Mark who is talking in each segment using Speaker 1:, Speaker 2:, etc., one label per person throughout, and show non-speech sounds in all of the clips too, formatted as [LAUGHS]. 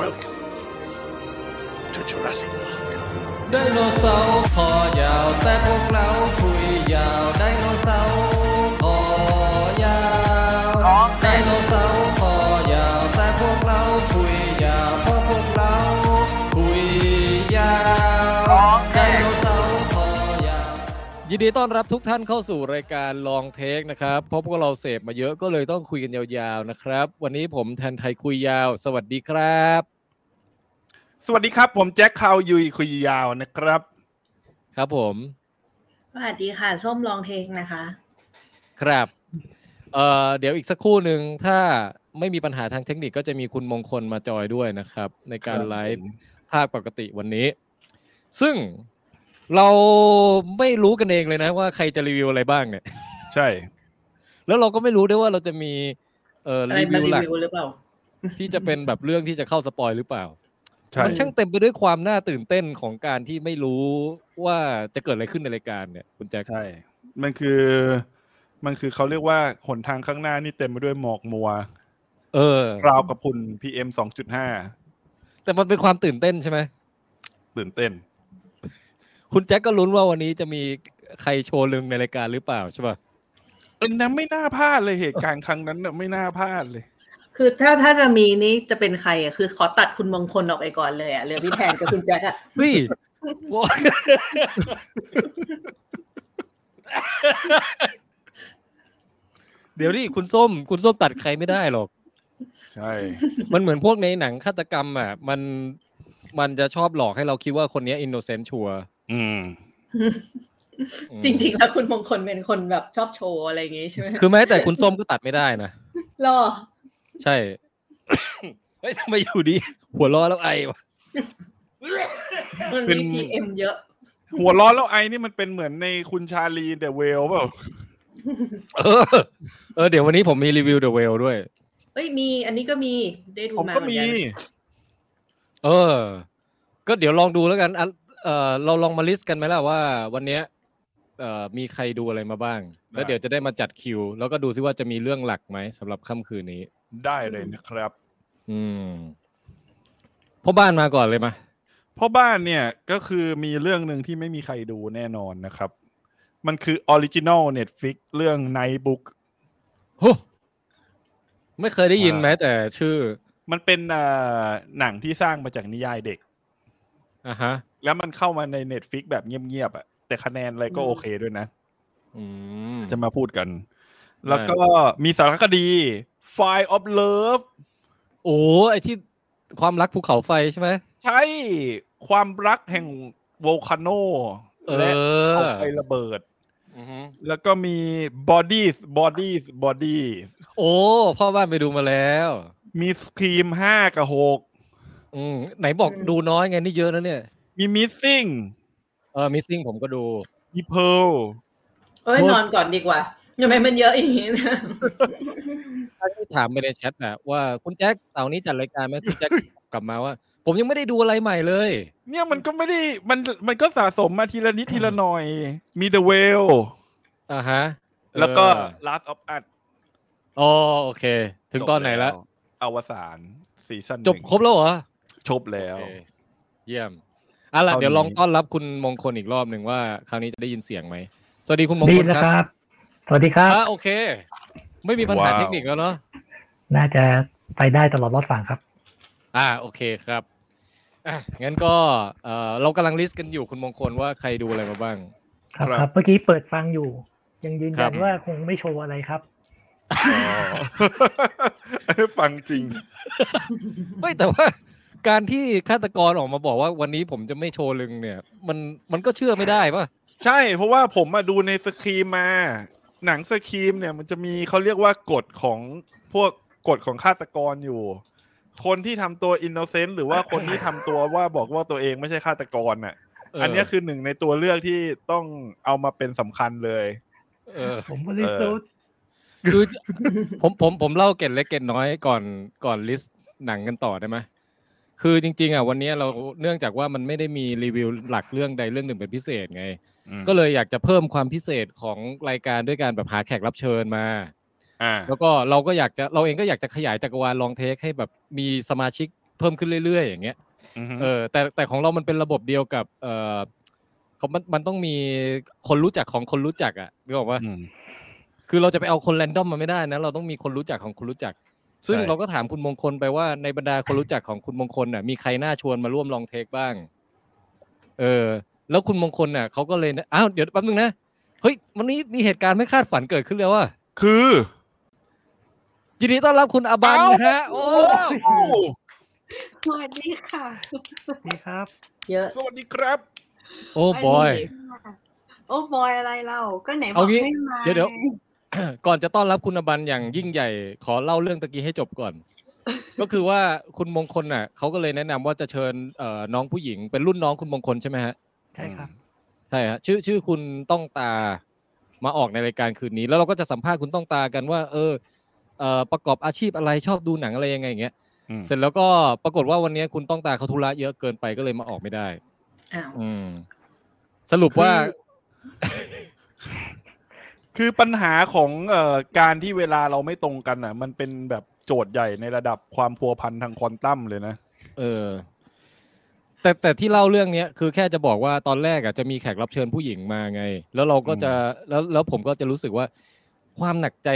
Speaker 1: Welcome to Jurassic Park.
Speaker 2: ไดโนเสาร์คอยาวแต่พวกเราคุยยาวไดโนเสาร์คอยาวไดโนเสาร์คอยาวแต่พวกเราคุยยาวเพราะพวกเราคุยยาวไดโนเสาร์คอยาวยินดีต้อนรับทุกท่านเข้าสู่รายการลองเทคนะครับเพราะพวกเราเสพมาเยอะก็เลยต้องคุยกันยาวๆนะครับ วันนี้ผมแทนไทยคุยยาว สวัสดีครับ
Speaker 3: สวัสดีครับ ผมแจ็คคาวยุยคุยยาวนะครับ
Speaker 2: ครับผม
Speaker 4: สวัสดีค่ะ ส้มลองเทคนะคะ
Speaker 2: ครับ เอ่อ เดี๋ยวอีกสักครู่หนึ่งถ้าไม่มีปัญหาทางเทคนิคก็จะมีคุณมงคลมาจอยด้วยนะครับ ในการ
Speaker 3: ครับ
Speaker 2: ไลฟ์ภาคปกติวันนี้ ซึ่งเราไม่รู้กันเองเลยนะว่าใครจะรีวิวอะไรบ้างเนี่ย
Speaker 3: ใช่
Speaker 2: แล้วเราก็ไม่รู้ด้วยว่าเราจะมีเอ่อ
Speaker 4: อะไร
Speaker 2: รี
Speaker 4: มา
Speaker 2: วิว
Speaker 4: รี
Speaker 2: หลัก
Speaker 4: วิวหรือเปล่า
Speaker 2: ที่จะเป็นแบบเรื่องที่จะเข้าสปอยหรือเปล่า
Speaker 3: ใช่
Speaker 2: มันช่างเต็มไปด้วยความน่าตื่นเต้นของการที่ไม่รู้ว่าจะเกิดอะไรขึ้นในรายการเนี่ยคุณแจ็ค
Speaker 3: ใช่ มันคือ มันคือเขาเรียกว่าหนทางข้างหน้านี่เต็มไปด้วยหมอกมัว
Speaker 2: เออ
Speaker 3: ราวกับพุน PM 2.5
Speaker 2: แต่มันเป็นความตื่นเต้นใช่ไหม
Speaker 3: ตื่นเต้น
Speaker 2: คุณแจ็คก็ลุ้นว่าวันนี้จะมีใครโชว์ลึงในรายการหรือเปล่าใช่ป่ะ
Speaker 3: เอ็นนั้นไม่น่าพลาดเลยเหตุการณ์ครั้งนั้นน่ะไม่น่าพลาดเลย
Speaker 4: คือถ้าถ้าจะมีนี่จะเป็นใครอ่ะ คือขอตัดคุณมงคลออกไปก่อนเลยอ่ะ เหลือพี่แทนกับคุณแจ็คอ่ะ
Speaker 2: นี่ [LAUGHS] เดี๋ยวนี่คุณส้ม คุณส้มตัดใครไม่ได้หรอก
Speaker 3: ใช่
Speaker 4: [LAUGHS]
Speaker 2: มันเหมือนพวกในหนังฆาตกรรมอ่ะ มัน มันจะชอบหลอกให้เราคิดว่าคนเนี้อินโนเซนต์ชัวร์
Speaker 3: อืม
Speaker 2: อืม
Speaker 4: จริง ๆ แล้วคุณมงคลเป็นคนแบบชอบโชว์อะไรอย่างงี้ใช่ไหม [LAUGHS]
Speaker 2: คือแม้แต่คุณส้มก็ตัดไม่ได้นะ
Speaker 4: หรอ
Speaker 2: ใช่ [COUGHS] เฮ้ยทำไมอยู่ดี หัวเร้อแล้วไอวะ
Speaker 4: มัน
Speaker 3: เป็
Speaker 4: มี
Speaker 3: น
Speaker 4: พีเอ็มเยอะ
Speaker 3: หัวร้อนแล้วไอ้นี่มันเป็นเหมือนในคุณชาลีเดอะเวลเปล่า
Speaker 2: เออ เออ เดี๋ยววันนี้ผมมีรีวิวเดอะเวลด้วย
Speaker 4: เอ้ยมี อันนี้ก็มีได้ดู
Speaker 3: ผม
Speaker 4: มา
Speaker 3: ก็
Speaker 4: เหมือน
Speaker 3: มี
Speaker 4: กัน
Speaker 2: เออ ก็เดี๋ยวลองดูแล้วกันอ่ะเออเราลองมาลิสต์กันไหมล่ะว่า วันเนี้ยเออมีใครดูอะไรมาบ้าง แล้ว
Speaker 3: ได้
Speaker 2: เดี๋ยวจะได้มาจัดคิว แล้วก็ดูซิว่าจะมีเรื่องหลักไหมสำหรับค่ำคืนนี้
Speaker 3: ได้เลยนะครับ
Speaker 2: อืมพ่อบ้านมาก่อนเลยมา
Speaker 3: พ่อบ้านเนี่ยก็คือมีเรื่องหนึ่งที่ไม่มีใครดูแน่นอนนะครับ มันคือออริจิน l ลเน็ตฟิกเรื่อง Night Book
Speaker 2: โหไม่เคยได้ยินแม้แต่ชื่อ
Speaker 3: มันเป็นเอ่อหนังที่สร้างมาจากนิยายเด็ก
Speaker 2: อ่ะฮะ
Speaker 3: แล้วมันเข้ามาใน Netflix แบบเงียบๆอ่ะแต่คะแนนอะไรก็
Speaker 4: อืม
Speaker 3: โอเคด้วยนะ
Speaker 2: อืม
Speaker 3: จะมาพูดกัน แล้วก็มีสารคดี Fire of Love
Speaker 2: โอ้ไอที่ความรักภูเขาไฟใช่ไหม
Speaker 3: ใช่ความรักแห่งโวลคาโน
Speaker 2: เอ
Speaker 3: และ
Speaker 2: อ
Speaker 3: เขาไประเบิด
Speaker 2: อือฮึ
Speaker 3: แล้วก็มี Bodies Bodies Bodies
Speaker 2: โอ้พ่อบ้านไปดูมาแล้ว
Speaker 3: มีสครีมห้ากับหก
Speaker 2: อืมไหนบอก
Speaker 4: อืม
Speaker 2: ดูน้อยไงนี่เยอะแล้วเนี่ย
Speaker 3: มีมิสซิ่ง
Speaker 2: เออ มิสซิ่งผมก็ดู
Speaker 3: มีเพิร์ล
Speaker 4: เอ้ย
Speaker 2: โอ้
Speaker 4: นอนก่อนดีกว่าทำไมมันเยอะอย่างงี้นะ [LAUGHS]
Speaker 2: ถามไปในแชทนะว่าคุณแจ็คเสาร์นี้จัดรายการไหมคุณแจ็ค กลับมาว่า ผมยังไม่ได้ดูอะไรใหม่เลย
Speaker 3: เนี่ยมันก็ไม่ได้ มันมันก็สะสมมาทีละนิดทีละหน่อย มี The Whale
Speaker 2: อ่าฮะเออ
Speaker 3: แล้วก็ Last of Us
Speaker 2: อ๋อโอเค ถึงตอนไหนละ
Speaker 3: จบวอวสานซีซั่น
Speaker 2: จบครบแล้วเหรอ
Speaker 3: จบแล้ว
Speaker 2: โอเคเยี่ยมเอ่ะล่ะ
Speaker 3: เท่านี้
Speaker 2: เดี๋ยวลองต้อนรับคุณมงคลอีกรอบหนึ่งว่า คราวนี้จะได้ยินเสียงไหม สวัสดีคุณมง
Speaker 5: ดี
Speaker 2: คล
Speaker 5: นะ
Speaker 2: ค
Speaker 5: ครับ รับ สวัสดีครับ
Speaker 2: อ่ะโอเค ไม่มีปัญหา
Speaker 3: ว้าว
Speaker 2: เทคนิคแล้วเนาะ
Speaker 5: น่าจะไปได้ตลอดรอดฝั่งครับ
Speaker 2: อ่าโอเคครับอ่ะงั้นก็เอ่อเรากำลังลิสต์กันอยู่คุณมงคลว่าใครดูอะไรมาบ้าง
Speaker 5: ครับ
Speaker 3: ครับ
Speaker 5: ครับ เมื่อกี้เปิดฟังอยู่ ยังยืน
Speaker 2: ครั
Speaker 5: ยั
Speaker 2: บ
Speaker 5: นว่าคงไม่โชว์อะไรครับ
Speaker 3: [LAUGHS] อันนี้ฟังจริง
Speaker 2: ไม่แต่ว่าการที่ฆาตกรออกมาบอกว่าวันนี้ผมจะไม่โชว์ลึงเนี่ย มันมันก็เชื่อไม่ได้ป่ะ
Speaker 3: ใช่เพราะว่าผมมาดูในสครีมมา หนังสครีมเนี่ยมันจะมีเขาเรียกว่ากฎของพวกกฎของฆาตกรอยู่ คนที่ทำตัวอินโนเซนต์หรือว่าคนที่ทำตัวว่าบอกว่าตัวเองไม่ใช่ฆาตกรน่ะ
Speaker 2: เอออั
Speaker 3: อันเนี้ยคือหนึ่งในตัวเลือกที่ต้องเอามาเป็นสำคัญเลย
Speaker 2: เออ
Speaker 5: ผมบริสุทธิ์
Speaker 2: คือผมผมผมเล่าเกร็ดเล็กเกร็ดน้อยก่อนก่อนลิสต์หนังกันต่อได้ไหมคือจริง ๆอ่ะวันนี้เราเนื่องจากว่ามันไม่ได้มีรีวิวหลักเรื่องใดเรื่องหนึ่งเป็นพิเศษไง ก็เลยอยากจะเพิ่มความพิเศษของรายการด้วยการแบบหาแขกรับเชิญมา
Speaker 3: อ่า
Speaker 2: แล้วก็เราก็อยากจะเราเองก็อยากจะขยายจักรวาลลองเทคให้แบบมีสมาชิก เพิ่มขึ้นเรื่อยๆอย่างเงี้ย
Speaker 3: อือฮึ
Speaker 2: เออแต่แต่ของเรามันเป็นระบบเดียวกับ เออเขามันมันต้องมีคนรู้จักของคนรู้จักอ่ะนึกออกว่า คือเราจะไปเอาคนแรนดอมมาไม่ได้นะ เราต้องมีคนรู้จักของคนรู้จัก ซึ่ง
Speaker 3: ใช่
Speaker 2: เราก็ถามคุณมงคลไปว่าในบรรดาคนรู้จักของ [COUGHS] คุณมงคลน่ะมีใครน่าชวนมาร่วมลองเทคบ้าง เออ แล้วคุณมงคลน่ะเขาก็เลยนะอ้าวเดี๋ยวแป๊บนึงนะเฮ้ยวันนี้มีเหตุการณ์ไม่คาดฝันเกิดขึ้นแล้วว่ะ
Speaker 3: คือ
Speaker 2: ยินดีต้อนรับคุณอาบันนะฮะโอ้
Speaker 6: สวัสดีค่ะ
Speaker 5: ดีครับ
Speaker 4: เยอะ
Speaker 3: สวัสดีครับ
Speaker 2: โอ้บอย
Speaker 6: โอ้บอยอะไรเรา ก็ไหนบอ
Speaker 2: เอา
Speaker 6: ก
Speaker 2: งี้
Speaker 6: ให้มา
Speaker 2: เดี๋ยวเดี๋ยว [COUGHS] ก่อนจะต้อนรับคุณอบันอย่างยิ่งใหญ่ขอเล่าเรื่องตะกี้ให้จบก่อน [COUGHS] ก็คือว่าคุณมงคลน่ะเขาก็เลยแนะนำว่าจะเชิญเอ่อน้องผู้หญิงเป็นรุ่นน้องคุณมงคลใช่ไหมฮะ
Speaker 5: ใช่ครับ
Speaker 2: ใช่ฮะชื่อชื่อคุณต้องตามาออกในรายการคืนนี้ แล้วเราก็จะสัมภาษณ์คุณต้องตากันว่า เออเอ่อประกอบอาชีพอะไรชอบดูหนังอะไรยังไงอย่างเงี้ย
Speaker 3: อืม
Speaker 2: เสร็จแล้วก็ปรากฏว่าวันนี้คุณต้องตาเขาธุระเยอะเกินไปก็เลยมาออกไม่ได้
Speaker 4: อ้าว
Speaker 2: อืม สรุปว่า
Speaker 3: คือปัญหาของเอ่อการที่เวลาเราไม่ตรงกันอ่ะ มันเป็นแบบโจทย์ใหญ่ในระดับความพัวพันทางควอนตัมเลยนะ
Speaker 2: เออแต่แต่ที่เล่าเรื่องเนี้ยคือแค่จะบอกว่าตอนแรกอ่ะจะมีแขกรับเชิญผู้หญิงมาไง แล้วเราก็จะแล้วแล้วผมก็จะรู้สึกว่า ความหนักใจ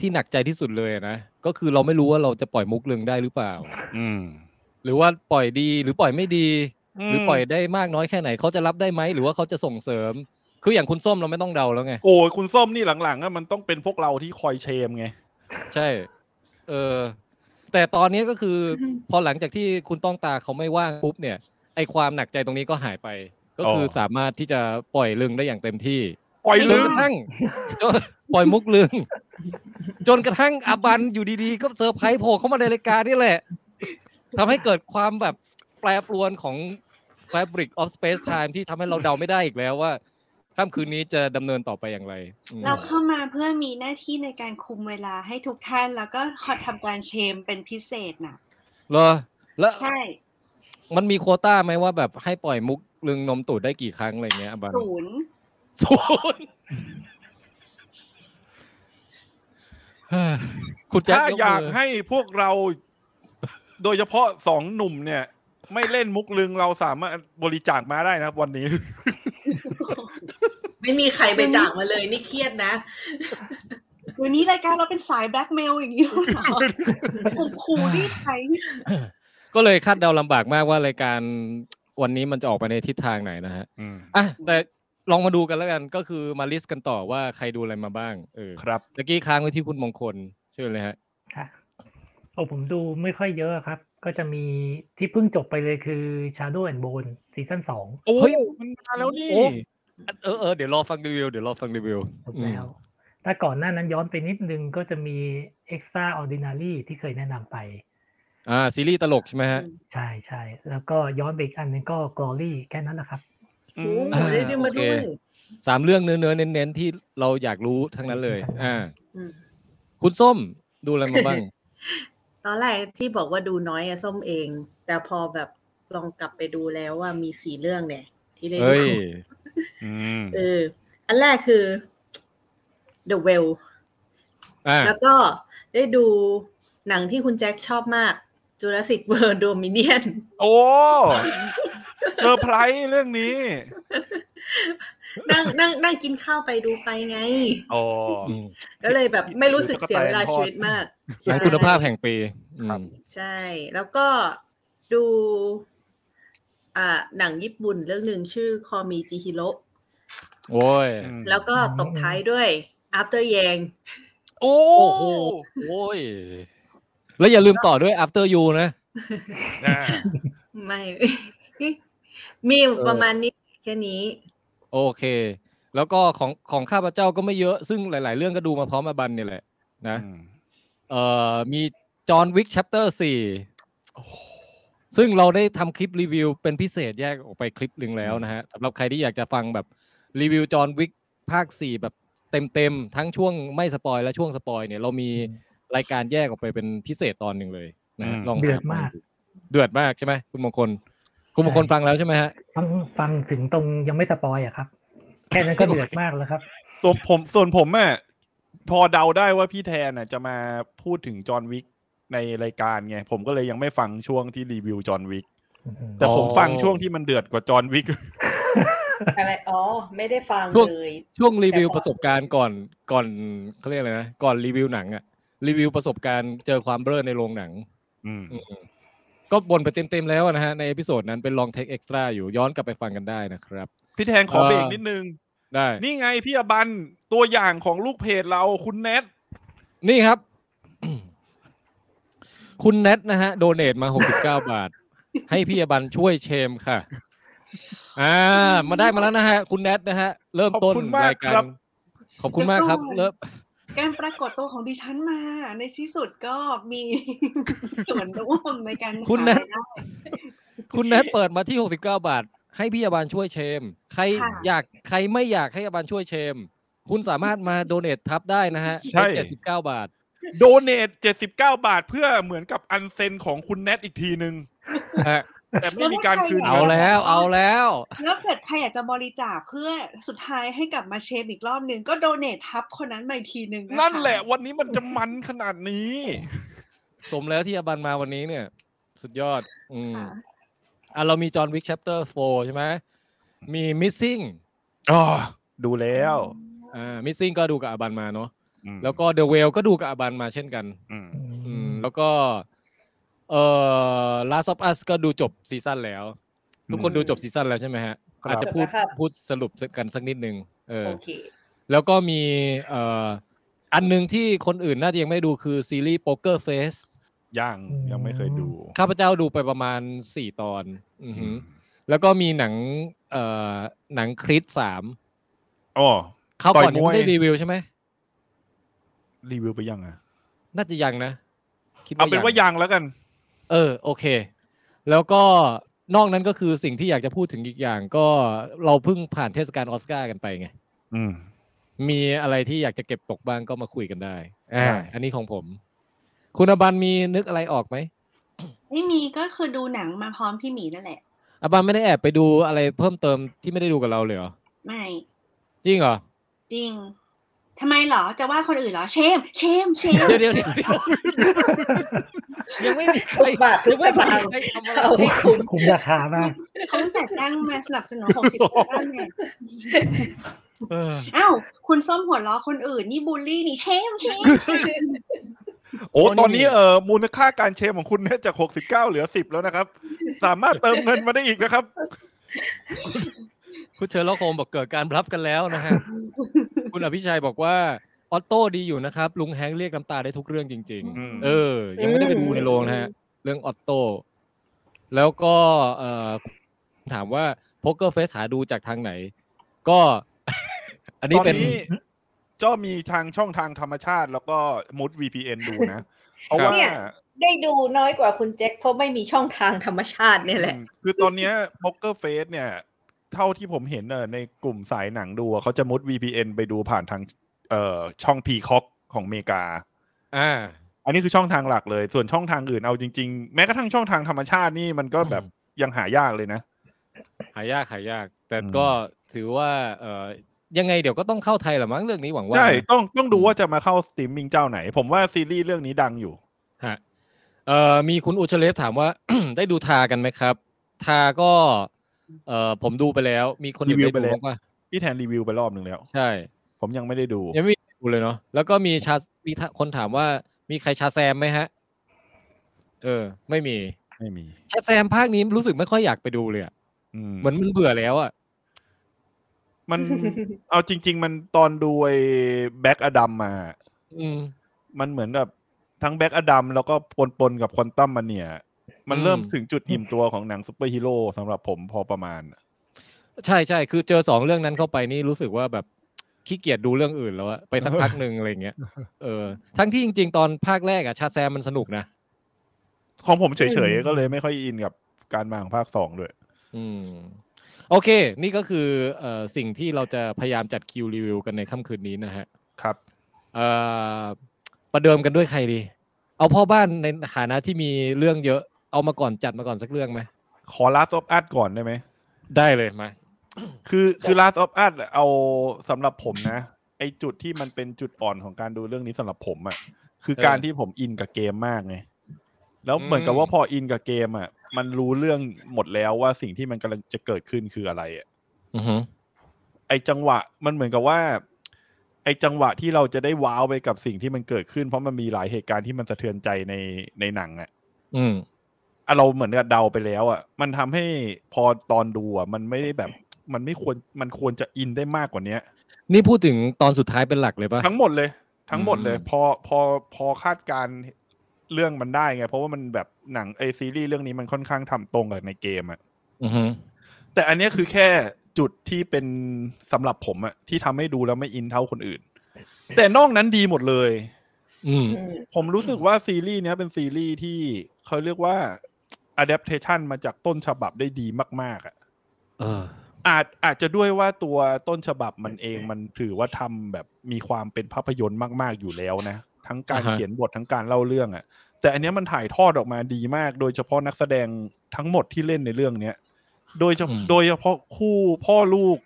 Speaker 2: ที่หนักใจที่สุดเลยอะนะก็คือเราไม่รู้ว่าเราจะปล่อยมุกเรื่องได้หรือเปล่า
Speaker 3: อืม
Speaker 2: หรือว่าปล่อยดีหรือปล่อยไม่ดี
Speaker 3: อืม
Speaker 2: หรือปล่อยได้มากน้อยแค่ไหนเขาจะรับได้ไหมหรือว่าเขาจะส่งเสริม คืออย่างคุณส้มเราไม่ต้องเดาแล้วไง
Speaker 3: โอ้ยคุณส้มนี่หลังๆอะมันต้องเป็นพวกเราที่คอยเชมไง
Speaker 2: ใช่ เออ แต่ตอนนี้ก็
Speaker 6: [LAUGHS]
Speaker 2: คือ พอหลังจากที่คุณต้องตาเขาไม่ว่างปุ๊บเนี่ย ไอความหนักใจตรงนี้ก็หายไป ก็คืออ
Speaker 3: อ
Speaker 2: สามารถที่จะปล่อยลึงได้อย่างเต็มที่
Speaker 3: ปล่อย
Speaker 2: จ
Speaker 3: ลื
Speaker 2: นก
Speaker 3: ม
Speaker 2: ระทั่ง [LAUGHS] จนปล่อยมุกลึง จนกระทั่งอาบันอยู่ดีๆ ก็เซอร์ไพรส์โผล่เข้ามาในรายการนี่แหละทำให้เกิดความแบบแปรปรวนของ Fabric of Space Time ที่ทำให้เราเดาไม่ได้อีกแล้วว่าค่ำคืนนี้จะดำเนินต่อไปอย่างไรอืม
Speaker 6: เราเข้ามาเพื่อมีหน้าที่ในการคุมเวลาให้ทุกท่าน แล้วก็ขอทำการเชมเป็นพิเศษน่ะ
Speaker 2: เหรอแล้ว
Speaker 6: ใช่
Speaker 2: มันมีโควต้าไหมว่าแบบให้ปล่อยมุกลึงนมตูดได้กี่ครั้งอะไรเงี้ยบัน
Speaker 6: ศูนย์
Speaker 2: ศูนย์ [SIGHS] เฮ้ยคุณแจ็ค
Speaker 3: ถ้าย
Speaker 2: ก
Speaker 3: อยาก
Speaker 2: มื
Speaker 3: ให้พวกเรา โดยเฉพาะสองหนุ่มเนี่ย ไม่เล่นมุกลึงเราสามารถบริจาคมาได้นะครับวันนี้
Speaker 4: ไม่มีใครไปจากมาเลยนี่เครียดนะ
Speaker 6: วันนี้รายการเราเป็นสายแบล็กเมลอย่างนี้หรือเปล่าผมขู่นี่ใคร
Speaker 2: [COUGHS] ก็เลยคาดเดาลำบากมากว่ารายการวันนี้มันจะออกไปในทิศทางไหนนะฮะอ่ะแต่ลองมาดูกันแล้วกันก็คือมาลิสต์กันต่อว่าใครดูอะไรมาบ้างเออ
Speaker 3: ครับ
Speaker 2: ตะกี้ค้างไว้ที่คุณมงคลเชื่อเลยฮะ
Speaker 5: ค่ะโอ้ผมดูไม่ค่อยเยอะครับ ก็จะมีที่เพิ่งจบไปเลยคือ Shadow and Bone ซีซั่นสอง
Speaker 3: โอ้
Speaker 2: เฮ้ย
Speaker 3: มันมาแล้วนี่
Speaker 2: โอ้เออเออเดี๋ยวรอฟังรีวิวเดี๋ยวรอฟังรีวิว
Speaker 5: จบแล้วแต่ก่อนหน้านั้นย้อนไปนิดนึงก็จะมี Extraordinary ที่เคยแนะนำไป
Speaker 2: อ่าซีรีส์ตลกใช่ไหมฮะ
Speaker 5: ใช่ใช่แล้วก็ย้อนไปอีกอันนึงก็ Glory แค่นั้นแหละครับ
Speaker 4: โอ้โหได้เรื่องมาด้วย
Speaker 2: โอเค สามเรื่องเนื้อเนื้อเน้นเน้นๆที่เราอยากรู้ทั้งนั้นเลย อ่า
Speaker 4: อืม
Speaker 2: คุณส้มดูอะไรมาบ้าง
Speaker 4: ตอนแรกที่บอกว่าดูน้อยอะส้มเอง แต่พอแบบลองกลับไปดูแล้วว่ามีสี่เรื่องเนี่ย ที่ได้ดู
Speaker 2: เฮ้ย
Speaker 4: เอออันแรกคือ The Well
Speaker 2: อ่า
Speaker 4: แล้วก็ได้ดูหนังที่คุณแจ็คชอบมาก Jurassic World Dominion
Speaker 3: โอ้เซอร์ไพรส์เรื่องนี้
Speaker 4: นั่งนั่งนั่งกินข้าวไปดูไปไง
Speaker 3: โอ้
Speaker 4: ก็เลยแบบไม่รู้สึกเสียเวลาชีวิตมาก
Speaker 2: หนัง
Speaker 4: ใช่
Speaker 2: คุณภาพแห่งปี
Speaker 3: ครับ
Speaker 2: อืม
Speaker 4: ใช่ แล้วก็ดู อ่าหนังญี่ปุ่นเรื่องหนึ่งชื่อคอมีจิฮิโร
Speaker 2: โอ้ย
Speaker 4: แล้วก็ตบท้ายด้วย After Yang
Speaker 3: โอ้
Speaker 2: โอ้โห โอ้ย แล้วอย่าลืมต่อด้วย after you นะ
Speaker 3: น่า
Speaker 4: ไม่ [LAUGHS] มีประมาณนี้แค่นี้
Speaker 2: โอเค แล้วก็ของของข้าพเจ้าก็ไม่เยอะ ซึ่งหลาย ๆ เรื่องก็ดูมาพร้อมมาบันเนี่ยแหละ นะ
Speaker 3: อืม
Speaker 2: เอ่อมีจอห์นวิก chapter สี่ซึ่งเราได้ทำคลิปรีวิวเป็นพิเศษแยกออกไปคลิปหนึ่งแล้วนะฮะสำหรับใครที่อยากจะฟังแบบรีวิวจอห์นวิกภาคสี่แบบเต็มๆ ทั้งช่วงไม่สปอยและช่วงสปอยเนี่ยเรามีรายการแยกออกไปเป็นพิเศษตอนหนึ่งเลยนะฮะ
Speaker 3: อืม
Speaker 2: ลองห
Speaker 5: เดือดมาก
Speaker 2: เดือดมากใช่ไหมคุณมงคล คุณมงคลฟังแล้วใช่ไหมฮะ
Speaker 5: ฟังฟังถึงตรงยังไม่สปอยอะครับ แค่นั้นก็เดือดมากแล้วครับ
Speaker 3: ส่วนผมส่วนผมอ่ะพอเดาได้ว่าพี่แทนน่ะจะมาพูดถึงจอห์นวิก ในรายการไง ผมก็เลยยังไม่ฟังช่วงที่รีวิวจอห์นวิก
Speaker 5: อืม
Speaker 3: แต่ผม
Speaker 2: อ๋อ
Speaker 3: ฟังช่วงที่มันเดือดกว่าจอห์นวิก
Speaker 7: อะไรอ๋อ ไม่ได้ฟัง
Speaker 2: ช่วง
Speaker 7: เลย
Speaker 2: ช่วงรีวิว
Speaker 7: แต่ก่อน
Speaker 2: ประสบการณ์ก่อนก่อนเขาเรียกอะไรนะก่อนรีวิวหนังอะรีวิวประสบการณ์เจอความเบ้อในโรงหนัง
Speaker 3: อืม
Speaker 2: ก็บ่นไปเต็มๆแล้วนะฮะในเอพิโซดนั้นเป็นลองเทคเอ็กซ์ตร้าอยู่ย้อนกลับไปฟังกันได้นะครับ
Speaker 3: พี่แทนขอ
Speaker 2: เอ่อ
Speaker 3: เบรกนิดนึง
Speaker 2: ได้
Speaker 3: นี่ไงพี่อบันตัวอย่างของลูกเพจเราคุณแนท
Speaker 2: นี่ครับ [COUGHS] คุณเน็ตนะฮะ โดเนทมา 69 บาท ให้พี่อบันช่วยเชมค่ะ อ่า มาได้มาแล้วนะฮะ คุณเน็ตนะฮะ เริ่ม
Speaker 3: ขอบ
Speaker 2: ต้น
Speaker 3: คุณมาก
Speaker 2: ราย
Speaker 3: ค
Speaker 2: การ
Speaker 3: รับ
Speaker 2: ขอบคุณมากครับ
Speaker 6: เดี๋ยวก่อน
Speaker 2: เริ่ม
Speaker 6: การปรากฏตัวของดิฉันมา ในที่สุดก็มี [LAUGHS] ส่วนร่วมในการหารายได้
Speaker 2: คุณเน็ตเปิดมาที่ 69 บาท ให้พี่อบันช่วยเชม ใคร
Speaker 6: ค่ะ
Speaker 2: อยากใครไม่อยากให้อบันช่วยเชม คุณสามารถมาโดเนททับได้นะฮะ
Speaker 3: ใช่
Speaker 2: เจ็ดสิบเก้าบาท
Speaker 3: โดเนทเจ็ดสิบเก้าบาทเพื่อเหมือนกับอันเซนของคุณแนทอีกทีนึง
Speaker 2: ฮะ
Speaker 3: แต่ไม่มีการคืน
Speaker 6: แล้ว
Speaker 2: เอา
Speaker 3: งิน
Speaker 6: ใคร
Speaker 2: แล้ว เอาแล้ว
Speaker 6: แล้วเกิดใครอยากจะบริจาคเพื่อสุดท้ายให้กลับมาเชมอีกรอบหนึ่งก็โดเนททับคนนั้นมาอีกทีหนึ่งค
Speaker 3: นั่นแหละวันนี้มันจะมันขนาดนี้
Speaker 2: สมแล้วที่อบันมาวันนี้เนี่ย สุดยอด อืม
Speaker 6: ค่ะ
Speaker 2: อ่ะเรามีจอห์นวิกแชปเตอร์4ใช่ไหมมี missing
Speaker 3: อ๋อ ดูแล้ว
Speaker 2: อ่า missing ก็ดูกับอาบันมาเนาะ
Speaker 3: ม
Speaker 2: แล้วก็ the whale ก็ดูกับอาบันมาเช่นกัน
Speaker 3: อืม
Speaker 2: อืม แล้วก็ เอ่อ last of us ก็ดูจบซีซั่นแล้ว ทุกคนดูจบซีซั่นแล้วใช่ไหมฮะ อาจจะพูด
Speaker 7: จบแล้วครับ
Speaker 2: พูดสรุปกันสักนิดนึงเออ
Speaker 7: โอเค
Speaker 2: แล้วก็มีเอ่ออันหนึ่งที่คนอื่นน่าจะยังไม่ดูคือซีรีส์ Poker Face
Speaker 3: ยังยังไม่เคยดู
Speaker 2: ข้าพเจ้าดูไปประมาณสี่ตอน อือหือ แล้วก็มีหนัง เอ่อ หนังคริสสาม
Speaker 3: อ๋อ
Speaker 2: เขาวก่อน
Speaker 3: ต่
Speaker 2: ยั
Speaker 3: อยม
Speaker 2: ง
Speaker 3: วย
Speaker 2: ไม่ได้รีวิวใช่ไหม
Speaker 3: รีวิวไปยังอ่ะ
Speaker 2: น่าจะยังนะคิด
Speaker 3: เอาเป็นว่ายังแล้วกัน
Speaker 2: เออ โอเค แล้วก็นอกนั้นก็คือสิ่งที่อยากจะพูดถึงอีกอย่าง ก็เราเพิ่งผ่านเทศกาลออสการ์กันไปไง
Speaker 3: อืม
Speaker 2: มีอะไรที่อยากจะเก็บตกบ้างก็มาคุยกันได้อ่า
Speaker 3: ได้
Speaker 2: อันนี้ของผม คุณอบันมีนึกอะไรออกไหม
Speaker 6: ไม่มีก็คือดูหนังมาพร้อมพี่หมีนั่นแหละ
Speaker 2: อบันไม่ได้แอบไปดูอะไรเพิ่มเติมที่ไม่ได้ดูกับเราเลยเหรอ
Speaker 6: ไม่
Speaker 2: จริงเหรอ
Speaker 6: จริงทำไมเหรอจะว่าคนอื่นเหรอเชม เชมเชม
Speaker 2: เดี๋ยวเดี๋ยวเดี๋ยวเดี๋ยวยังไม่มีใคร
Speaker 7: ทุกบาททุกสตางค์
Speaker 2: ยังไม่มีใครทำอะไร
Speaker 7: เอาให้คุ้ม
Speaker 5: คุ้มราคามาก
Speaker 6: เขาจัดตั้งมาสนับสนุนหกสิบเก้าเนี่ยอ้าวคุณส้มหัวล้อคนอื่น นี่บูลลี่นี่เชมเชมเชม
Speaker 3: โอ้
Speaker 2: โอ้นี่
Speaker 3: ตอนนี้เออมูลค่าการเชมของคุณเนี่ยจาก 69 เหลือ 10 แล้วนะครับ สามารถเติมเงินมาได้อีกนะครับ
Speaker 2: คุณเชอร์ล็อกโฮมบอกเกิดการรับกันแล้วนะฮ [LAUGHS] ะ คุณอภิชัยบอกว่า ออโต้ดีอยู่นะครับ ลุงแฮงค์เรียกน้ำตาได้ทุกเรื่องจริง
Speaker 3: อืม
Speaker 2: ๆ เออ ยังไม่ได้ไปดูในโรงนะฮะ เรื่องออโต้แล้วก็เอ่อถามว่าโป๊กเกอร์เฟสหาดูจากทางไหน ก็ [LAUGHS] อัน
Speaker 3: ต
Speaker 2: นี้
Speaker 3: อน
Speaker 2: เป็น
Speaker 3: นี้ก็มีทางช่องทางธรรมชาติแล้วก็มุด VPN ดู
Speaker 2: [LAUGHS]
Speaker 3: นะ เพราะว่า
Speaker 7: เนี่ย ได้ดูน้อยกว่าคุณแจ็คเพราะไม่มีช่องทางธรรมชาติเนี่ยแหละ
Speaker 3: อืมคือตอนเนี้ย Poker Face เนี่ย เท่าที่ผมเห็นเน่ะในกลุ่มสายหนังดูอะเขาจะมุด VPN ไปดูผ่านทางเอ่อช่อง Peacock ของอเมริกา
Speaker 2: อ่า
Speaker 3: อันนี้คือช่องทางหลักเลย ส่วนช่องทางอื่นเอาจริง ๆ แม้กระทั่งช่องทางธรรมชาตินี่มันก็แบบยังหายากเลยนะ
Speaker 2: หายากหายาก แต่
Speaker 3: อืม
Speaker 2: ก็ถือว่า เอ่อยังไงเดี๋ยวก็ต้องเข้าไทยแหละมั้งเรื่องนี้หวังว่า
Speaker 3: ใช่
Speaker 2: นะ
Speaker 3: ต้องต้องดูว่าจะมาเข้าสตรีมมิ่งเจ้าไหน ผมว่าซีรีส์เรื่องนี้ดังอยู่
Speaker 2: ฮะเอ่อมีคุณอุชเลฟถามว่า [COUGHS] ได้ดูทากันไหมครับ ทาก็เอ่อผมดูไปแล้ว มีคนอื่น
Speaker 3: รีวิ
Speaker 2: ได้
Speaker 3: วไป
Speaker 2: ดู
Speaker 3: แล้ว
Speaker 2: บ้างปะ
Speaker 3: พี่แทนรีวิวไปรอบหนึ่งแล้ว
Speaker 2: ใช่
Speaker 3: ผมยังไม่ได้ดู
Speaker 2: ยังไม่มีดูเลยเนาะแล้วก็มีชามีทะคนถามว่ามีใครชาแซมไหมฮะ เออ ไม่มี
Speaker 3: ไม่มี
Speaker 2: ชาแซมภาคนี้รู้สึกไม่ค่อยอยากไปดูเลยอะ
Speaker 3: อื
Speaker 2: เหมือนมันเบื่อแล้วอ่ะ
Speaker 3: มัน เอาจริง ๆ มันตอนดูไอ้แบ็กอดัมมา
Speaker 2: อืม
Speaker 3: มันเหมือนแบบทั้งแบ็กอดัมแล้วก็ปนปนๆกับควอนตัมมันเนี่ย มัน
Speaker 2: อืม
Speaker 3: เริ่มถึงจุดอิ่มตัวของหนังซูเปอร์ฮีโร่สำหรับผมพอประมาณ
Speaker 2: ใช่ใช่คือเจอสองเรื่องนั้นเข้าไปนี่รู้สึกว่าแบบขี้เกียจดูเรื่องอื่นแล้วอะไปสักพักหนึ่งอะไรอย่างเงี้ยเออทั้งที่จริง ๆ ตอนภาคแรกอะชาแซมมันสนุกนะ
Speaker 3: ของผมเฉ
Speaker 5: อื
Speaker 3: ย
Speaker 5: ม
Speaker 3: ๆ ก็เลยไม่ค่อยอินกับการมาของภาคสองด้วย
Speaker 2: อืมโอเค นี่ก็คือเอ่อสิ่งที่เราจะพยายามจัดคิวรีวิวกันในค่ำคืนนี้นะฮะ
Speaker 3: ครับ
Speaker 2: เอ่อประเดิมกันด้วยใครดี เอาพ่อบ้านในฐานะที่มีเรื่องเยอะเอามาก่อนจัดมาก่อนสักเรื่องไหม
Speaker 3: ขอ Last of Us ก่อนได้ไหม
Speaker 2: ได้เลยมา
Speaker 3: คือคือ Last of Us อะเอาสำหรับผมนะ ไอจุดที่มันเป็นจุดอ่อนของการดูเรื่องนี้สำหรับผมอะ่ะ คือ
Speaker 2: เออ
Speaker 3: การที่ผมอินกับเกมมากไง แล้วเหมือนกับ
Speaker 2: อืม
Speaker 3: ว่าพออินกับเกมอ่ะ มันรู้เรื่องหมดแล้วว่าสิ่งที่มันกำลังจะเกิดขึ้นคืออะไรอ่ะ
Speaker 2: อือฮึ
Speaker 3: ไอจังหวะมันเหมือนกับว่า ไอจังหวะที่เราจะได้ว้าวไปกับสิ่งที่มันเกิดขึ้น เพราะมันมีหลายเหตุการณ์ที่มันสะเทือนใจในในหนังอ่ะ
Speaker 2: อืม
Speaker 3: อ่ะเราเหมือนกับเดาไปแล้วอ่ะมันทำให้พอตอนดูอ่ะมันไม่ได้แบบ มันไม่ควรมันควรจะอินได้มากกว่าเนี้ย
Speaker 2: นี่พูดถึงตอนสุดท้ายเป็นหลักเลยปะ
Speaker 3: ทั้งหมดเลย ทั้งหมดเลย
Speaker 2: อืม
Speaker 3: พอพอพอคาดการณ์เรื่องมันได้ไง เพราะว่ามันแบบหนังไอซีรีส์เรื่องนี้มันค่อนข้างทำตรงกับในเกมอ่ะ
Speaker 2: อือฮึ
Speaker 3: แต่อันเนี้ยคือแค่จุดที่เป็นสำหรับผมอะที่ทำให้ดูแล้วไม่อินเท่าคนอื่น แต่นอกนั้นดีหมดเลย
Speaker 2: อืม
Speaker 7: อืม
Speaker 3: ผมรู้สึกว่าซีรีส์เนี้ยเป็นซีรีส์ที่เขาเรียกว่า adaptation มาจากต้นฉบับได้ดีมาก ๆอะ
Speaker 2: เออ
Speaker 3: อาจอาจจะด้วยว่าตัวต้นฉบับมันเองมันถือว่าทำแบบมีความเป็นภาพยนตร์มาก ๆอยู่แล้วนะ ทั้งการ
Speaker 2: อ่าฮะ
Speaker 3: เขียนบททั้งการเล่าเรื่องอะแต่อันเนี้ยมันถ่ายทอดออกมาดีมาก โดยเฉพาะนักแสดงทั้งหมดที่เล่นในเรื่องเนี้ย โดยเฉ
Speaker 2: อืม
Speaker 3: โดยเฉพาะคู่พ่อลูก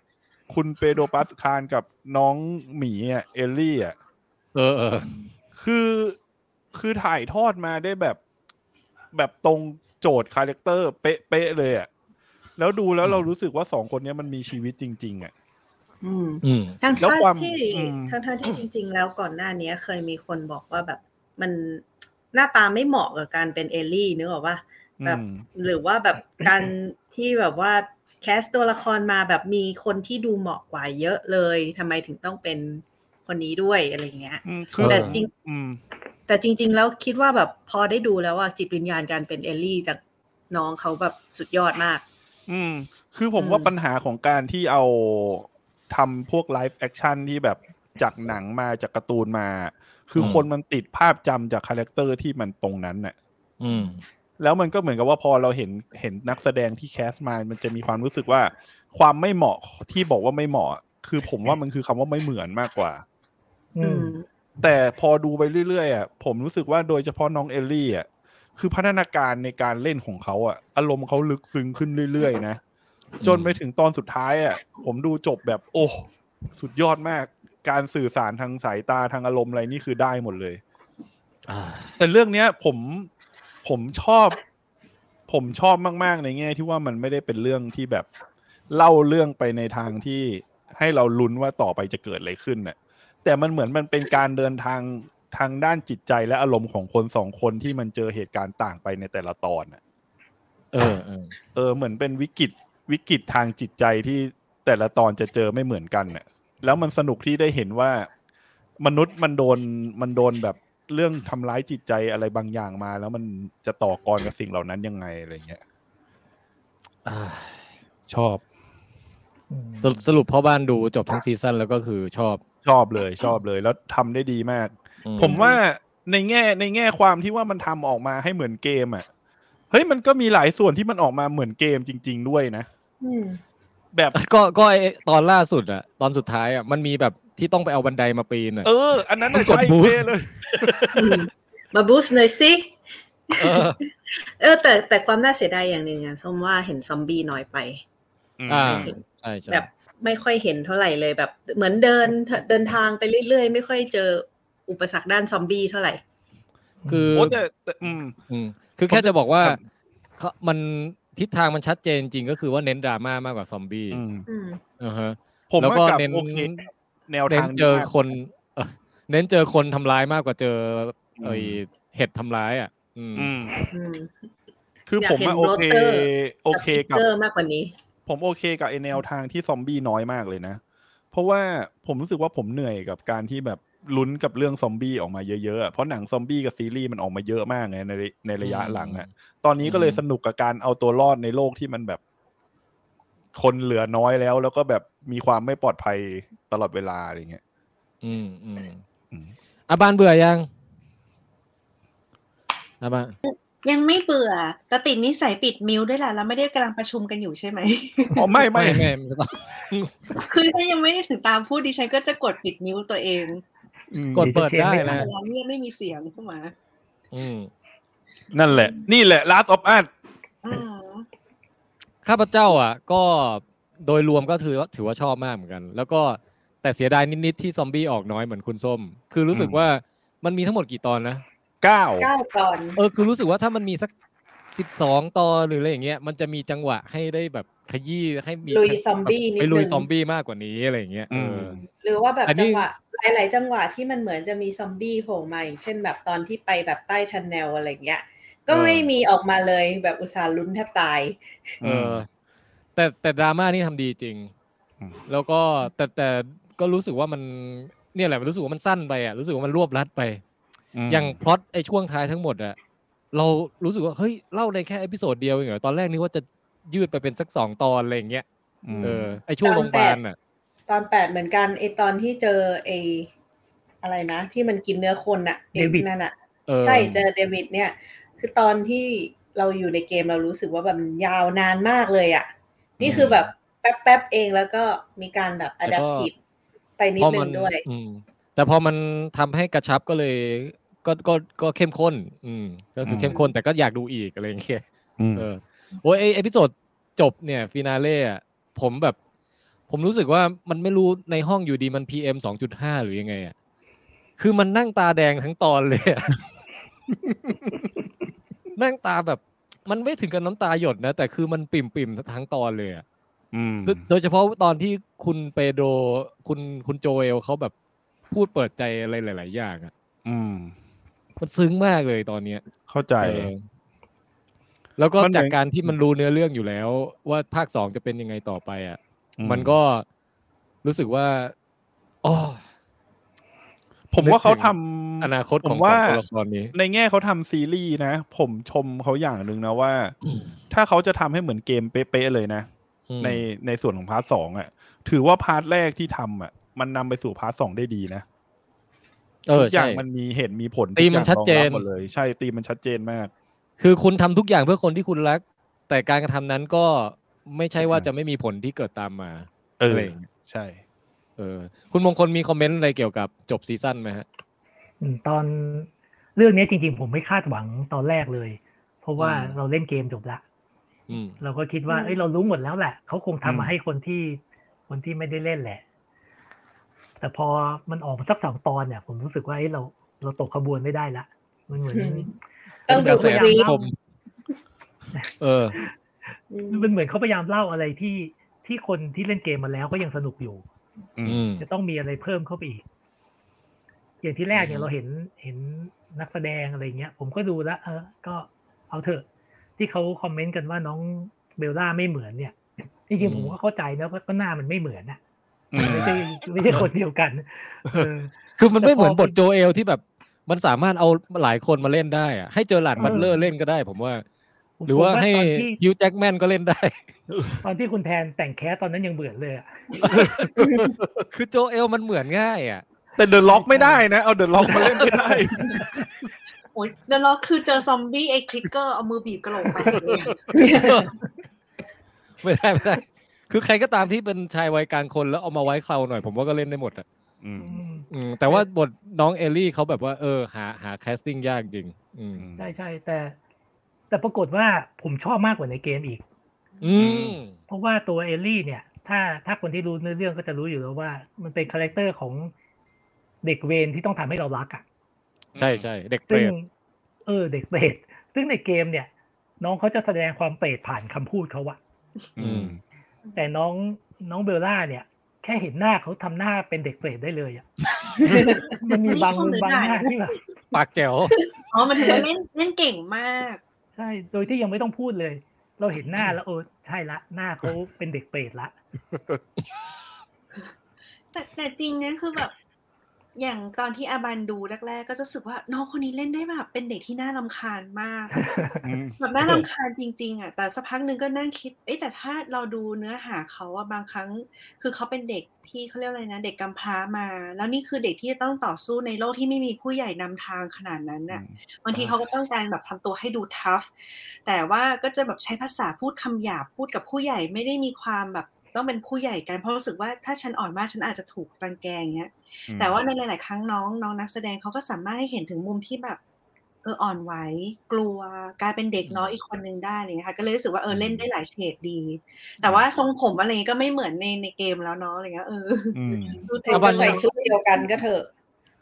Speaker 3: คุณเปโดรปัสคารกับน้องหมีอะเอลลี่อะ
Speaker 2: เออเออ
Speaker 3: คือคือถ่ายทอดมาได้แบบแบบตรงโจทย์คาแรคเตอร์เป๊ะๆเลยอะแล้วดูแล้ว
Speaker 2: อืม
Speaker 3: เรารู้สึกว่าสองคนเนี้ยมันมีชีวิตจริง ๆอะ
Speaker 4: อืม
Speaker 2: อืม
Speaker 4: ทั้ง
Speaker 3: แล้วความ
Speaker 4: ๆที่
Speaker 3: อืม
Speaker 4: ทั้งๆที่จริง ๆ แล้วก่อนหน้าเนี้ย เคยมีคนบอกว่าแบบมันหน้าตาไม่เหมาะกับการเป็นเอลลี่นึกออกว่า
Speaker 3: อื
Speaker 4: แบบ
Speaker 3: ม
Speaker 4: หรือว่าแบบการที่แบบว่าแคสตัวละครมาแบบมีคนที่ดูเหมาะกว่าเยอะเลยทำไมถึงต้องเป็นคนนี้ด้วยอะไรอย่างเงี้ย
Speaker 3: อืมคือ
Speaker 4: แต่จริง
Speaker 3: อืม
Speaker 4: แต่จริง ๆ แล้วคิดว่าแบบพอได้ดูแล้วว่าจิตวิญญาณการเป็นเอลลี่จากน้องเขาแบบสุดยอดมาก
Speaker 3: อืม คือผม
Speaker 4: อืม
Speaker 3: ว่าปัญหาของการที่เอาทำพวกไลฟ์แอคชั่นที่แบบจากหนังมาจากการ์ตูนมา คืออ
Speaker 2: ม
Speaker 3: คนมันติดภาพจำจากคาแรคเตอร์ที่มันตรงนั้นน่ะ
Speaker 2: อืม
Speaker 3: แล้วมันก็เหมือนกับว่าพอเราเห็นเห็นนักแสดงที่แคสต์มา มันจะมีความรู้สึกว่า ความไม่เหมาะที่บอกว่าไม่เหมาะ คือผมว่ามันคือคำว่าไม่เหมือนมากกว่า
Speaker 5: อืม
Speaker 3: แต่พอดูไปเรื่อยๆอ่ะผมรู้สึกว่าโดยเฉพาะน้องเอลลี่อ่ะคือพัฒนาการในการเล่นของเขาอ่ะ อารมณ์เขาลึกซึ้งขึ้นเรื่อยๆนะ จนไปถึงตอนสุดท้ายอ่ะ ผมดูจบแบบ โอ้สุดยอดมาก การสื่อสารทางสายตาทางอารมณ์อะไรนี่คือได้หมดเลย
Speaker 2: อ่า
Speaker 3: แต่เรื่องเนี้ยผมผมชอบ ผมชอบมากๆในแง่ที่ว่ามันไม่ได้เป็นเรื่องที่แบบเล่าเรื่องไปในทางที่ให้เราลุ้นว่าต่อไปจะเกิดอะไรขึ้นน่ะ แต่มันเหมือนมันเป็นการเดินทางทางด้านจิตใจและอารมณ์ของคนสองคนที่มันเจอเหตุการณ์ต่างไปในแต่ละตอนน่ะ
Speaker 2: เออเออ
Speaker 3: เออเหมือนเป็นวิกฤตวิกฤตทางจิตใจที่แต่ละตอนจะเจอไม่เหมือนกันเนี่ยแล้วมันสนุกที่ได้เห็นว่า มนุษย์มันโดนมันโดนแบบเรื่องทำร้ายจิตใจอะไรบางอย่างมา แล้วมันจะต่อกรกับสิ่งเหล่านั้นยังไงอะไรเงี้ย
Speaker 2: อ่า
Speaker 3: ชอบ
Speaker 2: สรุปสรุปพ่อบ้านดูจบทั้งซีซั่นแล้วก็คือชอบ
Speaker 3: ชอบเลยชอบเลยแล้วทำได้ดีมาก
Speaker 2: อื
Speaker 3: ผมว่าในแง่ในแง่ความที่ว่ามันทำออกมาให้เหมือนเกมอ่ะเฮ้ยมันก็มีหลายส่วนที่มันออกมาเหมือนเกมจริง ๆ ด้วยนะ
Speaker 7: อืม
Speaker 3: แบบ
Speaker 2: ก็ก็ไอตอนล่าสุดอะตอนสุดท้ายอะมันมีแบบที่ต้องไปเอาบันไดมาปีนอะ
Speaker 3: เออ อันนั้นน่ะ
Speaker 2: กด
Speaker 3: ใช่
Speaker 2: บูสต์
Speaker 3: เท่เลย
Speaker 4: มาบูสต์หน่อยสิ
Speaker 2: เออ
Speaker 4: เออ แต่แต่ความน่าเสียดายอย่างหนึ่งอะส้มว่าเห็นซอมบี้น้อยไป
Speaker 2: อ่า ใช่ใช่
Speaker 4: แบบไม่ค่อยเห็นเท่าไหร่เลยแบบ เหมือนเดินเดินทางไปเรื่อยๆ ไม่ค่อยเจออุปสรรคด้านซอมบี้เท่าไหร่
Speaker 2: คือ
Speaker 3: โอ้แต่แต่อืม
Speaker 2: อืมคือแค่จะบอกว่า
Speaker 3: ครับ
Speaker 2: เขามันทิศทางมันชัดเจนจริงก็คือว่าเน้นดราม่ามากกว่าซอมบี้
Speaker 3: อืม
Speaker 4: อืม
Speaker 2: อ่าฮะ
Speaker 3: ผม
Speaker 2: แล้ว
Speaker 3: ว่า
Speaker 2: ก็
Speaker 3: กลับ
Speaker 2: เน้น
Speaker 3: โอเค แนว
Speaker 2: เน้
Speaker 3: ทาง
Speaker 2: น
Speaker 3: ดี
Speaker 2: เจอ
Speaker 3: มาก
Speaker 2: คน [LAUGHS] เอ่อเน้นเจอคนทำร้ายมากกว่าเจอ
Speaker 3: ม
Speaker 2: ไอเห็ดทำร้ายอ่ะ อืม
Speaker 3: อืม
Speaker 4: อืม
Speaker 3: คือ
Speaker 4: อ
Speaker 3: ผ
Speaker 4: ยาก
Speaker 3: ม
Speaker 4: เห็น
Speaker 3: ว่าโอเค
Speaker 4: โรเตอร์
Speaker 3: โอเคกับ
Speaker 4: เกอร์มากกว่านี้
Speaker 3: ผมโอเคกับไอแนวทางที่ซอมบี้น้อยมากเลยนะ เพราะว่าผมรู้สึกว่าผมเหนื่อยกับการที่แบบลุ้นกับเรื่องซอมบี้ออกมาเยอะๆอะเพราะหนังซอมบี้กับซีรีส์มันออกมาเยอะมากไงในในระยะหลังอะตอนนี้ก็เลย
Speaker 2: อืม
Speaker 3: สนุกกับการเอาตัวรอดในโลกที่มันแบบ คนเหลือน้อยแล้ว แล้วก็แบบมีความไม่ปลอดภัยตลอดเวลาอะไรเงี้ย
Speaker 2: อืมอืม
Speaker 3: อืม
Speaker 2: อาบานเบื่อยังอาบาน
Speaker 6: ยังไม่เบื่อแต่ติดนิสัยปิดมิวด้วยล่ะแล้วไม่ได้กำลังประชุมกันอยู่ใช่ไหม [LAUGHS]
Speaker 3: อ๋อไม่ไม่
Speaker 2: ไม่ไม่ต้อง
Speaker 6: คือถ้ายังไม่ได้ถึงตามพูดดิฉันก็จะกดปิดมิวตัวเอง
Speaker 3: อืม [LAUGHS]
Speaker 2: กดเปิดได้นะ
Speaker 6: เวลาเรียกไม่มีเสียงเข้ามา
Speaker 2: อืม
Speaker 3: นั่นแหละ นี่แหละ Last of Us
Speaker 6: อืม
Speaker 2: ข้าพเจ้าอ่ะ ก็โดยรวมก็ถือว่าถือว่าชอบมากเหมือนกัน แล้วก็แต่เสียดายนิด ๆ ที่ซอมบี้ออกน้อยเหมือนคุณส้ม คือรู้สึก
Speaker 3: อืม
Speaker 2: ว่ามันมีทั้งหมดกี่ตอนนะ
Speaker 3: เก้า
Speaker 7: เก้าตอน
Speaker 2: เออคือรู้สึกว่าถ้ามันมีสักสิบสองตอนหรืออะไรอย่างเงี้ยมันจะมีจังหวะให้ได้แบบขยี้ให้มี
Speaker 7: ลุยซอมบี้นิดนึง
Speaker 2: ไปลุยซอมบี้มากกว่านี้อะไรอย่างเงี้ยเอออ
Speaker 7: หรือว่าแบบ
Speaker 2: อันนี้
Speaker 7: จังหวะหลาย ๆ จังหวะที่มันเหมือนจะมีซอมบี้โผล่มาอย่างเช่นแบบตอนที่ไปแบบใต้ทันแนลอะไรเงี้ย ก็ไม่มีออกมาเลยแบบอุตส่าห์ลุ้นแทบตาย
Speaker 2: เออแต่แต่ดราม่านี่ทำดีจริง
Speaker 1: อืม
Speaker 2: แล้วก็แต่แต่ก็รู้สึกว่ามันเนี่ยแหละมันรู้สึกว่ามันสั้นไปอ่ะรู้สึกว่ามันรวบรัดไป
Speaker 3: ม
Speaker 2: อย่างพล็อตไอ้ช่วงท้ายทั้งหมดอะเรารู้สึกว่าเฮ้ยเล่าในแค่เอพิโซดเดียวเองเหรอตอนแรกนึกว่าจะยืดไปเป็นสักสองตอนอะไรอย่างเงี้ย
Speaker 3: อืม
Speaker 2: เออไอ้ช่วงโรงพยาบาลอะ
Speaker 7: ตอนแปดเหมือนกันไอตอนที่เจอไออะไรนะ ที่มันกินเนื้อคนอะไอ้
Speaker 5: David
Speaker 7: นั่นอะ
Speaker 2: เออ
Speaker 7: ใช่เจอเดวิดเนี่ย คือตอนที่เราอยู่ในเกมเรารู้สึกว่าแบบมันยาวนานมากเลยอะนี่คือแบบแป๊บๆเองแล้วก็มีการแบบอะดัปทีฟไปนิด
Speaker 2: พอ
Speaker 7: นึ
Speaker 2: มัน
Speaker 7: งด้วย
Speaker 2: อืมแต่พอมันทำให้กระชับก็เลยก็ก็ก็เข้มข้น อืมก็คืออ
Speaker 1: ม
Speaker 2: เข้มข้นแต่ก็อยากดูอีกอะไรอย่างเงี้ย
Speaker 1: อืม
Speaker 2: เออโอ้ยไอเอพิโซดจบเนี่ยฟินาเล่อะผมแบบ ผมรู้สึกว่ามันไม่รู้ในห้องอยู่ดีมัน PM 2.5 หรือยังไงอะคือมันนั่งตาแดงทั้งตอนเลยอะ [LAUGHS] นั่งตาแบบมันไม่ถึงกับน้ำตาหยดนะ แต่คือมันปิ่มๆทั้งตอนเลยอะ
Speaker 1: อืม
Speaker 2: โดยเฉพาะตอนที่คุณเปโดรคุณคุณโจเอลเขาแบบพูดเปิดใจอะไรหลาย ๆ อย่างอะ
Speaker 1: อืม
Speaker 2: มันซึ้งมากเลยตอนเนี้ย
Speaker 1: เข้าใจ
Speaker 2: เออแล้วก็
Speaker 3: มันเหมื
Speaker 2: จา
Speaker 3: อน
Speaker 2: กการที่มันรู้เนื้อเรื่องอยู่แล้ว ว่าภาคสองจะเป็นยังไงต่อไปอ่ะ
Speaker 1: อืม
Speaker 2: มันก็รู้สึกว่าอ๋อ
Speaker 3: ผมว่าเขาทำ
Speaker 2: อนาคตของ
Speaker 3: ผมว่า
Speaker 2: ของตัวละครนี้
Speaker 3: ในแง่เขาทำซีรีส์นะ ผมชมเขาอย่างหนึ่งนะว่า ถ้าเขาจะทำให้เหมือนเกมเป๊ะๆเลยนะ
Speaker 2: อืม
Speaker 3: ในในส่วนของพาร์ทสองอ่ะ ถือว่าพาร์ทแรกที่ทำอ่ะ มันนำไปสู่พาร์ทสองได้ดีนะ
Speaker 2: เออ
Speaker 3: ทุกอย่าง
Speaker 2: ใช่
Speaker 3: มันมีเหตุมีผล
Speaker 2: ธีมมัน
Speaker 3: ทุกอย่าง
Speaker 2: ชัดเจน
Speaker 3: รองรับหมดเลย ใช่ตีมมันชัดเจนมาก
Speaker 2: คือคุณทำทุกอย่างเพื่อคนที่คุณรัก แต่การกระทำนั้นก็ไม่ใช่ว่าจะไม่มีผลที่เกิดตามมา
Speaker 3: เออ
Speaker 2: ะไรย่างงี้ย
Speaker 3: ใช่
Speaker 2: เออ คุณมงคลมีคอมเมนต์อะไรเกี่ยวกับจบซีซั่นไหมฮะ
Speaker 5: อืมตอนเรื่องนี้จริงๆ ผมไม่คาดหวังตอนแรกเลย เพราะว่า
Speaker 2: อืม
Speaker 5: เราเล่นเกมจบละ
Speaker 2: อืม
Speaker 5: เราก็คิดว่า เอ้ย เรารู้หมดแล้วแหละ เขาคงทำมาให้คนที่ คนที่ไม่ได้เล่นแหละ แต่พอมันออกมาสักสองตอนเนี่ย ผมรู้สึกว่า เอ้ย เรา เราตกขบวนไม่ได้ละ มันเหมือน
Speaker 7: อืม ต้องดู
Speaker 2: กระแส
Speaker 7: คุณ
Speaker 2: สั
Speaker 7: วี
Speaker 2: ง
Speaker 5: ค
Speaker 2: คมเออ
Speaker 7: อืม
Speaker 5: มันเหมือนเขาพยายามเล่าอะไรที่ ที่คนที่เล่นเกมมาแล้วก็ยังสนุกอยู่
Speaker 2: อืม
Speaker 5: จะต้องมีอะไรเพิ่มเข้าไปอีก อย่างที่แรกเนี่
Speaker 2: อื
Speaker 5: ย
Speaker 2: ม
Speaker 5: เราเห็นเห็นนักแสดงอะไรเงี้ย ผมก็ดูแล้วเออ ก็เอาเถอะ ที่เขาคอมเมนต์กันว่าน้องเบลล่าไม่เหมือนเนี่ยจริงๆผมก็เข้าใจนะว่าก็หน้ามันไม่เหมือนนะ
Speaker 3: อืม
Speaker 5: ไม่ใช่ไม่ใช่คนเดียวกันเออ
Speaker 2: คือมันไม่
Speaker 5: แต่
Speaker 2: เห
Speaker 5: พอ
Speaker 2: มือนบทโจเอลที่แบบมันสามารถเอาหลายคนมาเล่นได้อะให้เจอหลานบัตเลอร์เล่นก็ได้ ผมว่า
Speaker 5: ผม
Speaker 2: หรือว่า
Speaker 5: ผม
Speaker 2: ให้
Speaker 5: ตอนที่
Speaker 2: ยูแจ็คแมนก็เล่นได้ [LAUGHS]
Speaker 5: ตอนที่คุณแทนแต่งแคสตอนนั้นยังเบื่อเลยอะ
Speaker 2: คือโจเอลมันเหมือนง่ายอ่ะ [LAUGHS]
Speaker 3: แต่เดอะล็อกไม่ได้นะ เอาเดอะล็อกมาเล่นไม่ได้
Speaker 6: โอ้ยเดี๋ยวเราคือเจอซอมบี้ไอ้คลิกเกอร์เอามือบีบกระโหลก [LAUGHS] แตกเลยอะ
Speaker 2: ไม่ได้ไม่ได้ คือใครก็ตามที่เป็นชายวัยกลางคนแล้วเอามาไว้เคราหน่อย ผมว่าก็เล่นได้หมดอ่ะ
Speaker 3: อืม
Speaker 5: อืม
Speaker 2: อืมแต่ว่าบทน้องเอลลี่เขาแบบว่าเออหาหาแคสติ้งยากจริง อืม
Speaker 5: ใช่ใช่แต่ แต่ปรากฏว่าผมชอบมากกว่าในเกมอีก
Speaker 2: อืม
Speaker 5: เพราะว่าตัวเอลลี่เนี่ย ถ้าถ้าคนที่รู้เนื้อเรื่องก็จะรู้อยู่แล้วว่า มันเป็นคาแรคเตอร์ของเด็กเวนที่ต้องทำให้เรารักอ่ะ
Speaker 2: ใช่ใช่เด็กเปร
Speaker 5: ซึ่ง
Speaker 2: ต
Speaker 5: เออเด็กเปรตซึ่งในเกมเนี่ย น้องเขาจะแสดงความเปรตผ่านคำพูดเขาอะ
Speaker 2: อืม
Speaker 5: แต่น้องน้องเบลล่าเนี่ย แค่เห็นหน้าเขาทำหน้าเป็นเด็กเปรตได้เลยอะ [LAUGHS] มันมีบางบางหน้าที่แบบ
Speaker 2: ปากแจ๋ว
Speaker 6: อ๋อมันถือว่าเล่นเล่นเก่งมาก
Speaker 5: ใช่ โดยที่ยังไม่ต้องพูดเลย เราเห็นหน้าแล้วเออใช่ละหน้าเขาเป็นเด็กเปรตละ [LAUGHS]
Speaker 6: แต่แต่จริงเนี่ยคือแบบ อย่างตอนที่อาบันดูแรก ๆ ก็จะรู้สึกว่าน้องคนนี้เล่นได้แบบเป็นเด็กที่น่ารำคาญมาก แบบน่ารำคาญจริง ๆอ่ะแต่สักพักหนึ่งก็นั่งคิด เอ้ยแต่ถ้าเราดูเนื้อหาเขาอะบางครั้ง คือเขาเป็นเด็กที่เขาเรียกอะไรนะ เด็กกำพร้ามา แล้วนี่คือเด็กที่จะต้องต่อสู้ในโลกที่ไม่มีผู้ใหญ่นำทางขนาดนั้นน่ะ บางทีเขาก็ต้องการแบบทำตัวให้ดูทัฟแต่ว่าก็จะแบบใช้ภาษาพูดคำหยาบพูดกับผู้ใหญ่ไม่ได้มีความแบบต้องเป็นผู้ใหญ่กันเพราะรู้สึกว่าถ้าฉันอ่อนมากฉันอาจจะถูกรังแกอย่างเงี้ย แต่ว่าในหลาย ๆ ครั้งน้องน้องนักแสดงเขาก็สามารถให้เห็นถึงมุมที่แบบเอออ่อนไหวกลัวกลายเป็นเด็กน้อยอีกคนนึงได้อะไรเลยค่ะก็เลยรู้สึกว่าเออเล่นได้หลายเฉดดี แต่ว่าทรงผมอะไรเงี้ยก็ไม่เหมือนในในเกมแล้วเนาะอะไรเงี้ยเออ
Speaker 3: อืม
Speaker 6: ดู
Speaker 7: ถึง
Speaker 2: อาบั
Speaker 7: จะ
Speaker 2: น
Speaker 7: ใส่ชุดเดียวกันก็เถอะ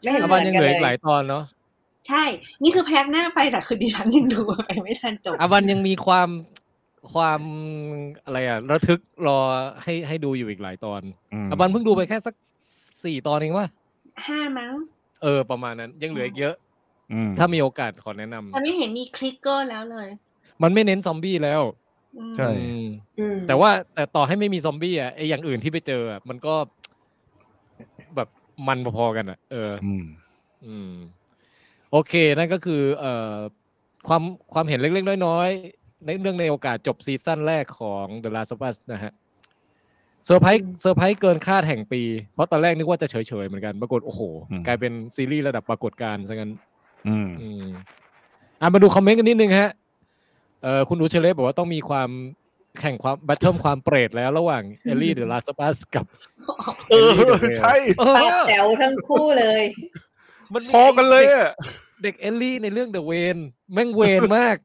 Speaker 7: ไม่เห็น
Speaker 2: อา
Speaker 7: เห
Speaker 2: บั
Speaker 7: มื
Speaker 2: น
Speaker 7: อ
Speaker 2: [LAUGHS]
Speaker 7: น
Speaker 2: ยัง
Speaker 7: กัน
Speaker 2: เห
Speaker 7: เล
Speaker 2: ลืออีกหลาย ยตอนเนาะ
Speaker 6: ใช่ นี่คือพยักหน้าไปแต่คือดิฉันยังดูไปไม่ทันจบ
Speaker 2: อาวันยังมีความความอะไรอ่ะระทึกรอให้ให้ดูอยู่อีกหลายตอนอาวันเพิ่งดูไปแค่สักสี่ตอนเองว่า
Speaker 6: ห้ามั้ง
Speaker 2: เออประมาณนั้นยังเหลืออีกเยอะ
Speaker 1: อืม
Speaker 2: ถ้ามีโอกาสขอแนะนำ
Speaker 6: แต่ไม่เห็นมีคลิกเกอร์แล้วเลย
Speaker 2: มันไม่เน้นซอมบี้แล้ว
Speaker 6: อืม
Speaker 1: ใช่
Speaker 2: อืม
Speaker 7: อืม
Speaker 2: แต่ว่าแต่ต่อให้ไม่มีซอมบี้อ่ะไออย่างอื่นที่ไปเจออ่ะมันก็แบบมันพอๆกันอ่ะ เออ
Speaker 1: อืม
Speaker 2: อืมโอเคนั่นก็คือเอ่อความความเห็นเล็กๆน้อยๆในเรื่องในโอกาสจบซีซั่นแรกของ The Last of Us นะฮะเซอร์ไพรส์เซอร์ไพรส์เกินคาดแห่งปี เพราะตอนแรกนึกว่าจะเฉยๆเหมือนกันปรากฏโอ้โห
Speaker 1: อืม
Speaker 2: กลายเป็นซีรีส์ระดับปรากฏการณ์ซะงั้น
Speaker 1: อืม
Speaker 2: อืมอ่ะมาดูคอมเมนต์กันนิดนึงฮะเอ่อคุณอูเชเลฟบอกว่าต้องมีความแข่งความแบทเทิลความเปรตแล้วระหว่างเอลลี่เดอะลาสปัสกับ
Speaker 3: เออใช่
Speaker 2: เอ
Speaker 7: ปาก
Speaker 2: อ
Speaker 7: แจ๋วทั้งคู่เลย
Speaker 2: [LAUGHS] มันมี
Speaker 3: พอกันเลยอะ
Speaker 2: เด็กเอลลี่ในเรื่องเดอะเวนแม่งเวนมาก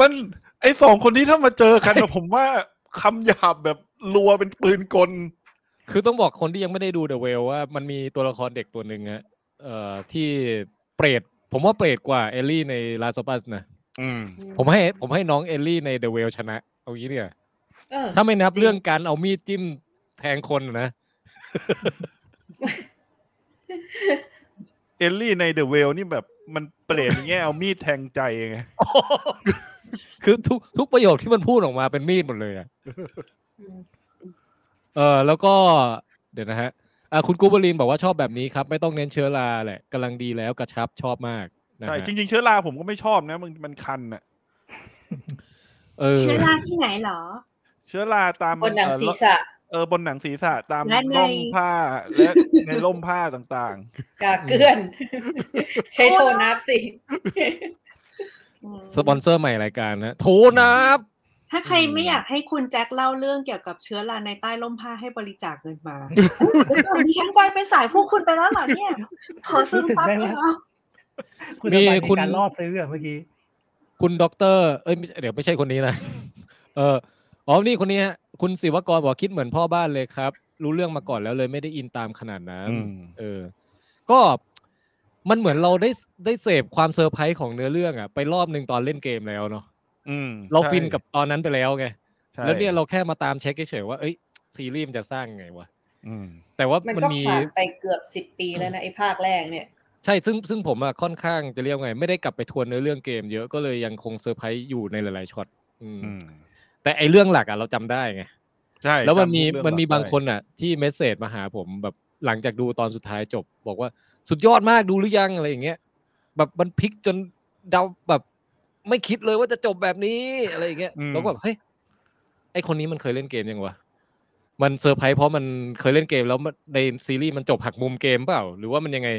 Speaker 3: มันไอสองคนนี้ถ้ามาเจอกันอะผมว่าคำหยาบแบบรัวเป็นปืนกล
Speaker 2: คือต้องบอกคนที่ยังไม่ได้ดู The Whale ว่ามันมีตัวละครเด็กตัวหนึ่งฮะเอ่อที่เปรตผมว่าเปรตกว่าเอลลี่ใน Last of Us นะ
Speaker 1: อืม
Speaker 2: ผมให้ผมให้น้องเอลลี่ใน The Whale ชนะ เอางี้เนี่ย
Speaker 7: เออ
Speaker 2: ถ้าไม่นับ
Speaker 7: จริง
Speaker 2: เรื่องการเอามีดจิ้มแทงคนนะ
Speaker 3: เอลลี่ในเดอะเวลนี่แบบมันเปรตอย่างเงี้ยเอามีดแทงใจไง
Speaker 2: คือทุกทุกประโยคที่มันพูดออกมาเป็นมีดหมดเลยอะเออแล้วก็เดี๋ยวนะฮะอ่ะคุณกูบลินบอกว่าชอบแบบนี้ครับ ไม่ต้องเน้นเชื้อราแหละกำลังดีแล้วกระชับชอบมากนะ
Speaker 3: ใช่
Speaker 2: ฮะ
Speaker 3: จริง ๆ เชื้อราผมก็ไม่ชอบนะมันมันคันอะ
Speaker 2: เออ
Speaker 6: เชื้อราที่ไหนเหรอ
Speaker 3: เชื้อราตาม
Speaker 7: บนหนังศีรษะ
Speaker 3: เออบนหนังศีรษะตาม
Speaker 6: และใน
Speaker 3: ร่องผ้า
Speaker 7: [LAUGHS]
Speaker 3: และในร่มผ้าต่าง
Speaker 7: อย่าเกลื่อน [LAUGHS] ใช้โทรนับสิ [LAUGHS]
Speaker 6: อืม
Speaker 2: สปอนเซอร์ใหม่รายการนะโทรนับ
Speaker 6: ถ้าใครไม่อยากให้คุณแจ็คเล่าเรื่องเกี่ยวกับเชื้อราในใต้ร่มผ้าให้บริจาคเงิน
Speaker 2: [LAUGHS]
Speaker 6: มาดิฉันกลายเป็นสายพวกคุณไปแล้วเหรอเนี่ย ขอซื้อฟับ
Speaker 5: ได้ไหม
Speaker 6: แล้ว
Speaker 5: คุณ
Speaker 2: มี
Speaker 5: มี
Speaker 2: คุ
Speaker 5: คุณ ณการรอบซื้ออะเมื่อกี้
Speaker 2: คุณด็อกเตอร์เอ้ยไม่ใช่เดี๋ยวไม่ใช่คนนี้นะ [LAUGHS] เอออ๋อนี่คนนี้ฮะคุณศิวกรบอกคิดเหมือนพ่อบ้านเลยครับ รู้เรื่องมาก่อนแล้วเลยไม่ได้อินตามขนาดนั้
Speaker 1: อื
Speaker 2: น
Speaker 1: ม
Speaker 2: เออ ก็มันเหมือนเราได้ได้เสพความเซอร์ไพรส์ของเนื้อเรื่องอะไปรอบหนึ่งตอนเล่นเกมแล้วเนาะ
Speaker 3: อืม
Speaker 2: เราฟิน
Speaker 3: ใช่
Speaker 2: กับตอนนั้นไปแล้วไง
Speaker 3: ใช่
Speaker 2: แล้วเนี่ยเราแค่มาตามเช็คเฉยๆว่าเอ้ยซีรีส์มันจะสร้างไงวะ
Speaker 1: อืม
Speaker 2: แต่ว่า
Speaker 7: มัน
Speaker 2: มัน
Speaker 7: ก็
Speaker 2: มี
Speaker 7: ผ่านไปเกือบสิบปีแล้วนะไอ้ภาคแรกเนี่ย
Speaker 2: ใช่ ซึ่งซึ่งผมอะค่อนข้างจะเรียกว่าไง ไม่ได้กลับไปทวนเนื้อเรื่องเกมเยอะก็เลยยังคงเซอร์ไพรส์อยู่ในหลายๆช็อตอืม
Speaker 1: อืม
Speaker 2: แต่ไอเรื่องหลักอะเราจำได้ไง
Speaker 3: ใช่
Speaker 2: แล้วมันมี
Speaker 3: จำเรื่อง
Speaker 2: มันมี
Speaker 3: หลัก
Speaker 2: บางคนอะที่เมสเซจมาหาผมแบบหลังจากดูตอนสุดท้ายจบ บอกว่าสุดยอดมากดูหรือยังอะไรอย่างเงี้ยแบบมันพลิกจนเดาแบบไม่คิดเลยว่าจะจบแบบนี้อะไรอย่างเงี้ย
Speaker 1: อืม
Speaker 2: แล้วก็แบบเฮ้ยไอคนนี้มันเคยเล่นเกมยังวะมันเซอร์ไพรส์เพราะมันเคยเล่นเกมแล้วมันในซีรีส์มันจบหักมุมเกมเปล่า หรือว่ามันยังไง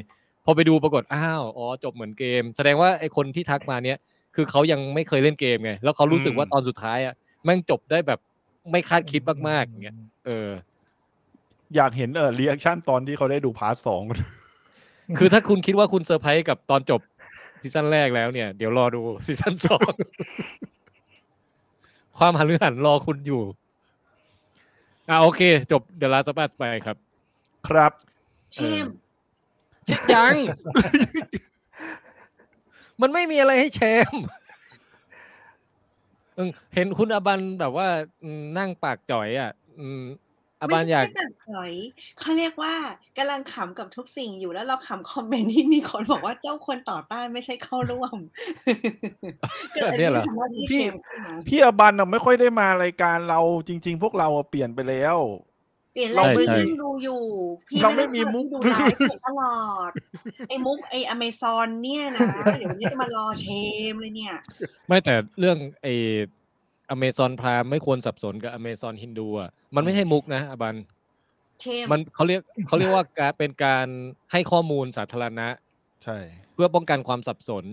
Speaker 2: พอไปดูปรากฏอ้าวอ๋อจบเหมือนเกม แสดงว่าไอคนที่ทักมาเนี้ยคือเขายังไม่เคยเล่นเกมไงแล้วเขารู้สึกว่าตอนสุดท้ายอะแม่งจบได้แบบไม่คาดคิดมากๆอย่างเงี้ย เออ
Speaker 3: อยากเห็นเออรีแอคชั่นตอนที่เขาได้ดูพาร์ทสอง
Speaker 2: คือถ้าคุณคิดว่าคุณเซอร์ไพรส์กับตอนจบซีซั่นแรกแล้วเนี่ย เดี๋ยวรอดูซีซั่นสอง ความหันหรือหันรอคุณอยู่ อ่ะโอเค จบเดลาสปาสไปครับ
Speaker 3: ครับ
Speaker 6: เช่ม
Speaker 2: เช็ดยัง มันไม่มีอะไรให้แชมเออเห็นคุณอบันแบบว่าอืมนั่งปากจ่อยอ่ะ อืมอ
Speaker 6: ไม่
Speaker 2: บันอยา
Speaker 6: ใช่
Speaker 2: ก
Speaker 6: แบบถอยเขาเรียกว่ากำลังขำกับทุกสิ่งอยู่แล้วเราขำคอมเมนต์ที่มีคนบอกว่าเจ้าควรต่อต้านไม่ใช่เข้าร่ว
Speaker 2: [LAUGHS]
Speaker 6: ม
Speaker 2: เนี่ยเหรอ
Speaker 6: ก็ลป็นที่มาที่เชมขึ้นมา
Speaker 3: พี่อบันอะไม่ค่อยได้มารายการเราจริง ๆ พวกเราอะเปลี่ยนไปแล้ว
Speaker 6: เปลี่ยน
Speaker 3: เรา
Speaker 6: ไลน์
Speaker 3: ไม่
Speaker 6: ที่
Speaker 3: มี
Speaker 6: นั่งดูอยู่ พี่
Speaker 3: เราไม่มี
Speaker 6: ด้
Speaker 3: มุก
Speaker 6: ดูไลฟ์ผมตลอด ไอ้มุกไอ้อเมซอนเนี่ยนะเดี๋ยววันนี้จะมารอเชมเลยเนี่ย
Speaker 2: ไม่แต่เรื่องไออเมซอนพรามไม่ควรสับสนกับอเมซอนฮินดูอ่ะมันไม่ใช่มุกนะอบัน
Speaker 6: เชม
Speaker 2: มันเขาเรียกเขาเรียกว่าการเป็นการให้ข้อมูลสาธารณะ
Speaker 1: ใช่
Speaker 2: เพื่อป้องกันความสับสน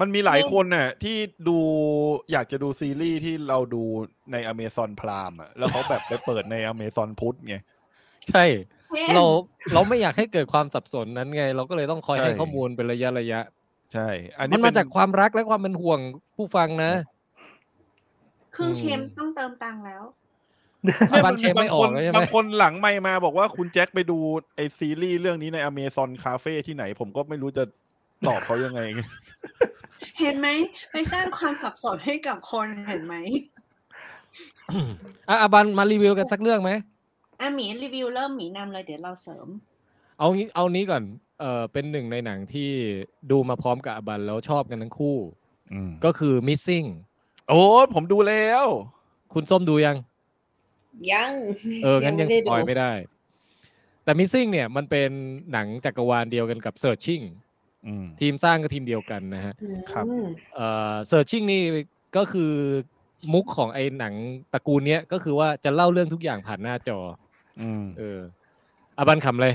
Speaker 3: มันมีหลายคนน่ะที่ดูอยากจะดูซีรีส์ที่เราดูในอเมซอนพรามอ่ะแล้วเขาแบบไปเปิดในอเมซอนพุทธไง
Speaker 2: ใช่
Speaker 6: ชม
Speaker 2: เราเราไม่อยากให้เกิดความสับสนนั้นไง เราก็เลยต้องคอย
Speaker 3: ใช่
Speaker 2: ให้ข้อมูลเป็นระยะระยะ
Speaker 3: ใช่ อัน
Speaker 2: มั
Speaker 3: นี้
Speaker 2: นมา
Speaker 3: เป็
Speaker 2: น จากความรักและความเป็นห่วงผู้ฟังนะ
Speaker 6: เครื่อง
Speaker 2: อืม
Speaker 6: เชมต้องเติมตังค์แล้ว
Speaker 2: อาบันเชมไม่ออกเลยใช่ไหม
Speaker 3: บางคนหลังไม่มาบอกว่าคุณแจ็คไปดูไอซีรีส์เรื่องนี้ในอเมซอนคาเฟ่ที่ไหน ผมก็ไม่รู้จะตอบเขายังไง
Speaker 6: เห็นไหมไปสร้างความสับสนให้กับคนเห็นไหม
Speaker 2: อ่ะอาบันมารีวิวกันสักเรื่องไหม
Speaker 6: อ่ะหมีรีวิวเริ่มหมีนำเลยเดี๋ยวเราเสริม
Speaker 2: เอางี้เอานี้ก่อน เออเป็นหนึ่งในหนังที่ดูมาพร้อมกับอาบันแล้วชอบกันทั้งคู่ ก็คือ missing
Speaker 3: โอ้ผมดูแล้ว
Speaker 2: คุณส้มดูยัง
Speaker 7: ยัง
Speaker 2: เออ งั้นยัง
Speaker 7: ด้
Speaker 2: สป
Speaker 7: ดู
Speaker 2: อยไม่ได้ แต่ missing เนี่ยมันเป็นหนังจักรวาลเดียวกันกับ searching
Speaker 3: อืม
Speaker 2: ทีมสร้างก็ทีมเดียวกันนะฮะ
Speaker 7: อืม
Speaker 3: ครับ
Speaker 2: เอ่อ searching นี่ก็คือมุกของไอ้หนังตระกูลเนี้ยก็คือว่าจะเล่าเรื่องทุกอย่างผ่านหน้าจอ
Speaker 3: อืม
Speaker 2: เอออาบันขำเลย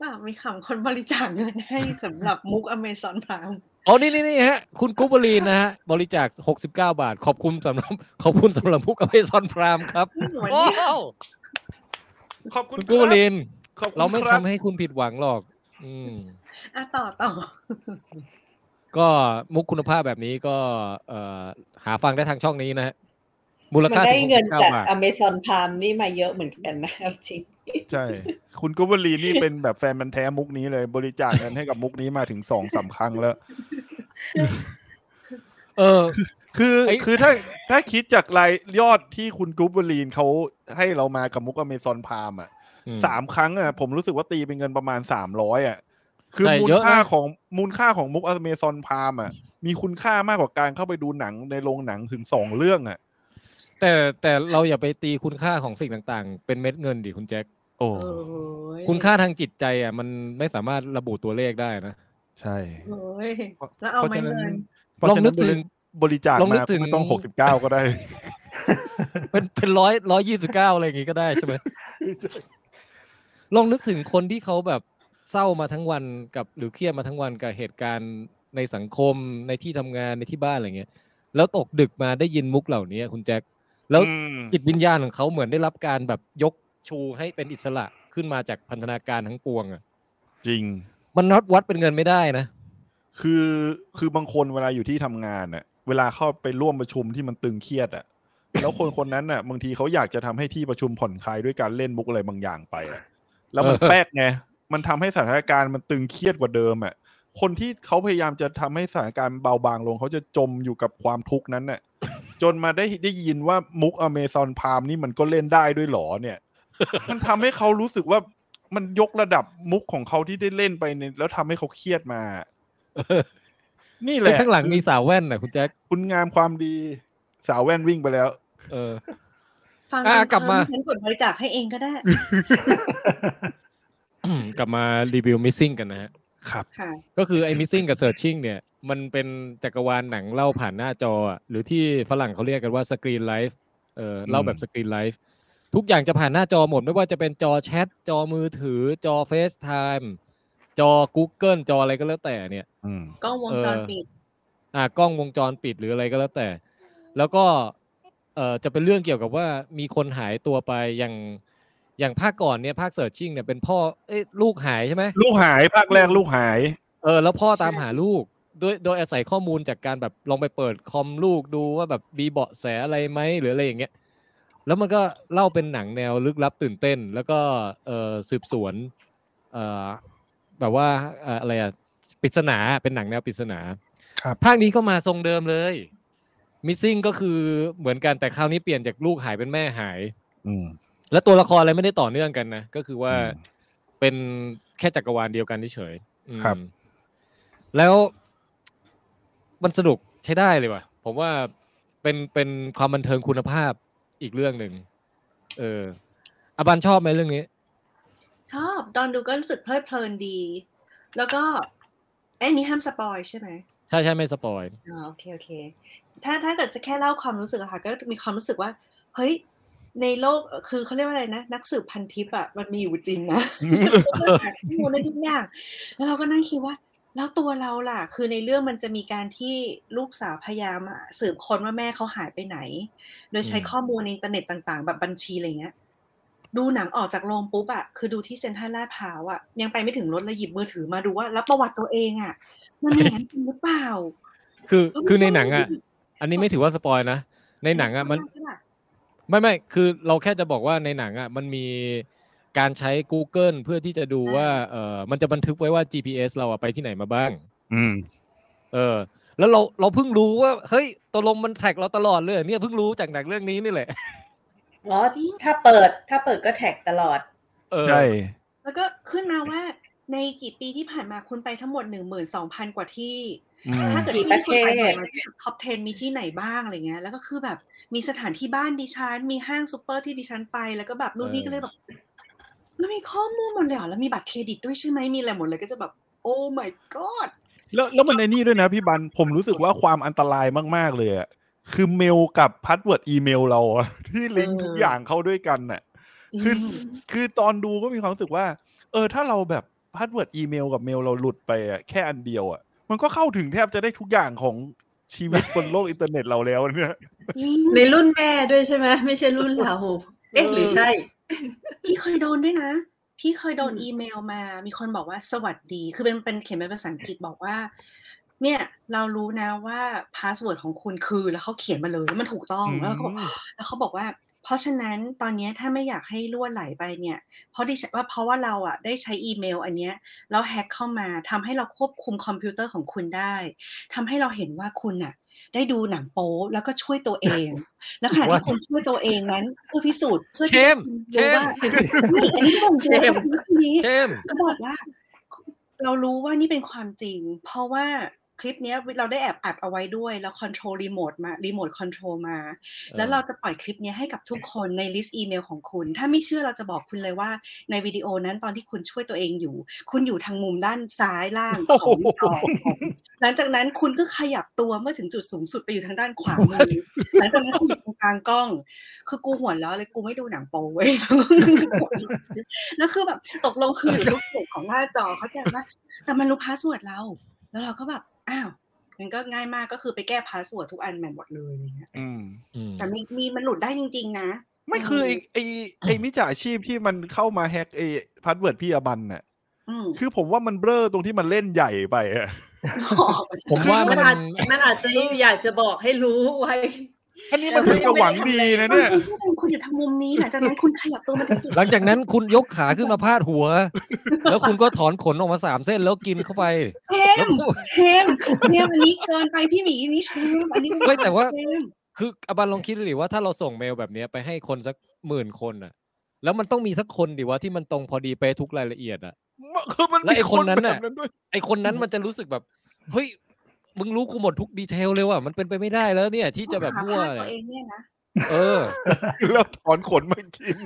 Speaker 6: ป่ามีขำคนบริจาคเงินให้สำหรับมุกอเมซอนพราม
Speaker 2: อ๋อ นี่นี่นี่ฮะ คุณกุบบลีนนะฮะ บริจาค 69 บาท ขอบคุณสำหรับ [LAUGHS] ขอบคุณสำหรับมุกอเมซอนพราม [LAUGHS] ครับ
Speaker 6: นี่หนู
Speaker 2: ว้
Speaker 6: เนี่ย
Speaker 2: าว
Speaker 3: ขอบคุ
Speaker 2: คุณ ณกุบบลีน
Speaker 3: ขอบคุณ
Speaker 2: เราไม่
Speaker 3: ครับ
Speaker 2: ทำให้คุณผิดหวังหรอก อืม
Speaker 6: อ่ะต่อต่อ
Speaker 2: ก็มุกคุณภาพแบบนี้ก็เอ่อหาฟังได้ทางช่องนี้นะฮะ มูล
Speaker 7: มัน
Speaker 2: ค่า
Speaker 7: ได้
Speaker 2: ถึง
Speaker 7: เงิน
Speaker 2: 69
Speaker 7: จาก
Speaker 2: บาท
Speaker 7: อเมซอนพามนี่มาเยอะเหมือนกันนะเอาจริง
Speaker 3: ใช่ คุณกุบลีนี่เป็นแบบแฟนมันธุ์แท้มุกนี้เลย บริจาคเงินให้กับมุกนี้มาถึงสองสามครั้งแล้ว
Speaker 2: เออ
Speaker 3: คือ
Speaker 2: ไอ้
Speaker 3: คือถ้าถ้าคิดจากรายยอดที่คุณกุบลีนเขาให้เรามากับมุกอเมซอนพามอ่ะ
Speaker 2: อื
Speaker 3: สามครั้งอ่ะผมรู้สึกว่าตีเป็นเงินประมาณสามร้อยอ่ะ คือ
Speaker 2: ใช่
Speaker 3: มูล
Speaker 2: เยอะนะ
Speaker 3: ค่าของมูลค่าของมุกอเมซอนพามอ่ะ มีคุณค่ามากกว่าการเข้าไปดูหนังในโรงหนังถึงสองเรื่องอ่ะ
Speaker 2: แต่แต่เราอย่าไปตีคุณค่าของสิ่งต่างๆ เป็นเม็ดเงินดิคุณแจ็ค
Speaker 3: โอ้
Speaker 6: โอ้ย
Speaker 2: คุณค่าทางจิตใจอ่ะมันไม่สามารถระบุตัวเลขได้นะ [LAUGHS]
Speaker 3: ใช่
Speaker 6: โอ้ยแล้วเอาไหมเงิน
Speaker 3: เพราะ
Speaker 2: ลอง
Speaker 3: ฉะ
Speaker 2: นึ
Speaker 3: นั้
Speaker 2: ก
Speaker 3: น
Speaker 2: ถึง
Speaker 3: บริจาค
Speaker 2: ลองนึ
Speaker 3: มาก
Speaker 2: ถึง
Speaker 3: ไม่ต้องหกสิบเก้าก็ได้
Speaker 2: เป็นเป็นร้อยร้อยยี่สิบเก้าอะไรอย่างงี้ก็ได้ใช่ไหม
Speaker 7: [LAUGHS]
Speaker 2: ลองนึกถึงคนที่เขาแบบเศร้ามาทั้งวันกับหรือเครียดมาทั้งวันกับเหตุการณ์ในสังคมในที่ทำงานในที่บ้านอะไรเงี้ย แล้วตกดึกมาได้ยินมุกเหล่านี้คุณแจ็คแล้ว
Speaker 3: อืม
Speaker 2: จิตวิญญาณของเขาเหมือนได้รับการแบบยกชูให้เป็นอิสระขึ้นมาจากพันธนาการทั้งปวงอ่ะ
Speaker 3: จริง
Speaker 2: มันนัดวัดเป็นเงินไม่ได้นะ
Speaker 3: คือคือบางคนเวลาอยู่ที่ทำงานน่ะ เวลาเข้าไปร่วมประชุมที่มันตึงเครียดอ่ะ แล้วคนคนนั้นน่ะ บางทีเขาอยากจะทำให้ที่ประชุมผ่อนคลายด้วยการเล่นมุกอะไรบางอย่างไปอะแล้วมัน
Speaker 2: เออ
Speaker 3: แป๊กไงมันทำให้สถานการณ์มันตึงเครียดกว่าเดิมอ่ะคนที่เขาพยายามจะทำให้สถานการณ์เบาบางลงเขาจะจมอยู่กับความทุกข์นั้นน่ะ จนมาได้ได้ยินว่ามุกอเมซอนพามนี่มันก็เล่นได้ด้วยเหรอเนี่ย มันทำให้เขารู้สึกว่ามันยกระดับมุกของเขาที่ได้เล่นไปเนี่ยแล้วทำให้เขาเครียดมา นี่แห
Speaker 2: แล้ว
Speaker 3: ละ
Speaker 2: ข้างหลัง
Speaker 3: คือ
Speaker 2: มีสาวแว่นนะคุณแจ็ค
Speaker 3: คุณงามความดีสาวแว่นวิ่งไปแล้ว
Speaker 2: เออ
Speaker 6: ฟัง
Speaker 2: อ่ะ
Speaker 6: ฉัน
Speaker 2: กลับมา
Speaker 6: ฉันกดบริจาคให้เองก็ได้
Speaker 2: กลับมารีวิว missing กันนะฮะ
Speaker 3: ครับ
Speaker 6: ค่ะ
Speaker 2: ก็คือไอ้ missing กับ searching เนี่ย มันเป็นจักรวาลหนังเล่าผ่านหน้าจออะหรือที่ฝรั่งเขาเรียกกันว่า screen life เออเล่าแบบ screen life ทุกอย่างจะผ่านหน้าจอหมด ไม่ว่าจะเป็นจอแชท จอมือถือ จอ FaceTime จอ Google จออะไรก็แล้วแต่เนี่ย
Speaker 3: อืม
Speaker 6: กล้องวงจรปิด
Speaker 2: อ่ากล้องวงจรปิดหรืออะไรก็แล้วแต่ แล้วก็เอ่อจะเป็นเรื่องเกี่ยวกับว่ามีคนหายตัวไปอย่างอย่างภาคก่อนเนี่ยภาค searching เนี่ยเป็นพ่อเอ้ยลูกหายใช่ไหม
Speaker 3: ลูกหายภาคแรกลูกหาย
Speaker 2: เออแล้วพ่อตาม
Speaker 6: ใช่
Speaker 2: หาลูกโดยโดยอาศัยข้อมูลจากการแบบลองไปเปิดคอมลูกดูว่าแบบมีเบาะแสอะไรไหมหรืออะไรอย่างเงี้ยแล้วมันก็เล่าเป็นหนังแนวลึกลับตื่นเต้น แล้วก็เออสืบสวนเออแบบว่าเอ่ออะไรอะปริศนาเป็นหนังแนวปริศนา
Speaker 3: ครับ
Speaker 2: ภาคนี้ก็มาทรงเดิมเลย missing ก็คือเหมือนกันแต่คราวนี้เปลี่ยนจากลูกหายเป็นแม่หาย
Speaker 3: อืม
Speaker 2: แล้วตัวละครอะไรไม่ได้ต่อเนื่องกันนะ ก็คือว่า
Speaker 3: อืม
Speaker 2: เป็นแค่จักรวาลเดียวกันเฉยๆอืม
Speaker 3: ครับ
Speaker 2: แล้วมันสนุกใช้ได้เลยว่ะ ผมว่าเป็นเป็นความบันเทิงคุณภาพอีกเรื่องหนึ่งเอออาบันชอบไหมเรื่องนี้
Speaker 6: ชอบตอนดูก็รู้สึกเพลิดเพลินดี แล้วก็เอ้ยนี่ห้ามสปอยใช่ไหม
Speaker 2: ใช่ใช่ไม่สปอย
Speaker 6: อ๋อโอเคโอเค ถ้าถ้าเกิดจะแค่เล่าความรู้สึกอะค่ะ ก็มีความรู้สึกว่า เฮ้ย ในโลกคือเขาเรียกว่าอะไรนะ นักสืบพันทิปอะมันมีอยู่จริงนะ [LAUGHS] หาข้อมูลได้ทุกอย่าง แล้วเราก็นั่งคิดว่า แล้วตัวเราล่ะ คือในเรื่องมันจะมีการที่ลูกสาวพยายามอะสืบค้นว่าแม่เขาหายไปไหน โดยใช้ข้อมูลในอินเทอร์เน็ตต่างๆ แบบบัญชีอะไรเงี้ย ดูหนังออกจากโรงปุ๊บอะคือดูที่เซ็นทรัลลาดพร้าวอะยังไปไม่ถึงรถเลยหยิบมือถือมาดูว่า แล้วประวัติตัวเองอะมันมีอย่างนั้นจริงหรือเปล่า
Speaker 2: คือคือในหนังอ่ะ อันนี้ไม่ถือว่าสปอยนะ ในหนังอ่ะมัน
Speaker 6: ใช่ปะ
Speaker 2: ไม่ไม่คือเราแค่จะบอกว่าในหนังอ่ะมันมีการใช้ Google เพื่อที่จะดูว่าเออมันจะบันทึกไว้ว่า GPS เราอะไปที่ไหนมาบ้าง
Speaker 1: อืม
Speaker 2: เออ แล้วเราเราเพิ่งรู้ว่า เฮ้ยตกลงมันแท็กเราตลอดเลยเหรอเนี่ยเพิ่งรู้จากหนังเรื่องนี้นี่แหละ
Speaker 7: อ๋อถ้าเปิดถ้าเปิดก็แท็กตลอด
Speaker 2: เออ
Speaker 3: ใช่
Speaker 6: แล้วก็ขึ้นมาว่าในกี่ปีที่ผ่านมาคุณไปทั้งหมดหนึ่งหมื่นสองพันกว่าที่
Speaker 1: อืม
Speaker 6: ถ้าเกิดที่
Speaker 7: กี่ประเทศ
Speaker 6: คุณไปมาที่ท็อป10 มีที่ไหนบ้างอะไรเงี้ย แล้วก็คือแบบมีสถานที่บ้านดิฉัน มีห้างซูเปอร์ที่ดิฉันไป แล้วก็แบบนู่นนี่
Speaker 2: เออ
Speaker 6: ก็เลยแบบแล้วมีข้อมูลหมดเลยเหรอแล้วมีบัตรเครดิตด้วยใช่ไหมมีอะไรหมดเลยก็จะแบบ โอ้ my god
Speaker 3: แล้วแล้วมันในนี่ด้วยนะพี่บัน ผมรู้สึกว่าความอันตรายมาก ๆ เลยอะคือเมลกับพาสเวิร์ดอีเมลเราอะ [LAUGHS] ที่ลิงก์ทุกอย่างเข้าด้วยกันน่ะ คืออคือตอนดูก็มีความรู้สึกว่า เออ ถ้าเราแบบพาสเวิร์ดอีเมลกับเมลเราหลุดไปอะแค่อันเดียวอะมันก็เข้าถึงแทบจะได้ทุกอย่างของชีวิตบนโลกอินเทอร์เน็ตเราแล้วเนี่ย
Speaker 6: จริง
Speaker 4: ในรุ่นแม่ด้วยใช่ไหมไม่ใช่รุ่นเราเอ๊ะหรือใช่
Speaker 6: พี่เคยโดนด้วยนะ พี่เคยโดน
Speaker 4: อืม
Speaker 6: อีเมลมา มีคนบอกว่าสวัสดี คือเป็นเป็นเขียนเป็นภาษาอังกฤษบอกว่า เนี่ย เรารู้นะว่าพาสเวิร์ดของคุณคือแล้วเขาเขียนมาเลยแล้วมันถูกต้องแล้วเขาบอก แล้วเขาบอกว่า เพราะฉะนั้นตอนเนี้ยถ้าไม่อยากให้ล่วไหลไปเนี่ย เพราะดิฉันว่าเพราะว่าเราอ่ะได้ใช้อีเมลอันเนี้ยแล้วแฮ็กเข้ามาทำให้เราควบคุมคอมพิวเตอร์ของคุณได้ทำให้เราเห็นว่าคุณอ่ะ ได้ดูหนังโป๊แล้วก็ช่วยตัวเอง
Speaker 2: [LAUGHS]
Speaker 6: แล้วขณะที่คุณช่วยตัวเองนั้นเพื่อพิสูจน์เพื่อ
Speaker 2: เช
Speaker 6: ที่
Speaker 2: ม
Speaker 6: จะรู้ว่าไม่อันนี้ของเชมนี้
Speaker 2: เช [LAUGHS] ม
Speaker 6: ก็บอกว่า เรารู้ว่านี่เป็นความจริง เพราะว่าคลิปเนี้ยเราได้แอบอัดเอาไว้ด้วยแล้วคอนโทรลรีโมทมารีโมทคอนโทรลมา แล้วเราจะปล่อยคลิปเนี้ยให้กับทุกคนในลิสต์อีเมลของคุณ ถ้าไม่เชื่อเราจะบอกคุณเลยว่าในวิดีโอนั้นตอนที่คุณช่วยตัวเองอยู่ คุณอยู่ทางมุมด้านซ้ายล่างของจอหลังจากนั้นคุณก็ขยับตัวเมื่อถึงจุดสูงสุดไปอยู่ทางด้านขวามือหลังจากนั้นคุณอยู่ตรงกลางกล้อง คือกูหัวเราะเลยกูไม่ดูหนังโป๊เว้ย [LAUGHS] แล้วคือแบบตกลงคืออยู่ทุกส่วนของหน้าจอเขาใจปะแต่มันรู้พาสเวิร์ดเรา แล้วเราก็แบบอ้าวมันก็ง่ายมากก็คือไปแก้พาสเวิร์ดทุกอันแมนหมดเลยอะไรเงี้ย
Speaker 3: อืม
Speaker 6: แต่มีมีมันหลุดได้จริง ๆ นะ
Speaker 3: ไม่คือไอไอไอมิจฉาชีพที่มันเข้ามาแฮกไอพาสเวิร์ดพี่อบันน่ะ
Speaker 6: อืม
Speaker 3: คือผมว่ามันเบ้อตรงที่มันเล่นใหญ่ไปอะ
Speaker 2: ผมว่ามัน
Speaker 4: อจมันอาจจะอยากจะบอกให้รู้ไว้
Speaker 3: อันนี้มันถึงจะหวังดีนะเนี่ย
Speaker 6: คุณพูดเลยคุณอยู่ทางมุมนี้หลังจากนั้น [LAUGHS] คุณขยับตัวมาถึงจุด
Speaker 2: หลังจากนั้นคุณยกขาขึ้นมาพาดหัว แล้วคุณก็ถอนขนออกมาสามเส้นแล้วกินเข้าไป
Speaker 6: เช
Speaker 2: แล้ว
Speaker 6: ม
Speaker 2: ก็
Speaker 6: เชมเชมอันนี้เกินไปพี่หมีอันนี้เชมอันนี้น
Speaker 2: ไม่แต่ว่า
Speaker 6: เชม
Speaker 2: คืออบันลองคิดดูดิว่าถ้าเราส่งเมลแบบเนี้ยไปให้คนสักหมื่นคนอ่ะ แล้วมันต้องมีสักคนดิว่าที่มันตรงพอดีเป๊ะทุกรายละเอียดอ่ะ
Speaker 3: คือมัน
Speaker 2: แล้วไอ้คนนั้นน่ะ
Speaker 3: มีแบบด้วย
Speaker 2: ไอคนนั้นมันจะรู้สึกแบบเฮ้ยมึงรู้กูหมดทุกดีเทลเลยว่ะมันเป็นไปไม่ได้แล้วเนี่ย ที่จะแบบ
Speaker 6: หา
Speaker 2: มั่ว
Speaker 6: ภาพ
Speaker 2: เล
Speaker 6: ตัวย เองเนี่ยนะ
Speaker 2: เออ
Speaker 3: แล้วถอนขนมากิน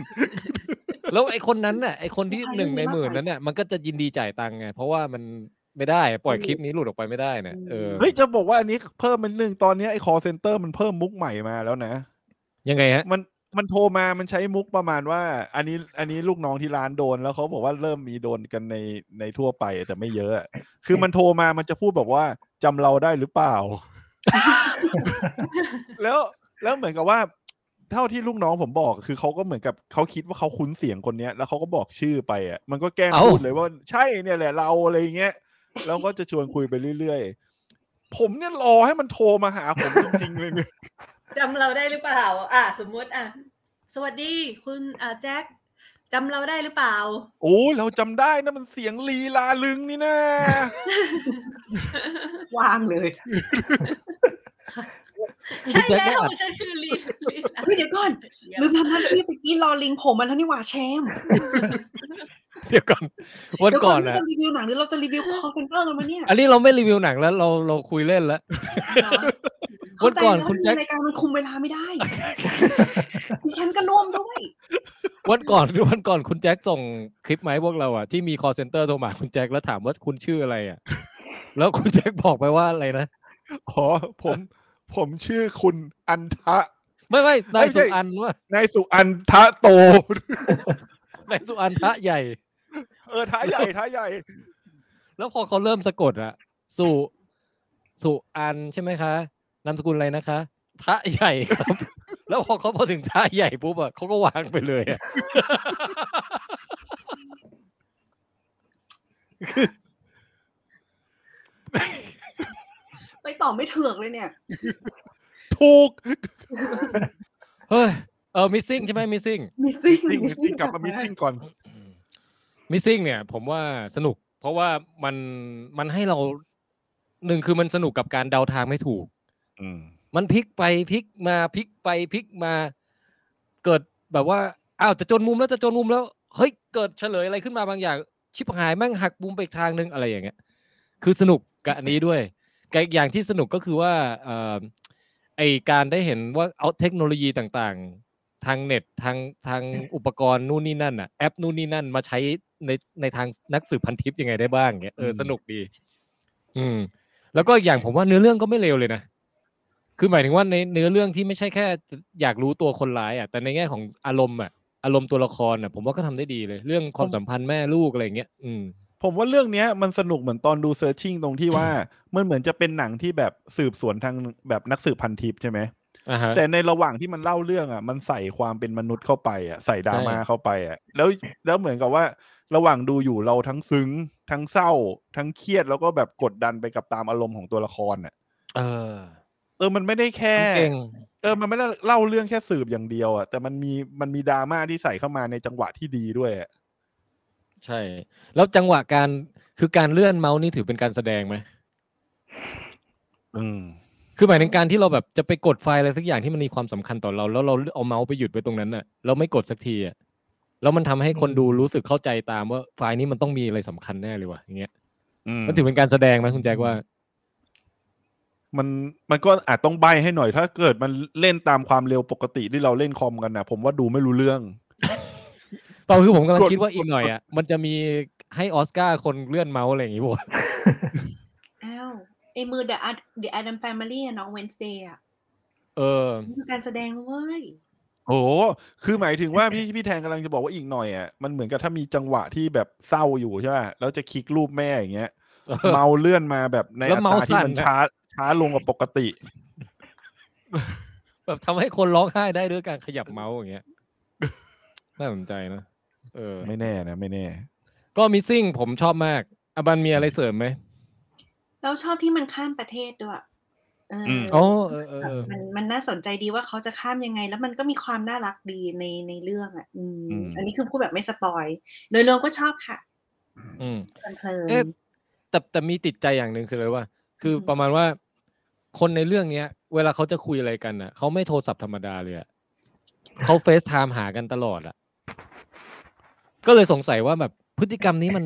Speaker 2: แล้วไอคนนั้นน่ะไอคนที่
Speaker 6: ใคร
Speaker 2: หนึ่ง
Speaker 6: ไม่
Speaker 2: ใน
Speaker 6: รัก
Speaker 2: หมื่น
Speaker 6: ใคร
Speaker 2: นั้นเนี่ยมันก็จะยินดีจ่ายตังค์ไงเพราะว่ามันไม่ได้ปล่อยคลิปนี้หลุดออกไปไม่ได้เนี่ย
Speaker 6: อืม
Speaker 2: เออ
Speaker 3: เฮ้ย จะบอกว่าอันนี้เพิ่มมันหนึ่งตอนนี้ไอ้ call center มันเพิ่มมุกใหม่มาแล้วนะ
Speaker 2: ยังไงฮะ [LAUGHS]
Speaker 3: มันมันโทรมา มันใช้มุกประมาณว่า อันนี้อันนี้ลูกน้องที่ร้านโดนแล้วเขาบอกว่าเริ่มมีโดนกันในในทั่วไปแต่ไม่เยอะ คือมันโทรมามันจะพูดแบบว่าจำเราได้หรือเปล่า แล้วแล้วเหมือนกับว่า เท่าที่ลูกน้องผมบอก คือเขาก็เหมือนกับเขาคิดว่าเขาคุ้นเสียงคนเนี้ย แล้วเขาก็บอกชื่อไปอ่ะมันก็แกล้ง
Speaker 2: เอ้า
Speaker 3: พูดเลยว่าใช่เนี่ยแหละเราอะไรอย่างเงี้ยแล้วก็จะชวนคุยไปเรื่อยๆ ผมเนี่ยรอให้มันโทรมาหาผมจริงๆเลยเนี่ย
Speaker 4: จำเราได้หรือเปล่า อ่ะ สมมุติอ่ะ สวัสดีคุณอ่ะแจ็คจำเราได้หรือเปล่า
Speaker 3: โอ้ยเราจำได้นะมันเสียงลีลาลึงนี่นะ [LAUGHS]
Speaker 6: วางเลย
Speaker 2: คุณ
Speaker 4: ใช่
Speaker 2: แจ็ค
Speaker 4: แล้
Speaker 2: ไม่
Speaker 4: ว
Speaker 2: อัด
Speaker 4: ฉันคือลีดลีดอ่ะ
Speaker 6: เฮ้ยเดี๋ยวก่อนลืมทำหน้าที่ไปกี้รอลิงผมมาแล้วนี่หว่าเชม
Speaker 2: เดี๋ยวก่อนวันก่อน
Speaker 6: เดี๋ยว
Speaker 2: อ่ะ
Speaker 6: เราจะรีวิวหนังหรือเราจะรีวิว call center กันมาเนี่ย
Speaker 2: อันนี้เราไม่รีวิวหนังแล้วเราเราคุยเล่นแล้ว
Speaker 6: เข้าใจ
Speaker 2: วันก่อน
Speaker 6: แล้ว
Speaker 2: คุณแจ็ค
Speaker 6: รายการมันคุมเวลาไม่ได้ ดิฉันก็ร่วมด้วย
Speaker 2: วันก่อน [LAUGHS] วันก่อนคุณแจ็คส่งคลิปมาให้พวกเราอ่ะที่มี call center โทรมาคุณแจ็คแล้วถามว่าคุณชื่ออะไร
Speaker 3: [LAUGHS]
Speaker 2: อ่ะ แล้วคุณแจ็คบอกไปว่าอะไรนะ
Speaker 3: อ๋อผมผมชื่อคุณอันทะ
Speaker 2: ไม่ไม่นาย
Speaker 3: ไม่ใช่
Speaker 2: สุอันว่าน
Speaker 3: ายสุอันทะโต
Speaker 2: [LAUGHS] นายสุอันทะใหญ่
Speaker 3: เออท้าใหญ่ท้าใหญ่
Speaker 2: แล้วพอเขาเริ่มสะกดอ่ะสุสุอันใช่ไหมคะนามสกุลอะไรนะคะทะใหญ่ครับ [LAUGHS] แล้วพอเขาพอถึงทะใหญ่ปุ๊บอ่ะเขาก็วางไปเลยอ่ะ
Speaker 6: ไปต่อไม่เถือกเลยเนี่ย
Speaker 3: ถูก
Speaker 2: เฮ้ย เออ missing ใช่ไหม missing
Speaker 6: มิซิ่ง
Speaker 3: ซิ่งซิ่งกลับมามิซิ่งก่อน
Speaker 2: missing เนี่ย ผมว่าสนุก เพราะว่ามันมันให้เราหนึ่งคือมันสนุกกับการเดาทางไม่ถูก
Speaker 3: อืม
Speaker 2: มันพลิกไปพลิกมาพลิกไปพลิกมา เกิดแบบว่าอ้าวจะจนมุมแล้วจะจนมุมแล้วเฮ้ยเกิดเฉลยอะไรขึ้นมาบางอย่าง ชิบหายแม่งหักมุมไปอีกทางนึงอะไรอย่างเงี้ย คือสนุกกับอันนี้ด้วยกับอีกอย่างที่สนุกก็คือว่าเอ่อไอการได้เห็นว่าเอาเทคโนโลยีต่างๆ ทางเน็ตทางทางอุปกรณ์นู่นนี่นั่นอ่ะแอปนู่นนี่นั่นมาใช้ในในทางนักสืบพันทิปยังไงได้บ้างเงี้ยเออ
Speaker 3: อืม
Speaker 2: สนุกดี อืม แล้วก็อีกอย่างผมว่าเนื้อเรื่องก็ไม่เลวเลยนะ คือหมายถึงว่าในเนื้อเรื่องที่ไม่ใช่แค่อยากรู้ตัวคนร้ายอ่ะ แต่ในแง่ของอารมณ์อ่ะ อารมณ์ตัวละครอ่ะ ผมว่าก็ทำได้ดีเลย เรื่องความสัมพันธ์แม่ลูกอะไรอย่างเงี้ย อืม
Speaker 3: ผมว่าเรื่องเนี้ยมันสนุกเหมือนตอนดูเซิร์ชชิ่งตรงที่ว่า มันเหมือนจะเป็นหนังที่แบบสืบสวนทางแบบนักสืบพันทิปใช่ไหม
Speaker 2: อ่าฮะ
Speaker 3: แต่ในระหว่างที่มันเล่าเรื่องอ่ะ มันใส่ความเป็นมนุษย์เข้าไปอ่ะ ใส่ดราม่า
Speaker 2: ใช่
Speaker 3: เข้าไปอ่ะ แล้วแล้วเหมือนกับว่า ระหว่างดูอยู่เราทั้งซึ้ง ทั้งเศร้า ทั้งเครียดแล้วก็แบบกดดันไปกับตามอารมณ์ของตัวละครอ่ะ
Speaker 2: เออ
Speaker 3: เออ มันไม่ได้แค่
Speaker 2: เก่ง
Speaker 3: เออ มันไม่ได้เล่าเรื่องแค่สืบอย่างเดียวอ่ะ แต่มันมีมันมีดราม่าที่ใส่เข้ามาในจังหวะที่ดีด้วยอะ
Speaker 2: ใช่ แล้วจังหวะการคือการเลื่อนเมาส์นี่ถือเป็นการแสดงไหม
Speaker 3: อืม
Speaker 2: คือหมายถึงการที่เราแบบจะไปกดไฟล์อะไรสักอย่างที่มันมีความสำคัญต่อเรา แล้วเราเอาเมาส์ไปหยุดไว้ตรงนั้นน่ะแล้วไม่กดสักทีอ่ะแล้วมันทำให้คนดูรู้สึกเข้าใจตามว่าไฟล์นี้มันต้องมีอะไรสำคัญแน่เลยว่ะอย่างเงี้ย
Speaker 3: อืม
Speaker 2: มันถือเป็นการแสดงไหมคุณแจ็คว่า
Speaker 3: มันมันก็อาจต้องใบให้หน่อยถ้าเกิดมันเล่นตามความเร็วปกติที่เราเล่นคอมกันนะผมว่าดูไม่รู้เรื่อง
Speaker 2: เปล่าคือผมกำลัง
Speaker 3: กด
Speaker 2: คิดว่าอีกหน่อยอ่ะมันจะมีให้ออสการ์คนเลื่อนเมาส์อะไรอย่างงี้ป่ะ
Speaker 6: อ้าวไอมือ The Ad The Adam Family อะน้อง Wednesday อ่ะ
Speaker 2: เออ
Speaker 6: นี่คือการแสดงเว้ย
Speaker 3: โอ้โหคือหมายถึงว่าพี่พี่แทนกำลังจะบอกว่าอีกหน่อยอ่ะมันเหมือนกับถ้ามีจังหวะที่แบบเศร้าอยู่ใช่ป่ะแล้วจะคลิกรูปแม่อย่างเงี้ย
Speaker 2: [LAUGHS]
Speaker 3: เมาเลื่อนมาแบบใน
Speaker 2: แล้ว
Speaker 3: อั
Speaker 2: เมา
Speaker 3: ต
Speaker 2: ส์
Speaker 3: ราที่
Speaker 2: สั่น
Speaker 3: มัน
Speaker 2: นะ
Speaker 3: ช้าช้าลงกว่าปกติ
Speaker 2: แบบทำให้คนร้องไห้ได้ด้วยการขยับเมาส์อย่างเงี้ยน่าสนใจนะเออ
Speaker 3: ไม่แน่นะไม่แน่
Speaker 2: ก็มิซิ่งผมชอบมากอบันมีอะไรเสริมไหม
Speaker 6: เราชอบที่มันข้ามประเทศด้วยเอออ
Speaker 3: ม
Speaker 2: อ๋อเออเออเออ
Speaker 6: มันมันน่าสนใจดีว่าเขาจะข้ามยังไง แล้วมันก็มีความน่ารักดีในในเรื่องอ่ะอืม
Speaker 3: อืม
Speaker 6: อันนี้คือพูดแบบไม่สปอยโดยรวมก็ชอบค่ะ
Speaker 2: อืม
Speaker 6: เพลินๆ
Speaker 2: เอ๊ะแต่แต่มีติดใจอย่างหนึ่งคือเลยว่า คืออ
Speaker 6: ม
Speaker 2: ประมาณว่า คนในเรื่องเนี้ย เวลาเขาจะคุยอะไรกันน่ะเขาไม่โทรศัพท์ธรรมดาเลยอะเขาเฟซไทม์หากันตลอดอะก็เลยสงสัยว่าแบบพฤติกรรมนี้มัน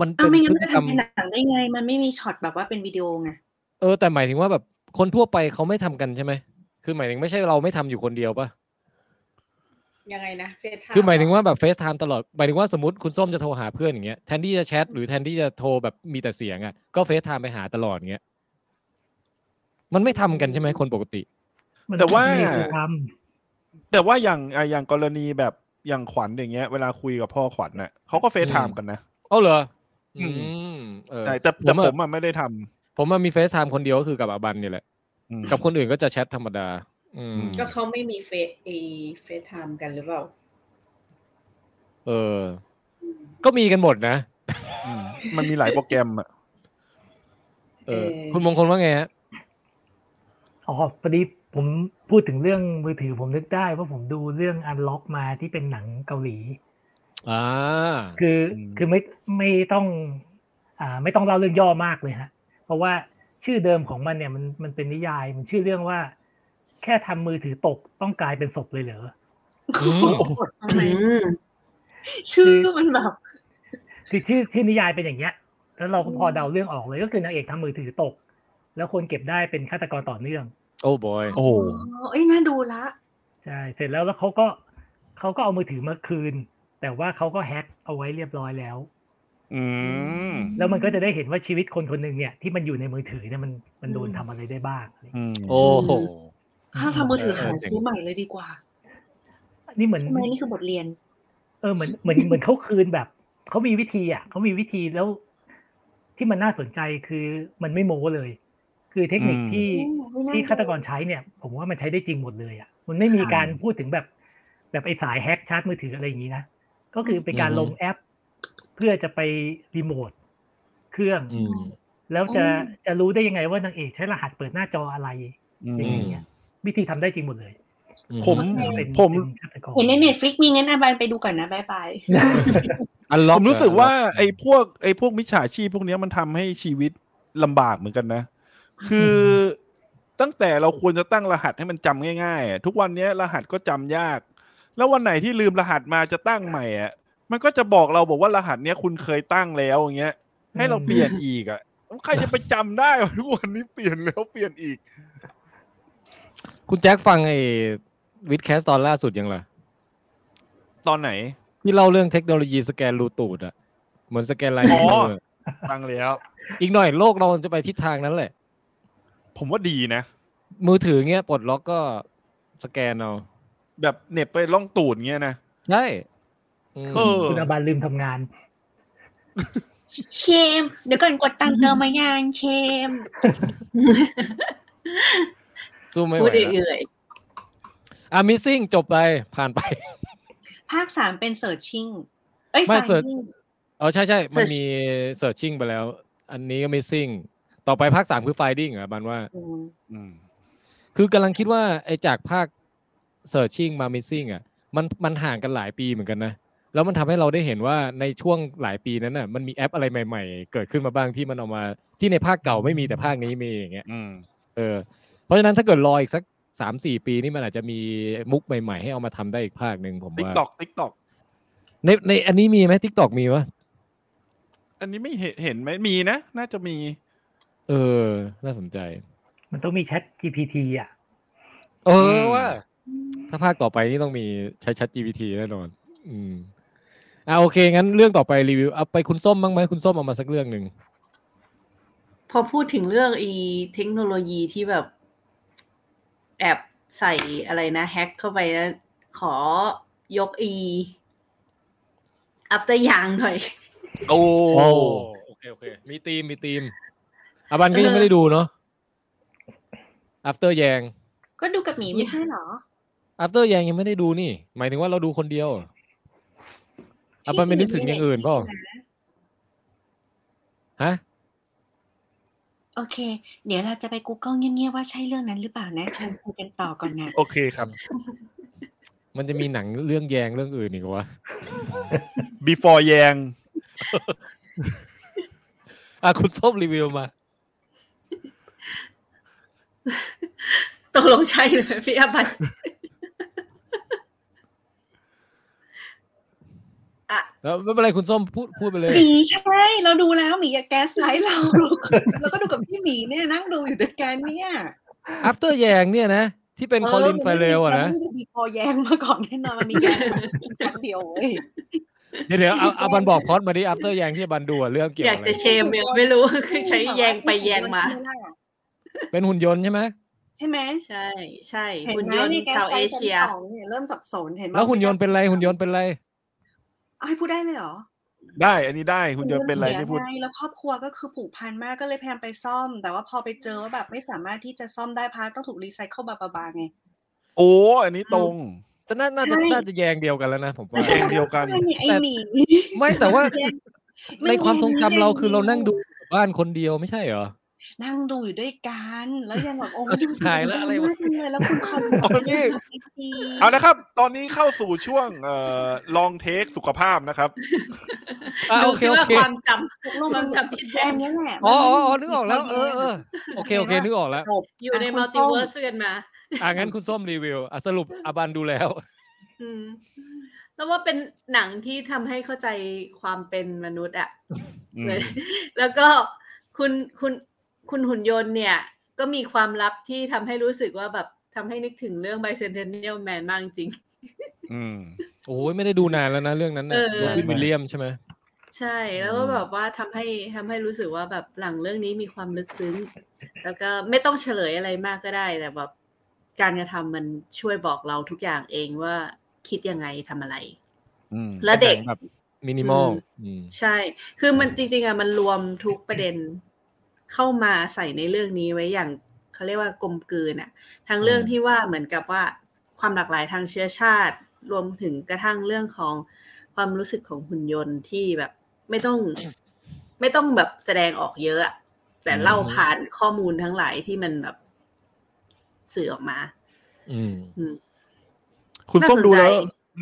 Speaker 2: มัน
Speaker 6: อ้า
Speaker 2: เป็
Speaker 6: วน ไม่งั้
Speaker 2: พฤ
Speaker 6: น
Speaker 2: ติ
Speaker 6: จะ
Speaker 2: กรรม
Speaker 6: ทำเป็นหนังได้ไง มันไม่มีช็อตแบบว่าเป็นวิดีโอไง
Speaker 2: เออแต่หมายถึงว่าแบบคนทั่วไปเขาไม่ทำกันใช่ไหมคือหมายถึงไม่ใช่เราไม่ทำอยู่คนเดียวปะ
Speaker 7: ยังไงนะเฟซไทม์
Speaker 2: คือหมายถึงว่าแบบเฟซไทม์ตลอดหมายถึงว่าสมมติคุณส้มจะโทรหาเพื่อนอย่างเงี้ยแทนที่จะแชทหรือแทนที่จะโทรแบบมีแต่เสียงอะก็เฟซไทม์ไปหาตลอดอย่างเงี้ยมันไม่ทำกันใช่ไหมคนปกติ
Speaker 5: มัน
Speaker 3: แต่ว่า
Speaker 5: ไม่มีใครท
Speaker 3: แต่ว่าอย่างอ่ะอย่างกรณีแบบอย่างขวัญอย่างเงี้ย เวลาคุยกับพ่อขวัญน่ะเขาก็เฟซไท
Speaker 2: อื
Speaker 3: ม์
Speaker 2: ม
Speaker 3: กันนะ
Speaker 2: เอาเหรอ
Speaker 3: อืม
Speaker 2: มเออ
Speaker 3: ใช่แต่แต่
Speaker 2: อะ
Speaker 3: ผมอ่ะไม่ได้ทำ
Speaker 2: ผมอะมีเฟซไทม์คนเดียวก็คือกับอาบันเนี่ยแหละ
Speaker 3: อืม
Speaker 2: กับคนอื่นก็จะแชทธรรมดา อืม
Speaker 7: ก็เขาไม่มีเฟซเอเฟซไทม์กันหรือเปล่า
Speaker 2: เออ ก็มีกันหมดนะ
Speaker 3: อืมมันมีหลายโปรแกรมอ่ะ
Speaker 2: เออ
Speaker 7: เออ
Speaker 2: คุณมงคลว่าไงฮะ
Speaker 5: ำอ๋อพอดีผมพูดถึงเรื่องมือถือผมนึกได้ว่าผมดูเรื่องอันล็อกมาที่เป็นหนังเกาหลี
Speaker 2: อ่า
Speaker 5: คือ
Speaker 3: อืม
Speaker 5: คือไม่ไม่ต้องอ่าไม่ต้องเล่าเรื่องย่อมากเลยฮะ เพราะว่าชื่อเดิมของมันเนี่ยมันมันเป็นนิยายมันชื่อเรื่องว่า แค่ทำมือถือตกต้องกลายเป็นศพเลยเหรอ
Speaker 2: อืม
Speaker 6: โอ้
Speaker 3: [LAUGHS]
Speaker 6: โหทำไม [LAUGHS] ชื่อมันแบบ
Speaker 5: คือชื่อชื่อนิยายเป็นอย่างเงี้ย แล้วเราก็พอเดาเรื่องออกเลยก็คือนางเอกทำมือถือตก แล้วคนเก็บได้เป็นฆาตกรต่อเนื่อง
Speaker 2: โอ้บอย
Speaker 3: โอ้โห
Speaker 6: อ๋อเอ้ยน่าดูละ
Speaker 5: ใช่ เสร็จแล้วแล้วเขาก็เขาก็เอามือถือมาคืน แต่ว่าเขาก็แฮ็กเอาไว้เรียบร้อยแล้ว
Speaker 3: อืม
Speaker 5: แล้วมันก็จะได้เห็นว่าชีวิตคนคนหนึ่งเนี่ยที่มันอยู่ในมือถือเนี่ยมันมันโดนทำอะไรได้บ้าง
Speaker 3: อืม
Speaker 2: โอ้โห
Speaker 6: ถ้าทำมือถือหา
Speaker 3: เออเออเจ๋ง
Speaker 6: ซื้อใหม่เลยดีกว่า
Speaker 5: นี่เหมือน
Speaker 6: ทำไมนี่คือบทเรียน
Speaker 5: เออเหมือนเหมือนเหมือนเขาคืนแบบเขามีวิธีอ่ะเขามีวิธีแล้วที่มันน่าสนใจคือมันไม่โม้เลย คือเทคนิค
Speaker 3: อืม
Speaker 5: ที่
Speaker 6: อืมไม่น่า
Speaker 5: ที่ฆาตกรใช้เนี่ย ผมว่ามันใช้ได้จริงหมดเลยอ่ะมันไม่มีการพูดถึงแบบแบบไอ้สายแฮ็กชาร์จมือถืออะไรอย่างนี้นะก็คือเป็นการ
Speaker 2: อืม
Speaker 5: ลงแอป เพื่อจะไปรีโมทเครื่อง
Speaker 2: อืม
Speaker 5: แล้วจะ
Speaker 6: อืม
Speaker 5: จะรู้ได้ยังไงว่านางเอกใช้รหัสเปิดหน้าจออะไร
Speaker 3: อืม
Speaker 5: อย่างเงี้ยวิธีทำได้จริงหมดเลย
Speaker 2: อือฮึ
Speaker 3: ผม
Speaker 5: เป็น
Speaker 3: ผม
Speaker 5: เป็นฆาตกร
Speaker 6: เห็นในเน็ตฟลิกมีงั้นอาบันไปดูก่อนนะบายบาย
Speaker 2: [LAUGHS] อันล็
Speaker 3: ผ
Speaker 2: อก
Speaker 3: มรู้สึกว่าไอ้พวกไอ้พวกมิจฉาชีพพวกเนี้ยมันทำให้ชีวิตลำบากเหมือนกันนะ คืออตั้งแต่เราควรจะตั้งรหัสให้มันจำง่ายๆอะทุกวันเนี้ยรหัสก็จำยาก แล้ววันไหนที่ลืมรหัสมาจะตั้งใหม่อ่ะมันก็จะบอกเราบอกว่ารหัสเนี้ยคุณเคยตั้งแล้วอย่างเงี้ย ให้เราเปลี่ยนอีกอ่ะแล้วใครจะไปจำได้วะทุกวันนี้เปลี่ยนแล้วเปลี่ยนอีก
Speaker 2: คุณแจ็คฟังไอ้วิดแคสตอนล่าสุดยังล่ะ
Speaker 3: ตอนไหน
Speaker 2: ที่เล่าเรื่องเทคโนโลยีสแกนรูตูดอะเหมือนสแกนลายนิ้ว
Speaker 3: อ๋อ
Speaker 2: มือ
Speaker 3: ตั้งแล้ว
Speaker 2: อีกหน่อยโลกเราจะไปทิศทางนั้นแหละ
Speaker 3: ผมว่าดีนะ
Speaker 2: มือถือเงี้ยปลดล็อกก็สแกนเอา
Speaker 3: แบบเหน็บไปล่องตูดเงี้ยนะ
Speaker 2: ใช่อืม
Speaker 3: เออ
Speaker 5: คุณอาบันลืมทำงาน
Speaker 6: เคม เดี๋ยวก่อนกดตังค์เติมมายังเคม
Speaker 2: สู้ไม่ไห
Speaker 4: พู
Speaker 2: ว
Speaker 4: ดเอื่อย
Speaker 2: อ่ะมิซิ่งจบไป
Speaker 4: [LAUGHS]
Speaker 2: ผ่านไป
Speaker 6: ภาคสามเป็น searching เอ้ย
Speaker 2: ไม่ search
Speaker 6: finding
Speaker 2: เออใช่ใช่มันมีเซิร์ชชิ่งไปแล้ว อันนี้ก็มิซิ่งต่อไปภาคสามคือไฟดิ้งอ่ะบันว่า
Speaker 6: อืม
Speaker 3: อืม
Speaker 2: คือกำลังคิดว่าไอ้จากภาคเซิร์ชชิ่งมามิซิ่งอ่ะมันมันห่างกันหลายปีเหมือนกันนะ แล้วมันทำให้เราได้เห็นว่าในช่วงหลายปีนั้นน่ะมันมีแอปอะไรใหม่ ๆ เกิดขึ้นมาบ้างที่มันเออกมาที่ในภาคเก่าไม่มีแต่ภาคนี้มีอย่างเงี้ย
Speaker 3: อืม
Speaker 2: เออเพราะฉะนั้นถ้าเกิดรออีกสักสามสี่ปีนี่มันอาจจะมีมุกใหม่ ๆ ให้เอามาทำได้อีกภาคหนึ่งผม
Speaker 3: ติ๊ก
Speaker 2: ว่า
Speaker 3: ตอกติ๊กตอก
Speaker 2: ในในอันนี้มีไหมทิกตอกมีปะ
Speaker 3: อันนี้ไม่เห็นเห็นไหมมีนะ น่าจะมี
Speaker 2: เออ น่าสนใจ
Speaker 5: มันต้องมีแชท GPT อ่ะ
Speaker 2: เอ
Speaker 3: อื
Speaker 2: อ
Speaker 3: ม
Speaker 2: ว่า ถ้าภาคต่อไปนี่ต้องมีใช้ชัด GPT แน่นอน อืมอ่าโอเค งั้นเรื่องต่อไปรีวิวเอาไปคุณส้มบ้างไหมคุณส้มเอามาสักเรื่องหนึ่ง
Speaker 4: ๆ พอพูดถึงเรื่องอีเทคโนโลยีที่แบบ แอบใส่อะไรนะแฮ็กเข้าไปแล้วขอยกอี after ยางหน่อย [LAUGHS]
Speaker 3: โอ้
Speaker 2: โอเค โอเค มีทีม มีทีมอา [COUGHS] บันก็ยังไม่ได้ดูเนาะ after แยง
Speaker 6: ก็ดูกับหมีไม่ใช่เหรอ
Speaker 2: after แยงยังไม่ได้ดูนี่ หมายถึงว่าเราดูคนเดียวอาบันไม่นึกถึงอย่างอื่นเปล่าฮะ
Speaker 6: โอเค เดี๋ยวเราจะไป Google เงียบๆว่าใช่เรื่องนั้นหรือเปล่า
Speaker 2: [LAUGHS]
Speaker 6: นะเชิญคุยกันต่อก่อนนะ
Speaker 3: โอเคครับ
Speaker 2: มันจะมีหนังเรื่องแยงเรื่องอื่นอีกเหรอวะ
Speaker 3: before แยง
Speaker 2: อ่ะคุณส้มรีวิวมา
Speaker 4: ตกลงใช่เลยพี่อาบัต
Speaker 2: แล้วไม่เป็นไรคุณส้มพูดพูดไปเลย
Speaker 6: หมีใช่ เราดูแล้วหมีอย่าแก๊สไลท์เรา [LAUGHS] แล้วก็ดูกับพี่หมีเนี่ยนั่งดูอยู่ด้วยกันเนี่ย
Speaker 2: after แยงเนี่ยนะ ที่เป็นคอลินไฟเรลอะนะ
Speaker 6: มัไม่มีคอแยงมาก่อนแน่นอนมันมีแยง
Speaker 2: [LAUGHS]
Speaker 6: แป๊บเดียวเว้ย
Speaker 2: เดี๋ยวเดี๋ยวเอาเอาบันบอกพอดมาดิ after แยงที่บันดูอะเรื่องเกี่ยว
Speaker 4: อ
Speaker 2: อะ
Speaker 4: ยาก
Speaker 2: ไร
Speaker 4: จะเชมยังไม่รู้ [LAUGHS] คือใช้แยงไปแยงมา
Speaker 2: เป็นหุ่นยนต์ใช่ไหม
Speaker 6: ใช่ไหม
Speaker 4: ใช่ ใช่
Speaker 6: เห็
Speaker 4: คุณ
Speaker 6: ไหม
Speaker 4: ยนต์
Speaker 6: ใแก๊ส
Speaker 4: ชาว
Speaker 6: ไล
Speaker 4: เอ
Speaker 6: ท์ชั้น
Speaker 4: เชีย
Speaker 6: สองเนี่ยเริ่มสับสนเห็นไหม
Speaker 2: แล้วหุ่นยนต์เป็นไรหุ่นยนต์เป็นไร
Speaker 6: เอาให้พูดได้เลยเหรอ
Speaker 3: ได้ อันนี้ได้คุณยนต์เป็นอะไร
Speaker 6: สีย
Speaker 3: ที่พูด
Speaker 6: งแล้วครอบครัวก็คือผูกพันมากก็เลยพยายามไปซ่อม แต่ว่าพอไปเจอว่าแบบไม่สามารถที่จะซ่อมได้พาร์ทต้องถูกรีไซเคิลบาบาๆไง
Speaker 3: โอ้ อันนี้ตรง
Speaker 2: จะน่าน่าจะ
Speaker 6: ใช่
Speaker 2: น่าจะแยงเดียวกันแล้วนะผมว่า
Speaker 3: แยงเดียวกัน
Speaker 6: ไม่เนี่ยไอหมี
Speaker 2: ไม่แต่ว่า
Speaker 6: มัน
Speaker 2: ในความทรงจำเราคือ
Speaker 6: แยง
Speaker 2: เรานั่งดูบ้านคนเดียวไม่ใช่เหรอ
Speaker 6: นั่งดูอยู่ด้วยกันแล้วยังแบบโอ้
Speaker 2: แล้วชิบหายแล้วอะไรวะ
Speaker 6: มากจังเลยแล้วคุณคอม
Speaker 3: โอ้นี่
Speaker 6: ดี
Speaker 3: เอานะครับ ตอนนี้เข้าสู่ช่วงเอ่อลองเทคสุขภาพนะครับ
Speaker 2: อ่ะ
Speaker 4: ดู
Speaker 2: โอเค
Speaker 4: ซิ
Speaker 2: โอ
Speaker 4: ว่า
Speaker 2: เค
Speaker 4: ความจ
Speaker 6: มั
Speaker 4: จำผิดแท
Speaker 6: แอน
Speaker 4: น
Speaker 6: นี้แหละ
Speaker 2: อ๋ออ๋ออ๋อนึกออกแล้วเออเออโอเคโอเคนึกออกแล้ว
Speaker 6: จบ
Speaker 4: ำอยู่ในมัลติเวิร์สกันมา
Speaker 2: อ่ะงั้นคุณส้มรีวิวอ่ะสรุปอาบันดูแล้ว
Speaker 4: อืม แล้วว่าเป็นหนังที่ทำให้เข้าใจความเป็นมนุษย์อะ
Speaker 3: อืม
Speaker 4: เลย [LAUGHS] แล้วก็คุณคุณคุณหุ่นยนต์เนี่ย ก็มีความลับที่ทำให้รู้สึกว่าแบบทำให้นึกถึงเรื่อง Bicentennial Man มากจริง [LAUGHS]
Speaker 3: อืม
Speaker 2: โอ้ยไม่ได้ดูนานแล้วนะเรื่องนั้นนะ
Speaker 4: เออ
Speaker 2: โรบินวิลเลียมใช่ไหม
Speaker 4: ใช่แล้วก็แบบว่าทำให้ทำให้รู้สึกว่าแบบหลังเรื่องนี้มีความลึกซึ้ง แล้วก็ไม่ต้องเฉลยอะไรมากก็ได้ แต่แบบการกระทำมันช่วยบอกเราทุกอย่างเองว่าคิดยังไงทำอะไร
Speaker 3: อืม
Speaker 4: และเด็ก
Speaker 2: แบบมินิมอลอืม
Speaker 4: ใช่ คือมันจริงๆอะมันรวมทุกประเด็นเข้ามาใส่ในเรื่องนี้ไว้อย่างเขาเรียกว่ากลมกลืนอะทั้งเรื่อง
Speaker 2: อืม
Speaker 4: ที่ว่าเหมือนกับว่าความหลากหลายทางเชื้อชาติ รวมถึงกระทั่งเรื่องของความรู้สึกของหุ่นยนต์ที่แบบไม่ [COUGHS] ต้อง ไม่ต้องแบบแสดงออกเยอะอะแต่เล่าผ่านข้อมูลทั้งหลายที่มันแบบสื่อออกมา
Speaker 2: อืม
Speaker 3: คุณส้ม
Speaker 4: น่าสนใจ
Speaker 3: ดูแล้ว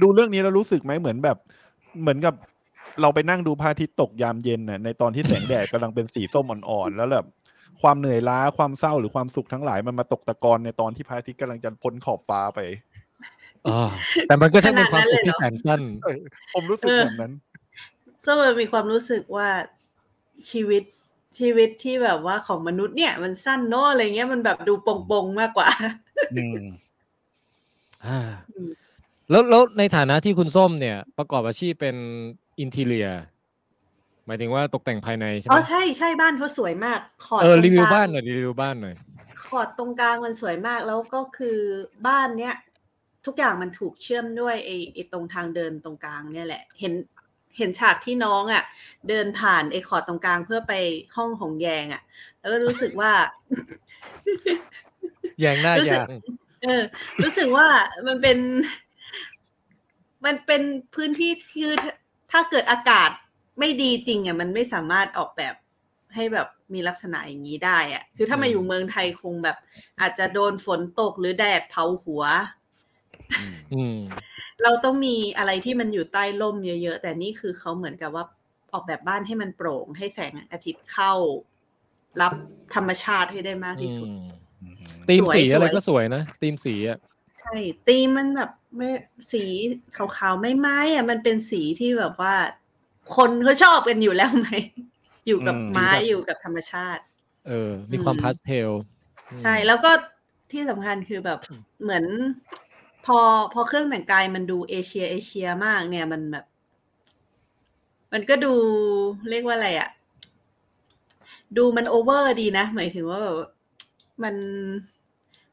Speaker 3: ดูเรื่องนี้แล้วรู้สึกไหมเหมือนแบบ เหมือนกับเราไปนั่งดูพระอาทิตย์ตกยามเย็นน่ะในตอนที่แสงแดด กำลังเป็นสีส้มอ่อนๆแล้วแบบความเหนื่อยล้าความเศร้าหรือความสุขทั้งหลายมันมาตกตะกอนในตอนที่พระอาทิตย์กำลังจะพ้นขอบฟ้าไป
Speaker 2: อ่าแต่มันก็ช่างเป็นความสุขที่
Speaker 4: ข
Speaker 2: แส
Speaker 4: นาดนั้น
Speaker 2: น
Speaker 4: เล
Speaker 2: สั้
Speaker 4: ยเหรอ
Speaker 2: น
Speaker 3: ผมรู้สึก
Speaker 4: เออ
Speaker 3: แบบนั้น
Speaker 4: ซึ่งมันมีความรู้สึกว่าชีวิตชีวิตที่แบบว่าของมนุษย์เนี่ย มันสั้นเนอะอะไรเงี้ยมันแบบดูปงปงๆมากกว่า
Speaker 1: อืม
Speaker 2: อ่า
Speaker 4: อืม
Speaker 2: แล้วแล้วในฐานะที่คุณส้มเนี่ย ประกอบอาชีพเป็นอินเทเรีย หมายถึงว่าตกแต่งภายในใช่ไห
Speaker 4: อ๋
Speaker 2: ม
Speaker 4: อใช่ใช่บ้านเขาสวยมากขอด
Speaker 2: เออ
Speaker 4: ตงกลง
Speaker 2: รีวิวบ้านหน่อยรีวิวบ้านหน่อย
Speaker 4: ขอดตรงกลางมันสวยมากแล้วก็คือบ้านเนี้ยทุกอย่างมันถูกเชื่อมด้วยไอ้ไอ้ตรงทางเดินตรงกลางเนี่ยแหละ เห็นเห็นฉากที่น้องอะ่ะ เดินผ่านไอ้ขอดตรงกลางเพื่อไปห้องของแยงอะ่ะ แล้วก็รู้สึกว่า
Speaker 2: แยงหน้า
Speaker 4: รู้สึ
Speaker 2: แย
Speaker 4: ก
Speaker 2: ง
Speaker 4: เออ รู้สึกว่ามันเป็น [LAUGHS] มันเป็นพื้นที่คือถ้าถ้าเกิดอากาศไม่ดีจริงอ่ะมันไม่สามารถออกแบบให้แบบมีลักษณะอย่างนี้ได้อ่ะ คือถ้ามาอยู่เมืองไทยคงแบบ อาจจะโดนฝนตกหรือแดดเผาหัว
Speaker 2: อืม
Speaker 4: เราต้องมีอะไรที่มันอยู่ใต้ร่มเยอะๆ แต่นี่คือเขาเหมือนกับว่าออกแบบบ้านให้มันโปร่ง ให้แสงอาทิตย์เข้า รับธรรมชาติให้ได้มากที่สุด
Speaker 2: อืมธีม
Speaker 4: สวย
Speaker 2: สี
Speaker 4: สวย
Speaker 2: อะไรก็สวยนะธีมสีอ่ะ
Speaker 4: ใช่ตีมมันแบบไม่สีขาวๆไม่ไม้อ่ะมันเป็นสีที่แบบว่า คนเขาชอบกันอยู่แล้วไหม [LAUGHS] อยู่กับ
Speaker 3: อืม
Speaker 4: ไม้อยู่กับธรรมชาติ
Speaker 2: เออ มีความ
Speaker 4: อืม
Speaker 2: พาสเทลอืม
Speaker 4: ใช่แล้วก็ที่สำคัญคือแบบเหมือน พอพอเครื่องแต่งกายมันดูเอเชียเอเชียมากเนี่ยมันแบบ มันก็ดูเรียกว่าอะไรอะดูมันโอเวอร์ดีนะ หมายถึงว่าแบบมัน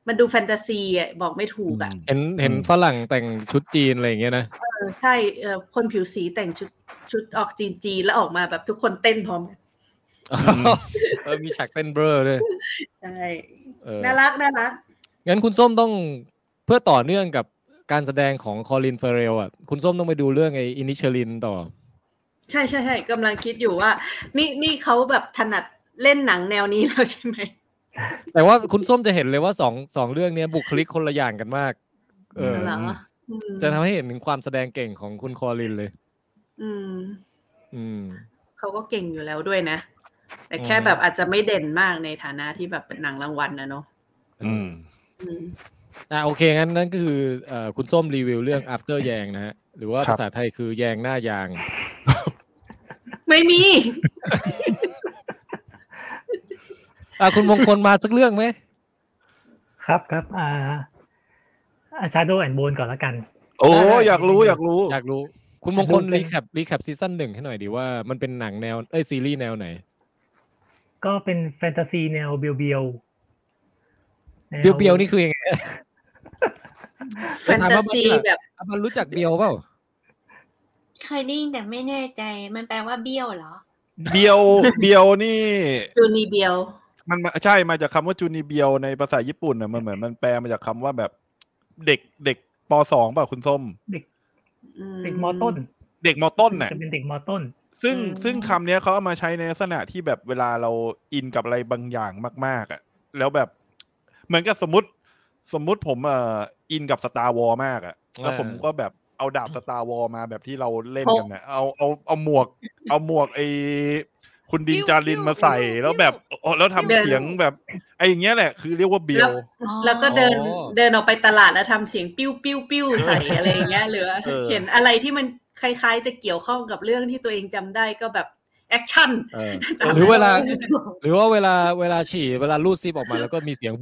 Speaker 4: มันดูแฟนตาซีอะบอกไม่ถูกอะ
Speaker 2: เห็นเห็น
Speaker 1: อืม
Speaker 2: ฝรั่งแต่งชุดจีนอะไรอย่างเงี้ย
Speaker 4: [LAUGHS]
Speaker 2: นะ
Speaker 4: เออใช่เออคนผิวสีแต่งชุดชุดออกจีนจีแล้วออกมาแบบทุกคนเต้นพร้อมกัน
Speaker 2: เออมีฉากเต้นเบลอด้วย
Speaker 4: ใช่
Speaker 2: เออ
Speaker 4: น่ารักน่ารัก
Speaker 2: งั้นคุณส้มต้องเพื่อต่อเนื่องกับการแสดงของคอลินเฟเรลอ่ะ คุณส้มต้องไปดูเรื่องไอ้อินิเชลินต่อ
Speaker 4: ใช่ใช่ใช่กำลังคิดอยู่ว่า นี่นี่เขาแบบถนัดเล่นหนังแนวนี้แล้วใช่ไหม
Speaker 2: แต่ว่าคุณส้มจะเห็นเลยว่าสองสองเรื่องเนี้ยบุคลิกคนละอย่างกันมาก เออ
Speaker 4: เหรออืม
Speaker 2: จะทำให้เห็นถึงความแสดงเก่งของคุณคอลินเลย
Speaker 4: อืม
Speaker 2: อืม
Speaker 4: เขาก็เก่งอยู่แล้วด้วยนะ แต่แค่แบบอาจจะไม่เด่นมากในฐานะที่แบบเป็นหนังรางวัลนะเนาะ
Speaker 1: อืม
Speaker 4: อืม
Speaker 2: อ่ะโอเคงั้นนั่นก็คือเอ่อคุณส้มรีวิวเรื่อง after แยงนะฮะ หรือว่า
Speaker 1: ครั
Speaker 2: ภา
Speaker 1: บ
Speaker 2: ษาไทยคือแยงหน้ายาง
Speaker 4: ไม่มี
Speaker 2: อ่ะคุณมงคลมาสักเรื่องไหม
Speaker 5: ครับครับอ่าอาชาโดแอนโบนก่อนละกัน
Speaker 3: โอ้อยากรู้อยากรู้
Speaker 2: อยากรู้ คุณมงคล
Speaker 5: ดูเป็
Speaker 2: รี
Speaker 5: น
Speaker 2: แคปรีแคปซีซั่นหนึ่งให้หน่อยดีว่ามันเป็นหนังแนวเอ้ยซีรีส์แนวไหน
Speaker 5: ก็เป็นแฟนตาซีแนวเบียวเบียวแว
Speaker 2: เบียวเบียวนี่คือยังไง
Speaker 4: แฟนตาซีแบบ
Speaker 2: อ่ะมันรู้จักเบียวเปล่า
Speaker 6: เคยได้ยินแต่ไม่แน่ใจ มันแปลว่าเบี้ยวเหรอ
Speaker 3: เบียวเบียวนี่
Speaker 4: จูนีเบียว
Speaker 3: มันมาใช่มาจากคำว่าจูนิเบียวในภาษาญี่ปุ่นอ่ะมันเหมือนมันแปลมาจากคำว่าแบบเด็กเด็กปสองป่ะคุณส้ม
Speaker 4: อืม
Speaker 5: เด็กมอต้น
Speaker 3: เด็กมอต้นน่ะ
Speaker 5: จะเป็นเด็กมอต้น
Speaker 3: ซึ่ง
Speaker 4: อืม
Speaker 3: ซึ่งคำเนี้ยเขาเอามาใช้ในลักษณะที่แบบเวลาเราอินกับอะไรบางอย่างมาก ๆอ่ะแล้วแบบเหมือนกับสมมติ สมมุติผมเอ่ออินกับสตาร์วอมากอ่ะ แล้ว
Speaker 2: อ่า
Speaker 3: ผมก็แบบเอาดาบสตาร์วอมาแบบที่เราเล่นกันนะเอาเอาเอาหมวก เอาหมวกไอคุณดินจารินมาใส่แล้วแบบโอ้แล้วทำเสียงแบบไออย่างเงี้ยแหละคือเรียกว่าเบียว
Speaker 4: แล้วก็เดิน
Speaker 2: อ๋อ
Speaker 4: เดินออกไปตลาดแล้วทำเสียงปิ้วปิ้วปิ้วใส่อะไรอย่างเงี้ยเหลือ
Speaker 3: เออ
Speaker 4: เห็นอะไรที่มันคล้าย ๆ จะเกี่ยวข้องกับเรื่องที่ตัวเองจำได้ก็แบบแอคชั่น
Speaker 3: เออ
Speaker 2: หรือเวลา หรือว่าเวลาเวลาฉี่เวลารูดซิปออกมาแล้วก็มีเสียง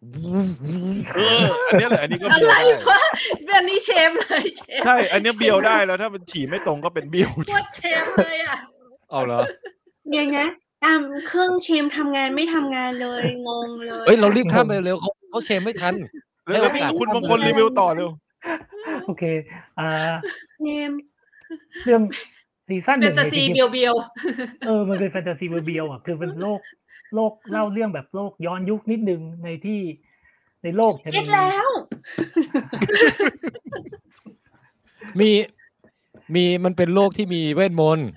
Speaker 2: [LAUGHS]
Speaker 3: เอออันเนี้ยแหละอันนี้ก็
Speaker 4: อะ
Speaker 3: เบียว
Speaker 4: ไร
Speaker 3: ได้
Speaker 4: วะแบบนี้เชฟเลยเชฟ
Speaker 3: ใช่ อันเนี้ยเบียวได้แล้วถ้ามันฉี่ไม่ตรงก็เป็นเบียว
Speaker 4: โคตรเชฟเลยอ่ะ
Speaker 2: เอาเหรอ
Speaker 6: เดี๋ยวนะตามเครื่องเชมทำงานไม่ทำงานเลย งงเลย
Speaker 2: เอ้ย เรารีบข้ามไปเร็วเขาเขาเชมไม่ทัน
Speaker 3: แล้วแล้ว
Speaker 2: ไม่
Speaker 3: คุณ
Speaker 2: ไม่
Speaker 3: บางคนรีวิวต่อเร็ว
Speaker 5: โอเคอ่า
Speaker 6: เชม
Speaker 5: เรื่องซีซั่นห
Speaker 4: เป็
Speaker 5: นึ่
Speaker 4: น
Speaker 5: ง
Speaker 4: ตา
Speaker 5: นี่
Speaker 4: ซี
Speaker 5: จริงๆ
Speaker 4: เบียวเบียว
Speaker 5: [LAUGHS] เออ มันเป็นแฟนตาซีเบียวๆอ่ะ คือเป็นโลก โลกเล่าเรื่องแบบโลกย้อนยุคนิดนึงในที่ในโลกจะ
Speaker 6: เก็
Speaker 5: มี
Speaker 6: ตแล้ว
Speaker 2: มีมีมันเป็นโลกที่มีเวทมนต์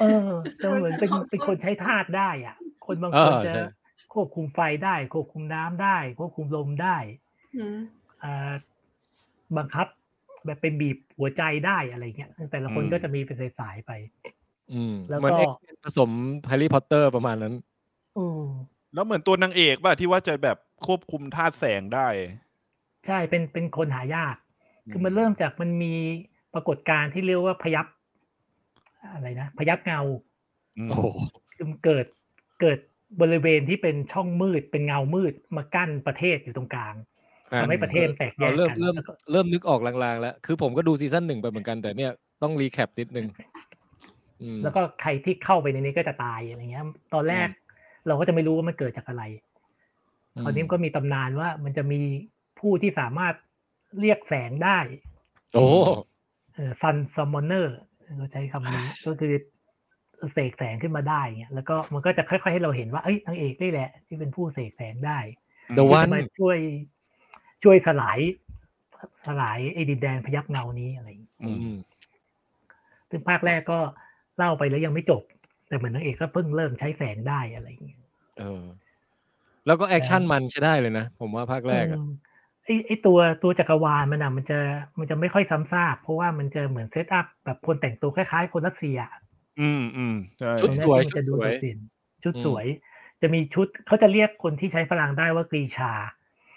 Speaker 5: เออจะเหมือนเป็นเป็นคนใช้ธาตุได้อ่ะ คนบางคน
Speaker 2: เออ
Speaker 5: จะ
Speaker 2: ใช่
Speaker 5: ควบคุมไฟได้ ควบคุมน้ำได้ ควบคุมลมได้
Speaker 4: ๆอืม
Speaker 5: อ่า บังคับ แบบไปบีบหัวใจได้อะไรเงี้ยแต่ละคน
Speaker 1: อืม
Speaker 5: ก็จะมีเป็นสายๆไป
Speaker 2: อืม
Speaker 5: แล้วก็
Speaker 2: เหมือน X-Men ผสมแฮร์รี่พอตเตอร์ประมาณนั้น
Speaker 5: อืม
Speaker 3: แล้วเหมือนตัวนางเอกป่ะที่ว่าจะแบบควบคุมธาตุแสงได้
Speaker 5: ใช่เป็นเป็นคนหายาก คือมันเริ่มจากมันมีปรากฏการณ์ที่เรียกว่าพยับ อะไรนะพยับเงา
Speaker 3: อืม
Speaker 2: โอ้โห
Speaker 5: คือมันเกิดเกิดบริเวณที่เป็นช่องมืดเป็นเงามืดมากั้นประเทศอยู่ตรงกลางทำให้ประเทศแตกแย
Speaker 2: เรา
Speaker 5: ก
Speaker 2: เริ่ม
Speaker 5: กัน
Speaker 2: เริ่ม
Speaker 5: แล้วก็
Speaker 2: เริ่มนึกออกลางๆแล้ว คือผมก็ดูซีซั่นหนึ่งไปเหมือนกันแต่เนี่ยต้องรีแคปนิด
Speaker 5: [LAUGHS]
Speaker 2: นึงอืม
Speaker 5: แล้วก็ใครที่เข้าไปในนี้ก็จะตายอะไรเงี้ย ตอนแรกเราก็จะไม่รู้ว่ามันเกิดจากอะไร
Speaker 2: อืม
Speaker 5: คราวนี้มันก็มีตำนานว่ามันจะมีผู้ที่สามารถเรียกแสงได้
Speaker 2: โอ้โห
Speaker 5: ซันซอมมอนเนอร์เราใช้
Speaker 2: [LAUGHS]
Speaker 5: คำนี้ ก็คือเสกแสงขึ้นมาได้เงี้ยแล้วก็มันก็จะค่อยๆให้เราเห็นว่าเอ้ยนางเอกนี่แหละ ที่เป็นผู้เสกแสงได้
Speaker 2: เดอะ
Speaker 5: [LAUGHS]
Speaker 2: วัน
Speaker 5: ที่จะมาช่วยช่วยสลายสลายไอ้ดินแดนพยับเงานี้อะไรอย่างงี้
Speaker 2: อืม
Speaker 5: ซึ่งภาคแรกก็เล่าไปแล้วยังไม่จบ แต่เหมือนนางเอกก็เพิ่งเริ่มใช้แสงได้อะไรอย่างเงี้ย
Speaker 2: เออ แล้วก็แอคชั่นมันใช้ได้เลยนะ ผมว่าภาคแรกอะ
Speaker 5: อืมไอ้ไอ้ตัวตัวจักรวาลมันอ่ะมันจะมันจะไม่ค่อยซ้ำซากเพราะว่ามันจะเหมือนเซตอัพแบบคนแต่งตัวคล้ายๆ คนรัสเซีย
Speaker 3: อืมอืมใช่
Speaker 2: ชุดสวย
Speaker 5: มัน
Speaker 2: ชุ
Speaker 5: จะ
Speaker 2: ด
Speaker 5: ดู
Speaker 2: สวย
Speaker 5: โดดเด่นชุด
Speaker 2: อืม
Speaker 5: สวย จะมีชุดเขาจะเรียกคนที่ใช้พลังได้ว่ากรีชา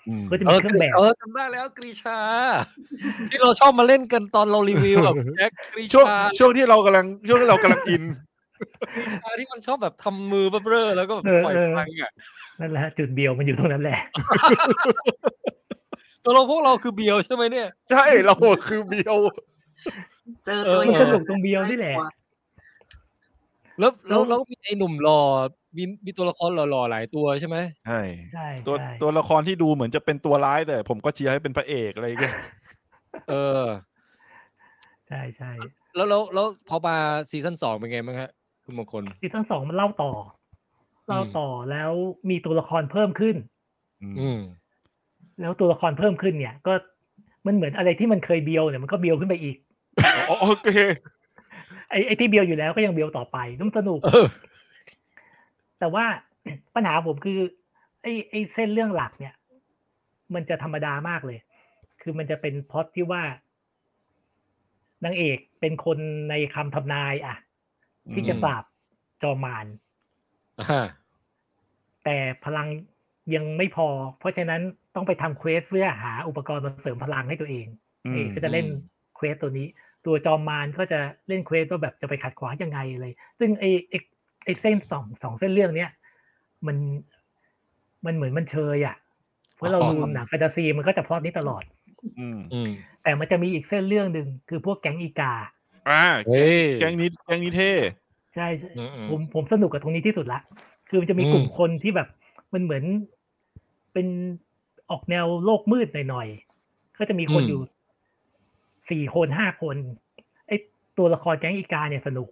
Speaker 3: อืม
Speaker 5: ก็จะ
Speaker 2: เอ
Speaker 5: มี
Speaker 2: อ
Speaker 5: เครื่องแบบ
Speaker 2: เออจำได้แล้วกรีชา ที่เราชอบมาเล่นกันตอนเรารีวิว
Speaker 5: [LAUGHS]
Speaker 2: แบบแจ็คกรี
Speaker 3: ช่วง
Speaker 2: ชา
Speaker 3: ช่วงที่เรากำลังช่วงที่เรากำลังอิน
Speaker 2: ก
Speaker 3: [LAUGHS]
Speaker 2: รีชาที่มันชอบแบบทำมือเบ้อๆแล้วก็แบบ
Speaker 5: เออ
Speaker 2: ปล่อย
Speaker 5: เออ
Speaker 2: พลังอ่ะ
Speaker 5: นั่นแหละฮะจุดเบียวมันอยู่ตรงนั้นแหละ
Speaker 2: ตัวเราพวกเราคือเบียวใช่ไหมเนี่ย
Speaker 3: ใช่เราคือเบียว
Speaker 6: เจอตัว
Speaker 2: เออ
Speaker 5: มัน
Speaker 6: ย่าง
Speaker 5: สนุกตรงเบียวนี่แหละ
Speaker 2: แล้วแล้ว
Speaker 5: แล้ว
Speaker 2: แล้วมีไอ้หนุ่มหล่อมีมีตัวละครหล่อๆหลายตัวใช่ไหม
Speaker 3: ใช่
Speaker 5: ใช่
Speaker 3: ตัว
Speaker 5: ใช่
Speaker 3: ตัวละครที่ดูเหมือนจะเป็นตัวร้ายแต่ผมก็เชียร์ให้เป็นพระเอกอะไรอย่างเงี้ย
Speaker 2: เออ
Speaker 5: ใช่ใช่
Speaker 2: แล้วแล้วแล้วพอมาซีซั่นสองเป็นไงบ้างฮะ คุณมงคล
Speaker 5: ซีซั่นสองมันเล่าต่ออเล่าต่อแล้วมีตัวละครเพิ่มขึ้น
Speaker 2: อืม
Speaker 5: แล้วตัวละครเพิ่มขึ้นเนี่ย ก็มันเหมือนอะไรที่มันเคยเบียวเนี่ยมันก็เบียวขึ้นไปอีก
Speaker 3: อ๋อโอเค
Speaker 5: ไอ้ไอ้ที่เบียวอยู่แล้วก็ยังเบียวต่อไปนุ่มนสนุก
Speaker 2: เออ
Speaker 5: แต่ว่า [COUGHS] ปัญหาผมคือ ไอ้ไอ้เส้นเรื่องหลักเนี่ย มันจะธรรมดามากเลย คือมันจะเป็นพล็อตที่ว่านางเอกเป็นคนในคำทำนายอะที่จะ
Speaker 2: อืม
Speaker 5: ปราบจอมมาร
Speaker 2: [LAUGHS] อ่า
Speaker 5: แต่พลังยังไม่พอ เพราะฉะนั้นต้องไปทำเควสเพื่อหาอุปกรณ์มาเสริมพลังให้ตัวเอง
Speaker 3: อืม
Speaker 5: เอกก็จะเล่นเควสตัวนี้ ตัวจอมมารก็จะเล่นเควสว่าแบบจะไปขัดขวางยังไงเลย ซึ่งไอไอ้ไอเส้นสองสองเส้นเรื่องเนี้ยมันมันเหมือนมันเชยอ่ะเพราะเราดูหนังแฟนตาซีมันก็จะพล็อตนี้ตลอด
Speaker 3: อืม
Speaker 2: อืม
Speaker 5: แต่มันจะมีอีกเส้นเรื่องหนึ่งคือพวกแก๊งอีกา
Speaker 3: อ่า
Speaker 2: เฮ้ย
Speaker 3: แกงนี้แกงนี้เท่
Speaker 5: ใช่ใช่
Speaker 2: อืมอืม
Speaker 5: ผมผมสนุกกับตรงนี้ที่สุดละ คือมันจะมีกลุ่ม
Speaker 2: อืม
Speaker 5: คนที่แบบมันเหมือนเป็นออกแนวโลกมืดหน่อยๆ ก็จะมีคนอยู่สี่คนห้าคนไอ้ตัวละครแก๊งอีกาเนี่ยสนุก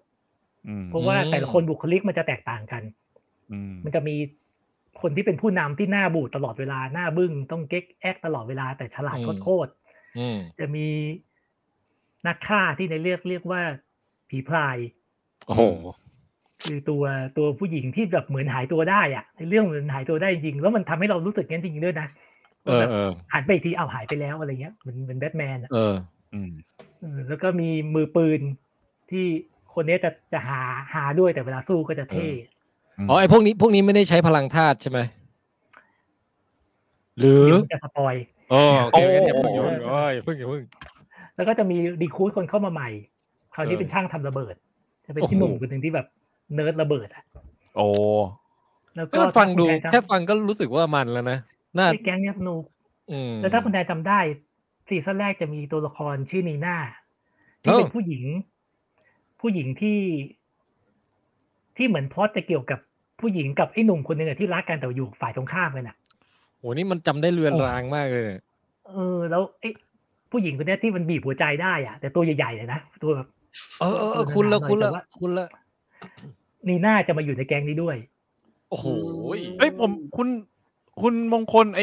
Speaker 3: อืม
Speaker 5: เพราะว่าแต่ละคนบุคลิกมันจะแตกต่างกัน
Speaker 3: อืม
Speaker 5: มันจะมีคนที่เป็นผู้นำที่หน้าบูดตลอดเวลาหน้าบึ้งต้องเก๊กแอกตลอดเวลาแต่ฉลาดโคตร
Speaker 2: อืม
Speaker 5: ๆจะมีนักฆ่าที่ในเรียกเรียกว่าผีพราย
Speaker 2: โอ้โห
Speaker 5: คือตัวตัวผู้หญิงที่แบบเหมือนหายตัวได้อะในเรื่องเหมือนหายตัวได้จริงแล้วมันทำให้เรารู้สึกงั้นจริงๆด้วยนะ
Speaker 2: เออเออ
Speaker 5: หันไปอีกทีเอาหายไปแล้วอะไรเงี้ยเหมือนเหมือนแบทแมนอะ
Speaker 2: เออ
Speaker 3: อืม
Speaker 5: เออแล้วก็มีมือปืนที่คนเนี้ยจะจะหาหาด้วยแต่เวลาสู้ก็จะเท่
Speaker 2: เอ อ๋อไอพวกนี้พวกนี้ไม่ได้ใช้พลังธาตุใช่ไหมหรือ
Speaker 5: เดี๋ยวมันจะสปอย
Speaker 2: โอโอเคงั้นอย่าเพิ่งอย่าเพิ่ง
Speaker 5: โอ้
Speaker 2: โอ้ยอย่าเพิ่งอย่าเพิ่ง
Speaker 5: แล้วก็จะมีรีครูดคนเข้ามาใหม่ คราวนี้
Speaker 2: เออ
Speaker 5: เป็นช่างทำระเบิด จะเป็น
Speaker 2: โอ้โห
Speaker 5: ที่หนุ่มคนหนึ่งที่แบบเนิร์ดระเบิดอะ
Speaker 3: โอ้
Speaker 5: แล้ว
Speaker 2: เอ้ย
Speaker 5: ก็
Speaker 2: มันฟังดู
Speaker 5: ถ้าณทนจำ
Speaker 2: แค่ฟังก็รู้สึกว่ามันแล้วนะน่า
Speaker 5: ไอ้แก๊งเนี้ยสนุก
Speaker 2: อืม
Speaker 5: แล้วถ้าคุณแดนจำได้ซีซั่นแรกจะมีตัวละครชื่อนีน่าที่
Speaker 2: เอ้า
Speaker 5: เป็นผู้หญิง ผู้หญิงที่ ที่เหมือนพล็อตจะเกี่ยวกับผู้หญิงกับไอ้หนุ่มคนหนึ่งอะที่รักกันแต่อยู่ฝ่ายตรงข้ามกันอ่ะ
Speaker 2: โหนี่มันจำได้เรือนรางมากเลยเนี่ย
Speaker 5: เออ แล้วไอ้ผู้หญิงคนเนี้ยที่มันบีบหัวใจได้อ่ะ แต่ตัวใหญ่ๆเลยนะตัวแบบ
Speaker 2: เออเออเออคุณละ
Speaker 5: หน่อย
Speaker 2: คุณละ
Speaker 5: แต่ว่า
Speaker 2: คุณละ
Speaker 5: นีน่าจะมาอยู่ในแก๊งนี้ด้วย
Speaker 2: โอ้โหย
Speaker 3: เอ้ยผมคุณคุณมงคลไอ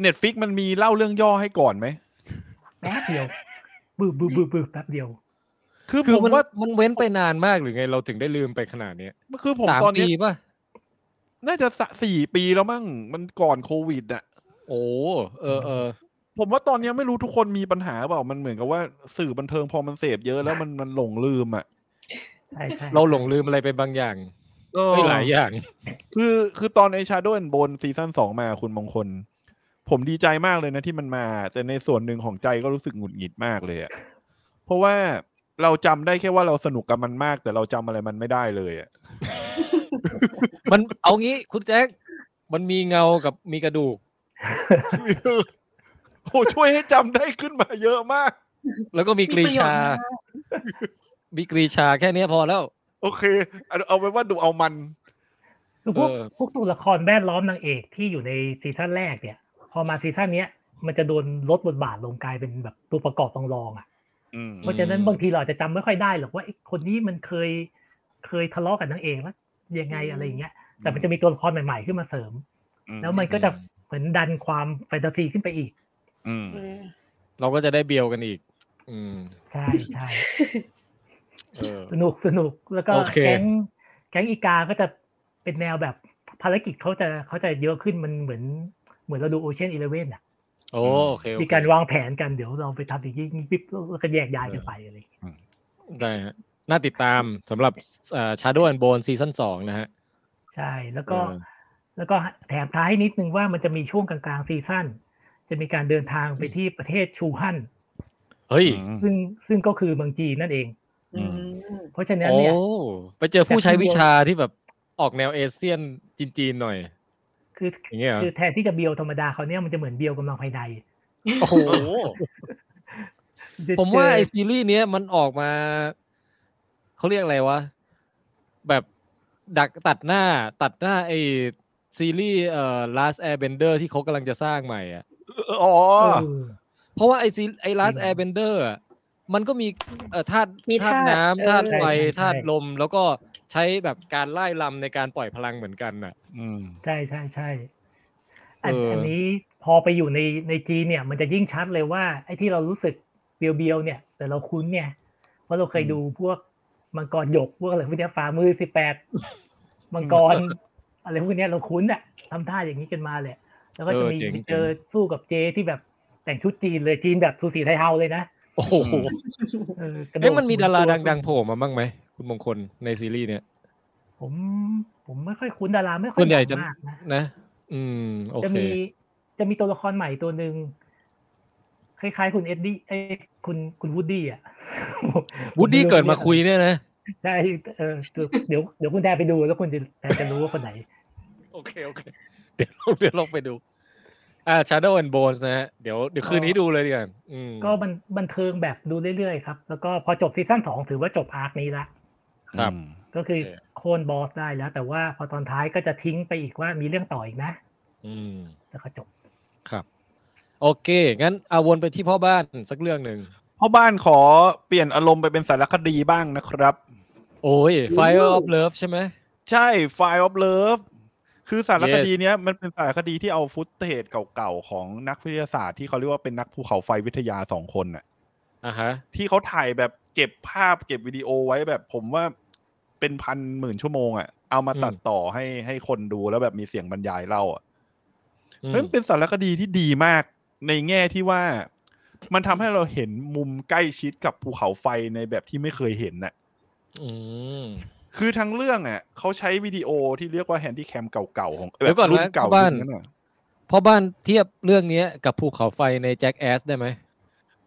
Speaker 3: เน็ตฟิกมันมีเล่าเรื่องย่อให้ก่อนไหม
Speaker 5: แป๊บเดียวบืบบืบบืบแป๊บเดียว
Speaker 3: คือ
Speaker 2: คือ
Speaker 3: ผม
Speaker 2: มัน
Speaker 3: ว่า
Speaker 2: มันเว้นไปนานมากหรือไงเราถึงได้ลืมไปขนาดเนี้ย
Speaker 3: คือผม
Speaker 2: สาม
Speaker 3: ตอน
Speaker 2: ปี
Speaker 3: เนี้ย
Speaker 2: ป่ะ
Speaker 3: น่าจะสะสี่ปีแล้วมั้งมันก่อนโควิดอ่ะ
Speaker 2: โอ้เออเออ
Speaker 3: ผมว่าตอนเนี้ยไม่รู้ทุกคนมีปัญหาเปล่ามันเหมือนกับว่าสื่อบันเทิงพอมันเสพเยอะ [LAUGHS] แล้วมันมันหลงลืมอ่ะ
Speaker 5: ใช่ใช่
Speaker 2: เราหลงลืมอะไรไปบางอย่าง
Speaker 3: เออ
Speaker 2: ไม่หลายอย่าง
Speaker 3: คือคือตอนไอชาโดนบนซีซั่นสองมาคุณมงคล ผมดีใจมากเลยนะที่มันมา แต่ในส่วนหนึ่งของใจก็รู้สึกหงุดหงิดมากเลยอะเพราะว่าเราจำได้แค่ว่าเราสนุกกับมันมาก แต่เราจำอะไรมันไม่ได้เลยอะ [LAUGHS]
Speaker 2: มันเอางี้คุณแจ็คมันมีเงากับมีกระดูก
Speaker 3: โอ้ช่วยให้จำได้ขึ้นมาเยอะมาก
Speaker 2: แล้วก็มีกรีชา มีกรีชาแค่เนี้ยพอแล้ว
Speaker 3: โอเคเอาเอาไว้ว่าดูเอามัน
Speaker 5: คือพวก
Speaker 2: เออ
Speaker 5: พวกตัวละครแวดล้อมนางเอกที่อยู่ในซีซั่นแรกเนี่ย พอมาซีซั่นเนี้ยมันจะโดนลดบทบาทลงกลายเป็นแบบตัวประกอบรองรองๆอ่ะ
Speaker 3: อืม
Speaker 5: เพราะฉะนั้นบางทีเราอาจจะจำไม่ค่อยได้หรอกว่าไอ้คนนี้มันเคยเคยทะเลาะกับนางเอกแล้วยังไงอะไรอย่างเงี้ย แต่มันจะมีตัวละครใหม่ๆขึ้นมาเสริม
Speaker 3: อืม
Speaker 5: แล้วมันก็จะเหมือนดันความแฟนตาซีขึ้นไปอีก
Speaker 3: อืม
Speaker 2: เราก็จะได้เบียวกันอีก อืม
Speaker 5: ใช่ใช่
Speaker 2: เออ
Speaker 5: สนุกสนุกแล้วก็
Speaker 2: โอเค
Speaker 5: แก๊งแก๊งอีกาก็จะเป็นแนวแบบภารกิจเขาจะเขาจะเยอะขึ้นมันเหมือนเหมือนเราดูโอเชียนอีเลเว่นอ่ะ
Speaker 2: โอ้โอเคโอเค
Speaker 5: มีการวางแผนกันเดี๋ยวเราไปทำอย่างนี้อย่างนี้ปิ๊บแล้วก็แยกย้ายกันไปอะไรอย่างเงี้ย
Speaker 2: ได้ฮะน่าติดตามสำหรับชาโด and Bone ซีซั่นสองนะฮะ
Speaker 5: ใช่แล้วก็
Speaker 2: เออ
Speaker 5: แล้วก็แถมท้ายนิดนึงว่ามันจะมีช่วงกลางๆซีซั่นจะมีการเดินทางไปที่ประเทศชูฮั่น
Speaker 2: เฮ้ย
Speaker 5: ซึ่งซึ่งก็คือเมืองจีนนั่นเอง เพราะฉะนั้น
Speaker 2: โอ้
Speaker 5: เนี่ย
Speaker 2: ไปเจอผู้ใช้วิชาที่แบบออกแนวเอเชียนจีนๆหน่อย
Speaker 5: คือ
Speaker 2: อย่างเงี้ยเหรอ
Speaker 5: คือแทนที่จะเบียวธรรมดาเขาวเนี่ยมันจะเหมือนเบียวกำลังภายใน
Speaker 2: โอ้โห
Speaker 5: จะ
Speaker 2: ผมว่า
Speaker 5: เจอ
Speaker 2: ไอซีรีส์เนี้ยมันออกมา เขาเรียกอะไรวะ แบบดักตัดหน้า ตัดหน้าไอซีรีส์เอ่อ last airbender ที่เขากำลังจะสร้างใหม่อ่ะ
Speaker 3: อ๋อ
Speaker 5: เออ
Speaker 2: เพราะว่าไอซีไอ last
Speaker 5: จริง
Speaker 2: airbender อะมันก็มีเอ่อธาตุ
Speaker 4: มี
Speaker 2: ธาตุ
Speaker 4: ธาตุ
Speaker 2: น้ำธาตุ
Speaker 4: เออ
Speaker 2: ไฟ
Speaker 5: ใช่ใช่
Speaker 2: ธาตุลม แล้วก็ใช้แบบการไล่ลำในการปล่อยพลังเหมือนกันน่ะ
Speaker 3: อืม
Speaker 5: ใช่ใช่ใช่อัน
Speaker 2: เอออั
Speaker 5: อันนี้พอไปอยู่ในในจีนเนี่ย มันจะยิ่งชัดเลยว่าไอ้ที่เรารู้สึกเบียวเบียวๆเนี่ย แต่เราคุ้นเนี่ยเพราะเราเคยดูพวกมังกรหยกพวกอะไรพวกเนี้ยฝ่ามือสิบแปดมังก
Speaker 2: [LAUGHS]
Speaker 5: ร อะไรพวกเนี้ยเราคุ้นอะทำท่าอย่างนี้กันมาเลยแล้วก็จะมี
Speaker 2: เออเจ๋ง
Speaker 5: ไปเจอสู้กับเจที่แบบแต่งชุดจีนเลยจีนแบบทูสีไทยเฮาเลยนะ
Speaker 2: โอ้โห
Speaker 3: อืม
Speaker 5: เออกระโดด
Speaker 2: เอ๊ะมันมีดารา
Speaker 5: ตัว
Speaker 2: ดังๆโผล่มาบ้างไหม คุณมงคลในซีรีส์เนี่ย
Speaker 5: ผม ผมไม่ค่อยคุ้นดาราไม่ค่อย
Speaker 2: ส่วนใหญ่จะ
Speaker 5: ดังมากนะ
Speaker 2: นะ อืม โอ
Speaker 5: จะ
Speaker 2: เค
Speaker 5: มีจะมีตัวละครใหม่ตัวหนึ่งคล้ายๆ คุณเอ็ดดี้เอ้ยคุณคุณวูดดี้อ่ะ [LAUGHS]
Speaker 2: วูดดี้เกิดมาคุยเนี่ยนะ
Speaker 5: ใช่เออเดี๋ยวเดี๋ยวเดี๋ยวคุณแดนไปดูแล้วคุณจะแดนจะรู้ว่าคนไหน
Speaker 2: โอเค โอเค เดี๋ยวเราเดี๋ยวลองไปดู อ่า Shadow and Bones นะฮะ เดี๋ยวเดี๋ยวคืนนี้ดูเลยดีกว่าอืม
Speaker 5: ก็บันบันเทิงแบบดูเรื่อยๆครับ แล้วก็พอจบซีซั่นสองถือว่าจบอาร์คนี้ละ
Speaker 2: ครับ
Speaker 5: ก็คือ
Speaker 2: โอเค
Speaker 5: โค่นบอสได้แล้ว แต่ว่าพอตอนท้ายก็จะทิ้งไปอีกว่ามีเรื่องต่ออีกนะ
Speaker 2: อืม
Speaker 5: แล้วก็จบ
Speaker 2: ครับ โอเค งั้นเอาวนไปที่พ่อบ้านสักเรื่องหนึ่ง
Speaker 3: พ่อบ้านขอเปลี่ยนอารมณ์ไปเป็นสารคดีบ้างนะครับ
Speaker 2: โอ้ย Fire of Love ใช่ไหม
Speaker 3: ใช่ File of Love คือสารคดีเนี้ยมันเป็นสารคดีที่เอาฟุตเทจเก่าๆ ของนักวิทยาศาสตร์ที่เขาเรียกว่าเป็นนักภูเขาไฟวิทยาสองคนน่ะ
Speaker 2: อ่ะฮะ
Speaker 3: ที่เขาถ่ายแบบเก็บภาพเก็บวิดีโอไว้แบบผมว่าเป็นพันหมื่นชั่วโมงอะ่ะเอามาตัดต่อให้ให้คนดูแล้วแบบมีเสียงบรรยายเล่าอ่ะ
Speaker 2: อืม
Speaker 3: เฮ้ยมันเป็นสารคดีที่ดีมากในแง่ที่ว่ามันทำให้เราเห็นมุมใกล้ชิดกับภูเขาไฟในแบบที่ไม่เคยเห็นน่ะ
Speaker 2: อืม
Speaker 3: คือทั้งเรื่องอ่ะเขาใช้วิดีโอที่เรียกว่าแฮนดี้แคมเก่าๆของ
Speaker 2: เดี๋ยวก่อน
Speaker 3: รุ่
Speaker 2: นะ
Speaker 3: นเก่า
Speaker 2: พ่อบ้าน
Speaker 3: รุ่นนั้นอะ
Speaker 2: พ่อบ้านเทียบเรื่องเนี้ยกับภูเขาไฟใน Jack Ass ได้ไหม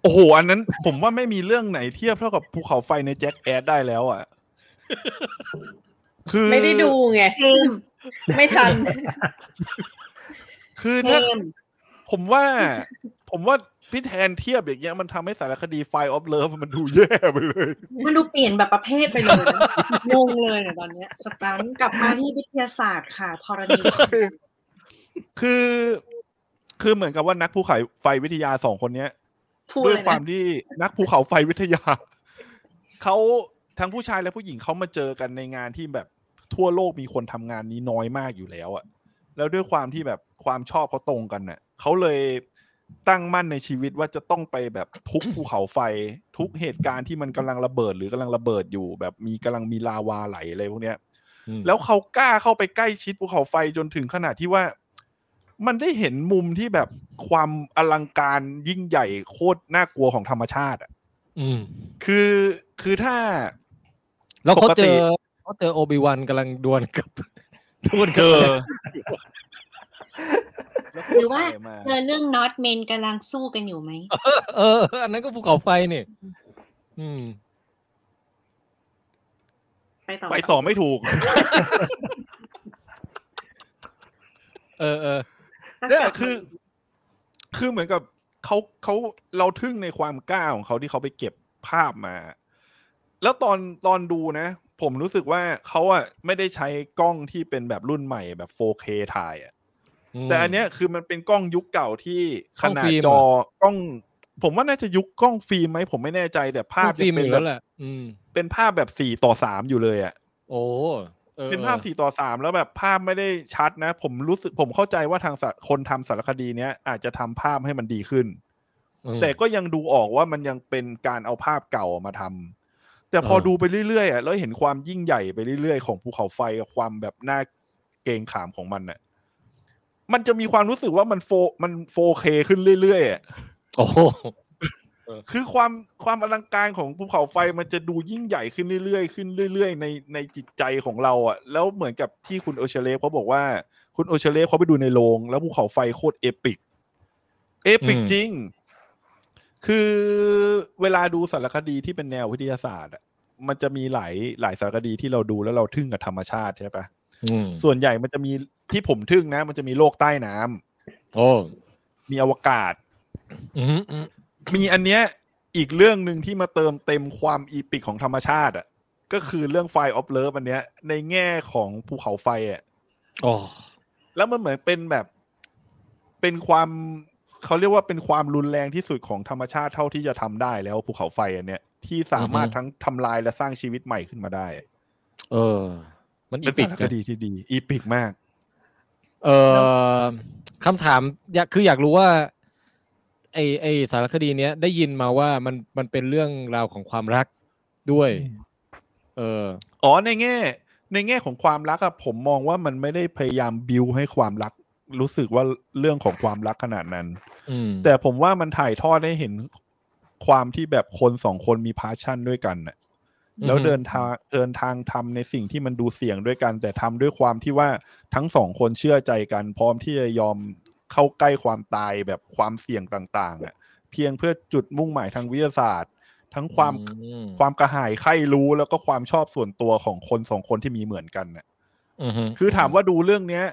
Speaker 3: โอ้โห อันนั้น ผมว่าไม่มีเรื่องไหนเทียบเท่ากับภูเขาไฟในแจ็คแอดได้แล้วอ่ะ [LAUGHS] คือ
Speaker 4: ไม่ได้ดูไง
Speaker 6: เกม
Speaker 4: ไม่ทัน
Speaker 3: คือ
Speaker 6: เก
Speaker 3: ถ้าม ผมว่า ผมว่าพี่แทนเทียบอย่างเงี้ยมันทำให้สารคดีไฟออฟเลิฟมันดูแย่ไปเลย
Speaker 6: มันดูเปลี่ยนแบบประเภทไปเลยนะงงเลยเนี่ยตอนเนี้ยสตันกลับมาที่วิทยาศาสตร์ค่ะธรณี
Speaker 3: คือ คือเหมือนกับว่านักภูเขาไฟวิทยาสองคนเนี้ย
Speaker 6: พูด
Speaker 3: ด้วย
Speaker 6: เลย
Speaker 3: ควา
Speaker 6: นะ
Speaker 3: มที่นักภูเขาไฟวิทยา [LAUGHS] เขาทั้งผู้ชายและผู้หญิงเขามาเจอกันในงานที่แบบทั่วโลกมีคนทำงานนี้น้อยมากอยู่แล้วอะแล้วด้วยความที่แบบความชอบเขาตรงกันน่ะเขาเลยตั้งมั่นในชีวิตว่าจะต้องไปแบบทุกภูเขาไฟ ทุกเหตุการณ์ที่มันกำลังระเบิดหรือกำลังระเบิดอยู่ แบบมีกำลังมีลาวาไหลอะไรพวกเนี้ย
Speaker 2: อืม
Speaker 3: แล้วเขากล้าเข้าไปใกล้ชิดภูเขาไฟจนถึงขนาดที่ว่า มันได้เห็นมุมที่แบบความอลังการยิ่งใหญ่โคตรน่ากลัวของธรรมชาติอ่ะ
Speaker 2: อืม
Speaker 3: คือคือถ้า
Speaker 2: แล้วเขาเจอก
Speaker 3: ปติ
Speaker 2: เขาเจอโอบิวันกำลังดวลกับ [LAUGHS] ดวลก
Speaker 3: เจ
Speaker 2: ับ
Speaker 3: อ
Speaker 6: หรือว่า
Speaker 3: แล้วก็ถ่ยม
Speaker 6: เจอเรื่องนอตเมนกำลังสู้กันอยู่ไหม
Speaker 2: เออ อันนั้นก็ภูเขาไฟนี่อืม
Speaker 6: ไปต่อ
Speaker 3: ไปต่อไม่ถูก
Speaker 2: เออเออ
Speaker 3: เนี่ยคือ คือเหมือนกับเขาเขาเราทึ่งในความกล้าของเขาที่เขาไปเก็บภาพมา แล้วตอนตอนดูนะ ผมรู้สึกว่าเขาอะไม่ได้ใช้กล้องที่เป็นแบบรุ่นใหม่แบบ 4K ถ่ายอะ
Speaker 2: ม
Speaker 3: แต่อันเนี้ยคือมันเป็นกล้องยุคเก่าที่ขนาด
Speaker 2: กล้องฟิล์มเหร
Speaker 3: จอ
Speaker 2: อ
Speaker 3: กล้อง ผมว่าน่าจะยุคกล้องฟิล์มไหมผมไม่แน่ใจแต่ภาพ
Speaker 2: ฟิล์ม
Speaker 3: เป็
Speaker 2: อน ยู่
Speaker 3: แบ
Speaker 2: แล้ว
Speaker 3: บ
Speaker 2: แหละ อืม
Speaker 3: เป็นภาพแบบสี่ต่อสามอยู่เลยอะ
Speaker 2: โอ้ออ
Speaker 3: เป็นภาพสี่ต่อสามแล้วแบบภาพไม่ได้ชัดนะ ผมรู้สึกผมเข้าใจว่าทางสะคนทำสารคดีเนี้ยอาจจะทำภาพให้มันดีขึ้น
Speaker 2: อืม
Speaker 3: แต่ก็ยังดูออกว่ามันยังเป็นการเอาภาพเก่ามาทำแต่พอ
Speaker 2: เออ
Speaker 3: ดูไปเรื่อยๆอ่ะแล้วเห็นความยิ่งใหญ่ไปเรื่อยๆ ของภูเขาไฟกับความแบบน่าเกรงขามของมันน่ะมันจะมีความรู้สึกว่ามันโฟมันโฟเคขึ้นเรื่อยๆอ่ะ
Speaker 2: โอ้โห
Speaker 3: คือความความอลังการของภูเขาไฟมันจะดูยิ่งใหญ่ขึ้นเรื่อยๆขึ้นเรื่อยๆ ในในจิตใจของเราอ่ะ แล้วเหมือนกับที่คุณโอเชเลฟเขาบอกว่า คุณโอเชเลฟเขาไปดูในโรงแล้วภูเขาไฟโคตรเอปิก เอปิก
Speaker 2: อืม
Speaker 3: จริง คือเวลาดูสารคดีที่เป็นแนววิทยาศาสตร์อะมันจะมีหลายหลายสารคดีที่เราดูแล้วเราทึ่งกับธรรมชาติใช่ปะ
Speaker 2: อืม
Speaker 3: ส่วนใหญ่มันจะมีที่ผมทึ่งนะ มันจะมีโลกใต้น้ำ
Speaker 2: โอ้
Speaker 3: มีอวกาศ
Speaker 2: อืมอืม
Speaker 3: มีอันเนี้ยอีกเรื่องหนึ่งที่มาเติมเต็มความอีปิกของธรรมชาติอ่ะก็คือเรื่องไฟออฟเลิฟอันเนี้ย ในแง่ของภูเขาไฟอ่ะ
Speaker 2: โอ้
Speaker 3: แล้วมันเหมือนเป็นแบบ เป็นความเขาเรียกว่าเป็นความรุนแรงที่สุดของธรรมชาติเท่าที่จะทำได้แล้วภูเขาไฟอันเนี้ยที่สามารถ
Speaker 2: อือฮึ
Speaker 3: ทั้งทำลายและสร้างชีวิตใหม่ขึ้นมาได้
Speaker 2: เออ มันอี
Speaker 3: เป็น
Speaker 2: ปิ
Speaker 3: สาก รค
Speaker 2: นะ
Speaker 3: ดีที่ดี อีปิกมาก
Speaker 2: เออคำถามอยากคืออยากรู้ว่า ไอไอสารคดีเนี้ยได้ยินมาว่ามันมันเป็นเรื่องราวของความรักด้วย เออ
Speaker 3: อ๋อในแง่ ในแง่ของความรักอะผมมองว่ามันไม่ได้พยายามบิวให้ความรัก รู้สึกว่าเรื่องของความรักขนาดนั้น
Speaker 2: อืม
Speaker 3: แต่ผมว่ามันถ่ายทอดให้เห็นความที่แบบคนสองคนมีพาชั่นด้วยกันน่ะแล้วเดินทางเดินทางทำในสิ่งที่มันดูเสี่ยงด้วยกัน แต่ทำด้วยความที่ว่าทั้งสองคนเชื่อใจกัน พร้อมที่จะยอมเข้าใกล้ความตายแบบความเสี่ยงต่างๆอ่ะเพียงเพื่อจุดมุ่งหมายทางวิทยาศาสตร์ ทั้งความ
Speaker 2: อืม
Speaker 3: ความกระหายใคร่รู้แล้วก็ความชอบส่วนตัวของคนสองคนที่มีเหมือนกันน่ะ
Speaker 2: อือฮึ
Speaker 3: คือถามว่าดูเรื่องเนี้ย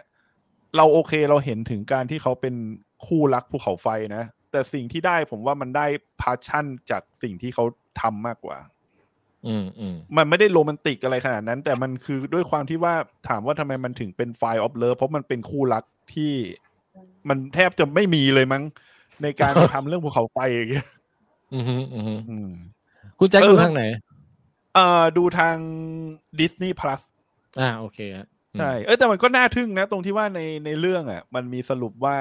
Speaker 3: เราโอเคเราเห็นถึงการที่เขาเป็นคู่รักภูเขาไฟนะ แต่สิ่งที่ได้ผมว่ามันได้พาชั่นจากสิ่งที่เขาทำมากกว่า
Speaker 2: อืมอืม
Speaker 3: มันไม่ได้โรแมนติกอะไรขนาดนั้น แต่มันคือด้วยความที่ว่าถามว่าทำไมมันถึงเป็นไฟออฟเลิฟเพราะมันเป็นคู่รักที่มันแทบจะไม่มีเลยมั้ง ใน [LAUGHS] การไปทำเรื่องภูเขาไฟอย่างเงี้ย
Speaker 2: อืมอืม
Speaker 3: อืม
Speaker 2: คุณแจ็ค
Speaker 3: เออ
Speaker 2: ดูทางไหน
Speaker 3: เอ่อดูทาง Disney Plus
Speaker 2: อ่าโอเคฮะ
Speaker 3: ใช่ เอยแต่มันก็น่าทึ่งนะ ตรงที่ว่าในในเรื่องอ่ะ มันมีสรุปว่า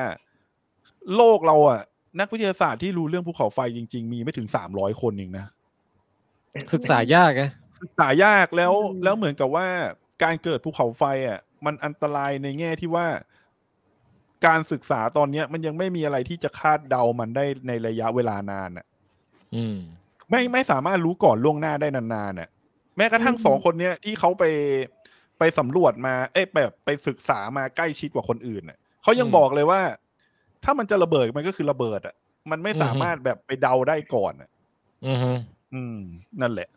Speaker 3: โลกเราอ่ะ นักวิทยาศาสตร์ที่รู้เรื่องภูเขาไฟจริง ๆ มีไม่ถึงสามร้อยคนเองนะ
Speaker 2: ศึกษายากนะ
Speaker 3: ศึกษายากแล้วแล้วเหมือนกับว่า การเกิดภูเขาไฟอ่ะ มันอันตรายในแง่ที่ว่า การศึกษาตอนเนี้ย มันยังไม่มีอะไรที่จะคาดเดามันได้ในระยะเวลานานอ่ะ
Speaker 2: อืม
Speaker 3: ไม่ไม่สามารถรู้ก่อนล่วงหน้าได้นานๆน่ะ แม้กระทั่ง
Speaker 6: อืม
Speaker 3: สองคนเนี้ยที่เขาไปไปสำรวจมา เอ้ยแบบไปศึกษามาใกล้ชิดกว่าคนอื่นน่ะเขายัง
Speaker 2: อืม
Speaker 3: บอกเลยว่า ถ้ามันจะระเบิดมันก็คือระเบิดอ่ะ มันไม่
Speaker 2: อือฮึ
Speaker 3: สามารถแบบไปเดาได้ก่อนอ่ะ
Speaker 2: อืม
Speaker 3: อืม นั่นแหละ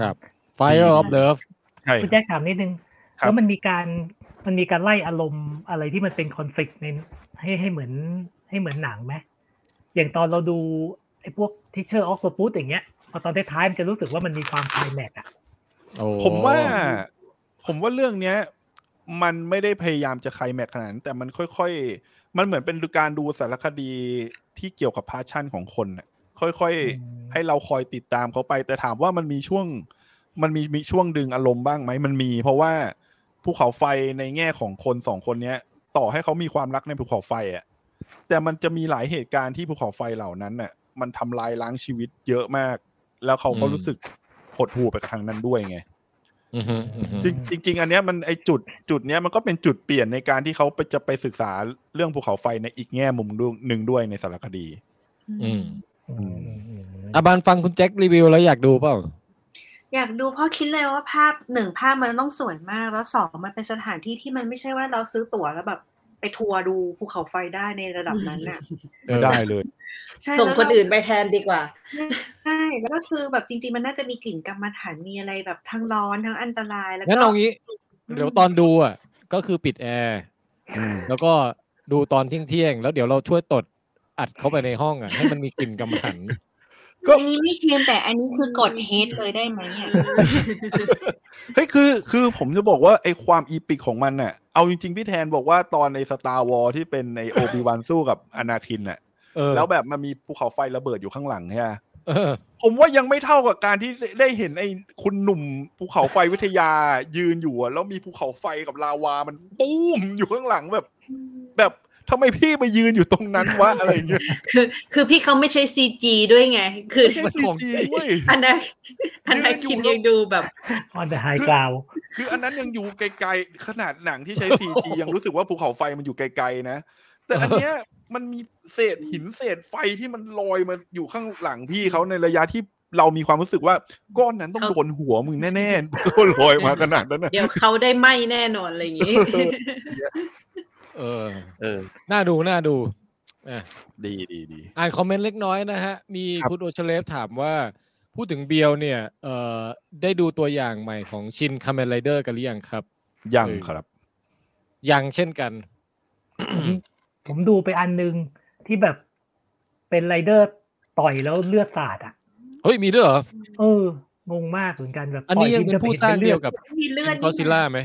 Speaker 2: ครับ Fire of Love
Speaker 3: ใช่
Speaker 5: คุณแจ็คถามนิดนึง
Speaker 3: ครับ
Speaker 5: แล้วมันมีการมันมีการไล่อารมณ์อะไรที่มันเป็นคอน FLICT ในให้ให้เหมือนให้เหมือนหนังไหมอย่างตอนเราดูไอ้พวกทิเชอร์ออกซ์ปูตอย่างเงี้ยพอตอนท้ายๆมันจะรู้สึกว่ามันมีความไคลแม็กซ์อะ
Speaker 2: โอ้
Speaker 3: ผมว่า ผมว่าเรื่องเนี้ย มันไม่ได้พยายามจะไคลแม็กซ์ขนาดนั้นแต่มันค่อยๆ มันเหมือนเป็นการดูสารคดีที่เกี่ยวกับพาชั่นของคนน่ะค่อยๆ ให้เราคอยติดตามเขาไป แต่ถามว่ามันมีช่วง มันมีมีช่วงดึงอารมณ์บ้างไหมมันมี เพราะว่าภูเขาไฟในแง่ของคนสองคนเนี้ย ต่อให้เขามีความรักในภูเขาไฟอะแต่มันจะมีหลายเหตุการณ์ที่ภูเขาไฟเหล่านั้นน่ะ มันทำลายล้างชีวิตเยอะมาก แล้วเขาก็
Speaker 2: อืม
Speaker 3: รู้สึกหดหู่ไปกับทางนั้นด้วยไง
Speaker 2: อือฮึอือฮึ
Speaker 3: จริงจริง ๆ อันเนี้ยมันไอจุดจุดเนี้ยมันก็เป็นจุดเปลี่ยนในการที่เขาไปจะไปศึกษาเรื่องภูเขาไฟในอีกแง่มุมดูหนึ่งด้วยในสารคดี
Speaker 2: อืม
Speaker 5: อืมอืมอืม
Speaker 2: อาบานฟังคุณแจ็ครีวิวแล้วอยากดูเปล่า
Speaker 6: อยากดูเพราะคิดเลยว่าภาพหนึ่งภาพมันต้องสวยมาก แล้วสองมันเป็นสถานที่ที่มันไม่ใช่ว่าเราซื้อตั๋วแล้วแบบ ไปทัวร์ดูภูเขาไฟได้ในระดับนั้นน่ะ
Speaker 3: ไม่ได้เลย
Speaker 6: ใช่
Speaker 4: ส่ง
Speaker 6: แล้ว
Speaker 4: คนอื่นไปแทนดีกว่า
Speaker 6: ใช่แล้วก็คือแบบจริง ๆ มันน่าจะมีกลิ่นกรรมฐานมีอะไรแบบทั้งร้อนทั้งอันตรายแล้วก็
Speaker 2: งั้นเอางี้ เดี๋ยวตอนดูอ่ะ ก็คือปิดแอร์ แล้วก็ดูตอนเที่ยงๆ แล้วเดี๋ยวเราช่วยตดอัดเข้าไปในห้อง
Speaker 3: [LAUGHS]
Speaker 2: อ่ะ ให้มันมีกลิ่นกำหัน
Speaker 3: ก็
Speaker 6: อันนี้ไม่เทียมแต่อันนี้คือกดเฮดเลยได้ไหมอะ
Speaker 3: เฮ้ยคือคือผมจะบอกว่าไอความอีปิกของมันน่ะเอาจริงๆ พี่แทนบอกว่าตอนในสตาร์วอลที่เป็นในโอบิวันสู้กับอนาคินน่ะ
Speaker 2: เออ
Speaker 3: แล้วแบบมันมีภูเขาไฟระเบิดอยู่ข้างหลังใช่ไหม
Speaker 2: เออ
Speaker 3: ผมว่ายังไม่เท่ากับการที่ได้ได้เห็นไอ้คุณหนุ่มภูเขาไฟวิทยายืนอยู่อะแล้วมีภูเขาไฟกับลาวามันบูมอยู่ข้างหลังแบบ แบบทำไมพี่ไปยืนอยู่ตรงนั้นวะอะไรอย่างเงี้ย
Speaker 4: คือคือพี่เขาไม่ใช่ซีจีด้วยไง คือ
Speaker 3: ไม่ใช่จริงๆเว้ย
Speaker 4: อัน [LAUGHS] นั้นอันนั้น
Speaker 3: ยืนอยู่
Speaker 4: คินยังดูแบบ
Speaker 5: ออนเดอะไฮกราว
Speaker 3: คืออันนั้นยังอยู่ไกลๆ ขนาดหนังที่ใช้ CG ยังรู้สึกว่าภูเขาไฟมันอยู่ไกลๆนะ แต่อันเนี้ยมันมีเศษหินเศษไฟที่มันลอยมาอยู่ข้างหลังพี่เขาในระยะที่เรามีความรู้สึกว่าก้อนนั้นต้อง
Speaker 4: เขา
Speaker 3: โดนหัวมึงแน่ๆ [LAUGHS] ก็ลอยมาขนาดนั้นนะ
Speaker 4: เดี๋ยวเขาได้ไหมแน่นอนอะไรอย่างนี้
Speaker 2: เออ
Speaker 1: เออ
Speaker 2: น่าดู น่าดู
Speaker 1: ดีดีดี
Speaker 2: อ่านคอมเมนต์เล็กน้อยนะฮะ มี
Speaker 1: ครับ
Speaker 2: คุณโอเชเลฟถามว่า พูดถึงเบียวเนี่ย เอ่อ ได้ดูตัวอย่างใหม่ของชินคาเมนไรเดอร์กันหรือยังครับ
Speaker 3: ยังครับ [LAUGHS]
Speaker 2: ยังเช่นกัน
Speaker 5: ผมดูไปอันนึงที่แบบเป็นไรเดอร์ต่อยแล้วเลือดสาดอ่ะ
Speaker 2: เฮ้ย มีด้วยเหรอ
Speaker 5: เอองงมากเหมือนกันแบบ
Speaker 2: อันนี้ยังเป็นผู้สร้างเดียวกับ
Speaker 6: มีเลือด
Speaker 2: ก็ซิล่าไหม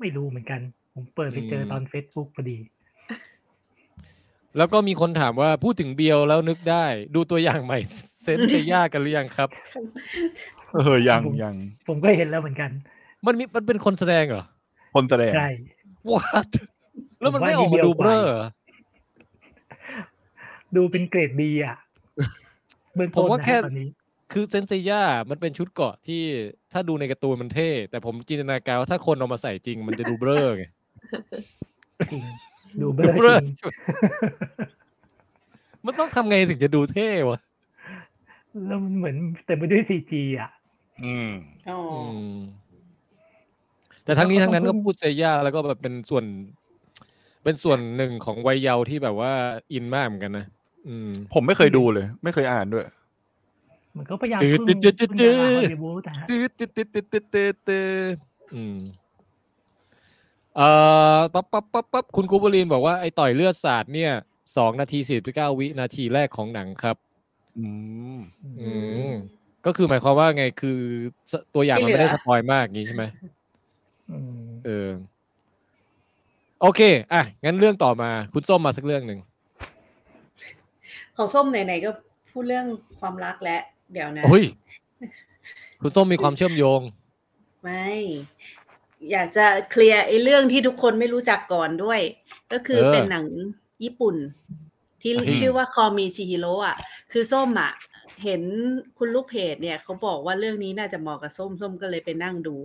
Speaker 5: ไม่รู้เหมือนกัน ผมเปิดไปเจอตอน Facebook พอดี
Speaker 2: แล้วก็มีคนถามว่าพูดถึงเบียวแล้วนึกได้ ดูตัวอย่างใหม่ [LAUGHS] เซนเซย่ากันหรือยังครับ
Speaker 3: เออ
Speaker 4: [LAUGHS]
Speaker 3: ยังยัง
Speaker 5: ผมก็เห็นแล้วเหมือนกัน
Speaker 2: มันมีมันเป็นคนแสดงเหรอ
Speaker 3: คนแสดง
Speaker 5: ใช่
Speaker 2: what แล้วมันไม่ออก
Speaker 5: ผมว่า
Speaker 2: มา
Speaker 5: นี่เบียว
Speaker 2: ดู
Speaker 5: ก
Speaker 2: เบ
Speaker 5: ว่า
Speaker 2: ลอเหรอ
Speaker 5: ดูเป็นเกรดดี
Speaker 2: [LAUGHS]
Speaker 5: อ่ะเบื้อง
Speaker 2: ผม
Speaker 5: ต้น
Speaker 2: ว่า
Speaker 5: นะ
Speaker 2: แค่
Speaker 5: ตอนนี้
Speaker 2: [LAUGHS] คือเซนเซย่ามันเป็นชุดเกาะที่ถ้าดูในการ์ตูนมันเท่ แต่ผมจินตนาการว่าถ้าคนเอามาใส่จริง มันจะดูเบลอไง
Speaker 5: จริง ดู [LAUGHS] เบล
Speaker 2: ดู
Speaker 5: อ
Speaker 2: เบลอ
Speaker 5: จริง
Speaker 2: ใช่ไหมมันต้องทำไงถึงจะดูเท่วะ
Speaker 5: แล้วมันเหมือนแต่ไม่ด้วยซีจีอ่ะ
Speaker 3: อืม
Speaker 4: อ๋อ
Speaker 2: อืมแต่ทั้งนี้ทั้งนั้นก็พูดเซย่าแล้วก็แบบเป็นส่วน เป็นส่วนหนึ่งของวัยเยาว์ที่แบบว่าอินมากเหมือนกันนะอืม
Speaker 3: ผมไม่เคยดูเลย ไม่เคยอ่านด้วย
Speaker 5: มันก็พยายาม
Speaker 2: จืด
Speaker 5: พึ่ง
Speaker 2: จืดจืดจืด
Speaker 5: พึ่งดาราฮอลลีวูดนะฮะ
Speaker 2: ตืดตืดตืดตืดตืดตืดตืดอืมเอ่อปั๊บปั๊บปั๊บปั๊บคุณกูบลีนบอกว่าไอ้ต่อยเลือดสาดเนี่ยสองนาทีสี่สิบเก้าวินาทีแรกของหนังครับ
Speaker 3: อืม
Speaker 2: อืม ก็คือหมายความว่าไงคือสตัวอย่างมันไม่ได้สปอยมากอย่างนี้ใช่ไหม
Speaker 5: อืม
Speaker 2: เออ โอเค อ่ะ งั้นเรื่องต่อมา คุณส้มมาสักเรื่องหนึ่ง
Speaker 4: ของส้มไหนๆก็พูดเรื่องความรักและเดี๋ยวนะ
Speaker 2: เฮ้ย คุณส้มมีความเชื่อมโยง
Speaker 4: ไม่ อยากจะเคลียร์ไอ้เรื่องที่ทุกคนไม่รู้จักก่อนด้วย ก็คือ
Speaker 2: เออ
Speaker 4: เป็นหนังญี่ปุ่น ที่
Speaker 2: อืม
Speaker 4: ชื่อว่าคอมีชิฮิโร่อะคือส้มอะเห็นคุณลูกเพจเนี่ย เขาบอกว่าเรื่องนี้น่าจะเหมาะกับส้มส้มก็เลยไปนั่งดู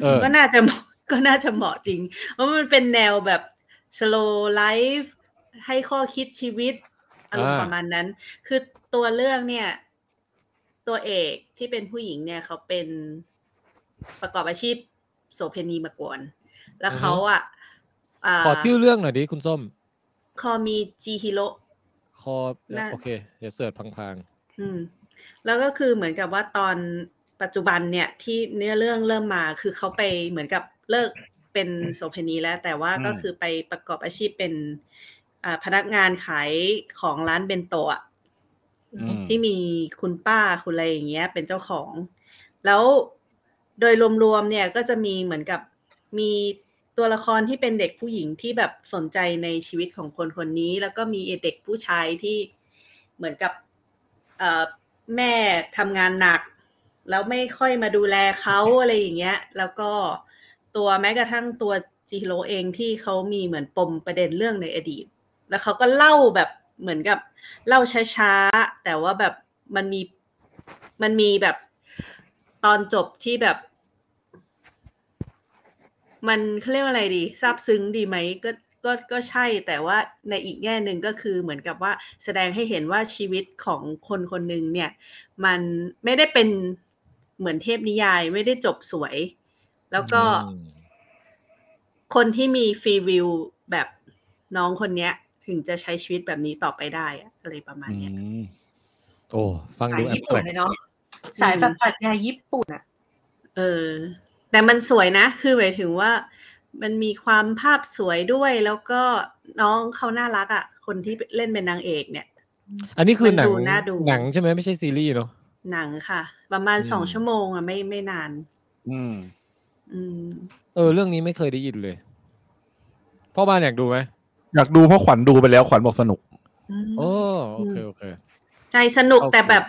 Speaker 2: เออ
Speaker 4: ก็น่าจะเหมาะ [LAUGHS] ก็น่าจะเหมาะจริง เพราะมันเป็นแนวแบบ slow life ให้ข้อคิดชีวิตอารมณ์
Speaker 2: อ่า
Speaker 4: ประมาณนั้น คือตัวเรื่องเนี่ย ตัวเอกที่เป็นผู้หญิงเนี่ย เขาเป็นประกอบอาชีพโสเพณีมาก่อน แล้วเขาอ่ะอ่า
Speaker 2: ขอชื่อเรื่องหน่อยดิคุณส้ม
Speaker 4: คอมีจีฮิโร่
Speaker 2: คอ
Speaker 4: น่า
Speaker 2: โอเค เดี๋ยวเสิร์ชพัง
Speaker 4: อืมแล้วก็คือเหมือนกับว่าตอนปัจจุบันเนี่ยที่เนื้อเรื่องเริ่มมาคือเขาไปเหมือนกับเลิกเป็นโสเภณีแล้ว แต่ว่าก็
Speaker 3: อืม
Speaker 4: คือไปประกอบอาชีพเป็นอ่าพนักงานขายของร้านเบนโตะอะ
Speaker 3: อืม
Speaker 4: ที่มีคุณป้าคุณอะไรอย่างเงี้ย เป็นเจ้าของ แล้วโดยรวมๆเนี่ยก็จะมีเหมือนกับมีตัวละครที่เป็นเด็กผู้หญิงที่แบบสนใจในชีวิตของคนคนนี้ แล้วก็มีเด็กผู้ชายที่เหมือนกับเอ่อแม่ทำงานหนัก แล้วไม่ค่อยมาดูแลเขาอะไรอย่างเงี้ย แล้วก็ตัวแม้กระทั่งตัวจิฮิโรเองที่เขามีเหมือนปมประเด็นเรื่องในอดีต แล้วเขาก็เล่าแบบเหมือนกับเล่าช้าๆ แต่ว่าแบบมันมีมันมีแบบตอนจบที่แบบ มันเขาเรียกว่าอะไรดีซาบซึ้งดีไหมก็ก็ก็ใช่แต่ว่าในอีกแง่หนึ่งก็คือเหมือนกับว่าแสดงให้เห็นว่าชีวิตของคนคนหนึ่งเนี่ย มันไม่ได้เป็นเหมือนเทพนิยายไม่ได้จบสวย แล้วก็
Speaker 2: อืม
Speaker 4: คนที่มีฟรีวิวแบบน้องคนเนี้ย ถึงจะใช้ชีวิตแบบนี้ต่อไปได้อะอะไรประมาณ
Speaker 2: อื
Speaker 4: เนี้ย
Speaker 2: มโอ้ฟัง
Speaker 6: สา
Speaker 2: ดู
Speaker 6: ย
Speaker 2: แอ
Speaker 6: ญี่
Speaker 2: บ
Speaker 6: ปุ่
Speaker 2: แฝ
Speaker 6: น
Speaker 2: ง
Speaker 6: เลยเนาะสายแบบปรัชญาญี่ปุ่นอ่ะ
Speaker 4: เออ แต่มันสวยนะ คือหมายถึงว่า มันมีความภาพสวยด้วยแล้วก็น้องเขาน่ารักอะ่ะ คนที่เล่นเป็นนางเอกเนี่ย
Speaker 2: อันนี้คือหนัง
Speaker 4: มันดูน่าดู
Speaker 2: หนังใช่ไหมไม่ใช่ซีรีส์เนาะ
Speaker 4: หนังค่ะ ประมาณ
Speaker 2: อืม
Speaker 4: สองชั่วโมงอะ่ะไม่ไม่นาน
Speaker 3: อืม
Speaker 4: อืม
Speaker 2: เออเรื่องนี้ไม่เคยได้ยินเลย พ่อบ้านอยากดูไหม
Speaker 3: อยากดูเพราะขวัญดูไปแล้วขวัญบอกสนุก
Speaker 2: โอ้โอเคโอเค
Speaker 4: ใจสนุก
Speaker 2: โอเค
Speaker 4: แต่แบบ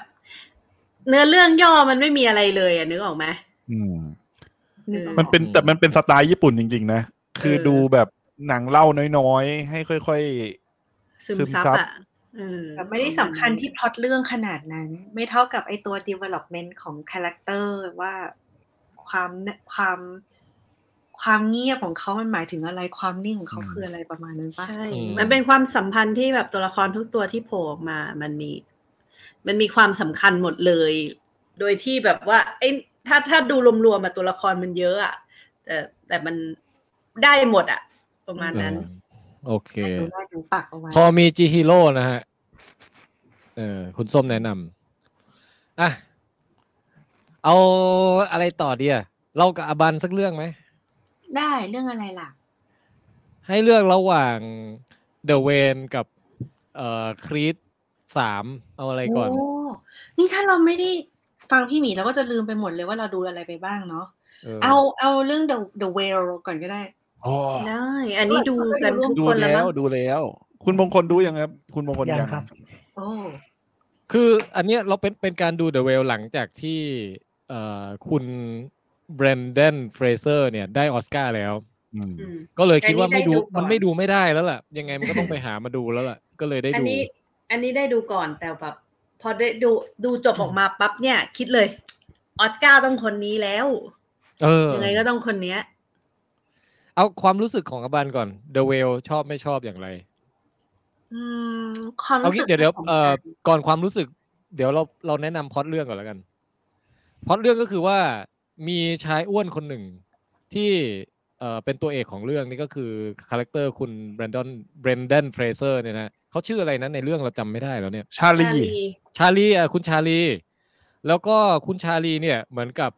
Speaker 4: เนื้อเรื่องย่อมันไม่มีอะไรเลยอะ่ะนึกออกไหม
Speaker 3: อืม
Speaker 4: เออ
Speaker 3: มันเป็น
Speaker 2: อืม
Speaker 3: แต่มันเป็นสไตล์ญี่ปุ่นจริง ๆ นะ คือ
Speaker 4: เออ
Speaker 3: ดูแบบหนังเล่าน้อยๆ ให้ค่อย
Speaker 4: ซึม
Speaker 3: ซึมซั
Speaker 4: ซั
Speaker 3: บ
Speaker 4: บอะ่ะเออ
Speaker 6: แบบไม่ได้สำคัญที่พล็อตเรื่องขนาดนั้น ไม่เท่ากับไอตัว development ของคาแรคเตอร์ว่าความความความเงียบของเขามันหมายถึงอะไรความนิ่งของเขาคืออะไรประมาณนั้นปะ
Speaker 4: ใช่
Speaker 2: อืม
Speaker 4: มันเป็นความสัมพันธ์ที่แบบตัวละครทุกตัวที่โผล่ออกมา มันมี มันมีความสำคัญหมดเลย โดยที่แบบว่าไอ้ยถ้าถ้าดูรวมๆมาตัวละครมันเยอะอะแต่แต่มันได้หมดอะประมาณนั้น
Speaker 2: เออโอเค
Speaker 6: ดูหน้าดูปากเอาไว้
Speaker 2: พอมีจีฮีโร่นะฮะ เออ คุณส้มแนะนำอ่ะ เอาอะไรต่อดีอะเรากับอบันสักเรื่องไหม
Speaker 6: ได้เรื่องอะไรล่ะ
Speaker 2: ให้เลือกระหว่างเดอะเวนกับ เอ่อครีดสามเอาอะไรก่อน
Speaker 6: โอ้นี่ถ้าเราไม่ได้ฟังพี่หมีเราก็จะลืมไปหมดเลยว่าเราดูอะไรไปบ้างเนาะ
Speaker 2: เออ
Speaker 6: เอาเอาเรื่อง the the whale ก่อนก็ได้
Speaker 3: ๆอ๋อ
Speaker 4: ได้ อันนี้ดูกันทุก
Speaker 3: ดู
Speaker 4: คนแล้ว
Speaker 3: แล้
Speaker 4: มั้
Speaker 3: ว
Speaker 4: ง
Speaker 3: ดูแล้ว คุณมงคลดูยังครับ คุณมงคล
Speaker 5: ยัง
Speaker 3: ยัง
Speaker 5: ครับ
Speaker 6: โอ้
Speaker 2: คืออันเนี้ยเราเป็นเป็นการดูเดอะเวลหลังจากที่ เอ่อ คุณแบรนเดนเฟรเซอร์เนี่ยได้ออสการ์แล้ว
Speaker 3: อืม
Speaker 4: อืม
Speaker 2: ก็เลยคิดว่า
Speaker 4: อันนี้
Speaker 2: ไม่ดู
Speaker 4: ได้ดูก่อน
Speaker 2: มันไม่ดูไม่ได้แล้วล่ะ ยังไงมันก็ต้องไปหามาดูแล้วล่ะ ก็เลยได้
Speaker 4: อัน
Speaker 2: ดู
Speaker 4: นี้ อันนี้ได้ดูก่อนแต่แบบพอได้ดูดูจบออกมาปั๊บเนี่ย คิดเลยออสการ์ต้องคนนี้แล้ว
Speaker 2: เออ
Speaker 4: ยังไงก็ต้องคนเนี้ย
Speaker 2: เอาความรู้สึกของอบันก่อน The Whale ชอบไม่ชอบอย่างไร
Speaker 6: อืมความ
Speaker 2: เอา
Speaker 6: รู้สึ
Speaker 2: งี้
Speaker 6: ก
Speaker 2: เดี๋ยวเดี๋ยว
Speaker 6: ผสม
Speaker 2: เอ่อ
Speaker 6: กัน
Speaker 2: ก่อนความรู้สึก เดี๋ยวเราเราแนะนำพล็อดเรื่องก่อนแล้วกันพล็อดเรื่องก็คือว่ามีชายอ้วนคนหนึ่งที่เอ่อเป็นตัวเอกของเรื่องนี่ก็คือคาแรคเตอร์คุณแบรนดอนแบรนดนเฟรเซอร์เนี่ยนะเขาชื่ออะไรนะในเรื่องเราจำไม่ได้แล้วเนี่ย
Speaker 3: ชาลี
Speaker 2: ชาลีอ่ะคุณชาลี แล้วก็คุณชาลีเนี่ยเหมือนกับ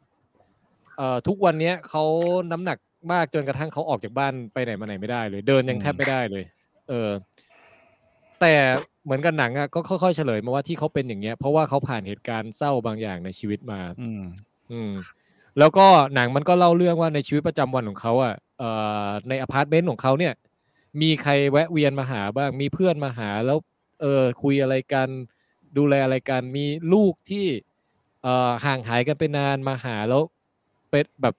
Speaker 2: เอ่อทุกวันเนี้ยเขาน้ำหนักมากจนกระทั่งเขาออกจากบ้านไปไหนมาไหนไม่ได้เลย เดินยัง
Speaker 3: อืม
Speaker 2: แทบไม่ได้เลย เออ แต่เหมือนกันหนังอ่ะก็ค่อยๆเฉลยมาว่าที่เขาเป็นอย่างเงี้ยเพราะว่าเขาผ่านเหตุการณ์เศร้าบางอย่างในชีวิตมา
Speaker 3: อืม
Speaker 2: อืมแล้วก็หนังมันก็เล่าเรื่องว่าในชีวิตประจำวันของเขาอ่ะเอ่อในอพาร์ตเมนต์ของเขาเนี่ย มีใครแวะเวียนมาหาบ้าง มีเพื่อนมาหาแล้วเออคุยอะไรกัน ดูแลอะไรกัน มีลูกที่เอ่อห่างหายกันไปนานมาหาแล้วเป็นแบบ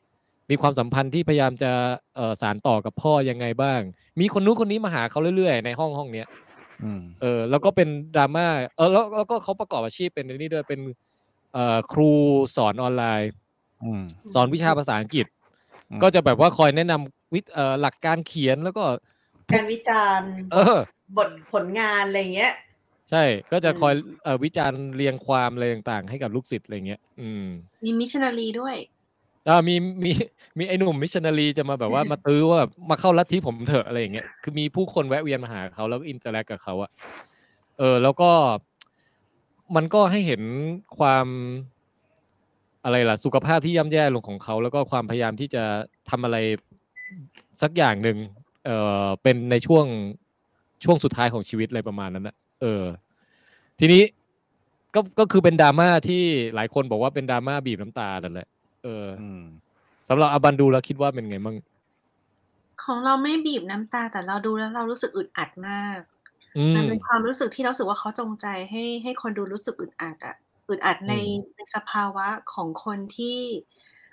Speaker 2: มีความสัมพันธ์ที่พยายามจะเอ่อสารต่อกับพ่อยังไงบ้าง มีคนนู้นคนนี้มาหาเขาเรื่อยๆ ในห้องห้องเนี้ย
Speaker 3: อืม
Speaker 2: เออแล้วก็เป็นดราม่าเออแล้วแล้วก็เขาประกอบอาชีพเป็นไอ้นี่ด้วยเป็นเอ่อครูสอนออนไลน์
Speaker 3: อืม
Speaker 2: สอนวิชาภาษาอังกฤษ
Speaker 3: อืม
Speaker 2: ก็จะแบบว่าคอยแนะนำวิธเอ่อหลักการเขียนแล้วก็
Speaker 4: การวิจารณ์
Speaker 2: เออ
Speaker 4: บทผลงานอะไรอย่างเงี้ย
Speaker 2: ใช่ก็จะคอยเอ่อวิจารณ์เรียงความอะไรต่างๆ ให้กับลูกศิษย์อะไรเงี้ยอืม
Speaker 6: มีมิชชันนารีด้วย
Speaker 2: อ่ามีมี [LAUGHS] มีไอ้หนุ่มมิชชันนารีจะมาแบบว่ามาตื้อว่าแบบมาเข้าลัทธิผมเถอะอะไรอย่างเงี้ยคือมีผู้คนแวะเวียนมาหาเขาแล้วอินเตอร์แอคกับเขาอะเออ แล้วก็มันก็ให้เห็นความอะไรล่ะ สุขภาพที่ย่ำแย่ลงของเขา แล้วก็ความพยายามที่จะทำอะไรสักอย่างหนึ่งเออเป็นในช่วงช่วงสุดท้ายของชีวิตอะไรประมาณนั้นนะเออ ทีนี้ก็ก็คือเป็นดราม่าที่หลายคนบอกว่าเป็นดราม่าบีบน้ำตานั่นแหละเออ
Speaker 3: อืม
Speaker 2: สำหรับอบันดูแล้วคิดว่าเป็นไงบ้าง
Speaker 6: ของเราไม่บีบน้ำตาแต่เราดูแล้วเรารู้สึกอึดอัดมาก
Speaker 2: อื
Speaker 6: มัน
Speaker 2: ม
Speaker 6: เป็นความรู้สึกที่เรารู้สึกว่าเขาจงใจให้ให้คนดูรู้สึกอึดอัดอะอึดอัดใน
Speaker 2: อืม
Speaker 6: ในสภาวะของคนที่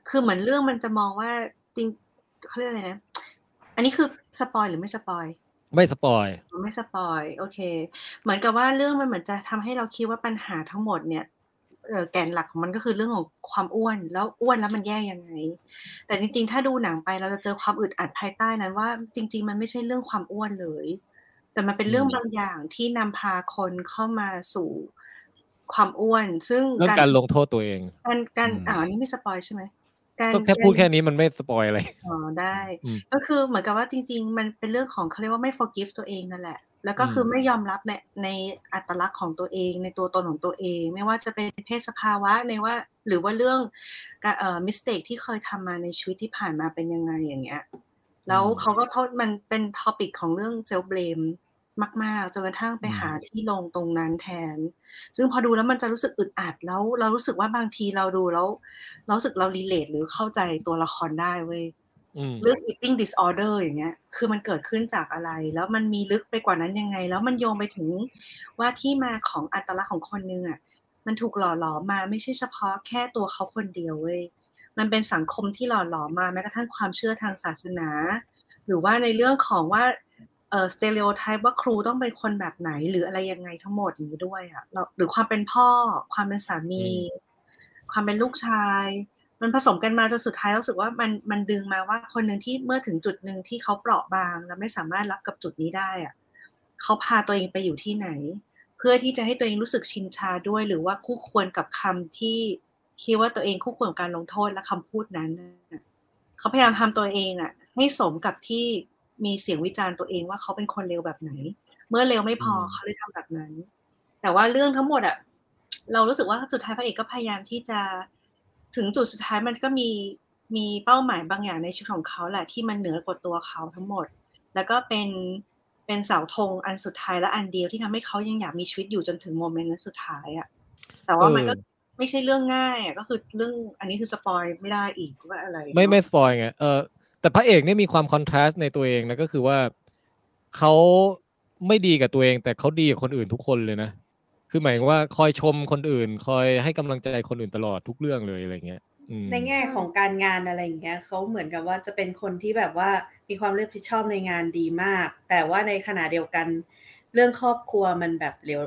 Speaker 6: คือเหมือนเรื่องมันจะมองว่าจริงเขาเรียกอะไรนะ อันนี้คือสปอยหรือไม่สปอย
Speaker 2: ไม่สปอย
Speaker 6: ไม่สปอย โอเค เหมือนกับว่าเรื่องมันเหมือนจะทำให้เราคิดว่าปัญหาทั้งหมดเนี่ย เอ่อแกนหลักของมันก็คือเรื่องของความอ้วนแล้วอ้วนแล้วมันแย่ยังไง แต่จริงๆ ถ้าดูหนังไปเราจะเจอความอึดอัดภายใต้นั้นว่า จริง ๆ มันไม่ใช่เรื่องความอ้วนเลย แต่มันเป็นเรื่องบางอย่างที่นำพาคนเข้ามาสู่ความอ้วน ซึ่ง
Speaker 2: เรื่อง
Speaker 6: การ
Speaker 2: การลงโทษตัวเอง
Speaker 6: การการ
Speaker 3: อืม
Speaker 6: อ่าอันนี้ไม่สปอยใช่ไหมการ
Speaker 2: ก็แค่พูดแค่นี้มันไม่สปอยอะไร
Speaker 6: อ๋อได้
Speaker 2: อืม
Speaker 6: ก็คือเหมือนกับว่าจริง ๆ มันเป็นเรื่องของเขาเรียกว่าไม่ forgive ตัวเองนั่นแหละ แล้วก็คืออ
Speaker 2: ม
Speaker 6: ไม่ยอมรับในในอัตลักษณ์ของตัวเอง ในตัวตนของตัวเอง ไม่ว่าจะเป็นเพศสภาวะในว่า หรือว่าเรื่องการเอ่อ mistake ที่เคยทำมาในชีวิตที่ผ่านมาเป็นยังไงอย่างเงี้ย แล้วเขาก็โทษมันเป็นท็อปิกของเรื่อง self blame มากๆจนกระทั่งไปหาที่ลงตรงนั้นแทน ซึ่งพอดูแล้วมันจะรู้สึกอึดอัดแล้ว เรารู้สึกว่าบางทีเราดูแล้วเรารู้สึกเรา relate หรือเข้าใจตัวละครได้เว้ย
Speaker 2: อืม
Speaker 6: เรื่อง eating disorder อย่างเงี้ย คือมันเกิดขึ้นจากอะไร แล้วมันมีลึกไปกว่านั้นยังไง แล้วมันโยงไปถึงว่าที่มาของอัตลักษณ์ของคนนึงอ่ะ มันถูกหล่อหลอมมาไม่ใช่เฉพาะแค่ตัวเขาคนเดียวเว้ย มันเป็นสังคมที่หล่อหลอมมาแม้กระทั่งความเชื่อทางศาสนา หรือว่าในเรื่องของว่า เออสเตเรโอไทป์ว่าครูต้องเป็นคนแบบไหน หรืออะไรยังไงทั้งหมดอย่างนี้ด้วยอ่ะเราหรือความเป็นพ่อ ความเป็นสามี ความเป็นลูกชาย มันผสมกันมาจนสุดท้ายรู้สึกว่ามันมันดึงมาว่าคนหนึ่งที่เมื่อถึงจุดหนึ่งที่เขาเปราะบาง และไม่สามารถรับกับจุดนี้ได้อะเขาพาตัวเองไปอยู่ที่ไหน เพื่อที่จะให้ตัวเองรู้สึกชินชาด้วย หรือว่าคู่ควรกับคำที่คิดว่าตัวเองคู่ควรกับการลงโทษและคำพูดนั้นน่ะเขาพยายามทำตัวเองอ่ะให้สมกับที่มีเสียงวิจารณ์ตัวเองว่าเขาเป็นคนเลวแบบไหน เมื่อเร็วไม่พออเขาเลยทำแบบนั้น แต่ว่าเรื่องทั้งหมดอะเรารู้สึกว่าสุดท้ายพระเอกก็พยายามที่จะถึงจุดสุดท้ายมันก็มีมีเป้าหมายบางอย่างในชีวิตของเขาแหละที่มันเหนือกว่าตัวเขาทั้งหมด แล้วก็เป็นเป็นเสาธงอันสุดท้ายและอันเดียวที่ทำให้เขายังอยากมีชีวิตอยู่จนถึงโมเมนต์นั้นสุดท้ายอะแต่ว่ามันก็ไม่ใช่เรื่องง่ายอะก็คือเรื่องอันนี้คือสปอยไม่ได้อีกว่าอะไร
Speaker 2: ไม่ไม่สปอยไงเออแต่พระเอกเนี่ยมีความคอนทราสต์ในตัวเองนะก็คือว่าเขาไม่ดีกับตัวเอง แต่เขาดีกับคนอื่นทุกคนเลยนะ คือหมายถึงว่าคอยชมคนอื่น คอยให้กำลังใจคนอื่นตลอดทุกเรื่องเลยอะไรเงี้ยอืม
Speaker 4: ในแง่ของการงานอะไรอย่างเงี้ยเขาเหมือนกับว่าจะเป็นคนที่แบบว่ามีความรับผิดชอบในงานดีมาก แต่ว่าในขณะเดียวกัน เรื่องครอบครัวมันแบบเหลว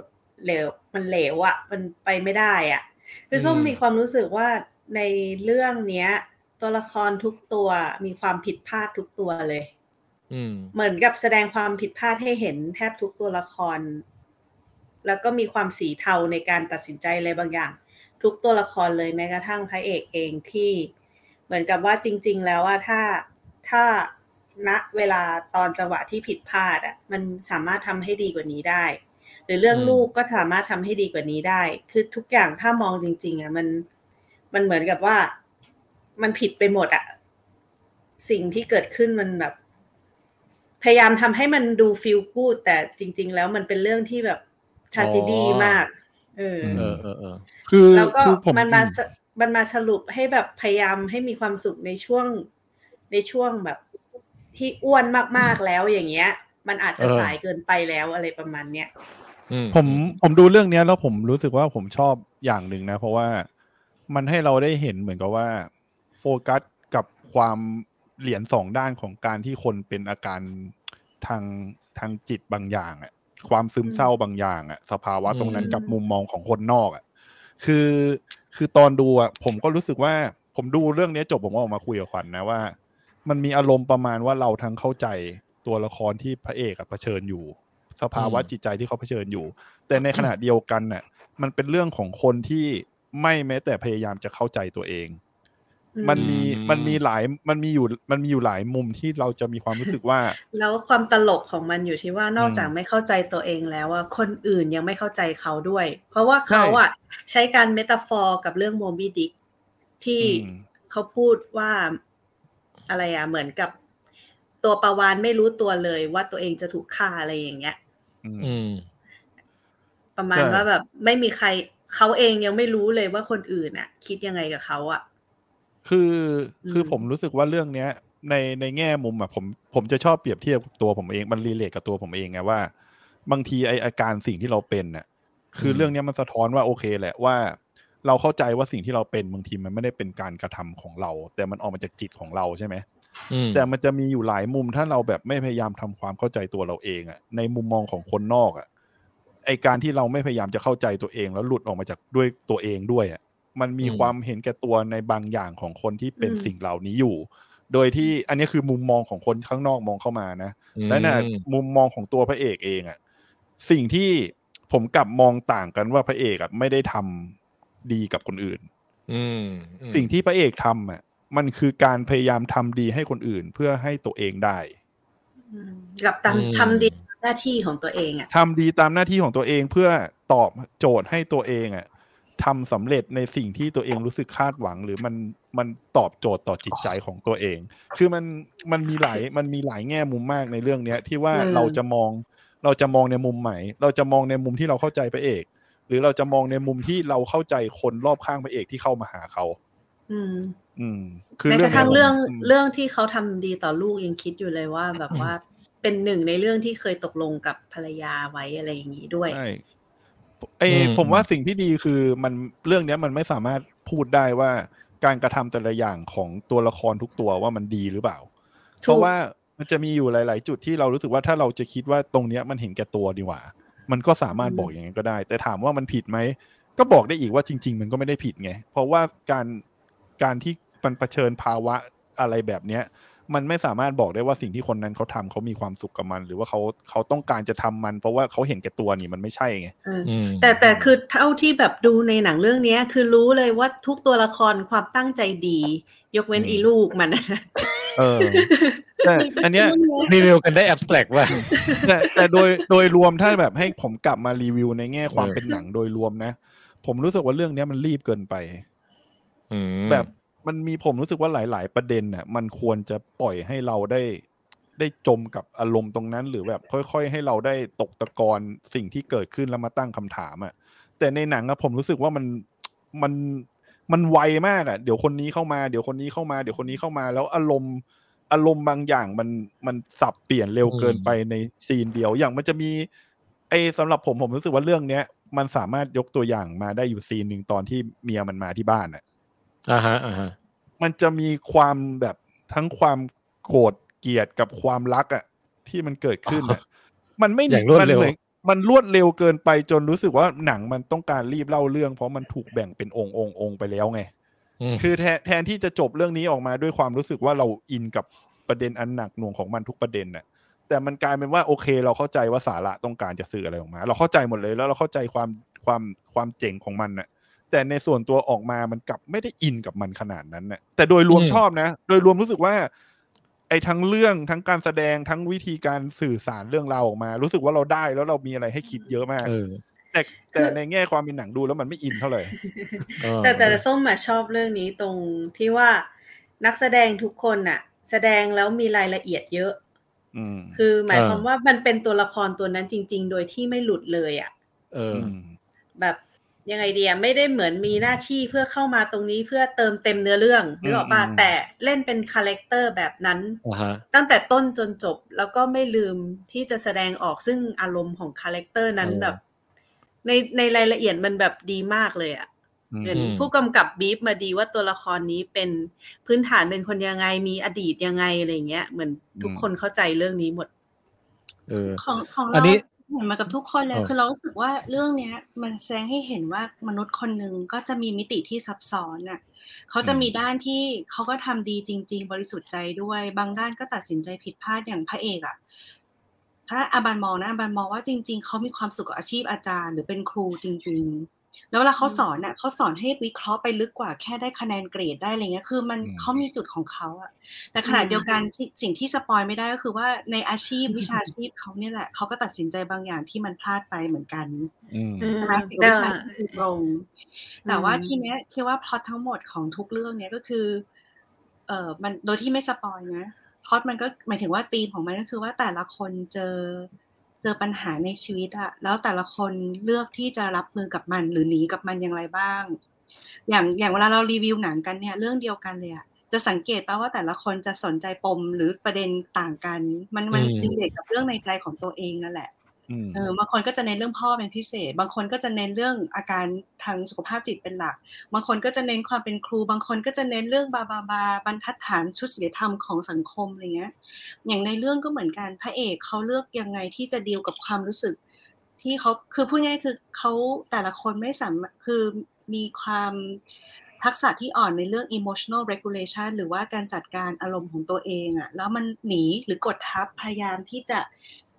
Speaker 4: เหลวมันเหลวอะมันไปไม่ได้อะคือส้มมีความรู้สึกว่าในเรื่องเนี้ย ตัวละครทุกตัวมีความผิดพลาดทุกตัวเลย
Speaker 2: อืม
Speaker 4: เหมือนกับแสดงความผิดพลาดให้เห็นแทบทุกตัวละคร แล้วก็มีความสีเทาในการตัดสินใจอะไรบางอย่าง ทุกตัวละครเลยแม้กระทั่งพระเอกเองที่ เหมือนกับว่าจริง ๆ แล้วว่าถ้าถ้าณเวลาตอนจังหวะที่ผิดพลาดอ่ะ มันสามารถทำให้ดีกว่านี้ได้ หรือเรื่อง
Speaker 2: อืม
Speaker 4: ลูกก็สามารถทำให้ดีกว่านี้ได้ คือทุกอย่างถ้ามองจริง ๆอ่ะมันมันเหมือนกับว่ามันผิดไปหมดอ่ะสิ่งที่เกิดขึ้นมันแบบ พยายามทำให้มันดูฟีลกูดแต่จริง ๆ แล้วมันเป็นเรื่องที่แบบทาจิดีมาก เอออ
Speaker 2: เออเออเออ
Speaker 3: คือ
Speaker 4: แล้วก็
Speaker 3: คือผม
Speaker 4: มันมาสมันมาสรุปให้แบบพยายามให้มีความสุขในช่วงในช่วงแบบที่อ้วนมากๆแล้วอย่างเงี้ย มันอาจจะ
Speaker 2: เออ
Speaker 4: สายเกินไปแล้วอะไรประมาณเนี้ย
Speaker 2: อื
Speaker 3: ผมผมดูเรื่องเนี้ยแล้วผมรู้สึกว่าผมชอบอย่างหนึ่งนะ เพราะว่ามันให้เราได้เห็นเหมือนกับว่า โฟกัสกับความเหรียญสองด้านของการที่คนเป็นอาการทางทางจิตบางอย่างอะความซึมเศร้าบางอย่างอะสภาวะตรงนั้นกับมุมมองของคนนอกอะคือคือตอนดูอะผมก็รู้สึกว่าผมดูเรื่องเนี้ยจบผมก็ออกมาคุยกับขวัญนะว่า มันมีอารมณ์ประมาณว่าเราทั้งเข้าใจตัวละครที่พระเอกอะเผชิญอยู่ สภาวะจิตใจที่เขาเผชิญอยู่ แต่ในขณะเดียวกันน่ะ มันเป็นเรื่องของคนที่ไม่แม้แต่พยายามจะเข้าใจตัวเอง
Speaker 4: อืม
Speaker 3: มันมีมันมีหลายมันมีอยู่มันมีอยู่หลายมุมที่เราจะมีความรู้สึกว่า
Speaker 4: แล้วความตลกของมันอยู่ที่ว่านอก
Speaker 3: อืม
Speaker 4: จากไม่เข้าใจตัวเองแล้วอะคนอื่นยังไม่เข้าใจเขาด้วย เพราะว่าเขาอะใช้การเมตาฟอร์กับเรื่องโมบีดิกที่
Speaker 3: อืม
Speaker 4: เขาพูดว่าอะไรอะเหมือนกับตัวประวานไม่รู้ตัวเลยว่าตัวเองจะถูกฆ่าอะไรอย่างเงี้ย
Speaker 3: อืม
Speaker 2: อืม
Speaker 4: ประมาณ
Speaker 3: ใช่
Speaker 4: ว่าแบบไม่มีใครเขาเองยังไม่รู้เลยว่าคนอื่นน่ะ คิดยังไงกับเขาอ่ะ
Speaker 3: คือคืออ
Speaker 4: ม
Speaker 3: ผมรู้สึกว่าเรื่องเนี้ย ในในแง่มุมอ่ะผมผมจะชอบเปรียบเทียบกับตัวผมเองมันรีเลทกับตัวผมเองไงว่า บางทีไออาการสิ่งที่เราเป็นน่ะคือ
Speaker 2: ม
Speaker 3: เรื่องเนี้ยมันสะท้อนว่าโอเคแหละว่า เราเข้าใจว่าสิ่งที่เราเป็นบางทีมันไม่ได้เป็นการกระทำของเรา แต่มันออกมาจากจิตของเราใช่ไหม
Speaker 2: อืม
Speaker 3: แต่มันจะมีอยู่หลายมุมถ้าเราแบบไม่พยายามทำความเข้าใจตัวเราเองอะในมุมมองของคนนอกอะ ไอการที่เราไม่พยายามจะเข้าใจตัวเองแล้วหลุดออกมาจากด้วยตัวเองด้วยอะมันมี
Speaker 2: อืม
Speaker 3: ความเห็นแก่ตัวในบางอย่างของคนที่เป็น
Speaker 4: อืม
Speaker 3: สิ่งเหล่านี้อยู่ โดยที่อันนี้คือมุมมองของคนข้างนอกมองเข้ามานะ และน่ะ
Speaker 2: อืม
Speaker 3: มุมมองของตัวพระเอกเองอะสิ่งที่ผมกลับมองต่างกันว่าพระเอกอะไม่ได้ทำดีกับคนอื่น
Speaker 2: อืม
Speaker 3: สิ่งที่พระเอกทำอะมันคือการพยายามทำดีให้คนอื่นเพื่อให้ตัวเองได้
Speaker 4: อืมกับทำทำดีหน้าที่ของตัวเองอ่ะ
Speaker 3: ทำดีตามหน้าที่ของตัวเองเพื่อตอบโจทย์ให้ตัวเองอะทำสำเร็จในสิ่งที่ตัวเองรู้สึกคาดหวัง หรือมันมันตอบโจทย์ต่อจิตใจของตัวเอง คือมันมันมีหลายมันมีหลายแง่มุมมากในเรื่องเนี้ย ที่ว่า
Speaker 4: อืม
Speaker 3: เราจะมองเราจะมองในมุมไหนเราจะมองในมุมที่เราเข้าใจพระเอก หรือเราจะมองในมุมที่เราเข้าใจคนรอบข้างพระเอกที่เข้ามาหาเขา
Speaker 4: อืม
Speaker 3: อืม คือ
Speaker 4: แม้กระทั่ง
Speaker 3: นี้
Speaker 4: เรื่อง
Speaker 3: ผม
Speaker 4: เรื่องที่เขาทำดีต่อลูกยังคิดอยู่เลยว่า แบบว่าเป็นหนึ่งในเรื่องที่เคยตกลงกับภรรยาไว้อะไรอย่างนี้ด้วย
Speaker 3: ใช่ไอผมว่าสิ่งที่ดีคือมันเรื่องเนี้ยมันไม่สามารถพูดได้ว่าการกระทำแต่ละอย่างของตัวละครทุกตัวว่ามันดีหรือเปล่า
Speaker 4: ถูก
Speaker 3: เพราะว่ามันจะมีอยู่หลาย ๆ จุดที่เรารู้สึกว่าถ้าเราจะคิดว่าตรงเนี้ยมันเห็นแก่ตัวดีกว่า มันก็สามารถบอกอย่างนั้นก็ได้ แต่ถามว่ามันผิดไหม ก็บอกได้อีกว่าจริง ๆ มันก็ไม่ได้ผิดไง เพราะว่าการการที่มันเผชิญภาวะอะไรแบบเนี้ย มันไม่สามารถบอกได้ว่าสิ่งที่คนนั้นเขาทำเขามีความสุขกับมัน หรือว่าเขาเขาต้องการจะทำมัน เพราะว่าเขาเห็นแก่ตัวนี่มันไม่ใช่ไง
Speaker 4: เออ
Speaker 2: อืม
Speaker 4: แต่แต่คือเท่าที่แบบดูในหนังเรื่องเนี้ย คือรู้เลยว่าทุกตัวละครความตั้งใจดี ยกเว้น
Speaker 3: อืม
Speaker 4: อีลูกมัน
Speaker 3: เออ แต่อัน [LAUGHS] เนี้ย
Speaker 2: รีวิวกันได้แอบสแตรกว่ะ
Speaker 3: แต่แต่โดยโดยรวมถ้าแบบให้ผมกลับมารีวิวในแง่ความเป็นหนังโดยรวมนะ ผมรู้สึกว่าเรื่องเนี้ยมันรีบเกินไป
Speaker 2: อืม
Speaker 3: แบบมันมีผมรู้สึกว่าหลาย ๆ ประเด็นน่ะมันควรจะปล่อยให้เราได้ ได้จมกับอารมณ์ตรงนั้น หรือแบบค่อย ๆ ให้เราได้ตกตะกอนสิ่งที่เกิดขึ้นแล้วมาตั้งคำถามอะ่ะ แต่ในหนังอะผมรู้สึกว่ามันมันมันไวมากอะ่ะ เดี๋ยวคนนี้เข้ามาเดี๋ยวคนนี้เข้ามาเดี๋ยวคนนี้เข้ามา แล้วอารมณ์อารมณ์บางอย่างมันมันสับเปลี่ยนเร็วเกินไปในซีนเดียวอย่างมันจะมีไอ้สำหรับผมผมรู้สึกว่าเรื่องเนี้ยมันสามารถยกตัวอย่างมาได้อยู่ซีนหนึ่งตอนที่เมียมันมาที่บ้านอ่ะ
Speaker 2: อ่าฮะอ่าฮะ
Speaker 3: มันจะมีความแบบทั้งความโกรธเกลียดกับความรักอะที่มันเกิดขึ้นอะมันไม่
Speaker 2: อย่างรวด
Speaker 3: มั
Speaker 2: เร็ว
Speaker 3: หมือนมันรวดเร็วเกินไปจนรู้สึกว่าหนังมันต้องการรีบเล่าเรื่อง เพราะมันถูกแบ่งเป็นองค์องค์องค์ไปแล้วไง
Speaker 2: อืม
Speaker 3: คือแทนแทนที่จะจบเรื่องนี้ออกมาด้วยความรู้สึกว่าเราอินกับประเด็นอันหนักหน่วงของมันทุกประเด็นน่ะ แต่มันกลายเป็นว่าโอเค เราเข้าใจว่าสาระต้องการจะสื่ออะไรออกมา เราเข้าใจหมดเลยแล้วเราเข้าใจความความความเจ๋งของมันน่ะ แต่ในส่วนตัวออกมามันกลับไม่ได้อินกับมันขนาดนั้นน่ะ แต่โดยรวม
Speaker 2: อืม
Speaker 3: ชอบนะ โดยรวมรู้สึกว่า ไอ้ทั้งเรื่องทั้งการแสดงทั้งวิธีการสื่อสารเรื่องราวออกมา รู้สึกว่าเราได้แล้วเรามีอะไรให้คิดเยอะมาก
Speaker 2: เออ
Speaker 3: แต่แต่ในแง่ความเป็นหนังดูแล้วมันไม่อินเท่าไหร่
Speaker 2: เออ
Speaker 4: [LAUGHS] แต่แต่ส้มอะชอบเรื่องนี้ตรงที่ว่านักแสดงทุกคนอะแสดงแล้วมีรายละเอียดเยอะ
Speaker 3: อืม
Speaker 4: คือหมายความว่ามันเป็นตัวละครตัวนั้นจริง ๆ โดยที่ไม่หลุดเลยอะ
Speaker 2: เออ
Speaker 3: ม
Speaker 4: แบบยังไงเดียไม่ได้เหมือนมีหน้าที่เพื่อเข้ามาตรงนี้เพื่อเติมเต็มเนื้อเรื่องหรือออกมา
Speaker 3: อืม
Speaker 4: แต่เล่นเป็นคาแรคเตอร์แบบนั้น
Speaker 2: อ่าฮะ
Speaker 4: ตั้งแต่ต้นจนจบแล้วก็ไม่ลืมที่จะแสดงออกซึ่งอารมณ์ของคาแรคเตอร์นั้น
Speaker 2: เออ
Speaker 4: แบบ ในในรายละเอียดมันแบบดีมากเลยอะ่ะ
Speaker 3: อืม
Speaker 4: เหมือน
Speaker 2: อืม
Speaker 4: ผู้กำกับบีฟมาดีว่าตัวละครนี้เป็นพื้นฐานเป็นคนยังไงมีอดีตยังไงอะไรเงี้ยเหมือนทุกคนเข้าใจเรื่องนี้หมด
Speaker 2: เออ
Speaker 6: ของของ
Speaker 2: อัน
Speaker 6: เรา
Speaker 2: นี้
Speaker 6: เหมือนมากับทุกคนเลย
Speaker 2: เออ
Speaker 6: คือเรารู้สึกว่าเรื่องเนี้ย มันแสดงให้เห็นว่ามนุษย์คนหนึ่งก็จะมีมิติที่ซับซ้อนน่ะเขาจะมีด้านที่เขาก็ทำดีจริง ๆ บริสุทธิ์ใจด้วย บางด้านก็ตัดสินใจผิดพลาดอย่างพระเอกอ่ะถ้าอาบันมองนะอาบันมองว่าจริง ๆเขามีความสุขกับอาชีพอาจารย์ หรือเป็นครูจริง ๆ แล้วเวลาเขาสอนน่ะเขาสอนให้วิเคราะห์ไปลึกกว่าแค่ได้คะแนนเกรดได้อะไรเงี้ยคือมัน
Speaker 3: อืม
Speaker 6: เขามีจุดของเขาอ่ะ แต่ขณะเดียวกันที่สิ่งที่สปอยไม่ได้ก็คือว่าในอาชีพ วิชาชีพเขาเนี่ยแหละเขาก็ตัดสินใจบางอย่างที่มันพลาดไปเหมือนกัน
Speaker 3: อืม
Speaker 4: อืม
Speaker 6: นะคะสิ่ง
Speaker 4: แต่
Speaker 6: วิชาชีพคือตรง แต่ว่า
Speaker 4: อืม
Speaker 6: ทีเนี้ยคิดว่าพล็อตทั้งหมดของทุกเรื่องเนี่ยก็คือ เออมันโดยที่ไม่สปอยนะพล็อตมันก็หมายถึงว่าธีมของมันก็คือว่าแต่ละคนเจอเจอปัญหาในชีวิตอะแล้วแต่ละคนเลือกที่จะรับมือกับมันหรือหนีกับมันอย่างไรบ้าง อย่างอย่างเวลาเรารีวิวหนังกันเนี่ยเรื่องเดียวกันเลยอะจะสังเกตป่าว่าแต่ละคนจะสนใจปมหรือประเด็นต่างกัน มันมัน
Speaker 2: อืม
Speaker 6: ดีเด็กกับเรื่องในใจของตัวเองนั่นแหละ
Speaker 3: อืม
Speaker 6: เออบางคนก็จะเน้นเรื่องพ่อเป็นพิเศษ บางคนก็จะเน้นเรื่องอาการทางสุขภาพจิตเป็นหลัก บางคนก็จะเน้นความเป็นครู บางคนก็จะเน้นเรื่องบาบาบาบรรทัดฐานชุดศีลธรรมของสังคมอะไรเงี้ย อย่างในเรื่องก็เหมือนกันพระเอกเขาเลือกยังไงที่จะดีลกับความรู้สึก ที่เขาคือพูดง่ายๆคือเขาแต่ละคนไม่สามารถคือมีความทักษะที่อ่อนในเรื่อง emotional regulation หรือว่าการจัดการอารมณ์ของตัวเองอะแล้วมันหนีหรือกดทับพยายามที่จะ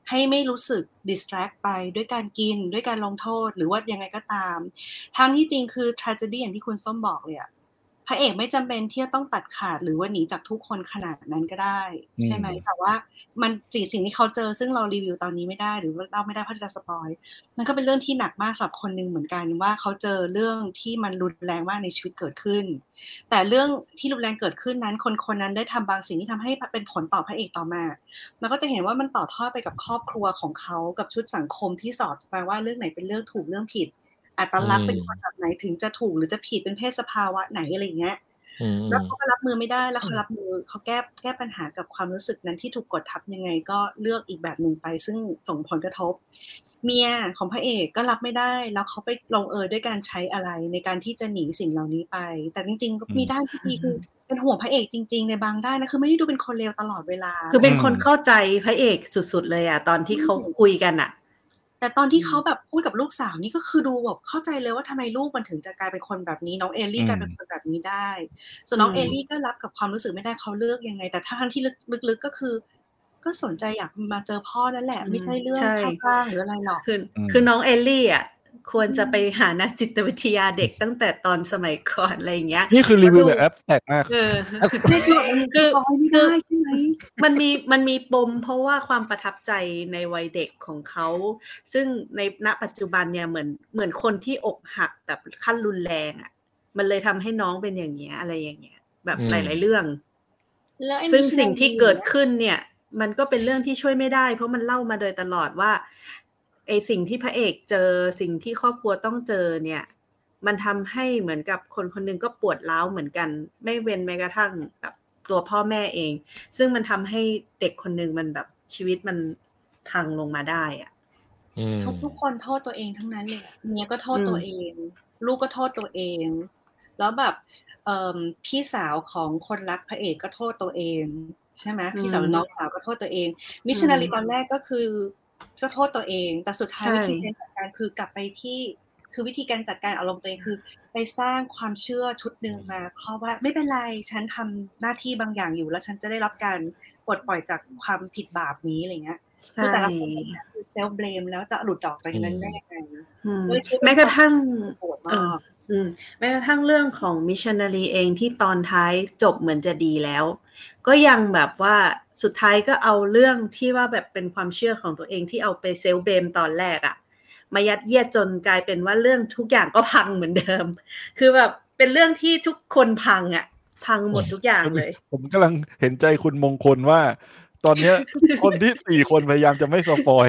Speaker 6: ให้ไม่รู้สึก distract ไปด้วยการกินด้วยการลงโทษหรือว่ายังไงก็ตามทางที่จริงคือ tragedy อย่างที่คุณส้มบอกเลยอะพระเอกไม่จำเป็นที่จะต้องตัดขาดหรือว่าหนีจากทุกคนขนาดนั้นก็ได้ ใช่ไหมแต่ว่ามันสิ่งสิ่งที่เขาเจอซึ่งเรารีวิวตอนนี้ไม่ได้ หรือว่าเราไม่ได้เพราะจะสปอย มันก็เป็นเรื่องที่หนักมากสำหรับคนหนึ่งเหมือนกันว่าเขาเจอเรื่องที่มันรุนแรงมากในชีวิตเกิดขึ้น แต่เรื่องที่รุนแรงเกิดขึ้นนั้นคนคนนั้นได้ทำบางสิ่งที่ทำให้เป็นผลต่อพระเอกต่อมาเราก็จะเห็นว่ามันต่อทอดไปกับครอบครัวของเขากับชุดสังคมที่สอนไปว่าเรื่องไหนเป็นเรื่องถูกเรื่องผิด อัตลักษณ์เป็นคนแบบไหนถึงจะถูกหรือจะผิดเป็นเพศสภาวะไหนอะไรอย่างเงี้ย
Speaker 2: อืม
Speaker 6: แล้วเขาก็รับมือไม่ได้แล้วเขารับมือเขาแก้แก้ปัญหากับความรู้สึกนั้นที่ถูกกดทับยังไงก็เลือกอีกแบบหนึ่งไป ซึ่งส่งผลกระทบ เมียของพระเอกก็รับไม่ได้ แล้วเขาไปลงเอยด้วยการใช้อะไรในการที่จะหนีสิ่งเหล่านี้ไป แต่จริงๆก็มีด้านที่ดีคือเป็นห่วงพระเอกจริง ๆ ในบางด้านนะคือไม่ได้ดูเป็นคนเลวตลอดเวลา
Speaker 4: คือเป็นคนเข้าใจพระเอกสุดๆ เลยอ่ะ ตอนที่เขาคุยกันอ่ะ
Speaker 6: แต่ตอนที่เขาแบบพูดกับลูกสาวนี่ก็คือดูแบบเข้าใจเลยว่าทำไมลูกมันถึงจะกลายเป็นคนแบบนี้ น้องเอลลี่กลายเป็นคนแบบนี้ได้ ส่วนน้อง
Speaker 4: อืม
Speaker 6: เอลลี่ก็รับกับความรู้สึกไม่ได้เขาเลือกยังไง แต่ทั้งที่ลึกๆก็คือ ก็สนใจอยากมาเจอพ่อนั่นแหละ ไม่ใช่เรื่องเข้าข้างหรืออะไรหรอก
Speaker 4: คืออ
Speaker 1: ม
Speaker 4: คือน้องเอลลี่อ่ะ ควรจะไปหานักจิตวิทยาเด็ก [LAUGHS] ตั้งแต่ตอนสมัยก่อนอะไรอย่างเงี้ย
Speaker 1: นี่คือรีวิวแบบแอปแตกมาก
Speaker 4: เอ [LAUGHS] อ
Speaker 6: ไม่คือมัน
Speaker 4: คือ
Speaker 6: ปล่อยไม่ได้ใช่ไหม
Speaker 4: มันมีมันมีปมเพราะว่าความประทับใจในวัยเด็กของเขา ซึ่งในณปัจจุบันเนี่ยเหมือนเหมือนคนที่อกหักแบบขั้นรุนแรงอ่ะ มันเลยทำให้น้องเป็นอย่างเงี้ยอะไรอย่างเงี้ย แบบหลาย ๆ เรื่อง
Speaker 6: แล้วไอ้
Speaker 4: ซึ่ง
Speaker 6: มิชลิน
Speaker 4: สิ่งที่เกิดขึ้นเนี่ย มันก็เป็นเรื่องที่ช่วยไม่ได้ เพราะมันเล่ามาโดยตลอดว่าไอสิ่งที่พระเอกเจอสิ่งที่ครอบครัวต้องเจอเนี่ย มันทำให้เหมือนกับคนคนหนึงก็ปวดร้าวเหมือนกัน ไม่เว้นแม้กระทั่งแบบตัวพ่อแม่เอง ซึ่งมันทำให้เด็กคนหนึงมันแบบชีวิตมันพังลงมาได้อะ
Speaker 2: อืม
Speaker 6: ทุกคนโทษตัวเองทั้งนั้นเลยอะเมียก็โทษตัวเอง ลูกก็โทษตัวเอง แล้วแบบเอิ่มพี่สาวของคนรักพระเอกก็โทษตัวเอง ใช่ไหมพี่สาวหรือน้องสาวก็โทษตัวเอง มิชชันนารีตอนแรกก็คือ ก็โทษตัวเอง แต่สุดท้ายวิธีการจัดการคือกลับไปที่ คือวิธีการจัดการอารมณ์ตัวเองคือ ไปสร้างความเชื่อชุดหนึ่งมาเพราะว่าไม่เป็นไรฉันทำหน้าที่บางอย่างอยู่ แล้วฉันจะได้รับการปลดปล่อยจากความผิดบาปนี้อะไรเงี้ยคือแต่ละคนเนี่ยคือเซลฟ์เบลมแล้วจะหลุดออกจากนั้นได้ยังไง
Speaker 4: อืม
Speaker 6: ก็เลยคิดว่า
Speaker 4: แม้กระทั่ง
Speaker 6: โหดมาก
Speaker 4: อืมแม้กระทั่งเรื่องของมิชชันนารีเองที่ตอนท้ายจบเหมือนจะดีแล้ว ก็ยังแบบว่าสุดท้ายก็เอาเรื่องที่ว่าแบบเป็นความเชื่อของตัวเองที่เอาไปเซลฟ์เบลมตอนแรกอะมายัดเยียดจนกลายเป็นว่าเรื่องทุกอย่างก็พังเหมือนเดิม [LAUGHS] คือแบบเป็นเรื่องที่ทุกคนพังอะพังหมดทุกอย่างเลย
Speaker 1: ผมกำลังเห็นใจคุณมงคลว่า ตอนเนี้
Speaker 4: [LAUGHS]
Speaker 1: ย คนที่สี่คนพยายามจะไม่สปอย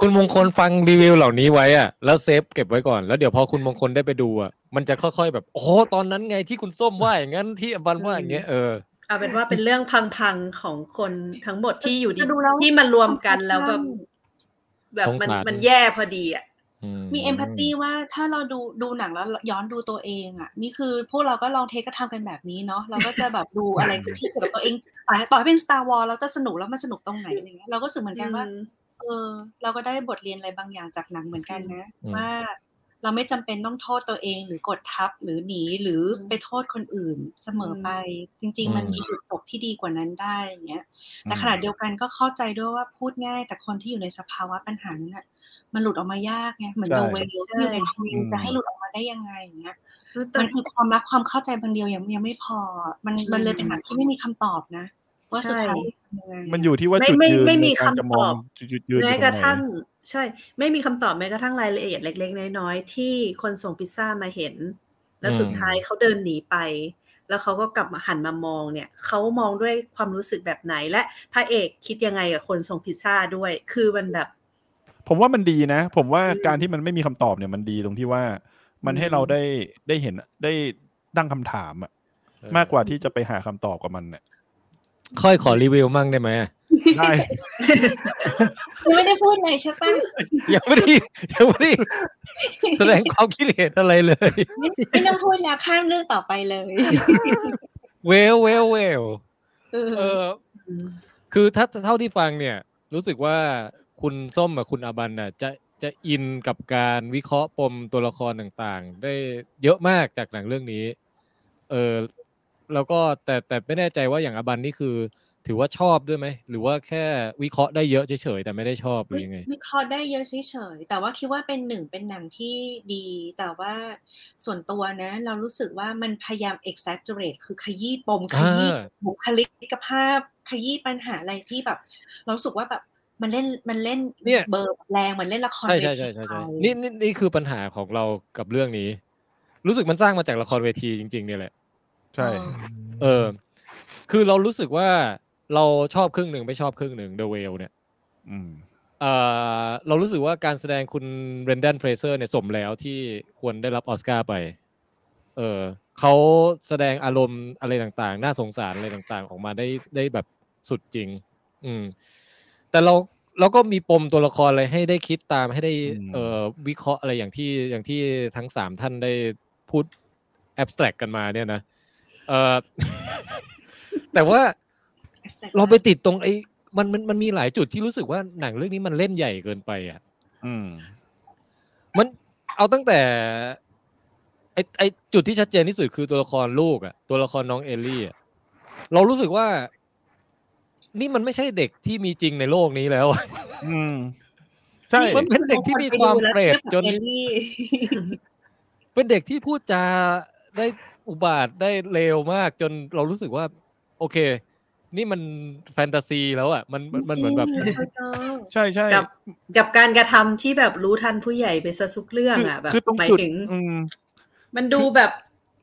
Speaker 2: คุณมงคลฟังรีวิวเหล่านี้ไว้อะแล้วเซฟเก็บไว้ก่อนแล้วเดี๋ยวพอคุณมงคลได้ไปดูอะมันจะค่อยๆแบบโอ้ตอนนั้นไงที่คุณส้มว่าอย่างนั้นที่อบันว่าอย่างเงี้ยเออ
Speaker 4: เอาเป็นว่าเป็นเรื่องพังๆของคนทั้งหมดที่อยู่ดี
Speaker 6: แต่ดูแล้ว
Speaker 4: ที่มารวมกันแล้วแบบแบบมัน
Speaker 2: สงสาร
Speaker 4: มันแย่พอดีอะ
Speaker 6: มีเอมพัตตีว่าถ้าเราดูดูหนังแล้วย้อนดูตัวเองอ่ะ นี่คือพวกเราก็ลองเทคก็ทำกันแบบนี้เนาะเราก็จะแบบดูอะไรที่เกี่ยวกับตัวเองต่อให้ต่อให้เป็น Star War เราจะสนุกแล้วมันสนุกตรงไหนอะไรเงี้ยเราก็รู้สึกเหมือนกันว่า เออ เราก็ได้บทเรียนอะไรบางอย่างจากหนังเหมือนกันนะ
Speaker 2: อืม
Speaker 6: ว่าเราไม่จำเป็นต้องโทษตัวเองหรือกดทับหรือหนีหรือไปโทษคนอื่นเสมอไป จริง ๆ มันมีจุดจบที่ดีกว่านั้นได้อย่างเงี้ย แต่ขณะเดียวกันก็เข้าใจด้วยว่าพูดง่ายแต่คนที่อยู่ในสภาวะปัญหานั้นน่ะมันหลุดออกมายากไงเหมือนโนเวลที่อยู่ในทะเลจะให้หลุดออกมาได้ยังไงอย่างเงี้ยมันคือความรักความเข้าใจบางเดียวยังยังไม่พอ มันมันเลยเป็นหนังที่ไม่มีคำตอบนะ ว่าสุดท้ายเป็นยังไง
Speaker 1: มันอยู่ที่ว่า
Speaker 4: ไม่
Speaker 1: จุด
Speaker 4: ไม่
Speaker 1: ยืน
Speaker 4: ไม่มี
Speaker 1: ในการจะม
Speaker 4: คำต
Speaker 1: อ
Speaker 4: อง บ
Speaker 1: จุดยืนอ
Speaker 4: แม้
Speaker 1: ยู่ต
Speaker 4: ก
Speaker 1: รง
Speaker 4: ระ
Speaker 1: ไห
Speaker 4: ทั่ง
Speaker 1: น
Speaker 4: ใช่ ไม่มีคำตอบแม้กระทั่งรายละเอียดเล็ก ๆ น้อยๆที่คนส่งพิซซ่ามาเห็น แล้ว
Speaker 2: อืม
Speaker 4: สุดท้ายเขาเดินหนีไป แล้วเขาก็กลับมาหันมามองเนี่ยเขามองด้วยความรู้สึกแบบไหนและพระเอกคิดยังไงกับคนส่งพิซซ่าด้วย คือมันแบบ
Speaker 1: ผมว่ามันดีนะ ผมว่าการที่มันไม่มีคำตอบเนี่ยมันดีตรงที่ว่า มันให้เราได้ได้เห็นได้ตั้งคำถามอะมากกว่าที่จะไปหาคำตอบกับมัน
Speaker 4: [LAUGHS]
Speaker 1: เนี่ย
Speaker 2: ค่อยขอรีวิวมั่งได้ไหม
Speaker 6: [LAUGHS]
Speaker 2: อะ
Speaker 1: ได้
Speaker 6: คือไม่ได้พูดอะไรใช่ปะ
Speaker 2: ยังไม่ได้ยังไม่ได้แสดงความคิดเห็นอะไรเลย [LAUGHS]
Speaker 6: ไม่ไม่ต้องพูดแล้วข้ามเรื่องต่อไปเลย
Speaker 2: เวลเวลเวล
Speaker 6: เออ
Speaker 2: เออ คือถ้าเท่าที่ฟังเนี่ย รู้สึกว่า คุณส้มกับคุณอาบันน่ะจะจะอินกับการวิเคราะห์ปมตัวละครต่างๆ ได้เยอะมากจากหนังเรื่องนี้ เออแล้วก็แต่แต่ไม่แน่ใจว่าอย่างอาบันนี่คือ ถือว่าชอบด้วยไหม หรือว่าแค่วิเคราะห์ได้เยอะเฉยๆแต่ไม่ได้ชอบหรือยังไง
Speaker 6: วิเคราะห์ได้เยอะเฉยๆ แต่ว่าคิดว่าเป็นหนึ่งเป็นหนังที่ดี แต่ว่าส่วนตัวนะ เรารู้สึกว่ามันพยายาม exaggerate คือขยี้ปม ขยี้
Speaker 2: อ่า
Speaker 6: บุคลิกภาพ ขยี้ปัญหาอะไรที่แบบ เรารู้สึกว่าแบบมันเล่นมันเล่น
Speaker 2: เนี่ย
Speaker 6: เบอร์แรงมันเล่นละคร
Speaker 2: ใช่
Speaker 6: เว
Speaker 2: ใช่
Speaker 6: ที
Speaker 2: ใช่ใช่
Speaker 6: ไท
Speaker 2: ใช่
Speaker 6: ย
Speaker 2: นี่นี่นี่คือปัญหาของเรากับเรื่องนี้ รู้สึกมันสร้างมาจากละครเวทีจริงๆเนี่ยแหละ
Speaker 1: ใช่
Speaker 6: เออ
Speaker 2: เออ คือเรารู้สึกว่าเราชอบครึ่งหนึ่งไม่ชอบครึ่งหนึ่ง The Whale เนี่ย
Speaker 1: อืม
Speaker 2: เอ่อเรารู้สึกว่าการแสดงคุณเรนแดนเฟรเซอร์เนี่ยสมแล้วที่ควรได้รับออสการ์ไป เออเขาแสดงอารมณ์อะไรต่างๆ น่าสงสารอะไรต่างๆ ออกมาได้ได้แบบสุดจริง อืม แต่เราเราก็มีปมตัวละครอะไรให้ได้คิดตามให้ได้
Speaker 1: อืม
Speaker 2: เอ่อวิเคราะห์อะไรอย่างที่อย่างที่ทั้งสามท่านได้พูดแอบสแตรกกันมาเนี่ยนะเออ [LAUGHS] แต่ว่า เราไปติดตรงไอ้มันมันมันมีหลายจุดที่รู้สึกว่าหนังเรื่องนี้มันเล่นใหญ่เกินไปอ่ะ
Speaker 1: อืม
Speaker 2: มันเอาตั้งแต่ไอ้ไอ้จุดที่ชัดเจนที่สุดคือตัวละครลูกอ่ะตัวละครน้องเอลลี่อ่ะเรารู้สึกว่า นี่มันไม่ใช่เด็กที่มีจริงในโลกนี้แล้ว [LAUGHS] อะ
Speaker 1: อืม ใช่
Speaker 2: มันเป็นเด็กที่มีความเปรตจน
Speaker 6: เอลลี่
Speaker 2: เป็นเด็กที่พูดจาได้อุบาทได้เลวมากจนเรารู้สึกว่า โอเค นี่มันแฟนตาซีแล้วอ่ะมันมันมันเหมือนแบบ
Speaker 1: ใช่ใช่
Speaker 4: กับกับการกระทำที่แบบรู้ทันผู้ใหญ่ไปซะทุกเรื่อง
Speaker 1: คือ
Speaker 4: อ่ะแบบ
Speaker 1: คือตรง
Speaker 4: หมาย
Speaker 1: จุด
Speaker 4: ถึง
Speaker 1: อืม
Speaker 4: มันดูแบบ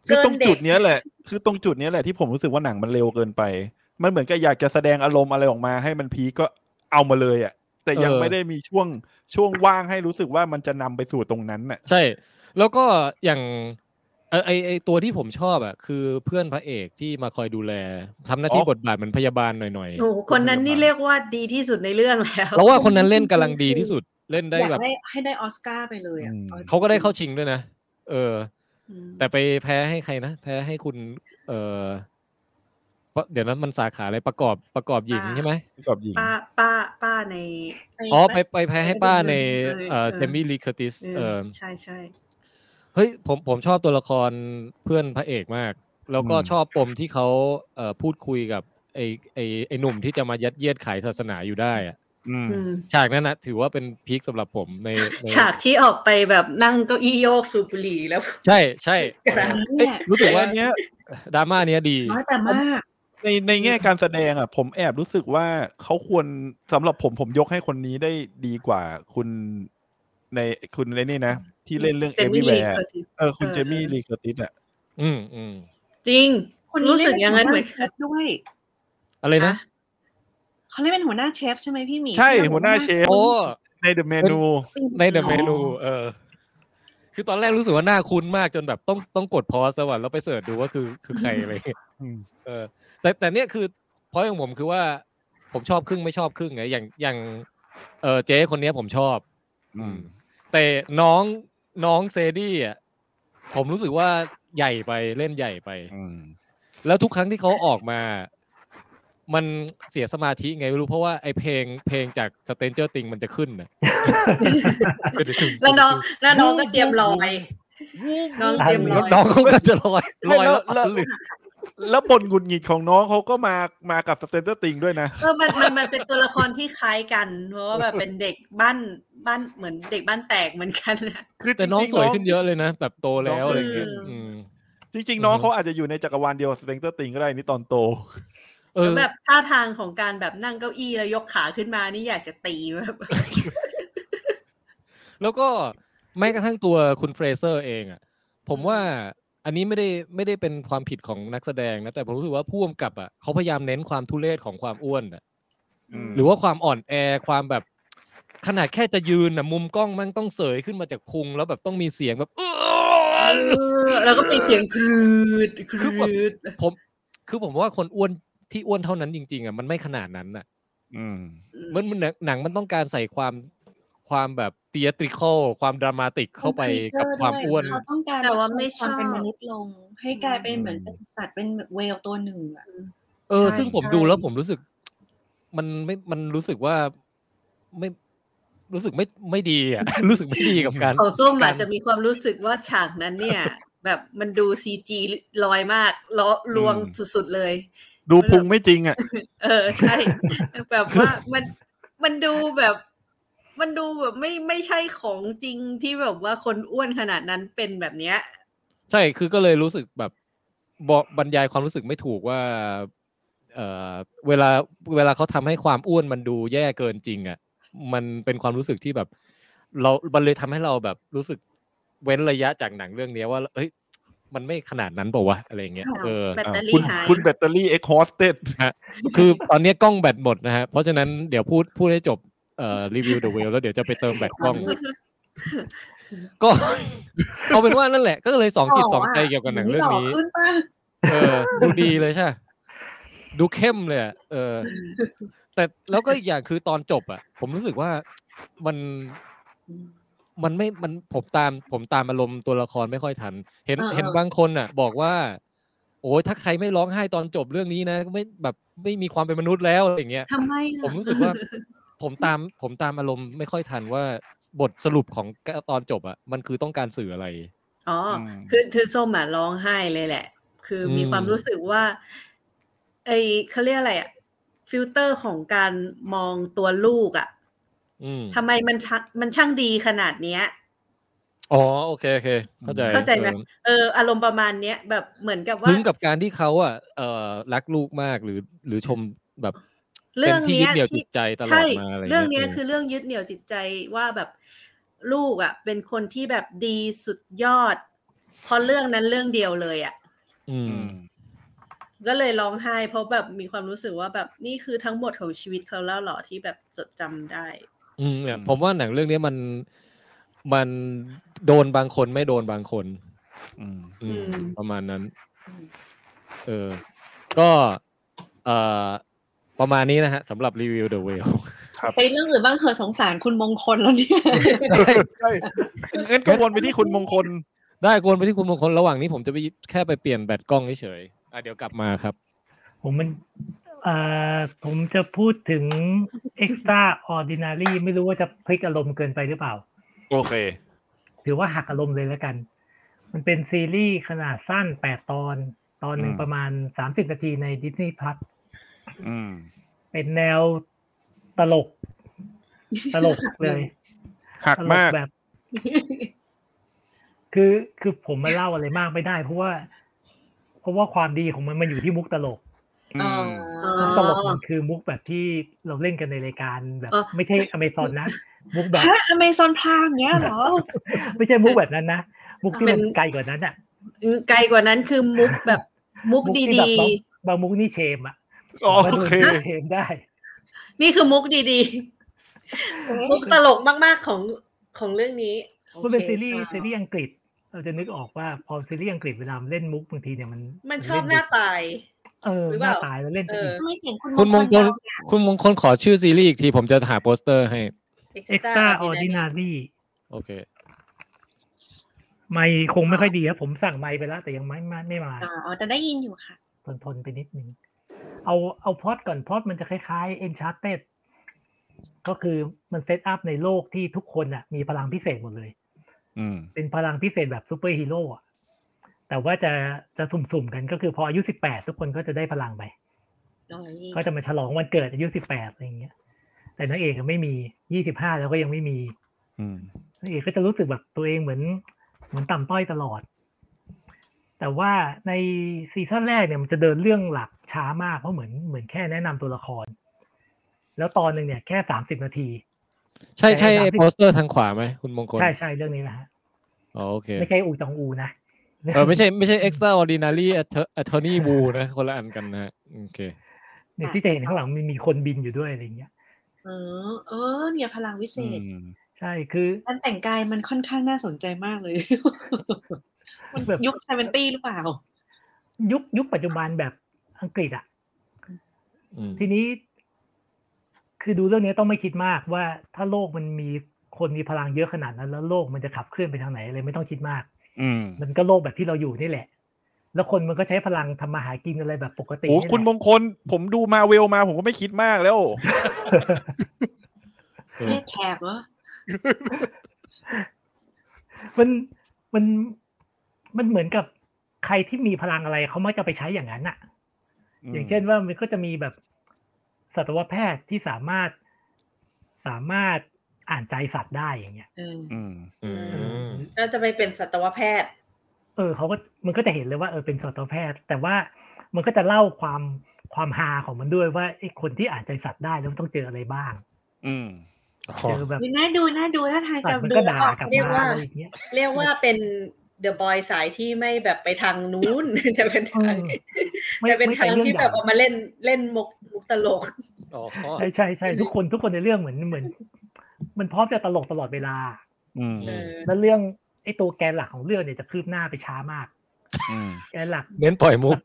Speaker 1: คือต
Speaker 4: เกิ
Speaker 1: ร
Speaker 4: น
Speaker 1: ง
Speaker 4: เด็
Speaker 1: จุ
Speaker 4: ก
Speaker 1: ดเนี้ยแหละ คือตรงจุดเนี้ยแหละที่ผมรู้สึกว่าหนังมันเร็วเกินไป มันเหมือนกับอยากจะแสดงอารมณ์อะไรออกมาให้มันพีคก็เอามาเลยอะ่ะ แต่ยัง
Speaker 2: เออ
Speaker 1: ไม่ได้มีช่วงช่วงว่างให้รู้สึกว่ามันจะนำไปสู่ตรงนั้นน่ะ
Speaker 2: ใช่ แล้วก็อย่างเอ่อไอไอตัวที่ผมชอบอ่ะคือเพื่อนพระเอกที่มาคอยดูแลทำหน้าที่
Speaker 1: อ๋อ
Speaker 2: บทบาทเหมือนพยาบาลหน่อย
Speaker 4: โอ้โหคนนั้นนี่เรียกว่าดีที่สุดในเรื่องแล้ว
Speaker 2: ๆเราว่าคนนั้นเล่นกำลังดีที่สุดเล่นได้
Speaker 6: อยาก
Speaker 2: แบบ
Speaker 6: ได้ให้ได้ออสการ์ไปเลยอ่ะ
Speaker 1: อืม
Speaker 2: เขาก็ได้เข้าชิงด้วยนะเออ
Speaker 4: อืม
Speaker 2: แต่ไปแพ้ให้ใครนะแพ้ให้คุณ เออปะเดี๋ยวนั้นมันสาขาอะไรประกอบประกอบหญิงใช่ไหม
Speaker 1: กับหญิง
Speaker 4: ป้าป้าป้าใน
Speaker 2: อ๋อไปไปแพ้ให้ป้าในเออ
Speaker 4: เออ
Speaker 2: เดมี่ลีคอร์ติสเออ
Speaker 4: ใช่ใช่
Speaker 2: เฮ้ยผมผมชอบตัวละครเพื่อนพระเอกมาก แล้วก็
Speaker 1: อืม
Speaker 2: ชอบปมที่เขาเอ่อพูดคุยกับไอไอไอหนุ่มที่จะมายัดเยียดขายศาสนาอยู่ได้อะ
Speaker 1: อืม
Speaker 4: อืม
Speaker 2: ฉากนั้นนะถือว่าเป็นพีคสำหรับผมในใน
Speaker 4: ฉากที่ออกไปแบบนั่งเก้าอี้โยกสูบบุหรี่แล้ว
Speaker 2: ใช่ใช่
Speaker 4: กระดาษ
Speaker 6: เนี่ย
Speaker 2: รู้สึกว่า
Speaker 1: อันเนี้ย
Speaker 2: ดราม่าเนี้ยดี
Speaker 6: น้อยแต่มาก
Speaker 1: ในในแง่การแสดงอ่ะ ผมแอบรู้สึกว่าเขาควรสำหรับผมผมยกให้คนนี้ได้ดีกว่าคุณในคุณอะไรนี่นะ ที่เล่นเรื่อง
Speaker 4: เจ
Speaker 1: เอ
Speaker 4: ม
Speaker 1: วี
Speaker 4: มี่
Speaker 1: แว
Speaker 4: ลี
Speaker 1: ร์
Speaker 4: เคอร์ติส
Speaker 1: เออคุณเจมี่ลีเคอร์ติสอ่ะ
Speaker 2: อืมอืม
Speaker 4: จริง
Speaker 6: คนนี้
Speaker 4: รู้สึกอย่างนั้นเหมื
Speaker 6: ล่
Speaker 4: อนกัน
Speaker 6: ป็หัวหาเชฟด้วย
Speaker 2: อะไรนะ
Speaker 4: อะ
Speaker 6: เขาเล่นเป็นหัวหน้าเชฟใช่ไหมพี่หมี
Speaker 1: ใช่หัวหน้าเชฟ
Speaker 2: โอ้
Speaker 1: ในเดอะเมนู
Speaker 2: ในเดอะเมนู เออ คือตอนแรกรู้สึกว่าหน้าคุ้นมากจนแบบต้องต้องกดพอสวรรค์แล้วไปเสิร์ชดูว่าคือคือใครอะไรอย่างเงี้ย เออแต่แต่เนี่ยคือพอยของผมคือว่าผมชอบครึ่งไม่ชอบครึ่งไงอย่างอย่างเออเจ๊คนเนี้ยผมชอบ
Speaker 1: อืม
Speaker 2: แต่น้องน้องเซดี้อ่ะผมรู้สึกว่าใหญ่ไปเล่นใหญ่ไป
Speaker 1: อืม
Speaker 2: แล้วทุกครั้งที่เขาออกมา มันเสียสมาธิไงไม่รู้เพราะว่าไอเพลงเพลงจากสเตนเจอร์ติงมันจะขึ้นนะ
Speaker 4: แล้วน้องแล้วน้องก็เตรียมลอยน้องเตรียมล
Speaker 2: แล้ว
Speaker 4: อย
Speaker 2: น้องเขาก็จะลอยลอย
Speaker 1: แล้
Speaker 2: แล้ว ว
Speaker 1: แล้ว
Speaker 2: ลื่น
Speaker 1: แล้วบนหงุดหงิดของน้องเขาก็มามากับสเตนเตอร์ติงด้วยนะ
Speaker 4: เออมันมันมันเป็นตัวละครที่คล้ายกันเพราะว่าแบบเป็นเด็กบ้านบ้านเหมือนเด็กบ้านแตกเหมือนกันนะ
Speaker 1: คือจ
Speaker 2: แต่
Speaker 1: ริงๆน้
Speaker 2: น้อง
Speaker 1: อง
Speaker 2: สวยขึ้นเยอะเลยนะแบบโตแล้วอะไรอย่างเงี้ย
Speaker 4: อืม
Speaker 2: อืม
Speaker 1: จริงๆ
Speaker 2: อือฮึ
Speaker 1: น้องเขาอาจจะอยู่ในจักรวาลเดียวสเตนเตอร์ติงก็ได้นี่ตอนโต
Speaker 2: เอ
Speaker 4: แล้ว
Speaker 2: อ
Speaker 4: แบบท่าทางของการแบบนั่งเก้าอี้แล้วยกขาขึ้นมานี่อยากจะตีแบบ
Speaker 2: แล้วก็แม้กระทั่งตัวคุณเฟรเซอร์เองอ่ะผมว่าอันนี้ไม่ได้ไม่ได้เป็นความผิดของนักแสดงนะแต่ผมรู้สึกว่าผู้กำกับอ่ะเขาพยายามเน้นความทุเรศของความอ้วนอะ
Speaker 1: อืม
Speaker 2: หรือว่าความอ่อนแอความแบบ ขนาดแค่จะยืนนะมุมกล้องมันต้องเสยขึ้นมาจากพุงแล้วแบบต้องมีเสียงแบบ [LAUGHS]
Speaker 4: เออแล้วก็มีเสียงครืดค
Speaker 2: คือแบ
Speaker 4: รืด
Speaker 2: บ ผมคือผมว่าคนอ้วนที่อ้วนเท่านั้นจริงๆอ่ะมันไม่ขนาดนั้นอ่ะ
Speaker 1: อืม
Speaker 2: มันมันหนังหนังมันต้องการใส่ความความแบบเตียตริคอลความดรามาติกเข้าไปกับความอ้วน
Speaker 6: เขาต้องการ
Speaker 4: แต่ว่าไม่ช
Speaker 6: ควา
Speaker 4: อ
Speaker 6: ม
Speaker 4: บ
Speaker 6: เป็นมนุษย์ลง ให้กลายเป็น
Speaker 1: อืม
Speaker 6: เหมือนเป็นสัตว์เป็นแบบเวลตัวหนึ่งอะ
Speaker 2: เออ
Speaker 4: ใช่
Speaker 2: ซึ่งผม
Speaker 4: ใช่
Speaker 2: ดูแล้วผมรู้สึก มันไม่มันรู้สึกว่าไม่ รู้สึกไม่ไม่ดีอ่ะ [LAUGHS] รู้สึกไม่ดีกับการ
Speaker 4: ของส้มอาจจะมีความรู้สึกว่าฉากนั้น
Speaker 2: [LAUGHS]
Speaker 4: เนี่ย แบบมันดูซีจีลอยมากล้อลวงสุดๆเลย
Speaker 3: ดูพุงไม่จริงอ่ะ
Speaker 4: เออใช่ แบบว่ามันมันดูแบบ มันดูแบบไม่ไม่ใช่ของจริงที่แบบว่าคนอ้วนขนาดนั้นเป็นแบบเนี้ย
Speaker 2: ใช่คือก็เลยรู้สึกแบบบอกบรรยายความรู้สึกไม่ถูกว่า เออเวลาเวลาเขาทำให้ความอ้วนมันดูแย่เกินจริงอ่ะมันเป็นความรู้สึกที่แบบ เรามันเลยทำให้เราแบบรู้สึกเว้นระยะจากหนังเรื่องเนี้ยว่าเอ้ยมันไม่ขนาดนั้นเปล่าวะอะไรอย่างเงี้ยเออ
Speaker 4: แบตเตอ
Speaker 3: คุ
Speaker 4: รี่
Speaker 3: ณ
Speaker 4: หาย
Speaker 3: คุณแบตเตอรี่เอ็กฮอสเตด
Speaker 2: คือตอนนี้กล้องแบตหมดนะฮะ เพราะฉะนั้นเดี๋ยวพูดพูดให้จบเอ่อรีวิวเดอะเวลแล้วเดี๋ยวจะไปเติมแบตกล้อง ก็ [LAUGHS] เอาเป็นว่านั่นแหละ ก็เลยสองจิตสองใจเกี่ยวกับหนังเรื่องนี้
Speaker 6: หล่ขึ้นปะ
Speaker 2: เออ ดูดีเลยใช่ ดูเข้มเลยอะเออ แต่แล้วก็อีกอย่างคือตอนจบอ่ะ ผมรู้สึกว่ามันมันไม่มันผมตาม ผมตามอารมณ์ตัวละครไม่ค่อยทัน เห็น
Speaker 4: เออเออ
Speaker 2: เห็นบางคนอ่ะ บอกว่า โอ้ยถ้าใครไม่ร้องไห้ตอนจบเรื่องนี้นะไม่แบบไม่มีความเป็นมนุษย์แล้วอะไรอย่างเงี้ย
Speaker 4: ทำไมอะ
Speaker 2: ผมรู้สึกว่า ผมตามผมตามอารมณ์ไม่ค่อยทันว่าบทสรุปของตอนจบอ่ะ มันคือต้องการสื่ออะไร
Speaker 4: อ๋ออคือคือส้มอ่ะร้องไห้เลยแหละ คือมี
Speaker 2: อืม
Speaker 4: ความรู้สึกว่า ไอเขาเรียกอะไรอะฟิลเตอร์ของการมองตัวลูกอะ
Speaker 2: อืม
Speaker 4: ทำไมมันชักมันช่างดีขนาดเนี้ย
Speaker 2: อ๋อโอเคโอเค เข้าใจ
Speaker 4: เข้าใจไหม
Speaker 2: ออ
Speaker 4: เออ อารมณ์ประมาณเนี้ยแบบเหมือนกับว่า
Speaker 2: ซึ้งกับการที่เขาอ่ะเอ่อรักลูกมากหรือหรือชมแบบ
Speaker 4: เรื่อง
Speaker 2: ต็มที่
Speaker 4: เนี้
Speaker 2: ยึ
Speaker 4: ย
Speaker 2: ดเหนี่ยว
Speaker 4: ที่
Speaker 2: จิตใจตลอ
Speaker 4: ใช่
Speaker 2: ดมาอะไร
Speaker 4: เรื่องเนี้ย
Speaker 2: ย
Speaker 4: คือเรื่องยึดเหนี่ยวจิตใจว่าแบบลูกอ่ะ เป็นคนที่แบบดีสุดยอดเพราะเรื่องนั้นเรื่องเดียวเลยอ่ะ
Speaker 2: อืม
Speaker 4: ก็เลยร้องไห้เพราะแบบมีความรู้สึกว่าแบบนี่คือทั้งหมดของชีวิตเขาแล้วเหรอที่แบบจดจำได้
Speaker 2: อืมเนี่ยผมว่าหนังเรื่องเนี้ยมันมันโดนบางคนไม่โดนบางคน อืม
Speaker 4: อืม
Speaker 2: ประมาณนั้น เออ ก็เอ่อประมาณนี้นะฮะสำหรับรีวิว The Whale [LAUGHS]
Speaker 6: ไปเรื่องอื่นบ้างเถอะสงสารคุณมงคลแล้วเนี่ย
Speaker 3: ใช่งั้นก็วนไปที่คุณมงคล
Speaker 2: ได้กวนไปที่คุณมงคลระหว่างนี้ผมจะไปแค่ไปเปลี่ยนแบตกล้องเฉยๆอ่ะเดี๋ยวกลับมาครับ
Speaker 5: ผมมันเอ่อผมจะพูดถึง extraordinary ไม่รู้ว่าจะพลิกอารมณ์เกินไปหรือเปล่า
Speaker 3: โอเค
Speaker 5: ถือว่าหักอารมณ์เลยแล้วกัน มันเป็นซีรีส์ขนาดสั้นแปดตอน ตอนหนึ่ง
Speaker 3: อืม
Speaker 5: ประมาณสามสิบนาทีใน Disney Plus
Speaker 3: อืม
Speaker 5: เป็นแนวตลก ตลกเลย
Speaker 3: หัก
Speaker 5: ตลก
Speaker 3: มาก
Speaker 5: แบบ คือคือผมมาเล่าอะไรมากไม่ได้ เพราะว่า เพราะว่าความดีของมันมันอยู่ที่มุกตลก
Speaker 3: อืม
Speaker 5: มุกตลกมันคือมุกแบบที่เราเล่นกันในรายการแบบ
Speaker 4: อ๋อ
Speaker 5: ไม่ใช่อเมซอนนะ มุกแบบ [LAUGHS]
Speaker 6: ฮะอเมซอนพรามเนี้ยเหรอ
Speaker 5: ไม่ใช่มุกแบบนั้นนะ มุกที่
Speaker 4: เป็
Speaker 5: มัน
Speaker 4: น
Speaker 5: ไกลกว่านั้นอ่ะ
Speaker 4: ไกลกว่านั้นคือมุกแบบมุก
Speaker 5: มุกที่แบบ
Speaker 4: ดี
Speaker 5: บางบางมุกนี่เชมอ่ะ
Speaker 3: อ๋อ
Speaker 5: มา
Speaker 3: โอ
Speaker 5: ดู
Speaker 3: เค
Speaker 5: เชมได้
Speaker 4: ๆ นี่คือมุกดีๆ มุกตลกมากๆของของเรื่องนี้
Speaker 5: มันเป็นซีรี
Speaker 4: โอ
Speaker 5: ส์
Speaker 4: ค
Speaker 5: ซีรีส์อังกฤษ เราจะนึกออกว่าพอซีรีส์อังกฤษเวลามันเล่นมุกบางทีเนี่ยมัน
Speaker 4: มันชอบหน้าตาย
Speaker 5: เออ
Speaker 4: หรือ
Speaker 5: ห
Speaker 4: เปล่า
Speaker 5: น้าตายแล้วเล่น
Speaker 4: เออ
Speaker 5: เป็นอีก
Speaker 6: ไม่เสียงคุณ
Speaker 2: คุณมงคล
Speaker 6: ยาว
Speaker 2: คุณมงคลขอชื่อซีรีส์อีกทีผมจะหาโปสเตอร์ให้
Speaker 4: Extraordinary
Speaker 5: extraordinary
Speaker 2: โอเค
Speaker 5: ไม่คงไม่ค่อยดีครับผมสั่งไม่ไปแล้ว แต่ยังไม่ไม่ไม่มา
Speaker 6: อ่าอ๋อแต่ได้ยินอยู่ค่ะ
Speaker 5: ทนทนไปนิดนึง เอาเอาพล็อดก่อนพล็อดมันจะคล้ายๆ Enchanted ก็คือมันเซตอัพในโลกที่ทุกคนอ่ะมีพลังพิเศษหมดเลย
Speaker 3: อืม
Speaker 5: เป็นพลังพิเศษแบบซูเปอร์ฮีโร่อะแต่ว่าจะจะสุ่มๆกันก็คือพออายุสิบแปดทุกคนก็จะได้พลังไป ก็จะมาฉลองวันเกิดอายุสิบแปดอะไรอย่างเงี้ย แต่นางเอกอะไม่มียี่สิบห้าแล้วก็ยังไม่มี
Speaker 3: อืม
Speaker 5: นางเอกก็จะรู้สึกแบบตัวเองเหมือน เหมือนต่ำต้อยตลอด แต่ว่าในซีซั่นแรกเนี่ยมันจะเดินเรื่องหลักช้ามากเพราะเหมือนเหมือนแค่แนะนำตัวละคร แล้วตอนหนึ่งเนี่ยแค่สามสิบนาที
Speaker 2: ใช่ใช่
Speaker 5: ใช่ครับ
Speaker 2: ไอ้โปสเตอร์ทางขวาไหมคุณมงคล
Speaker 5: ใช่ใช่เรื่องนี้นะฮะ
Speaker 2: อ๋อโอเค
Speaker 5: ไม่ใช่อูจองอูนะ
Speaker 2: เออไม่ใช่ไม่ใช่ extraordinary Atter- attorney Wu นะคนละอันกันนะฮะโอเค
Speaker 5: [LAUGHS] เนี่ยที่จะเห็นข้างหลังมันมีคนบินอยู่ด้วยอะไรอย่างเงี้ย
Speaker 6: เออ เออ เนี่ยพลังวิเศ
Speaker 3: อื
Speaker 6: ษ
Speaker 3: ม
Speaker 5: ใช่คือ
Speaker 6: การแต่งกายมันค่อนข้างน่าสนใจมากเลย มัน
Speaker 5: [LAUGHS] แบบ
Speaker 6: ยุคเซเวนตี้หรือเปล่า
Speaker 5: ยุคยุคปัจจุบันแบบอังกฤษอ่ะ
Speaker 2: อืม
Speaker 5: ทีนี้ คือดูเรื่องนี้ต้องไม่คิดมากว่าถ้าโลกมันมีคนมีพลังเยอะขนาดนั้น แล้วโลกมันจะขับเคลื่อนไปทางไหนอะไรไม่ต้องคิดมาก
Speaker 3: อืม
Speaker 5: มันก็โลกแบบที่เราอยู่นี่แหละ แล้วคนมันก็ใช้พลังทำมาหากินอะไรแบบปกติ
Speaker 3: โอ้
Speaker 5: นี่แหละ
Speaker 3: คุณมงคล ผมดูมาเวลมาผมก็ไม่คิดมากแล้ว
Speaker 2: เออ
Speaker 6: เรียกแขกเหรอ
Speaker 5: มันมันมันเหมือนกับใครที่มีพลังอะไรเขามักจะไปใช้อย่างนั้นอะอย่างเช่นว่ามันก็จะมีแบบสัตวแพทย์ที่สามารถสามารถอ่านใจสัตว์ได้อย่างเงี้ย
Speaker 4: อืม
Speaker 3: อืม
Speaker 2: อืม
Speaker 4: ก็จะไปเป็นสัตวแพทย์
Speaker 5: เออเขาก็มันก็จะเห็นเลยว่าเออเป็นสัตวแพทย์ แต่ว่ามันก็จะเล่าความความฮาของมันด้วยว่าไอ้คนที่อ่านใจสัตว์ได้แล้วมันต้องเจออะไรบ้าง
Speaker 3: อืม
Speaker 5: เจอแบบ
Speaker 6: อุ๊ยน่าดูน่าดูถ้าทาง
Speaker 5: สัตว์
Speaker 6: จำ
Speaker 5: มัน
Speaker 6: ดู
Speaker 5: ก็
Speaker 6: แล้
Speaker 5: ด่าว
Speaker 6: ออก
Speaker 5: กลับ
Speaker 6: เรียก
Speaker 5: มา
Speaker 6: ว่า
Speaker 5: อะไรอย่างเงี้ย
Speaker 4: เรียกว่าเป็นเดอะบอยสายที่ไม่แบบไปทางนู้น
Speaker 5: [LAUGHS]
Speaker 4: จะเป็นทาง
Speaker 5: เออ ไม่
Speaker 4: แต่เป็น
Speaker 5: ไม่
Speaker 4: ทางที่แบบ
Speaker 5: เรื่
Speaker 4: เอา
Speaker 5: อง
Speaker 4: มาเล่นเล่นมุกมุกตลก
Speaker 2: อ๋อ
Speaker 5: ใช่ใช่ใช่ทุกคนทุกคนในเรื่องเหมือนเหมือน มันพร้อมจะตลกตลอดเวลา
Speaker 3: อืม
Speaker 4: เออ
Speaker 5: แล้วเรื่องไอ้ตัวแกนหลักของเรื่องเนี่ยจะคืบหน้าไปช้ามาก
Speaker 3: อืม
Speaker 5: แกนหลัก
Speaker 2: เน้นปล่อยมุก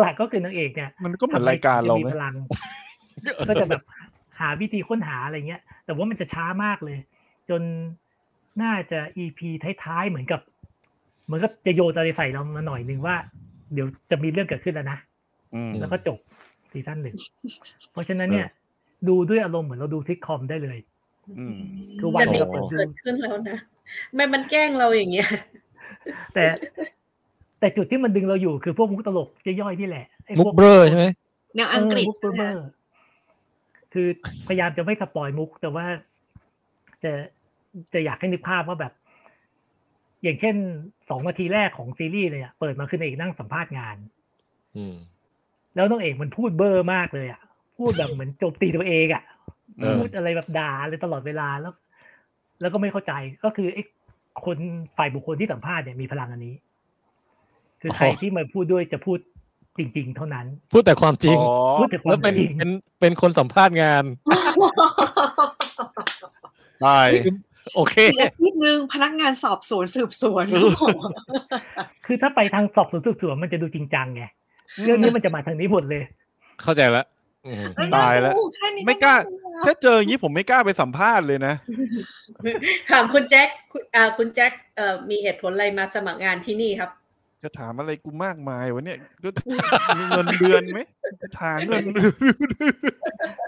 Speaker 5: หลักๆก็คือนางเอกเนี่ย
Speaker 1: มันก็เหมือนรายการเรา
Speaker 5: ทำ
Speaker 1: ไหม
Speaker 5: ไมถึงจะมีพลัง ก็จะแบบหาวิธีค้นหาอะไรเงี้ย แต่ว่ามันจะช้ามากเลย จนน่าจะอีพีท้ายๆเหมือนกับ เหมือนกับจะโยนอะไรใส่เรามาหน่อยนึงว่า เดี๋ยวจะมีเรื่องเกิดขึ้นแล้วนะ
Speaker 3: อืม
Speaker 5: แล้วก็จบซีซั่นหนึ่ง เพราะฉะนั้นเนี่ย ดูด้วยอารมณ์เหมือนเราดูซิทคอมได้เลย
Speaker 3: อืม
Speaker 5: คือวัน
Speaker 4: จะมี
Speaker 5: เราเปิดดู
Speaker 4: เกิดขึ้นแล้วนะไม่มันแกล้งเราอย่างเงี้ย [LAUGHS]
Speaker 5: แต่ [LAUGHS] แต่จุดที่มันดึงเราอยู่คือพวกมุกตลกย่อยๆนี่แหละไอ้พว
Speaker 2: มุกเบลอใช่ไหม
Speaker 6: แนวอังกฤษ
Speaker 5: เมุกเบลอๆคือพยายามจะไม่สปอยมุก แต่ว่าจะจะอยากให้นึกภาพว่าแบบ อย่างเช่นสองนาทีแรกของซีรีส์เลยอะเปิดมาขึ้นเอกนั่งสัมภาษณ์งาน
Speaker 2: อืม
Speaker 5: แล้วน้องเอกมันพูดเบอร์มากเลยอ่ะ พูดแบบเหมือนโจมตีตัวเองอ่ะ
Speaker 2: เออ
Speaker 5: พูดอะไรแบบด่าเลยตลอดเวลาแล้ว แล้วก็ไม่เข้าใจก็คือไอ้คนฝ่ายบุคคลที่สัมภาษณ์เนี่ยมีพลังอันนี้ คือใครที่มาพูดด้วยจะพูดจริง ๆ เท่านั้น
Speaker 2: พูดแต่ความจริง
Speaker 1: อ๋อ
Speaker 5: พูดแต่ควา
Speaker 2: แล้ว
Speaker 5: ม
Speaker 2: เป็น
Speaker 5: จริง
Speaker 2: เป็นเป็นคนสัมภาษณ์งาน
Speaker 1: ตาย
Speaker 2: โอเค
Speaker 6: อีกอาชีพหนึ่งพนักงานสอบสวนสืบสวน
Speaker 5: คือถ้าไปทางสอบสวนสืบสวนมันจะดูจริงจังไงเรื่องนี้มันจะมาทางนี้หมดเลย
Speaker 2: เข้าใจแล้วอืม
Speaker 6: เอ้
Speaker 1: ตายแล้ว
Speaker 6: น่ดูค่นี้
Speaker 1: ไม่กล้า
Speaker 6: น่ดูแล้ว
Speaker 1: ถ้าเจออย่างนี้ผมไม่กล้าไปสัมภาษณ์เลยนะ
Speaker 4: ถามคุณแจ็คคุณอ่าคุณแจ็คเอ่อมีเหตุผลอะไรมาสมัครงานที่นี่ครับ
Speaker 1: จะถามอะไรกูมากมายวะเนี่ยก็มีเงินเดือนไหมจะถามเงินเดือน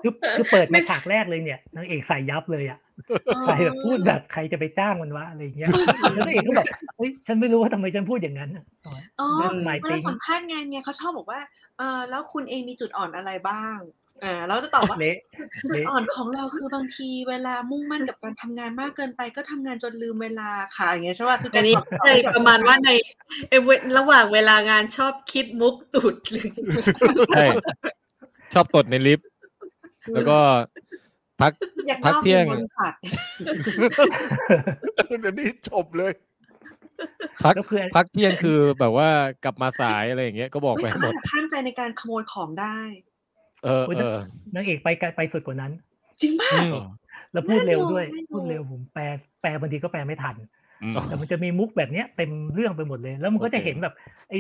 Speaker 5: คือคือเปิด
Speaker 4: ไม่
Speaker 5: มาฉากแรกเลยเนี่ยนางเอกใส่ยับเลยอ่ะใส่แบบพูดแบบใครจะไปจ้างมันวะอะไรอย่างเงี้ยแล้วนางเอกก็แบบเฮ้ยฉันไม่รู้ว่าทำไมฉันพูดอย่างนั้นอะ
Speaker 6: อ๋อ
Speaker 5: เรื่องไม
Speaker 6: เว
Speaker 5: ติ้
Speaker 6: ลาง สัมภาษณ์งานเนี่ยเขาชอบบอกว่าเออแล้วคุณเองมีจุดอ่อนอะไรบ้างอ่าเราจะตอบว่า
Speaker 5: เละ
Speaker 6: จุด
Speaker 5: เละ
Speaker 6: อ่อนของเราคือบางทีเวลามุ่งมั่นกับการทำงานมากเกินไปก็ทำงานจนลืมเวลาค่ะอย่างเงี้ยใช่ป่ะคือ
Speaker 4: อั
Speaker 6: การ
Speaker 4: นนี้
Speaker 6: ตอบ
Speaker 4: เออประมาณว่าในเอเวระหว่างเวลางานชอบคิดมุกตุดหรือ [LAUGHS]
Speaker 2: ใช่ ชอบตดในลิฟต์ แล้วก็พัก
Speaker 6: อยาก
Speaker 2: พักเที่ยง
Speaker 6: บริษัท
Speaker 3: เดี๋ยวนี้จบเลย
Speaker 2: พัก
Speaker 5: [LAUGHS] แล้วคือ
Speaker 2: พักเที่ยงคือแบบว่ากลับมาสายอะไรอย่างเงี้ยก็บอก
Speaker 6: ไม่
Speaker 2: ไป
Speaker 6: สา
Speaker 2: หม
Speaker 6: มาร
Speaker 2: ด
Speaker 6: ถห้ามใจในการขโมยของได้
Speaker 2: เออเออน
Speaker 5: างเอกไปไกลไปสุดกว่านั้น
Speaker 6: จริงป่ะ
Speaker 2: อืม
Speaker 5: แล้วพูดเร็วด้วย
Speaker 6: น่าดูน่าดู
Speaker 5: พูดเร็วผมแปลแปลบางทีก็แปลไม่ทัน
Speaker 3: อืม
Speaker 5: แต่มันจะมีมุกแบบเนี้ยเต็มเรื่องไปหมดเลย แล้วมันก็จะเห็นแบบไอ้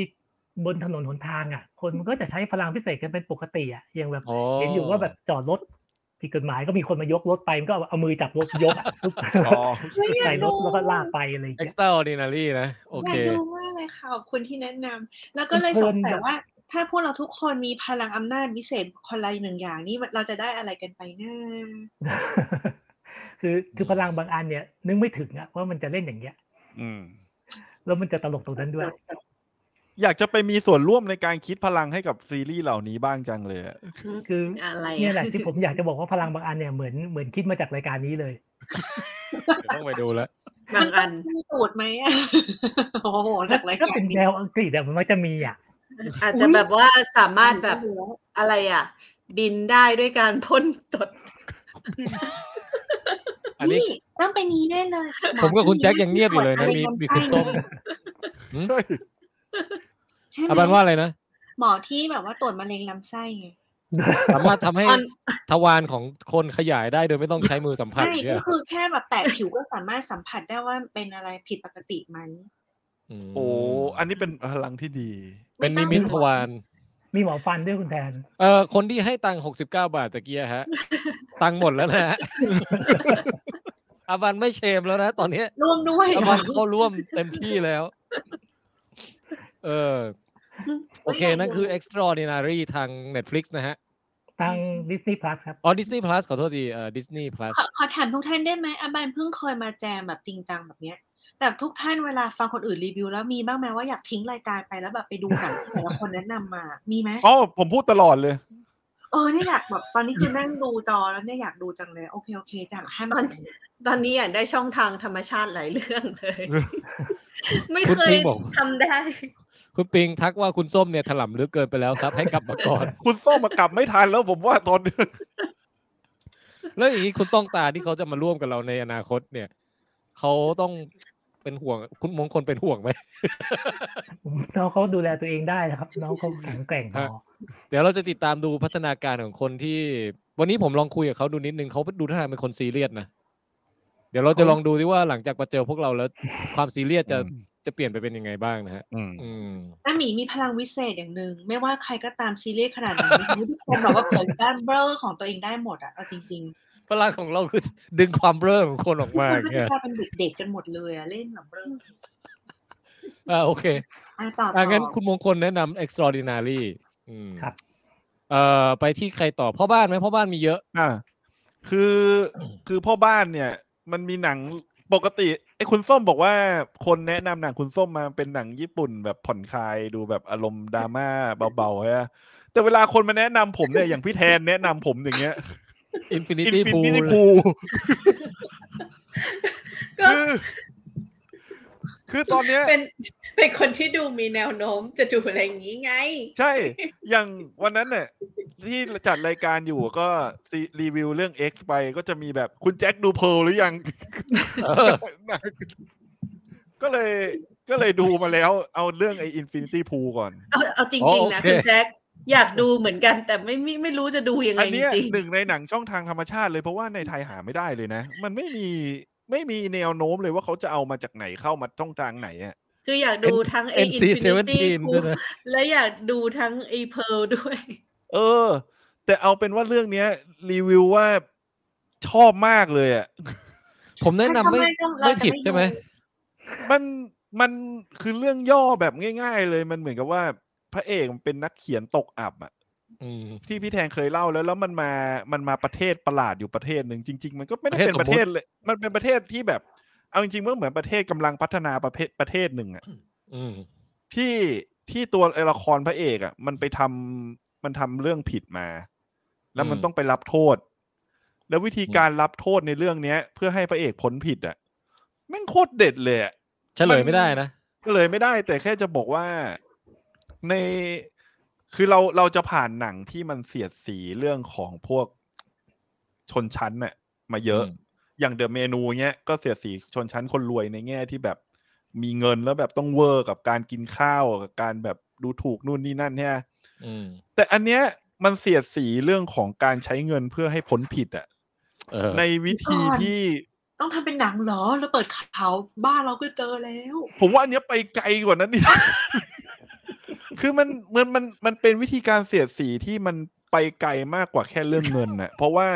Speaker 5: บนถนนหนทางอ่ะ คนมันก็จะใช้พลังพิเศษกันเป็นปกติอ่ะอย่างแบบ
Speaker 2: อ๋อ
Speaker 5: เห็นอยู่ว่าแบบจอดรถผิดกฎหมายก็มีคนมายกรถไปมันก็เอาเอามือจับรถยกอะปุ๊บ
Speaker 1: อ๋อ
Speaker 5: ใส่รถแล้วก็ลากไปอะไรอย่าง
Speaker 2: เอ็ก
Speaker 5: เงี้ย
Speaker 2: ซ์ตร้าออร์ดินารีนะ โอ
Speaker 6: อ
Speaker 2: เค
Speaker 6: ยากดูมากเลยค่ะขอบคุณที่แนะนำแล้วก็เลย
Speaker 5: เพลิ
Speaker 6: ส
Speaker 5: น
Speaker 6: งสัย
Speaker 5: แบบ
Speaker 6: ว่า ถ้าพวกเราทุกคนมีพลังอำนาจวิเศษคนละหนึ่งอย่างนี่เราจะได้อะไรกันไปนะ
Speaker 5: คือคือพลังบางอันเนี่ย นึกไม่ถึงอ่ะว่ามันจะเล่นอย่างเงี้ย
Speaker 3: อืม
Speaker 5: แล้วมันจะตลกตรงนั้นด้วย
Speaker 1: อยากจะไปมีส่วนร่วมในการคิดพลังให้กับซีรีส์เหล่านี้บ้างจังเลยอะ
Speaker 5: คือ
Speaker 4: อะไร
Speaker 5: เนี่ย
Speaker 4: อะ
Speaker 5: แหละที่ผมอยากจะบอกว่าพลังบางอันเนี่ยเหมือนเหมือนคิดมาจากรายการนี้เลย
Speaker 2: เดี๋ยวต้องไปดูแล้ว
Speaker 4: [LAUGHS] บางอัน
Speaker 6: มีตูดไหม
Speaker 2: [LAUGHS]
Speaker 6: อะโอ้โหจากราย
Speaker 5: ถ้า
Speaker 6: การ
Speaker 5: เป็น
Speaker 6: นี้
Speaker 5: แนวอังกฤษอะมันมักจะมีอ่ะ
Speaker 4: อาจจะแบบว่าสามารถแบบอะไรอ่ะ บินได้ด้วยการพ่นตด
Speaker 2: อันนี้
Speaker 6: นี่ต้องไปนี้ได้เลยหอ
Speaker 2: ผมกับคุณแจ็คยังเงียบอยู่เลยนะมี
Speaker 6: อะไรกั
Speaker 2: มีคุณส้ม
Speaker 1: เฮ้ย
Speaker 6: ใช่ไหม
Speaker 2: อาบันว่าอะไรนะ
Speaker 6: หมอที่แบบว่าตรวจมะเร็งลำไส้ไง
Speaker 2: สามารถทำให้
Speaker 4: อัน
Speaker 2: ทวารของคนขยายได้โดยไม่ต้องใช้มือสัมผัส
Speaker 6: ใช่
Speaker 2: เนี่
Speaker 6: ก็
Speaker 2: ย
Speaker 6: คือแค่แบบแตะผิวก็สามารถสัมผัสได้ว่าเป็นอะไรผิดปกติไหม
Speaker 2: ม
Speaker 1: โอ้อันนี้เป็นพลังที่ดี
Speaker 2: เป็นนิมิตทวาร
Speaker 5: มีหมอฟันด้วยคุณแทน
Speaker 2: เออคนที่ให้ตังหกสิบเก้าบาทตะเกีย
Speaker 6: [LAUGHS]
Speaker 2: ฮะ ตังค์หมดแล้วนะฮะ อาบันไม่เชมแล้วนะ ตอนเนี้ย
Speaker 6: ร่วมด้วย
Speaker 2: อาบันเข้าร่วมเต็มที่แล้ว เออ โอเค นั่นคือ extraordinary ทาง Netflix นะฮะ
Speaker 5: ทางดิสนีย์พลัสครับ
Speaker 2: อ๋อดิสนีย์พลัสขอโทษทีเอ่อดิสนีย์พลัส
Speaker 6: ขอขอถามทุกท่านได้ไหมอาบันเพิ่งเคยมาแจมแบบจริงจังแบบเนี้ย แต่ทุกท่านเวลาฟังคนอื่นรีวิว แล้วมีบ้างไหมว่าอยากทิ้งรายการไปแล้วแบบไปดูหนังที่แต่ละคนแนะนำมา มีไหม
Speaker 3: อ๋อผมพูดตลอดเลย
Speaker 6: เออเนี่ยอยากแบบตอนนี้คือนั่งดูจอแล้วเนี่ยอยากดูจังเลย โอเคโอเคจังห้าม
Speaker 7: ตอน ตอนนี้อยากได้ช่องทางธรรมชาติหลายเรื่องเลย
Speaker 2: [LAUGHS]
Speaker 7: ไม่
Speaker 2: คุณ
Speaker 7: เคย
Speaker 2: ปิงบอก
Speaker 7: ทำได้
Speaker 2: คุณปิงทักว่าคุณส้มเนี่ยถล่ำลึกเกินไปแล้วครับ [LAUGHS] ให้กลับมาก่อน
Speaker 3: คุณส้มมากลับไม่ทันแล้วผมว่าตอน
Speaker 2: แล้วอย่างนี้คุณต้องตาที่เขาจะมาร่วมกับเราในอนาคตเนี่ยเขาต้องเป็นห่วงคุณมงคลเป็นห่วงไหม
Speaker 5: น้องเขาดูแลตัวเองได้นะครับ น้องเขาแข็งแกร่งพอ
Speaker 2: เดี๋ยวเราจะติดตามดูพัฒนาการของคนที่ วันนี้ผมลองคุยกับเขาดูนิดนึงเขาดูท่าทางเป็นคนซีเรียสนะ เดี๋ยวเราจะลองดูที่ว่าหลังจากมาเจอพวกเราแล้ว ความซีเรียสจะจะเปลี่ยนไปเป็นยังไงบ้างนะฮะ
Speaker 3: อืม
Speaker 2: อืม
Speaker 6: อาหมีมีพลังวิเศษอย่างหนึ่งไม่ว่าใครก็ตามซีเรียส์ขนาดไหนทุกคนแบบว่าเผยด้านเบลอของตัวเองได้หมดอะเอาจริง
Speaker 2: พลังของเราคือดึงความเบ้อของคนอ
Speaker 6: ๆ
Speaker 2: อก
Speaker 6: ทุก
Speaker 2: มา
Speaker 6: ค
Speaker 2: อน ย่าง
Speaker 6: ก็จะ
Speaker 2: เงี้
Speaker 6: [LAUGHS]
Speaker 2: ย
Speaker 6: กลายเป็นเด็กๆกันหมดเลยอะเล่นแบบเบลอ
Speaker 2: อ่าโอเค
Speaker 6: อ่ะต่อต่
Speaker 2: อ่ะ
Speaker 6: อ
Speaker 2: งั้นคุณมงคลแนะนำ extraordinary อืม
Speaker 5: ครับ
Speaker 2: เอ่อไปที่ใครต่อพ่อบ้านไหมพ่อบ้านมีเยอะ
Speaker 3: อ่าคือคือพ่อบ้านเนี่ย มันมีหนังปกติไอ้คุณส้มบอกว่าคนแนะนำหนังคุณส้มมาเป็นหนังญี่ปุ่นแบบผ่อนคลายดูแบบอารมณ์ดราม่าเบาๆฮะแต่เวลาคนมาแนะนำผมเนี่ยอย่างพี่แทนแนะนำผมอย่างเงี้ย
Speaker 2: infinity
Speaker 3: อินฟิ
Speaker 2: pool
Speaker 3: นิตี้พู
Speaker 7: ก็
Speaker 3: คือ [LAUGHS] คือตอนเนี้ย
Speaker 7: เป็น [LAUGHS] เป็นคนที่ดูมีแนวโน้มจะดูอะไรอย่างนี้ไง
Speaker 3: ใช่ อย่างวันนั้นเนี่ยที่จัดรายการอยู่ก็ซีรีวิวเรื่อง X ไปก็จะมีแบบคุณแจ็คดูเพร์ลหรือยัง
Speaker 2: เออ
Speaker 3: ก็เลยก็เลยดูมาแล้วเอาเรื่องไอ้ Infinity Pool ก่อน
Speaker 7: เอาเอาจ
Speaker 2: อ๋
Speaker 7: ริง
Speaker 2: อ
Speaker 7: ๆ นะ
Speaker 2: โอเค
Speaker 7: คุณแจ็คอยากดูเหมือนกัน แต่ไม่ไม่ไม่รู้จะดูยังไง
Speaker 3: อัน
Speaker 7: จ
Speaker 3: เนี้ย
Speaker 7: ริง
Speaker 3: หนึ่งในหนังช่องทางธรรมชาติเลยเพราะว่าในไทยหาไม่ได้เลยนะ มันไม่มีไม่มีแนวโน้มเลยว่าเขาจะเอามาจากไหนเข้ามาช่องทางไหนอ่ะ
Speaker 7: ๆ คืออยากดูทั้งไอ้
Speaker 2: NC
Speaker 7: อินฟินิตี้
Speaker 2: 17ด้วยนะ
Speaker 7: และอยากดูทั้งไอ้เพิร์ลด้วย
Speaker 2: [LAUGHS]
Speaker 3: เออ แต่เอาเป็นว่าเรื่องเนี้ย รีวิวว่าชอบมากเลยอ่ะ
Speaker 2: ผมแนะนำไม่
Speaker 6: ถ้าทำเรา
Speaker 2: ไม่
Speaker 6: จะ
Speaker 2: ผิดใช่ไหม
Speaker 6: ดู
Speaker 3: มันมันคือเรื่องย่อแบบง่ายๆเลยมันเหมือนกับว่าพระเอกมันเป็นนักเขียนตกอับอะ
Speaker 2: อืม
Speaker 3: ที่พี่แทงเคยเล่าแล้ว แล้วมันมามันมาประเทศประหลาดอยู่ประเทศหนึ่งจริง ๆ มันก็ไม่ได้เป็น
Speaker 2: ป
Speaker 3: ประ ระ
Speaker 2: เท
Speaker 3: เท
Speaker 2: ศ
Speaker 3: ศ
Speaker 2: สมมุติ
Speaker 3: เลย มันเป็นประเทศที่แบบเอาจริงๆมันเหมือนประเทศกำลังพัฒนาประเทศประเทศหนึ่งอะ
Speaker 2: อืม
Speaker 3: ที่ที่ตัวละครพระเอกอะมันไปทำมันทำเรื่องผิดมา แล้วมัน
Speaker 2: อืม
Speaker 3: ต้องไปรับโทษ แล้ววิธีการรับโทษในเรื่องเนี้ย เพื่อให้พระเอกพ้นผิดอะแม่งโคตรเด็ดเลยอะ
Speaker 2: เฉลยไม่ได้นะ
Speaker 3: ก็เลยไม่ได้แต่แค่จะบอกว่าในคือเราเราจะผ่านหนังที่มันเสียดสีเรื่องของพวกชนชั้นน่ะมาเยอะ
Speaker 2: อืม
Speaker 3: อย่างเดอะเมนูเนี้ยก็เสียดสีชนชั้นคนรวยในแง่ที่แบบมีเงินแล้วแบบต้องเวอร์กับการกินข้าวกับการแบบดูถูกนู่นนี่นั่นเนี่ย
Speaker 2: อืม
Speaker 3: แต่อันเนี้ยมันเสียดสีเรื่องของการใช้เงินเพื่อให้พ้นผิดอะ
Speaker 2: เออ
Speaker 3: ในวิธีที่
Speaker 6: ต้องทำเป็นหนังเหรอแล้วเปิดเขาบ้านเราก็เจอแล้ว
Speaker 3: ผมว่าอันเนี้ยไปไกลก [LAUGHS] ว่านั้นดิ คือมันมันมันมันเป็นวิธีการเสียดสีที่มันไปไกลมากกว่าแค่เรื่องเงินน่ะ เพราะว่า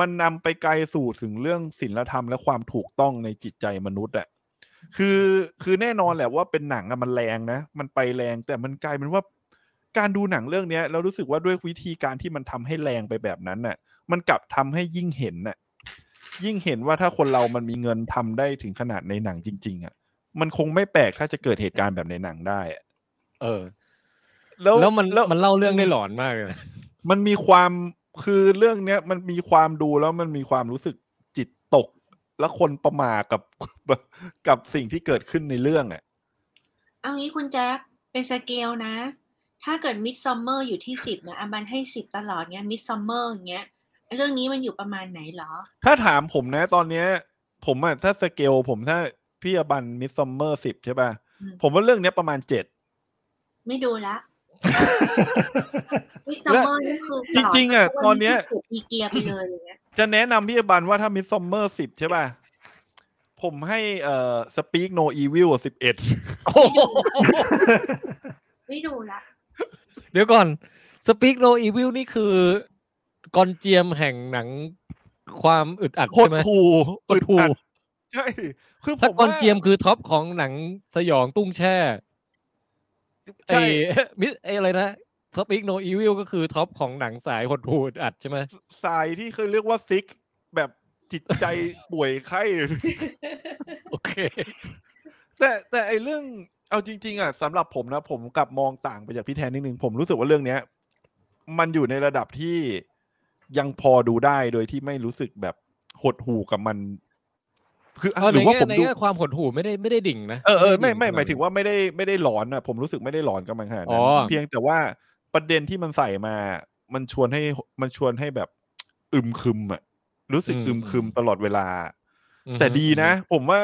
Speaker 3: มันนำไปไกลสู่ถึงเรื่องศีลธรรมและความถูกต้องในจิตใจมนุษย์อะคือคือแน่นอนแหละว่าเป็นหนังอะมันแรงนะ มันไปแรงแต่มันกลายเป็นว่าการดูหนังเรื่องเนี้ยเรารู้สึกว่าด้วยวิธีการที่มันทำให้แรงไปแบบนั้นน่ะ มันกลับทำให้ยิ่งเห็นน่ะ ยิ่งเห็นว่าถ้าคนเรามันมีเงินทำได้ถึงขนาดในหนังจริง ๆอะ มันคงไม่แปลกถ้าจะเกิดเหตุการณ์แบบในหนังได้อะ
Speaker 2: เออ
Speaker 3: แล้ว
Speaker 2: แล้วมัน
Speaker 3: แล้ว
Speaker 2: มันเล่าเรื่องได้หลอนมากเลยนะ
Speaker 3: มันมีความคือเรื่องเนี้ยมันมีความดูแล้วมันมีความรู้สึกจิตตก และคนประหมากับ [LAUGHS] กับสิ่งที่เกิดขึ้นในเรื่องอ่ะ
Speaker 6: เอางี้คุณแจ๊คเป็นสเกลนะ ถ้าเกิดมิดซัมเมอร์อยู่ที่สิบนะอาบันให้สิบตลอดเงี้ยมิดซัมเมอร์อย่างเงี้ย เรื่องนี้มันอยู่ประมาณไหนเหรอ
Speaker 3: ถ้าถามผมนะ ตอนเนี้ย ผมอ่ะถ้าสเกลผมถ้าพี่อบันมิสซัมเมอร์สิบใช่ป่ะ
Speaker 6: อืม
Speaker 3: ผมว่าเรื่องเนี้ยประมาณเจ็ด
Speaker 6: ไม่ดูละมิดซัมเมอร์นี่คือ
Speaker 3: จริงๆอะตอนเนี้ย
Speaker 6: ถูกอีเกียไปเลยอย่างเงี้ย
Speaker 3: จะแนะนำพี่อบันว่าถ้ามิสซัมเมอร์สิบใช่ป่ะ ผมให้เอ่อสปีกโนอีวิลสิบเอ็ด
Speaker 2: โอ้โห
Speaker 6: ไม่ดู
Speaker 3: [LAUGHS]
Speaker 6: ละ
Speaker 2: เดี๋ยวก่อน speak no evil นี่คือกอนเจียมแห่งหนังความอึดอัด
Speaker 3: หด
Speaker 2: ใช่ไหม
Speaker 3: หู
Speaker 2: หดหู่
Speaker 3: อึอัใช่ คือผ
Speaker 2: ถ้ามกอน
Speaker 3: ว่า
Speaker 2: เจียมคือท็อปของหนังสยองตุ้งแช่ไอ [LAUGHS]
Speaker 3: ใช่
Speaker 2: มิสไออะไรนะ ท็อป k ิกโนอีวิลก็คือท็อปของหนังสายหดหูดอัดใช่ไหม
Speaker 3: สายที่เคยเรียกว่าซิกแบบจิตใจป่วยไข้
Speaker 2: โอเค
Speaker 3: [LAUGHS] แต่แต่ไอเรื่องเอาจริง ๆ อ่ะสำหรับผมนะ ผมกลับมองต่างไปจากพี่แทนนิดนึง ผมรู้สึกว่าเรื่องเนี้ย มันอยู่ในระดับที่ยังพอดูได้โดยที่ไม่รู้สึกแบบหดหู่กับมัน คืออ่ะ
Speaker 2: เอา
Speaker 3: ห
Speaker 2: ใน
Speaker 3: รือว่า
Speaker 2: แง่
Speaker 3: ผม
Speaker 2: ใน
Speaker 3: ดู
Speaker 2: แง่ความหดหู่ไม่ได้ไม่ได้ดิ่งนะ
Speaker 3: เออเออไม่
Speaker 2: ด้ดิ่
Speaker 3: ไม่หมายถึงว่าไม่ได้ไม่ได้หลอนอ่ะ ผมรู้สึกไม่ได้หลอนกับมันขนาด
Speaker 2: อ๋
Speaker 3: นั้
Speaker 2: อน
Speaker 3: เพียงแต่ว่าประเด็นที่มันใส่มา มันชวนให้มันชวนให้แบบอึมครึมอ่ะรู้สึกอึมครึมตลอดเวลา
Speaker 2: อืม
Speaker 3: แต่ดีนะ ผมว่า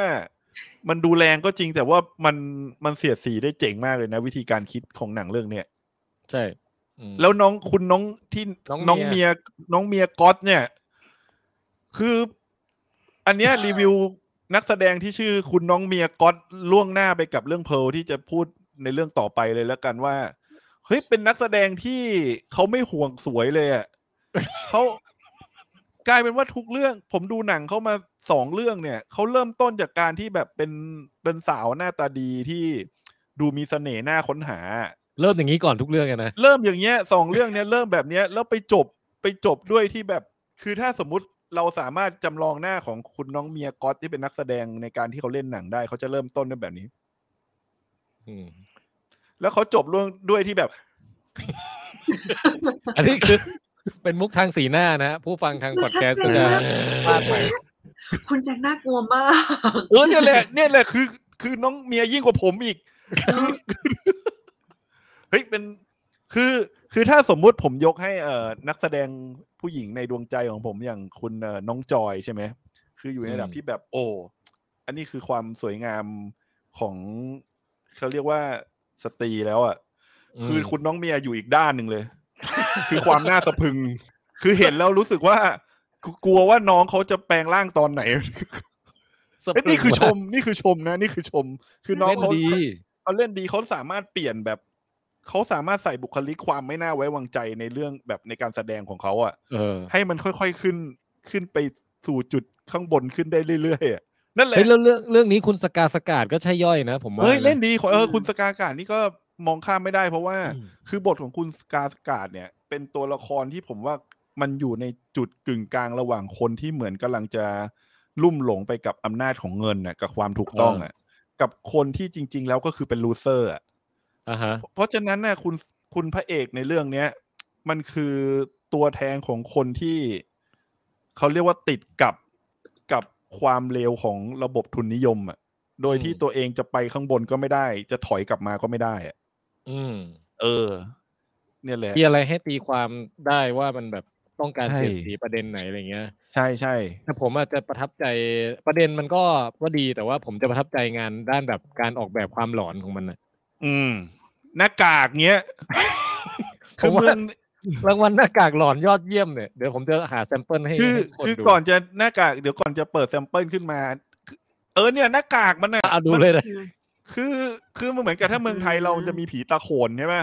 Speaker 3: มันดูแรงก็จริง แต่ว่ามันมันเสียดสีได้เจ๋งมากเลยนะ วิธีการคิดของหนังเรื่องเนี้ย
Speaker 2: ใช่อืม
Speaker 3: แล้วน้องคุณน้องที่
Speaker 2: น้อง
Speaker 3: น้อง
Speaker 2: เมี
Speaker 3: เมี
Speaker 2: ย
Speaker 3: ยน้องเมียก๊อตเนี่ย คือ อันเนี้ยรีวิวนักแสดงที่ชื่อคุณน้องเมียก๊อตล่วงหน้าไปกับเรื่องเพร์ลที่จะพูดในเรื่องต่อไปเลยแล้วกันว่าเฮ้ยเป็นนักแสดงที่เขาไม่ห่วงสวยเลย
Speaker 2: [LAUGHS]
Speaker 3: อะ เขากลายเป็นว่าทุกเรื่อง ผมดูหนังเขามาสองเรื่องเนี่ยเขาเริ่มต้นจากการที่แบบเป็นเป็นสาวหน้าตาดีที่ดูมีเสน่ห์หน้าค้นหา
Speaker 2: เริ่มอย่างนี้ก่อนทุกเรื่องอะนะ
Speaker 3: เริ่มอย่างเงี้ยสองเรื่องเนี้ยเริ่มแบบเนี้ยแล้วไปจบไปจบด้วยที่แบบ คือถ้าสมมติเราสามารถจำลองหน้าของคุณน้องเมียก๊อตที่เป็นนักแสดงในการที่เขาเล่นหนังได้เขาจะเริ่มต้นด้วยแบบนี้
Speaker 2: อืม
Speaker 3: แล้วเขาจบเรื่องด้วยที่แบบ
Speaker 2: อันนี้
Speaker 3: [LAUGHS]
Speaker 2: คือ เป็นมุกทางสีหน้านะฮะผู้ฟังทางพอดแคสต์ก็จะพลาดไป
Speaker 6: คุณแจ็คน่ากลัวมาก
Speaker 3: [LAUGHS] เออเนี่ยแหละเนี่ยแหละคือ คือน้องเมียยิ่งกว่าผมอีกคือเฮ้ยเป็นคือคือถ้าสมมุติผมยกให้เอ่อนักแสดงผู้หญิงในดวงใจของผมอย่างคุณเอ่อน้องจอยใช่ไหมคืออยู่ในระดับที่แบบ โอ้อันนี้คือความสวยงามของเขาเรียกว่าสตรีแล้วอ่ะ คือคุณน้องเมียอยู่อีกด้านหนึ่งเลย คือความน่าสะพรึง คือเห็นแล้วรู้สึกว่า กลัวว่าน้องเขาจะแปลงร่างตอนไหน
Speaker 2: สะพ
Speaker 3: เอ้ย
Speaker 2: รึง
Speaker 3: นี่คือช
Speaker 2: าก
Speaker 3: มนี่คือชมนะ นี่คือชม คือน้อง
Speaker 2: เล่น
Speaker 3: เขา
Speaker 2: ดี
Speaker 3: เขาเล่นดีเขาสามารถเปลี่ยนแบบเขาสามารถใส่บุคลิกความไม่น่าไว้วางใจในเรื่องแบบในการแสดงของเขาอะ
Speaker 2: เออ
Speaker 3: ให้มันค่อยๆขึ้นขึ้นไปสู่จุดข้างบนขึ้นได้เรื่อยๆอะนั่นแหละ
Speaker 2: เฮ้ยแล้วเรื่องเรื่องนี้คุณสกาสกาดก็ใช่ย่อยนะ ผม
Speaker 3: เฮ้ย
Speaker 2: ว่าะ
Speaker 3: เล่นดีเออคุณสกาการนี่ก็มองข้ามไม่ได้เพราะว่า
Speaker 2: อืม
Speaker 3: คือบทของคุณสกาสการ์ดเนี่ย เป็นตัวละครที่ผมว่ามันอยู่ในจุดกึ่งกลางระหว่างคนที่เหมือนกำลังจะลุ่มหลงไปกับอำนาจของเงินน่ะกับความถูกต้องอ่ะกับคนที่จริง ๆ แล้วก็คือเป็นลูเซอร์อ่ะ
Speaker 2: อ่าฮะ
Speaker 3: เพราะฉะนั้นน่ะคุณคุณพระเอกในเรื่องเนี้ย มันคือตัวแทนของคนที่เขาเรียกว่าติดกับกับความเลวของระบบทุนนิยมอ่ะโดยที่
Speaker 2: อืม
Speaker 3: ตัวเองจะไปข้างบนก็ไม่ได้ จะถอยกลับมาก็ไม่ได้อ่ะ
Speaker 2: อืม
Speaker 3: เออ เนี่ยแหละ
Speaker 2: มีอะไรให้ตีความได้ว่ามันแบบต้องการ
Speaker 3: ใช่
Speaker 2: เสียดสีประเด็นไหนอะไรเงี้ย
Speaker 3: ใช่ใช่
Speaker 2: แต่ผมอาจจะประทับใจประเด็นมันก็ก็ดีแต่ว่าผมจะประทับใจงานด้านแบบการออกแบบความหลอนของมันนะ
Speaker 3: อืมหน้ากากเงี้ย
Speaker 2: [LAUGHS] ผ
Speaker 3: คือ
Speaker 2: ม
Speaker 3: มึ
Speaker 2: ว่า
Speaker 3: ง
Speaker 2: รางวัลหน้ากากหลอนยอดเยี่ยมเนี่ยเดี๋ยวผมจะหาแซมเปิลให้
Speaker 3: คือ
Speaker 2: ให้คน
Speaker 3: คือ
Speaker 2: ดู
Speaker 3: ก่อนจะหน้ากากเดี๋ยวก่อนจะเปิดแซมเปิลขึ้นมา เออเนี่ยหน้ากากมันนะ
Speaker 2: อ่ะดูเลยนะ
Speaker 3: คือคือมันเหมือนกับถ้าเมืองไทยเราจะมีผีตาโขนใช่ไหม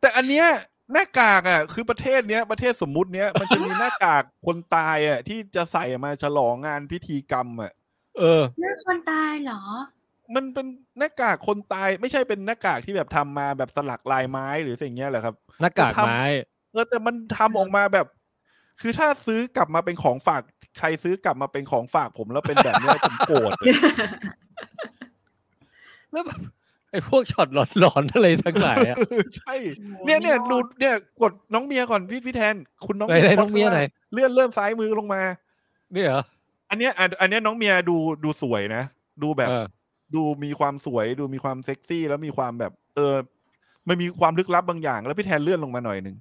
Speaker 3: แต่อันเนี้ยหน้ากากอ่ะ คือประเทศเนี้ยประเทศสมมุติเนี้ยมันจะมีหน้ากากคนตายอ่ะ ที่จะใส่มาฉลองงานพิธีกรรมอ่ะ
Speaker 2: เออ
Speaker 6: หน้าคนตายเหรอ
Speaker 3: มันเป็นหน้ากากคนตาย ไม่ใช่เป็นหน้ากากที่แบบทำมาแบบสลักลายไม้หรือสิ่างเงี้ยเหรอครับ
Speaker 2: หน้ากากไม้
Speaker 3: เออแต่มันทำออกมาแบบ คือถ้าซื้อกลับมาเป็นของฝาก ใครซื้อกลับมาเป็นของฝากผมแล้วเป็นแบบเนี้ย ผมโกรธเลย
Speaker 2: แล้วแบบไอ้พวกช็อตหลอนๆอะไรทั้งหลายอะ
Speaker 3: [LAUGHS] ใช่ เนี่ยเนี่ยดูเนี่ยกดน้องเมียก่อนพี่พี่แทน คุณน้อง
Speaker 2: ไหนไหนต้องเมียไหน
Speaker 3: เลื่อนเลื่อนซ้ายมือลงมา
Speaker 2: นี่เหรอ
Speaker 3: อันเนี้ยอันอันเนี้ยน้องเมียดูดูสวยนะ ดูแบบ
Speaker 2: เออ
Speaker 3: ดูมีความสวย ดูมีความเซ็กซี่ แล้วมีความแบบ เออมันมีความลึกลับบางอย่าง แล้วพี่แทนเลื่อนลงมาหน่อยหนึ่ง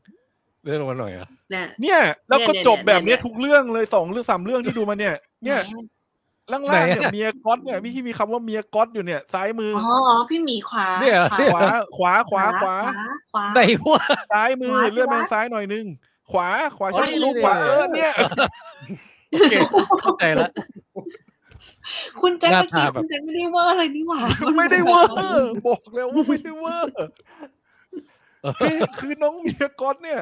Speaker 2: เลื่อนลงมาหน่อยเหรอะ
Speaker 7: เนี่ย
Speaker 3: เนี่ย แล้วก็
Speaker 7: เนี่ย
Speaker 3: จบแบบ
Speaker 7: เนี่
Speaker 3: เนี้
Speaker 7: ย
Speaker 3: ยทุกเรื่องเลยสองเรื่องสามเรื่องที่ดูมาเนี่ย เนี่ย ล่างๆเนี่ยเมียก๊อตเนี่ยพี่ที่มีคำว่าเมียก๊อตอยู่เนี่ยซ้ายมือ
Speaker 6: อ๋
Speaker 3: อ
Speaker 6: อพี่หมีขวา
Speaker 2: เนี่ยเหรอ
Speaker 6: ขวา
Speaker 2: เนี่ย
Speaker 3: ข
Speaker 2: เหร
Speaker 3: วา
Speaker 2: อ
Speaker 3: ขวาขวาขวา
Speaker 6: ขวา
Speaker 2: ไหนวะ
Speaker 3: ซ้ายมือ
Speaker 6: ขวาสิ
Speaker 3: เลื่อนไป
Speaker 6: วะ
Speaker 3: ทางซ้ายหน่อยนึงขวาขวา
Speaker 2: อ๋อ
Speaker 3: ช่อง
Speaker 2: นี่
Speaker 3: ลูก
Speaker 2: นี่
Speaker 3: ขวา
Speaker 2: นี่
Speaker 3: เออเนี่ย
Speaker 2: โอเคเข้าใจละ
Speaker 6: คุณแจ็ค
Speaker 2: หน้า
Speaker 6: เมื่อกี้
Speaker 2: ตาแบบ
Speaker 6: คุณแจ็คไม่ได้เวอร์อะไรนี่หว่า
Speaker 3: ไม่ได้เวอร์บอกแล้วว่าไม่ได้เวอร์คือคือน้องเมียก๊อตเนี่ย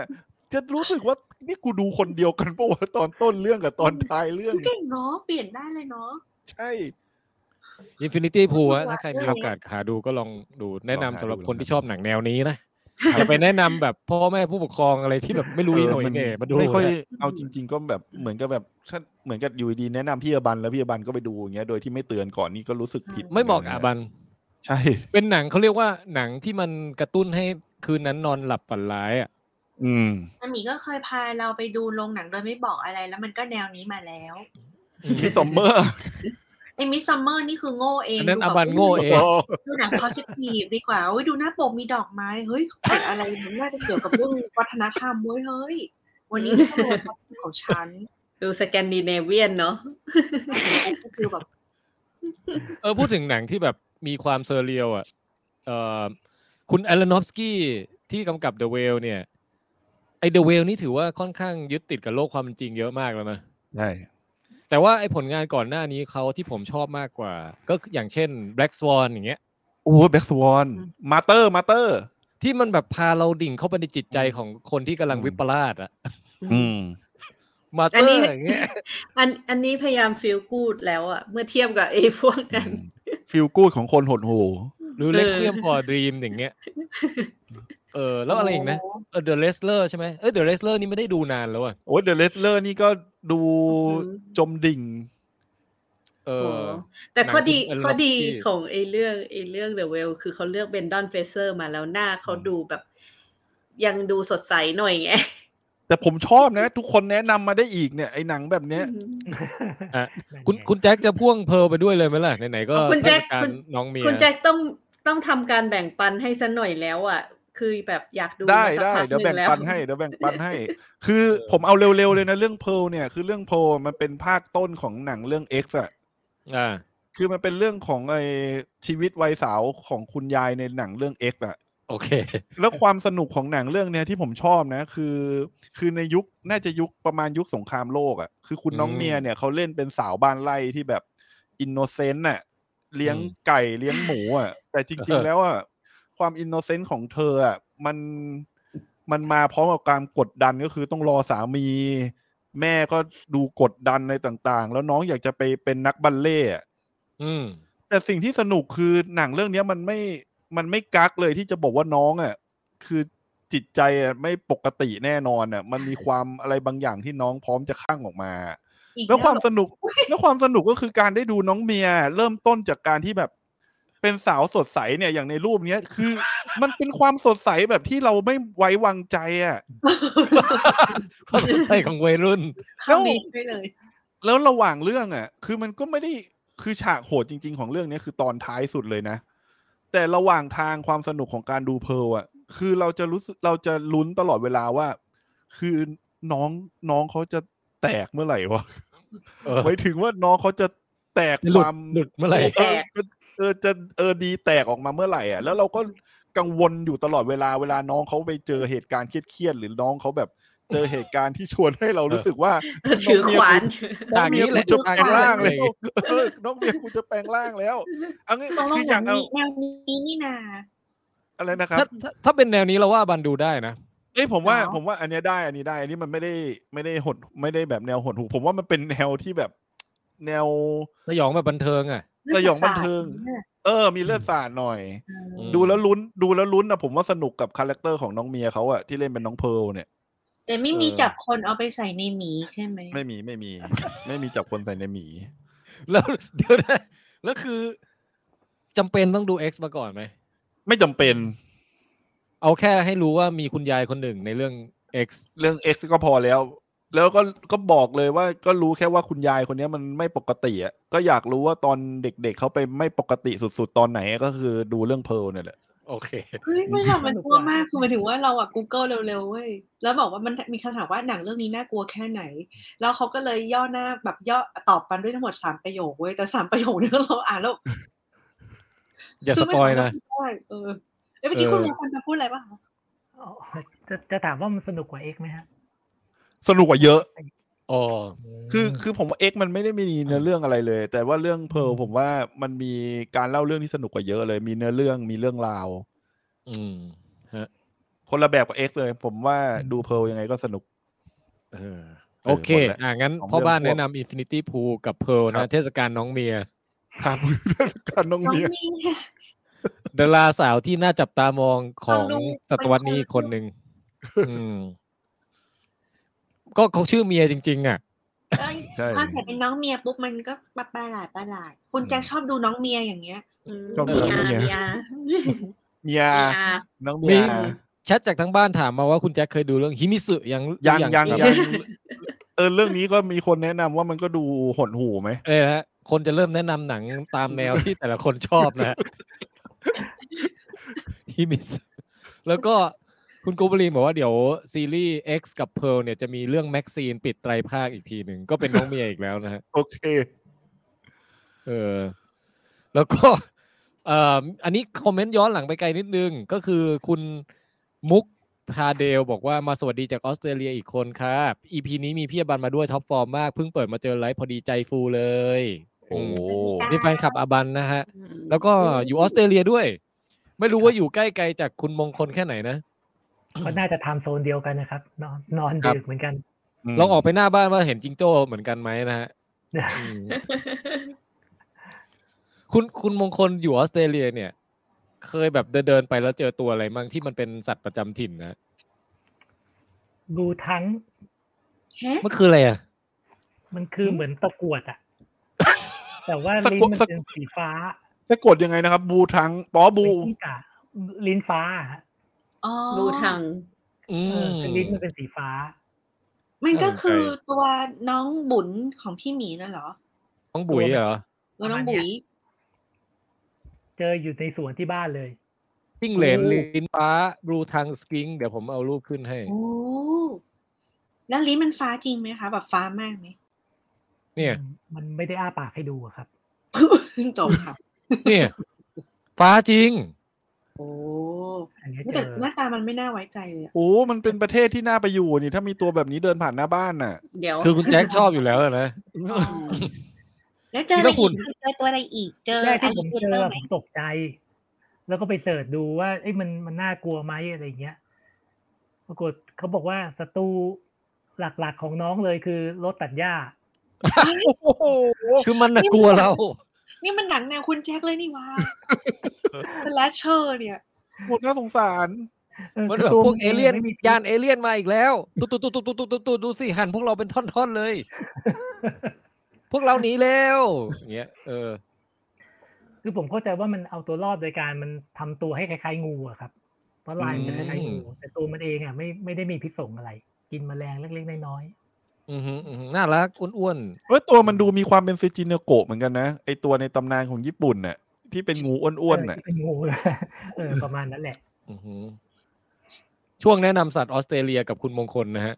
Speaker 3: จะรู้สึกว่านี่กูดูคนเดียวกันปะวะตอนต้นเรื่องกับตอนท้ายเรื่อง
Speaker 6: เก่งเนาะเปลี่ยนได้เลยเนาะ
Speaker 3: ใช่
Speaker 2: อินฟินิตี้พู
Speaker 6: ดู
Speaker 2: ฮะ
Speaker 6: อะ
Speaker 2: ถ้าใครมี
Speaker 6: เออ
Speaker 2: โอกาสหาดูก็ลองดูแนะนำ
Speaker 3: ลองหา
Speaker 2: สำหรับ
Speaker 3: ดู
Speaker 2: คนที่
Speaker 3: ลองหา [LAUGHS]
Speaker 2: ชอบหนังแนวนี้นะ อย่าไปแนะนำแบบพ่อแม่ผู้ปกครองอะไรที่แบบไม่รู้
Speaker 3: เอ
Speaker 2: อี
Speaker 3: อ
Speaker 2: โหน่อย
Speaker 3: มัน
Speaker 2: เหน่มาดู
Speaker 3: ไม่ค่อย
Speaker 2: นะ
Speaker 3: เอาจริง ๆ ก็แบบเหมือนกับแบบถ้าเหมือนกับอยู่ดีแนะนำพี่อบันแล้วพี่อบันก็ไปดูอย่างเงี้ยโดยที่ไม่เตือนก่อนนี่ก็รู้สึกผิด
Speaker 2: ไม่เหมาะกับอาบัน
Speaker 3: ใช่
Speaker 2: เป็นหนังเขาเรียกว่าหนังที่มันกระตุ้นให้คืนนั้นนอนหลับฝันร้ายอ่ะ
Speaker 3: อืม
Speaker 6: อาหมีก็เคยพาเราไปดูโรงหนังโดยไม่บอกอะไร แล้วมันก็แนวนี้มาแล้ว
Speaker 3: พี่สมเมอร์
Speaker 6: ไอ้มิสซัมเมอร์นี่คือโง่เอง
Speaker 2: อันนั้น
Speaker 6: ดูแบบ
Speaker 2: อาันโง่เอง
Speaker 6: ดูหนัง positive ดีกว่าโอ้ยดูหน้าปกมีดอกไม้เฮ้ยเกิดอะไรมันน่าจะเกี่ยวกับเรื่องวัฒนธรรมเว้ยเฮ้ย วันนี้ข้อมูลของฉัน
Speaker 4: ดูสแกนดิเนเวียนเนาะ
Speaker 6: ก็คือแบบ
Speaker 2: เออพูดถึงหนังที่แบบมีความเซอร์เรียลอ่ะเออคุณอลานอฟสกี้ที่กำกับ The Whale เนี่ย ไอ The Whale นี่ถือว่าค่อนข้างยึดติดกับโลกความเป็นจริงเยอะมากแล้วนะ
Speaker 3: ใช่
Speaker 2: แต่ว่าไอผลงานก่อนหน้านี้เขาที่ผมชอบมากกว่า ก็คืออย่างเช่น Black Swan อย่างเงี้ย
Speaker 3: โอ้แบ็กสวอนมาเตอร์มาเตอร์
Speaker 2: ที่มันแบบพาเราดิ่งเข้าไปในจิตใจของคนที่กำลัง
Speaker 3: อืม
Speaker 2: วิปลาสอะ
Speaker 3: อื [LAUGHS] ม
Speaker 2: มาเต
Speaker 4: อั
Speaker 2: อน
Speaker 4: นี้
Speaker 2: ร์อย่างเงี้ย
Speaker 4: [LAUGHS] อันอันนี้พยายามฟิลกูดแล้วอะเมื่อเทียบกับไอ้พวกนั้น
Speaker 3: ฟิลกูดของคนหดหู
Speaker 2: หรือเล็กเคียมพอดรีมอย่างเงี้ย
Speaker 4: [LAUGHS]
Speaker 2: เออแล้วอะไรอีกนะเออ The Wrestler ใช่ไหมเออ The Wrestler นี่ไม่ได้ดูนานแล้วอะ
Speaker 3: โอ้ยเดอะเลสเลอร์นี่ก็ดู
Speaker 4: อืม
Speaker 3: จมดิ่ง
Speaker 2: เอ
Speaker 4: โอ้
Speaker 2: อ
Speaker 4: แต่ข้อดี
Speaker 2: หนังที่เป็น
Speaker 4: ข้อดี
Speaker 2: Locky
Speaker 4: ของไอ้เรื่องไอ้เรื่อง The Well คือเขาเลือกเบนดอนเฟเซอร์มาแล้วหน้าเขาดูแบบ ยังดูสดใสหน่อยไง
Speaker 3: แต่ผมชอบนะ
Speaker 4: [LAUGHS]
Speaker 3: ทุกคนแนะนำมาได้อีกเนี่ย ไอ้หนังแบบเนี้ย
Speaker 2: อ่ะ คุณคุณแจ็คจะพ่วงเพร์ลไปด้วยเลยไหมล่ะไหนๆก็
Speaker 4: คุณแจ็ค
Speaker 2: เทศกาล
Speaker 4: คุณ
Speaker 2: น้องเมีย
Speaker 4: คุณแจ็คต้องต้องทำการแบ่งปันให้สัหน่อยแล้วอ่ะ คือแบบอยากดู
Speaker 3: ได้
Speaker 4: มาสัก
Speaker 3: ได้
Speaker 4: พัก
Speaker 3: เดี๋ยวแบ่ง
Speaker 4: หล้ว
Speaker 3: ปันให้เดี๋ยวแบ่งปัน
Speaker 4: [LAUGHS]
Speaker 3: ให้ คือผมเอาเร็วๆเลยนะ เรื่องเพลเนี่ยคือเรื่องเพลมันเป็นภาคต้นของหนังเรื่อง X อะ
Speaker 2: อ่า
Speaker 3: คือมันเป็นเรื่องของไอชีวิตวัยสาวของคุณยายในหนังเรื่อง X อะ
Speaker 2: โอเค
Speaker 3: แล้วความสนุกของหนังเรื่องเนี้ยที่ผมชอบนะ คือ คือในยุคน่าจะยุคประมาณยุคสงครามโลกอะ่ะคือคุณน้อง
Speaker 2: อืม
Speaker 3: เมียเนี่ยเขาเล่นเป็นสาวบ้านไร่ที่แบบอินโนเซนต์น่ะเลี้ยง
Speaker 2: อืม
Speaker 3: ไก่เลี้ยงหมูอะ่ะ แต่จริง
Speaker 2: เออ
Speaker 3: ๆ แล้วอะ่ะความอินโนเซนต์ของเธออะ่ะมันมันมาพร้อมกับการกดดันก็คือต้องรอสามี แม่ก็ดูกดดันในต่างๆ แล้วน้องอยากจะไปเป็นนักบัลเล่ต์อะ
Speaker 2: อื
Speaker 4: [LAUGHS]
Speaker 2: ม
Speaker 3: แต่สิ่งที่สนุกคือหนังเรื่องเนี้ยมันไม่มันไม่กักเลยที่จะบอกว่าน้องอ่ะคือจิตใจอ่ะไม่ปกติแน่นอนอ่ะมันมีความอะไรบางอย่างที่น้องพร้อม
Speaker 6: [LAUGHS]
Speaker 3: จะข้างออกมา
Speaker 6: อีก
Speaker 3: แล้วความ
Speaker 6: เหรอ
Speaker 3: สนุก
Speaker 6: [LAUGHS]
Speaker 3: แล้วความสนุกก็คือการได้ดูน้องเมีย เริ่มต้นจากการที่แบบเป็นสาวสดใสเนี่ยอย่างในรูปเนี้ยคือ มันเป็นความสดใสแบบที่เราไม่ไว้วางใจอ่ะ
Speaker 2: ความสดใสของวัยรุ่น
Speaker 3: แล้ว
Speaker 6: คำนี้ใช่เลย
Speaker 3: แล้วระหว่างเรื่องอ่ะ คือมันก็ไม่ได้ คือฉากโหดจริง ๆ ของเรื่องเนี้ยคือตอนท้ายสุดเลยนะ แต่ระหว่างทางความสนุกของการดูเพลอ่ะ คือเราจะรู้สึก เราจะลุ้นตลอดเวลาว่า คือน้องน้องเขาจะแตกเมื่อไหร่
Speaker 2: [LAUGHS]
Speaker 3: วะ
Speaker 2: เออ
Speaker 3: หมายถึงว่าน้องเขาจะแตก
Speaker 2: จะห
Speaker 3: ค
Speaker 2: ลุด
Speaker 3: วาม
Speaker 2: หลุดเมื่อไหร่
Speaker 3: เออเออจะเออดีแตกออกมาเมื่อไหร่อ่ะ แล้วเราก็กังวลอยู่ตลอดเวลา เวลาน้องเขาไปเจอเหตุการณ์เครียดๆหรือน้องเขาแบบเจอเหตุการณ์ที่ชวนให้เรารู้สึกว่า
Speaker 4: ถือขวาน
Speaker 3: น้อง
Speaker 2: จากนี้
Speaker 3: เมีย
Speaker 2: แห
Speaker 3: กู
Speaker 2: ละ
Speaker 3: จะแปลงร่างแล้ว
Speaker 2: จากนี้เลย
Speaker 3: เออน้องเมียกูจะแปลงร่างแล้วเอา
Speaker 2: [LAUGHS]
Speaker 3: งี้
Speaker 6: ตกล
Speaker 3: คื
Speaker 6: ง
Speaker 3: ออ
Speaker 6: เหมื
Speaker 3: ยา
Speaker 6: อก น
Speaker 3: เอา
Speaker 6: มีแนวนี้นี่นา
Speaker 3: อะไรนะครับ
Speaker 2: ถ้าถ้าถ้าเป็นแนวนี้เราว่าบันดูได้นะ
Speaker 3: เอ้ยผมว่า
Speaker 6: เหรอ
Speaker 3: ผมว่าอันเนี้ยได้อันนี้ได้ อันนี้มันไม่ได้ไม่ได้หดไม่ได้แบบแนวหดหูผมว่ามันเป็นแนวที่แบบ แนว
Speaker 2: สยองแบบบันเทิงอ่ะ [LAUGHS]
Speaker 3: สยองบันเทิง เออ มีเลือดสาดหน่อย
Speaker 2: อืม
Speaker 3: ดูแล้วลุ้นดูแล้วลุ้นนะผมว่าสนุกกับคาแรคเตอร์ของน้องเมียเขาอะที่เล่นเป็นน้องเพร์ลเนี่ย
Speaker 6: แต่ไม่มีจับคนเอาไปใส่ในหมีใช่ไหม
Speaker 3: ไม่มีไม่มี ไม่มีจับคนใส่ในหมี
Speaker 2: แล้วเดี๋ยวนะแล้วคือจำเป็นต้องดู X มาก่อนไหม
Speaker 3: ไม่จำเป็น
Speaker 2: เอาแค่ให้รู้ว่ามีคุณยายคนหนึ่งในเรื่อง X
Speaker 3: เรื่อง X ก็พอแล้ว แล้วก็ก็บอกเลยว่าก็รู้แค่ว่าคุณยายคนเนี้ยมันไม่ปกติอ่ะก็อยากรู้ว่าตอนเด็กๆเขาไปไม่ปกติสุดๆ ตอนไหนก็คือดูเรื่องเพร์ลเนี่ยแหละ
Speaker 2: โอเค
Speaker 6: เฮ้ยไม่หรอกมันกลัวมากคือหมายถึงว่าเราอะ Google เร็วๆเว้ยแล้วบอกว่ามันมีคำถามว่าหนังเรื่องนี้น่ากลัวแค่ไหน แล้วเขาก็เลยย่อหน้าแบบย่อตอบมันด้วยทั้งหมดสามประโยคเว้ยแต่สามประโยคเนี้เราอ่านแล้ว
Speaker 2: อย่าสปอยนะ
Speaker 6: ซึ่งไม่สามารถพูดได้เออแล้วเมื่อกี้
Speaker 2: เออ
Speaker 6: คุณคุณจะพูดอะไรป่ะคะ
Speaker 5: อ๋อจะจะถามว่ามันสนุกกว่าเอกไหมฮะ
Speaker 3: สนุกกว่าเยอะ
Speaker 2: อ๋อ
Speaker 3: คือคือผมว่า X มันไม่ได้มีเนื้อเรื่องอะไรเลย แต่ว่าเรื่องเพร์ลผมว่ามันมีการเล่าเรื่องที่สนุกกว่าเยอะเลย มีเนื้อเรื่องมีเรื่องราว
Speaker 2: อืมฮะ
Speaker 3: คนละแบบกับ X เลย ผมว่าดูเพร์ลยังไงก็สนุก
Speaker 2: เออโอเค
Speaker 3: หมดแล้ว [LAUGHS]
Speaker 2: อ่ะงั้น
Speaker 3: ของ
Speaker 2: พ่อบ้าน
Speaker 3: เรื่องพวก
Speaker 2: แนะนำ Infinity Pool กับ Pearl
Speaker 3: ครั
Speaker 2: นะ
Speaker 3: บ
Speaker 2: เทศกาลน้องเมีย
Speaker 3: ครับ การน้อง
Speaker 6: น้อง
Speaker 3: เมีย
Speaker 6: มีเนี่ย
Speaker 2: ดาราสาวที่น่าจับตามองของ
Speaker 6: ลองดู
Speaker 2: ศตวรรษนี้คนหนึ่งอืม ก็เขาชื่อเมียจริง ๆ อ่ะ
Speaker 6: แล้ว
Speaker 3: ใช่
Speaker 6: พอใส่เป็นน้องเมียปุ๊บมันก็ประหลาดประหลาดคุณแจ็คชอบดูน้องเมียอย่างเงี้ย
Speaker 3: ชอบดูน้องเมีย
Speaker 4: มีอา
Speaker 3: เมีย
Speaker 4: มีอา
Speaker 3: น้อง
Speaker 2: มี
Speaker 3: เมีย
Speaker 2: แชทจากทั้งบ้านถามมาว่าคุณแจ็คเคยดูเรื่องฮิมิสึยัง
Speaker 3: ยัง
Speaker 2: หรือ
Speaker 3: ยัง
Speaker 2: ครับ
Speaker 3: ยังเออเรื่องนี้ก็มีคนแนะนำว่ามันก็ดูหดหูไหม
Speaker 2: เออฮะคนจะเริ่มแนะนำหนังตามแนวที่แต่ละคนชอบ
Speaker 3: [LAUGHS]
Speaker 2: นะฮะ ฮิมิสึแล้วก็คุณโกบลีนบอกว่าเดี๋ยวซีรีส์ X กับ Pearl เนี่ยจะมีเรื่องแม็กซีนปิดไตรภาคอีกทีหนึ่งก็เป็นน้องเมียอีกแล้วนะฮะ
Speaker 3: โอเค
Speaker 2: เออแล้วก็ [LAUGHS] เอ่ออันนี้คอมเมนต์ย้อนหลังไปไกลนิดนึง ก็คือคุณมุกพาเดลบอกว่ามาสวัสดีจากออสเตรเลียอีกคนครับ EP นี้มีพี่อบันมาด้วยท็อปฟอร์มมาก เพิ่งเปิดมาเจอไลฟ์พอดีใจฟูเลย
Speaker 3: โอ้โห
Speaker 2: มนี่แฟนคลับอบันนะฮะ แล้วก็อยู่ออสเตรเลียด้วย ไม่รู้ว่าอยู่ใกล้ไกลจากคุณมงคลแค่ไหนนะ
Speaker 5: ก็น่าจะไทำโซนเดียวกันนะครับ นอนนอน
Speaker 2: ครับ
Speaker 5: ดึกเหมือนกัน
Speaker 2: ลองออกไปหน้าบ้านว่าเห็นจิงโจ้เหมือนกันไหมนะฮะ อืม คุณคุณมงคลอยู่ออสเตรเลียเนี่ย เคยแบบเดินๆไปแล้วเจอตัวอะไรมั่งที่มันเป็นสัตว์ประจำถิ่นนะ
Speaker 5: ดูทั้ง
Speaker 6: แฮะ
Speaker 2: มันคืออะไรอ่ะ
Speaker 5: มันคือเหมือนตะกรวด
Speaker 2: [LAUGHS]
Speaker 5: อะแต่ว่า
Speaker 3: สะ
Speaker 5: ลิ้น
Speaker 3: กด
Speaker 5: มันเป็นสีฟ้า
Speaker 3: จะกดยังไงนะครับ บูทังปอบู
Speaker 5: เป็นกิ้งก่าลิ้นฟ้าฮะ
Speaker 6: อ๋อ
Speaker 4: ดูทาง
Speaker 2: อื
Speaker 5: เออ
Speaker 2: ม
Speaker 5: คือลิ้นมันเป็นสีฟ้า
Speaker 6: มันก็
Speaker 2: เออ
Speaker 6: คือตัวน้องบุญของพี่หมีน่ะเหรอ
Speaker 2: ต้องบุ๋ยเหรอ
Speaker 6: ตัวน้องบุ๋ย
Speaker 5: เจออยู่ในสวนที่บ้านเลย
Speaker 2: ปิ้งเหลนลิ้นฟ้าบลูทางสกิงเดี๋ยวผมเอารูปขึ้นให้
Speaker 6: โอ้แล้วลิ้นมันฟ้าจริงไหมคะแบบฟ้ามากไหม [LAUGHS]
Speaker 2: เนี่ย
Speaker 5: มันไม่ได้อ้าปากให้ดูอะครับ
Speaker 6: จบค่ะ
Speaker 2: เนี่ย ฟ้าจริง
Speaker 6: โอ้
Speaker 5: อันเนี้ยเจ
Speaker 6: แต่
Speaker 5: อ
Speaker 6: หน้าตามันไม่น่าไว้ใจเลยอะ
Speaker 3: โอ้มันเป็นประเทศที่น่าไปอยู่นี่ถ้ามีตัวแบบนี้เดินผ่านหน้าบ้านน่ะ
Speaker 4: เดี๋ยว
Speaker 2: คือคุณแจ็คชอบอยู่แล้วนะ
Speaker 6: แล้วเจออะไร
Speaker 2: แล้วคุ
Speaker 6: อี
Speaker 2: ณ
Speaker 6: กเจอตัวอะไรอีก เจอ
Speaker 5: แรก
Speaker 6: อั
Speaker 5: ที่ผม
Speaker 6: อื่น
Speaker 5: เจ
Speaker 6: บ้าง
Speaker 5: อ
Speaker 6: ไหม
Speaker 5: ผมตกใจ แล้วก็ไปเสิร์ชดูว่าเอ้ยมันมันน่ากลัวไหมอะไรอย่างเงี้ย ปรากฏเขาบอกว่าศัตรูหลักๆของน้องเลยคือรถตัดหญ้า
Speaker 2: คือมันน่ะกลัวเรา
Speaker 6: นี่มันหนังแนวคุณแจ็คเลยนี่
Speaker 5: [LAUGHS]
Speaker 6: วะสแลชเชอร์เนี่ย
Speaker 3: หมดน่าสงสาร
Speaker 5: เออ
Speaker 2: มัน
Speaker 5: คือ
Speaker 2: แบบ
Speaker 5: ตั
Speaker 2: พวกเอเลี่ยน
Speaker 5: ไม่มีพิษ
Speaker 2: ยานเอเลี่ยนมาอีกแล้วตุ๊ดตุ๊ดตุ๊ดตุ๊ดตุ๊ดตุ๊ดตุ๊ดดูสิหันพวกเราเป็นท่อนๆเลย พวกเราหนีแล้วอย่างเงี้ยเออ
Speaker 5: คือผมเข้าใจว่ามันเอาตัวรอดโดยการมันทำตัวให้คล้ายๆงูอะครับ เพราะลายมันจะคล้ายๆงูแต่ตัวมันเองอ่ะไม่ไม่ได้มีพิษสงอะไร กินแมลงเล็กๆน้อย
Speaker 2: อือหืออือหือน่ารักอ้วน
Speaker 3: เอ้ยตัวมันดูมีความเป็นเซจิเนโกะเหมือนกันนะ ไอตัวในตำนานของญี่ปุ่นน่ะที่เป็นงู
Speaker 5: ๆ
Speaker 3: อ้วนๆน่ะ
Speaker 5: เเป็นงูเลย [LAUGHS] เออประมาณนั้นแหละ
Speaker 2: ๆอือหือช่วงแนะนำสัตว์ออสเตรเลียกับคุณมงคลนะ
Speaker 5: [LAUGHS]
Speaker 2: ฮะ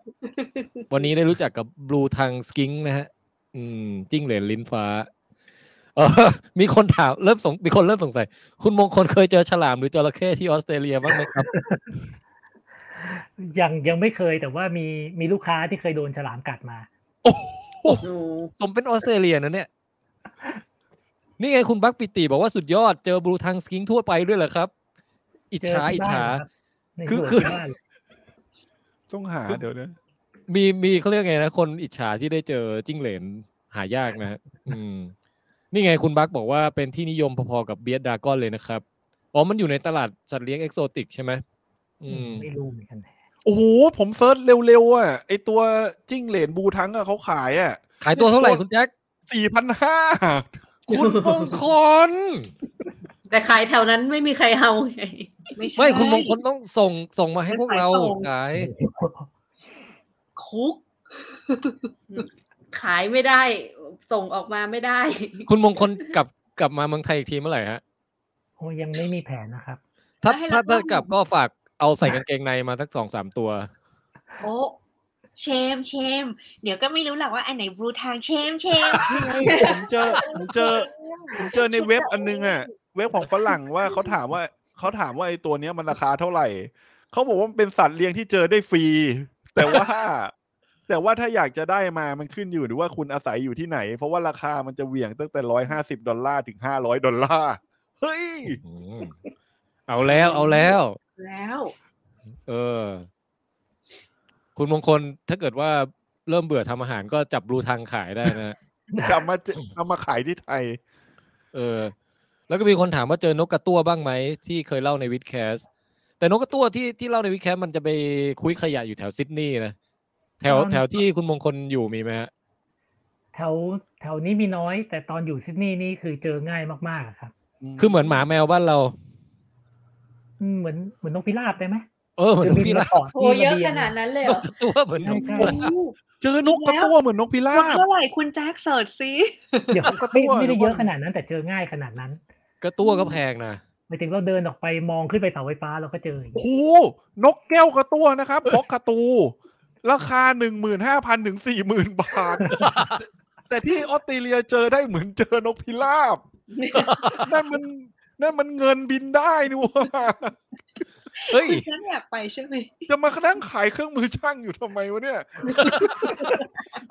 Speaker 2: วันนี้ได้รู้จักกับบลูทังสกิงนะฮะ อืม จิ้งเหลนลิ้นฟ้า เอ [LAUGHS] อมีคนถามเริ่มสงมีคนเริ่มสงสัย คุณมงคลเคยเจอฉลามหรือจระเข้ที่ออสเตรเลียบ้างไหมครับ
Speaker 5: [LAUGHS] ยังยังไม่เคยแต่ว่ามีมีลูกค้าที่เคยโดนฉลามกัดมา
Speaker 2: สมเป็นออสเตรเลียนะเนี่ย นี่ไงคุณบักปิติบอกว่าสุดยอดเจอบลูทังสกิงทั่วไปด้วยเหรอครับ อิจ
Speaker 5: เจอ
Speaker 2: ฉา
Speaker 5: ที่
Speaker 2: อิจ
Speaker 5: บ้
Speaker 2: ฉา
Speaker 5: นนะครับใน
Speaker 2: คือคื
Speaker 5: ส่วน
Speaker 2: อ
Speaker 5: ที่บ้าน
Speaker 3: ต้องหาเดี๋ยวนะ
Speaker 2: มีมีเขาเรียกไงนะคนอิจฉาที่ได้เจอจิ้งเหลนหายากนะฮะอืม นี่ไงคุณบักบอกว่าเป็นที่นิยมพอๆกับเบียดดากอนเลยนะครับ อ๋อ มันอยู่ในตลาดสัตว์เลี้ยงเอกโซติกใช่ไหมอืม
Speaker 5: ไม่รู้เหมือนกัน
Speaker 3: โอ้โห ผมเซิร์ชเร็วๆอ่ะไอตัวจิ้งเหลนบูทั้งอ่ะเขาขายอ่ะ
Speaker 2: ขายตัวเท่าไหร่คุณแจ็ค
Speaker 3: สี่พันห้า
Speaker 2: คุณมงคล
Speaker 4: แต่ขายแถวนั้นไม่มีใครเอาไง
Speaker 6: ไม่ใช่
Speaker 2: ไม่คุณมงคลต้องส่งส่งมาให้พวกเรา
Speaker 4: เป็นสายส่ง
Speaker 2: ขาย
Speaker 6: คุก
Speaker 4: ขายไม่ได้ ส่งออกมาไม่ได้
Speaker 2: คุณมงคลกลับกลับมาเมืองไทยอีกทีเมื่อไหร่ฮะ
Speaker 5: โอ้ยังไม่มีแผนนะครับ
Speaker 2: ถ้า
Speaker 6: แล้วให้
Speaker 2: ถ้า
Speaker 6: เรา
Speaker 2: ถ้า
Speaker 6: ต้อง
Speaker 2: กลับก็ฝากเอาใส่กางเกงในมาสักสองสามตัว
Speaker 6: โอ้เชมเชม เดี๋ยวก็ไม่รู้หรอกว่าอันไหนบลูทางเชมเชม
Speaker 3: นี่ไงผมเจอผมเจอผมเจอในเว็บอันนึงอ่ะ เว็บของฝรั่ง [LAUGHS] ว่าเขาถามว่าเขาถามว่าไอตัวเนี้ยมันราคาเท่าไหร่เขาบอกว่ามันเป็นสัตว์เลี้ยงที่เจอได้ฟรี [LAUGHS] แต่ว่า แต่ว่าถ้าอยากจะได้มามันขึ้นอยู่หรือว่าคุณอาศัยอยู่ที่ไหน เพราะว่าราคามันจะเหวี่ยงตั้งแต่ร้อยห้าสิบดอลลาร์ถึงห้าร้อยดอลลาร์เฮ้ย
Speaker 2: [LAUGHS] อืมเอาแล้วเอาแล้ว
Speaker 6: แล้ว
Speaker 2: เออ คุณมงคลถ้าเกิดว่าเริ่มเบื่อทำอาหารก็จับบลูทังขายได้นะ [LAUGHS]
Speaker 3: จะมาจะเอามาขายที่ไทย
Speaker 2: เออ แล้วก็มีคนถามว่าเจอนกกระตั้วบ้างไหมที่เคยเล่าในวิดแคสแต่นกกระตั้วที่ที่เล่าในวิดแคสมันจะไปคุยขยะอยู่แถวซิดนีย์นะแถว
Speaker 5: อ๋อ
Speaker 2: แถวที่คุณมงคลอยู่มีไหมฮะ
Speaker 5: [LAUGHS] แถวแถวนี้มีน้อย แต่ตอนอยู่ซิดนีย์นี่คือเจอง่ายมากๆครับ
Speaker 2: คือเหมือนหมาแมวบ้านเรา
Speaker 5: อืมเหมือนเหมือนนกพิราบได้ไหม
Speaker 2: เออเหมือนนกพิราบ
Speaker 5: [LAUGHS] คืบิมเกะ
Speaker 4: โอ้เยอะ
Speaker 5: ที่รบี
Speaker 4: ขนาดนั้นเลย
Speaker 2: น
Speaker 4: เหร
Speaker 2: ก
Speaker 4: อก
Speaker 2: ระตั้วเหมือนน
Speaker 5: ใช่
Speaker 2: ก
Speaker 5: ใช่
Speaker 6: โอ้โห
Speaker 1: เจอนกกระตั้วเหมือนนกพิรา
Speaker 6: วัน
Speaker 1: บ
Speaker 6: เท่าไหร่คุณแจ็คเสิร์ชซิ
Speaker 5: เดี๋ยวไม่
Speaker 1: นกกระตั้ว
Speaker 5: ไม่ได้เยอะขนาดนั้น แต่เจอง่ายขนาดนั้น
Speaker 2: กระตั้วก็แพงนะ
Speaker 5: หมายถึงเราเดินออกไปมองขึ้นไปเสาไฟฟ้าเราก็เจออย่าง
Speaker 1: โอ้
Speaker 5: เงี้ย
Speaker 1: โหนกแก้วกระตั้วนะครับ [LAUGHS] บล็อกกระตู ราคาหนึ่งหมื่นห้าพันถึงสี่หมื่นบาท [LAUGHS] แต่ที่ออสเตรเลียเจอได้เหมือนเจอนกพิราบ [LAUGHS] นั่นมันนั่นมันเงินบินได้นี่หว่า [LAUGHS]
Speaker 2: เฮ้ย
Speaker 6: คุณแจ็คอยากไปใช่ไหม
Speaker 1: จะมานั่งขายเครื่องมือช่างอยู่ทำไมวะเนี่ย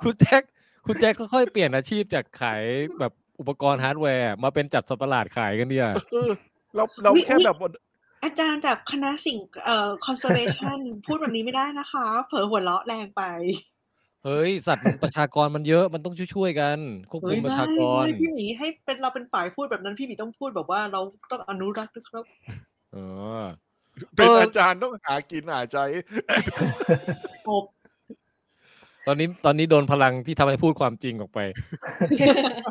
Speaker 2: คุณแจ็คคุณแจ็คค่อยๆเปลี่ยนอาชีพจากขายแบบอุปกรณ์ฮาร์ดแวร์ มาเป็นจัดสัตว์ประหลาดขายกันเนี่ย
Speaker 1: เออ เราเราแค่แบบ
Speaker 6: อาจารย์จากคณะสิ่งเอ่อ
Speaker 2: [LAUGHS]
Speaker 6: conservation พูดแบบนี้ไม่ได้นะคะ เผลอหัวเราะแรงไป
Speaker 2: เฮ้ยสัตว์มันประชากรมันเยอะมันต้องช่วยๆกันควบคุ
Speaker 6: เฮ้ย
Speaker 2: มประ
Speaker 6: ไม่
Speaker 2: ชากร
Speaker 6: ไม่พี่หมีให้เป็นเราเป็นฝ่ายพูดแบบนั้นพี่หมีต้องพูดแบบว่าเราต้องอนุรักษ์นะครับ [LAUGHS]
Speaker 2: เออ
Speaker 1: เป็น
Speaker 2: เอออ
Speaker 1: อาจารย์ต้องหากินหาใจ
Speaker 2: ตอนนี้ตอนนี้โดนพลังที่ทำให้พูดความจริงออกไป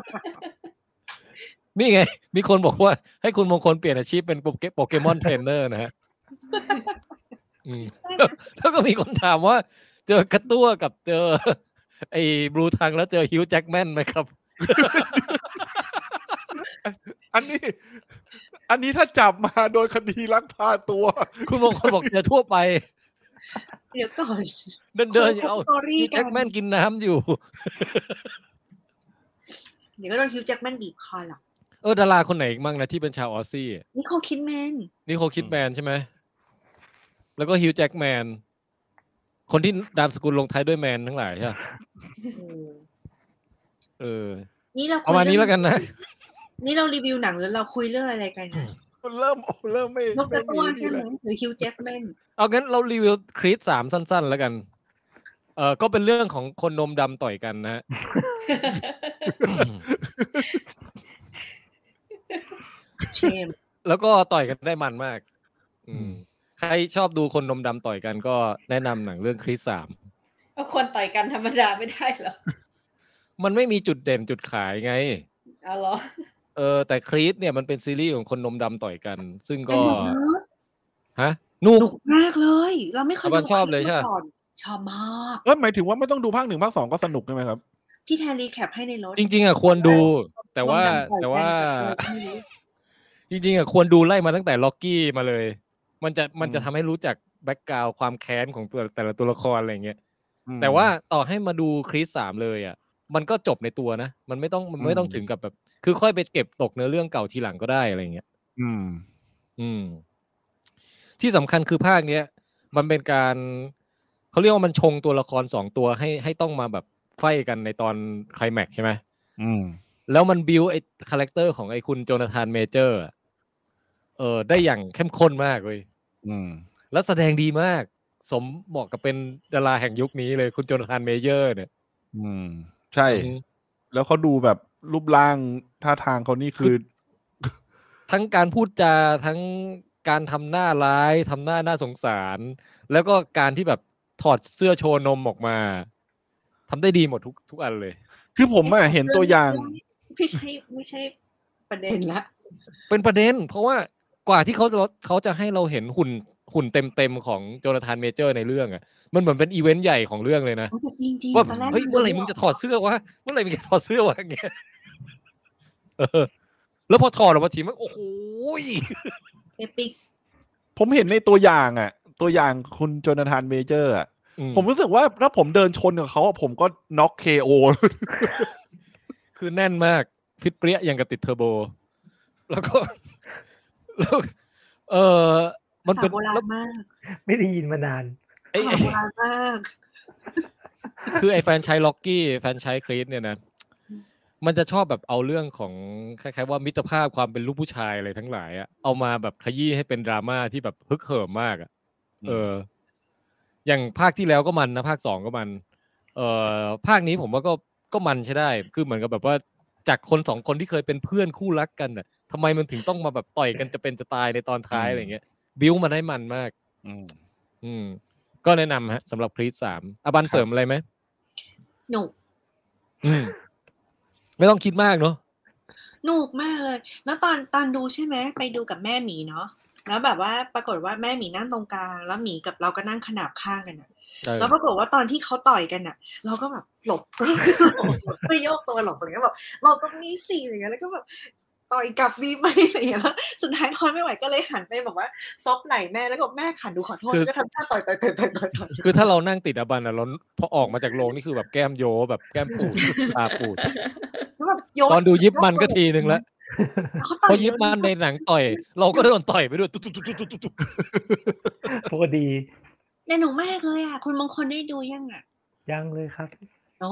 Speaker 2: [LAUGHS] นี่ไง มีคนบอกว่า ให้คุณมงคลเปลี่ยนอาชีพเป็นโปเกมอนเทรนเนอร์นะฮะอืมแล้วแล้วก็มีคนถามว่า เจอกระตั้วกับเจอ [LAUGHS] ไอ้บลูทังแล้วเจอฮิวจ์แจ็คแมนไหมครับ
Speaker 1: อันนี้ อันนี้ถ้าจับมาโดยคดีลักพาตัว [LAUGHS]
Speaker 2: คุณมงคลบอกเจอทั่วไป
Speaker 6: เดี๋ยวก่อน
Speaker 2: เดิ [LAUGHS] นเดินๆอยู่เอา
Speaker 6: คนละ category
Speaker 2: ฮิวจ์แจ็คแมนกินน้ำอยู่
Speaker 6: เดี๋ยวก็โดนฮิวจ์แจ็คแมนบีบคอหรอก
Speaker 2: เออดาราคนไหนอีกมั่งนะที่เป็นชาวออสซี่
Speaker 6: นิโคลคิดแม
Speaker 2: [LAUGHS]
Speaker 6: น
Speaker 2: นิโคลคิดแมนใช่ไหมแล้วก็ฮิวจ์แจ็คแมนคนที่ดามสกุลลงท้ายด้วยแมนทั้งหลายใช่ปะเออ
Speaker 6: นี่เราคุ
Speaker 2: เอา
Speaker 6: ย
Speaker 2: มาณนี้แล้วกันนะ
Speaker 6: นี่เรารีวิวหนังหรือเราคุยเรื่องอะไรกันเนี่ย
Speaker 1: เริ่มเริ่มไม่
Speaker 6: นกก
Speaker 1: ไม่
Speaker 6: ระตั้
Speaker 1: มีนี่
Speaker 6: วใช่ไหม
Speaker 1: แล้ว
Speaker 6: หรือฮิวจ์แจ็คแม
Speaker 2: [LAUGHS]
Speaker 6: น
Speaker 2: เอางั้นเรารีวิวครีดสามสั้น ๆ แล้วกัน เออก็เป็นเรื่องของคนนมดำต่อยกันนะ [LAUGHS] ฮะ
Speaker 6: เชม
Speaker 2: แล้วก็ต่อยกันได้มันมาก อืม ใครชอบดูคนนมดำต่อยกันก็แนะนำหนังเรื่องครีดสาม
Speaker 4: เอาคนต่อยกันธรรมดาไม่ได้เหรอ
Speaker 2: มันไม่มีจุดเด่นจุดขายไง
Speaker 4: เอาเหรอ
Speaker 2: [LAUGHS] เออแต่ครีดเนี่ยมันเป็นซีรีส์ของคนนมดำต่อยกัน ซึ่งก็
Speaker 6: สนุเนอะ
Speaker 2: ฮะนุ
Speaker 6: ส
Speaker 2: ก
Speaker 6: นุกมากเลย เราไม่เคย
Speaker 2: อาบันชอบเลยใช่
Speaker 6: ไห
Speaker 2: ไหม
Speaker 6: ชอบมาก
Speaker 1: เออหมายถึงว่าไม่ต้องดูภาคหนึ่งภาคสองก็สนุกใช่ไหมครับ
Speaker 6: พี่แทนรีแคปให้ในรถ
Speaker 2: จริง ๆอ่ะควรดู แต่ว่า
Speaker 6: ลอง
Speaker 2: แต่
Speaker 6: หนัง
Speaker 2: ว่า
Speaker 6: ก่อนกันกับ
Speaker 2: จริงๆอ่ะควรดูไล่มาตั้งแต่ล็อกกี้มาเลย มันจะมันจะทำให้รู้จักแบ็กกราวความแค้นของตัวแต่ละตัวละครอะไรอย่างเงี้ยแต่ว่าต่อให้มาดูคริสสามเลยอ่ะ มันก็จบในตัวนะ มันไม่ต้องมันไม่ต้อง
Speaker 1: อืม
Speaker 2: ถึงกับแบบ คือค่อยไปเก็บตกเนื้อเรื่องเก่าทีหลังก็ได้อะไรอย่างเงี้ย
Speaker 1: อืม
Speaker 2: อืม ที่สำคัญคือภาคเนี้ย มันเป็นการเขาเรียกว่ามันชงตัวละครสองตัวให้ให้ต้องมาแบบไฟกันในตอนไคลแม็กซ์ใช่ไหม
Speaker 1: อืม
Speaker 2: แล้วมันบิวไอ้คาแรคเตอร์ของไอ้คุณโจนาธานเมเจอร์อะเออได้อย่างเข้มข้นมากเลย
Speaker 1: อืม
Speaker 2: แล้วแสดงดีมาก สมเหมาะกับเป็นดาราแห่งยุคนี้เลยคุณโจนาธานเมเจอร์เนี่ย
Speaker 1: อืม ใช่
Speaker 2: อืม
Speaker 1: แล้วเขาดูแบบรูปร่างท่าทางเขานี่คือ
Speaker 2: ทั้งการพูดจาทั้งการทำหน้าร้ายทำหน้าน่าสงสาร แล้วก็การที่แบบถอดเสื้อโชว์นมออกมาทำได้ดีหมดทุกทุกอันเลย
Speaker 1: คือผมอะเห็นตัวอย่าง
Speaker 6: พี่ใช่ไม่ใช่ประเด็นละ
Speaker 2: เป็นประเด็น เพราะว่ากว่าที่เขาจะเขาจะให้เราเห็นหุ่นหุ่นเต็มๆของโจนาธานเมเจอร์ในเรื่องอะมันเหมือนเป็นอีเวนต์ใหญ่ของเรื่องเลยนะ
Speaker 6: โอ้แต่จริงจริง
Speaker 2: ว่า
Speaker 6: ๆตอนแรก
Speaker 2: เฮ้ยเมื่อไหร่มึงจะถอดเสื้อวะเมื่อไหร่มึงจะถอดเสื้อวะ [LAUGHS] อย่างเงี้ยเออแล้วพอถอดออกมาทีมันโอ้โหย
Speaker 6: เอปิก
Speaker 1: ผมเห็นในตัวอย่างอะตัวอย่างคุณโจนาธานเมเจอร์อะ
Speaker 2: อื
Speaker 1: ผมรู้สึกว่าถ้าผมเดินชนกับเขาอะผมก็น็อกเคโอ
Speaker 2: คือแน่นมากฟิตเปรี้ยอย่างกับติดเทอร์โบ แล้วก็ [LAUGHS] แล้วเออมัน
Speaker 6: สา
Speaker 2: เป็
Speaker 6: วน โบราณ
Speaker 2: แล้ว
Speaker 6: มาก
Speaker 5: ไม่ได้ยินมานาน
Speaker 2: ไอ้
Speaker 6: สา
Speaker 2: ไอ้
Speaker 6: วโบราณมาก
Speaker 2: คือไอ้แฟนชายล็อกกี้แฟนชายครีสเนี่ยนะ มันจะชอบแบบเอาเรื่องของคล้ายๆว่ามิตรภาพความเป็นลูกผู้ชายอะไรทั้งหลายอะเอามาแบบขยี้ให้เป็นดราม่าที่แบบฮึกเหิมมากอะ เออ อย่างภาคที่แล้วก็มันนะภาคสองก็มัน เอ่อภาคนี้ผมว่าก็ก็มันใช่ได้ คือเหมือนกับแบบว่า จากคนสองคนที่เคยเป็นเพื่อนคู่รักกันน่ะทำไมมันถึงต้องมาแบบต่อยกันจะเป็นจะตายในตอนท้ายอะไรเงี้ย บิวมันให้มันมาก
Speaker 3: อืม
Speaker 2: อืม ก็แนะนำฮะสำหรับครีสสามอบันเสริมอะไรไหม
Speaker 6: หนุก
Speaker 2: อืม ไม่ต้องคิดมากเนาะ
Speaker 6: หนุกมากเลย แล้วตอนตอนดูใช่ไหมไปดูกับแม่หมีเนาะแล้วแบบว่าปรากฏว่าแม่หมีนั่งตรงกลาง แล้วหมีกับเราก็นั่งขนาบข้างกันอะ
Speaker 2: เออ
Speaker 6: แล้วปรากฏว่าตอนที่เขาต่อยกันอะเราก็แบบหลบ [LAUGHS] ไปโยกตัวหลบอะไรเงี้ยแบบเราตรงนี้สี่อะไรเงี้ยแล้วก็แบบต่อยกลับดีไหมอะไรเงี้ยแล้วสุดท้ายทนไม่ไหวก็เลยหันไปบอกว่าซบไหล่แม่แล้วก็บอกแม่ขันดูขอโทษแล้วก็ทำท่าต่อยต่อยต่อยต่อยต่อยต่อย
Speaker 2: คือถ้าเรานั่งติดอบันอ่ะเราพอออกมาจากโรงนี่คือแบบแก้มโยแบบแก้มปูด ตาปูด
Speaker 6: แล้วแบบยก
Speaker 2: ตอนดูยิปมันก็ทีนึงแล้ว
Speaker 6: เขา
Speaker 2: เพ
Speaker 6: ต่อ
Speaker 2: ราะ
Speaker 6: ย
Speaker 2: ยิปมันในหนังต่อย เราก็โดนต่อยไปด้วยตุ๊บตุ๊บตุ๊บตุ๊บตุ๊บ
Speaker 5: โทษดี
Speaker 6: ในหนูมากเลยอ่ะ คุณมงคลได้ดูยังอ่ะ
Speaker 5: ยังเลยครับ
Speaker 6: โอ้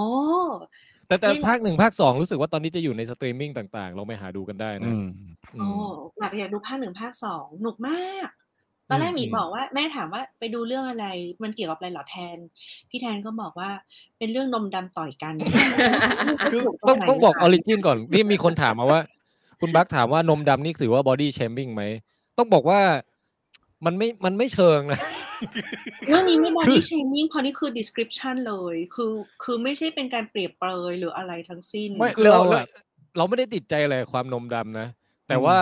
Speaker 2: แต่แต่ภาคหนึ่งภาคสองรู้สึกว่าตอนนี้จะอยู่ในสตรีมมิ่งต่างๆ เราไปหาดูกันได้นะ
Speaker 1: อืม
Speaker 2: อื
Speaker 6: โอ้
Speaker 2: ม
Speaker 6: อยากอยากดูภาคหนึ่งภาคสองหนุกมาก ตอนแรกหมี
Speaker 2: อืม
Speaker 6: บอกว่าแม่ถามว่าไปดูเรื่องอะไร มันเกี่ยวกับอะไรเหรอแทน พี่แทนก็บอกว่าเป็นเรื่องนมดำต่อยกัน
Speaker 2: [LAUGHS] คือต้องต้องบอกออริจินก่อนนี่มีคนถามมาว่า คุณบักถามว่านมดำนี่ถือว่าบอดี้เชมมิ่งไหม ต้องบอกว่ามันไม่มันไม่เชิงนะ
Speaker 6: เรื่องนี้ไม่บอดี้เชมิ่งพอนี่คือ description เลย คือ คือไม่ใช่เป็นการเปรียบเปรยหรืออะไรทั้งสิ้น
Speaker 1: ไม่
Speaker 2: คือ
Speaker 1: แล้ว
Speaker 2: เรา
Speaker 1: แล้
Speaker 2: อะ
Speaker 1: ว
Speaker 2: เราไม่ได้ติดใจอะไรกับความนมดำนะ แต่ว่า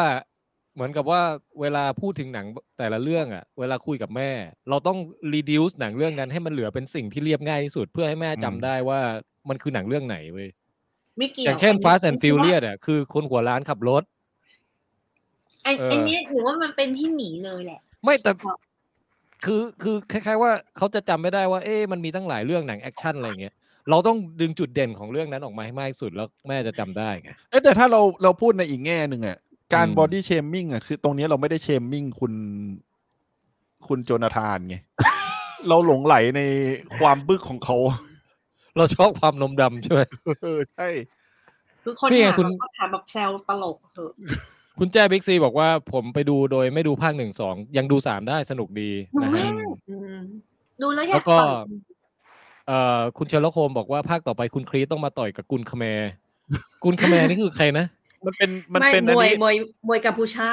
Speaker 2: เหมือนกับว่าเวลาพูดถึงหนังแต่ละเรื่องอะเวลาคุยกับแม่ เราต้อง reduce หนังเรื่องนั้นให้มันเหลือเป็นสิ่งที่เรียบง่ายที่สุดเพื่อให้แม่จำได้ว่ามันคือหนังเรื่องไหนเว้ย
Speaker 6: ไม่เกี่ยว
Speaker 2: อ
Speaker 6: อย่าง
Speaker 2: เช่น Fast and Furious อะคือคนหัวล้านขับรถ
Speaker 6: อัน
Speaker 2: เอออั
Speaker 6: อันเนี้ยหนูว่ามันเป็นพี่หมีเลยแหละ
Speaker 2: ไม่แต่
Speaker 6: ครับ
Speaker 2: คือคือคล้าย ๆ ว่าเขาจะจำไม่ได้ว่า เอ๊ะมันมีตั้งหลายเรื่องหนังแอคชั่นอะไรอย่างเงี้ยเราต้องดึงจุดเด่นของเรื่องนั้นออกมาให้มากที่สุดแล้วแม่จะจำได้ไง
Speaker 1: เอ้ยแต่ถ้าเราเราพูดในอีกแง่หนึ่งอ่ะการ
Speaker 2: อืม
Speaker 1: บอดี้เชมมิ่งอ่ะคือตรงเนี้ยเราไม่ได้เชมมิ่งคุณ คุณโจนาธานไง เราหลงไหลในความบึกของเขา [LAUGHS]
Speaker 2: เราชอบความนมดำใช่ไหม
Speaker 1: เออใช่
Speaker 6: คือคน
Speaker 2: นี่ไง
Speaker 6: ถาม
Speaker 2: คุณ
Speaker 6: เราก็ถามแบบแซวตลกเถอะ
Speaker 2: คุณแจ้บิ๊กซีบอกว่าผมไปดูโดยไม่ดูภาคหนึ่งสองยังดูสามได้สนุกดี
Speaker 6: หนู
Speaker 2: นะฮะ
Speaker 6: แม่ง
Speaker 7: อืม
Speaker 6: ดูแล้วอยา
Speaker 2: แล้
Speaker 6: ก
Speaker 2: วก็
Speaker 6: ต่อย
Speaker 2: เอ่อคุณเชลโคมบอกว่าภาคต่อไปคุณครีสต้องมาต่อยกับกุนคาแมร์ [LAUGHS] กุนคาแมร์นี่คือใครนะ
Speaker 1: มันเป็นมัน
Speaker 4: ไม่
Speaker 1: เป็น
Speaker 4: ม
Speaker 1: อัน
Speaker 4: วย
Speaker 1: นี้
Speaker 4: มวยมวยกัมพูชา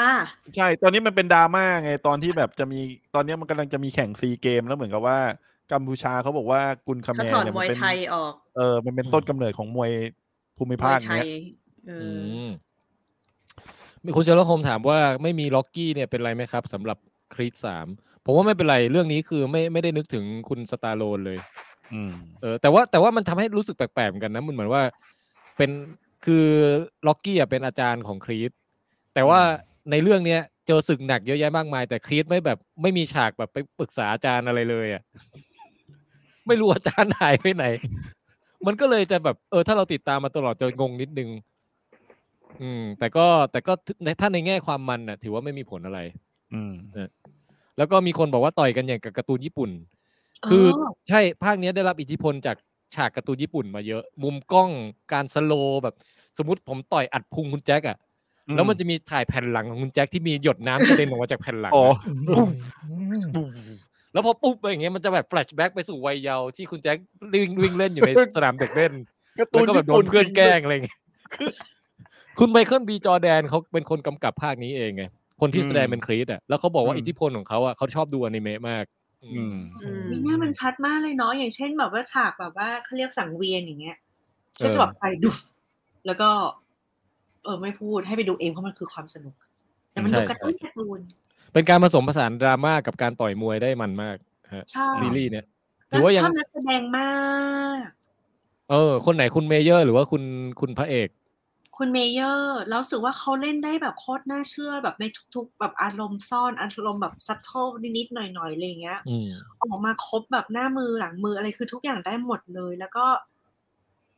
Speaker 1: ใช่ ตอนนี้มันเป็นดราม่าไงตอนที่แบบจะมีตอนเนี้ยมันกำลังจะมีแข่งซีเกมแล้วเหมือนกับว่ากัมพูชาเขาบอกว่ากุนคาแม
Speaker 4: เขา
Speaker 1: ร์
Speaker 4: ถอน
Speaker 1: เนี่ย
Speaker 4: ม
Speaker 1: มั
Speaker 4: วน ย
Speaker 1: เป็น
Speaker 4: ไทยออก
Speaker 1: เออมันเป็นต้นกำเนิดของมวยภูมิ
Speaker 4: มว
Speaker 1: ภาค
Speaker 4: ยไท
Speaker 1: เนี้
Speaker 4: ย
Speaker 1: ย
Speaker 4: เอ
Speaker 2: อืม
Speaker 4: อ
Speaker 2: มีคุณเชลโคมถามว่าไม่มีล็อกกี้เนี่ยเป็นไรไหมครับสำหรับครีสสามผมว่าไม่เป็นไรเรื่องนี้คือไม่ไม่ได้นึกถึงคุณสตาร์โลนเลย
Speaker 1: อืม
Speaker 2: เออแต่ว่าแต่ว่ามันทำให้รู้สึกแปลกๆเหมือนกันนะมันเหมือนว่าเป็นคือล็อกกี้อ่ะเป็นอาจารย์ของครีตแต่ว่าในเรื่องเนี้ยเจอศึกหนักเยอะแยะมากมาย แต่ครีตไม่แบบไม่มีฉากแบบไปปรึกษาอาจารย์อะไรเลยอ่ะ [LAUGHS] ไม่รู้อาจารย์หายไปไหน มันก็เลยจะแบบเออถ้าเราติดตามมาตลอดจะงงนิดนึง อืม แต่ก็แต่ก็ในถ้าในแง่ความมันน่ะ ถือว่าไม่มีผลอะไร
Speaker 1: อืม
Speaker 2: แล้วก็มีคนบอกว่าต่อยกันอย่างกับการ์ตูนญี่ปุ่น
Speaker 6: เ
Speaker 2: คือใช่ภาคเนี้ยได้รับอิทธิพลจากฉากการ์ตูนญี่ปุ่นมาเยอะ มุมกล้องการสโลว์แบบ สมมติผมต่อยอัดพุงคุณแจ็คอะ
Speaker 1: อืม
Speaker 2: แล้วมันจะมีถ่ายแผ่นหลังของคุณแจ็คที่มีหยดน้ำกระเด็นออกมาจากแผ่นหลัง
Speaker 1: อ๋อ
Speaker 2: ปุ๊บแล้วพอปุ๊บไปอย่างเงี้ยมันจะแบบแฟลชแบ็กไปสู่วัยเยาว์ที่คุณแจ็ควิ่งวิ่งเล่นอยู่ใน สนามเด็กเล่น
Speaker 1: การ์ตู
Speaker 2: แล้ว
Speaker 1: น
Speaker 2: ก็แบบ
Speaker 1: ญี่
Speaker 2: โด
Speaker 1: ปุ่
Speaker 2: น
Speaker 1: น
Speaker 2: เพื่อนแกล้งอะไรอย่างเงี้ยคือคุณไมเคิลบีจอร์แดนเขาเป็นคนกำกับภาคนี้เองไงคนที่แสดงเป็นครีตอะแล้วเขาบอกว่า
Speaker 1: อืม
Speaker 2: อิทธิพลของเขาอะเขาชอบดูอนิเมะมาก
Speaker 1: อืม
Speaker 7: อืม
Speaker 6: อเนี่ยมันชัดมากเลยเนาะอย่างเช่นแบบว่าฉากแบบว่าเขาเรียกสังเวียนอย่างเงี้ย
Speaker 2: เออ
Speaker 6: ก็จะแบบใส่ดุฟแล้วก็ เออไม่พูดให้ไปดูเองเพราะมันคือความสนุก แต่มันดูการ์ตูนการ์ตูน
Speaker 2: เป็นการผสมผสานดราม่ากับการต่อยมวยได้มันมากฮะ
Speaker 6: ใช่
Speaker 2: ซีรีส์เนี่ย
Speaker 6: แล้
Speaker 2: ถือว่ายั
Speaker 6: ช
Speaker 2: ง
Speaker 6: อบนักแสดงมาก
Speaker 2: เออ คนไหนคุณเมเยอร์ หรือว่าคุณคุณพระเอก
Speaker 6: คุณเมเยอร์เราสึกว่าเขาเล่นได้แบบโคตรน่าเชื่อแบบในทุกๆ แบบอารมณ์ซ่อนอารมณ์แบบซับโทนิดๆหน่อยๆอะไรอย่างเงี้ย
Speaker 2: อืม
Speaker 6: ออกมาครบแบบหน้ามือหลังมืออะไรคือทุกอย่างได้หมดเลย แล้วก็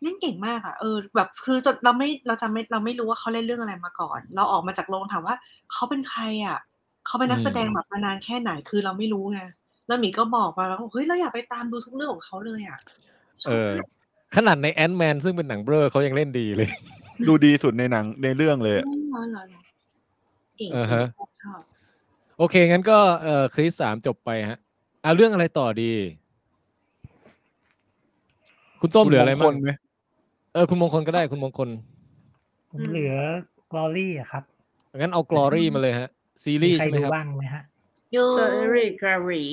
Speaker 6: เล่นเก่งมากอะเออ แบบคือจนเราไม่เราจำไม่เราไม่รู้ว่าเขาเล่นเรื่องอะไรมาก่อน เราออกมาจากโรงถามว่าเขาเป็นใครอะเขาเป็นนักแสดงแบบมานานแค่ไหนคือเราไม่รู้ไงแล้วหมีก็บอกมาแล้วเฮ้ยเราอยากไปตามดูทุกเรื่องของเขาเลยอะช
Speaker 2: เอ
Speaker 6: อบ
Speaker 2: อ
Speaker 6: มาก
Speaker 2: ขนาดในแอนด์แมนซึ่งเป็นหนังเบลอเขายังเล่นดีเลย
Speaker 1: ดูดีสุดในหนังในเรื่องเลยอะ
Speaker 6: เหรอเหรอเหรอเก่ง
Speaker 2: อ่าฮะ
Speaker 6: ชอบชอบ
Speaker 2: โอเค งั้นก็เออคริสสามจบไปฮะเอาเรื่องอะไรต่อดี คุณส้มเหลืออะไร
Speaker 1: คุณ
Speaker 2: มั้ง
Speaker 1: งคลไหม
Speaker 2: เออคุณมงคลก็ได้คุณมงคล
Speaker 5: ผมเหลือกลอรี่อะครับ
Speaker 2: งั้นเอากลอรี่มาเลยฮะ ซีรีส์
Speaker 5: ใคร
Speaker 2: ใช่ไหม
Speaker 5: ดู
Speaker 2: ครับ
Speaker 5: บ้างไหมฮะ
Speaker 6: ดู
Speaker 4: เซอรีกาหลี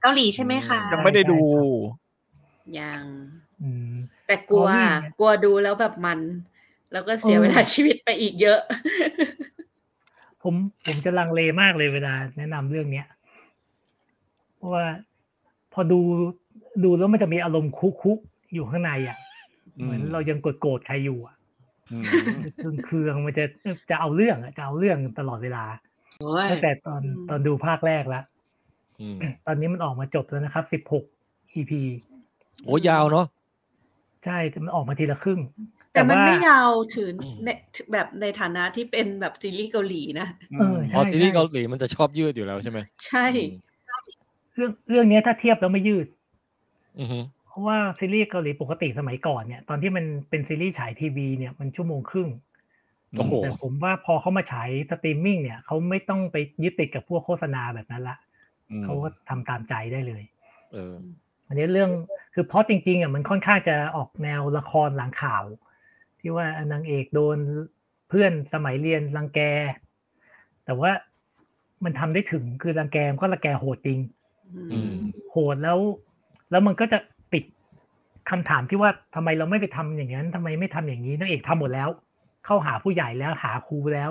Speaker 6: เกาหลีใช่ไหมคะ
Speaker 1: ยังไม่ได้ดู
Speaker 7: ยัง
Speaker 5: อืม
Speaker 7: แต่กลัว
Speaker 5: อ๋อนี่ไง
Speaker 7: กลัวดูแล้วแบบมัน แล้วก็เสียเวลาชีวิตไปอีกเยอะ
Speaker 5: ผมผมจะลังเลมากเลยเวลาแนะนำเรื่องเนี้ย เพราะว่าพอดูดูแล้วมันจะมีอารมณ์คุกคุกๆอยู่ข้างในอ่ะ เหมือนเรายังโกรธๆใครอยู่อ่ะ
Speaker 1: อืม
Speaker 5: เครื่องเครืองมันจะจะเอาเรื่องอะจะเอาเรื่องตลอดเวลาตั้งแต่ตอน
Speaker 7: อืม
Speaker 5: ตอนดูภาคแรกแล้ว
Speaker 2: อืม
Speaker 5: ตอนนี้มันออกมาจบแล้วนะครับสิบหก EP
Speaker 2: โอ้ยาวเนาะ
Speaker 5: ใช่แต่มันออกมาทีละครึ่ง
Speaker 4: แต่มัน
Speaker 5: แต่ว่า
Speaker 4: ไม่ยาวถือในแบบในฐานะที่เป็นแบบซีรีส์เกาหลีนะ
Speaker 5: เออ
Speaker 2: พอ
Speaker 5: ใช่
Speaker 2: ซีรีส์
Speaker 5: ใช่
Speaker 2: เกาหลีมันจะชอบยืดอยู่แล้วใช่ไหม
Speaker 4: ใช่
Speaker 5: เรื่องเรื่องเนี้ยถ้าเทียบแล้วไม่ยืด
Speaker 2: อืมอือฮึ
Speaker 5: เพราะว่าซีรีส์เกาหลีปกติสมัยก่อนเนี่ย ตอนที่มันเป็นซีรีส์ฉายทีวีเนี่ยมันชั่วโมงครึ่ง
Speaker 2: โอ้โห
Speaker 5: แต่ผมว่าพอเขามาฉายสตรีมมิ่งเนี่ยเขาไม่ต้องไปยึดติดกับพวกโฆษณาแบบนั้นละ
Speaker 1: อืม
Speaker 5: เขาก็ทำตามใจได้เลย
Speaker 2: เออ
Speaker 5: อันนี้เรื่องคือเพราะจริงๆอ่ะมันค่อนข้างจะออกแนวละครหลังข่าว ที่ว่านางเอกโดนเพื่อนสมัยเรียนรังแก แต่ว่ามันทำได้ถึงคือรังแกมันก็รังแกโหดจริง
Speaker 2: อืม
Speaker 5: โหดแล้ว แล้วมันก็จะปิดคำถามที่ว่าทำไมเราไม่ไปทำอย่างนั้นทำไมไม่ทำอย่างนี้นางเอกทำหมดแล้ว เข้าหาผู้ใหญ่แล้วหาครูแล้ว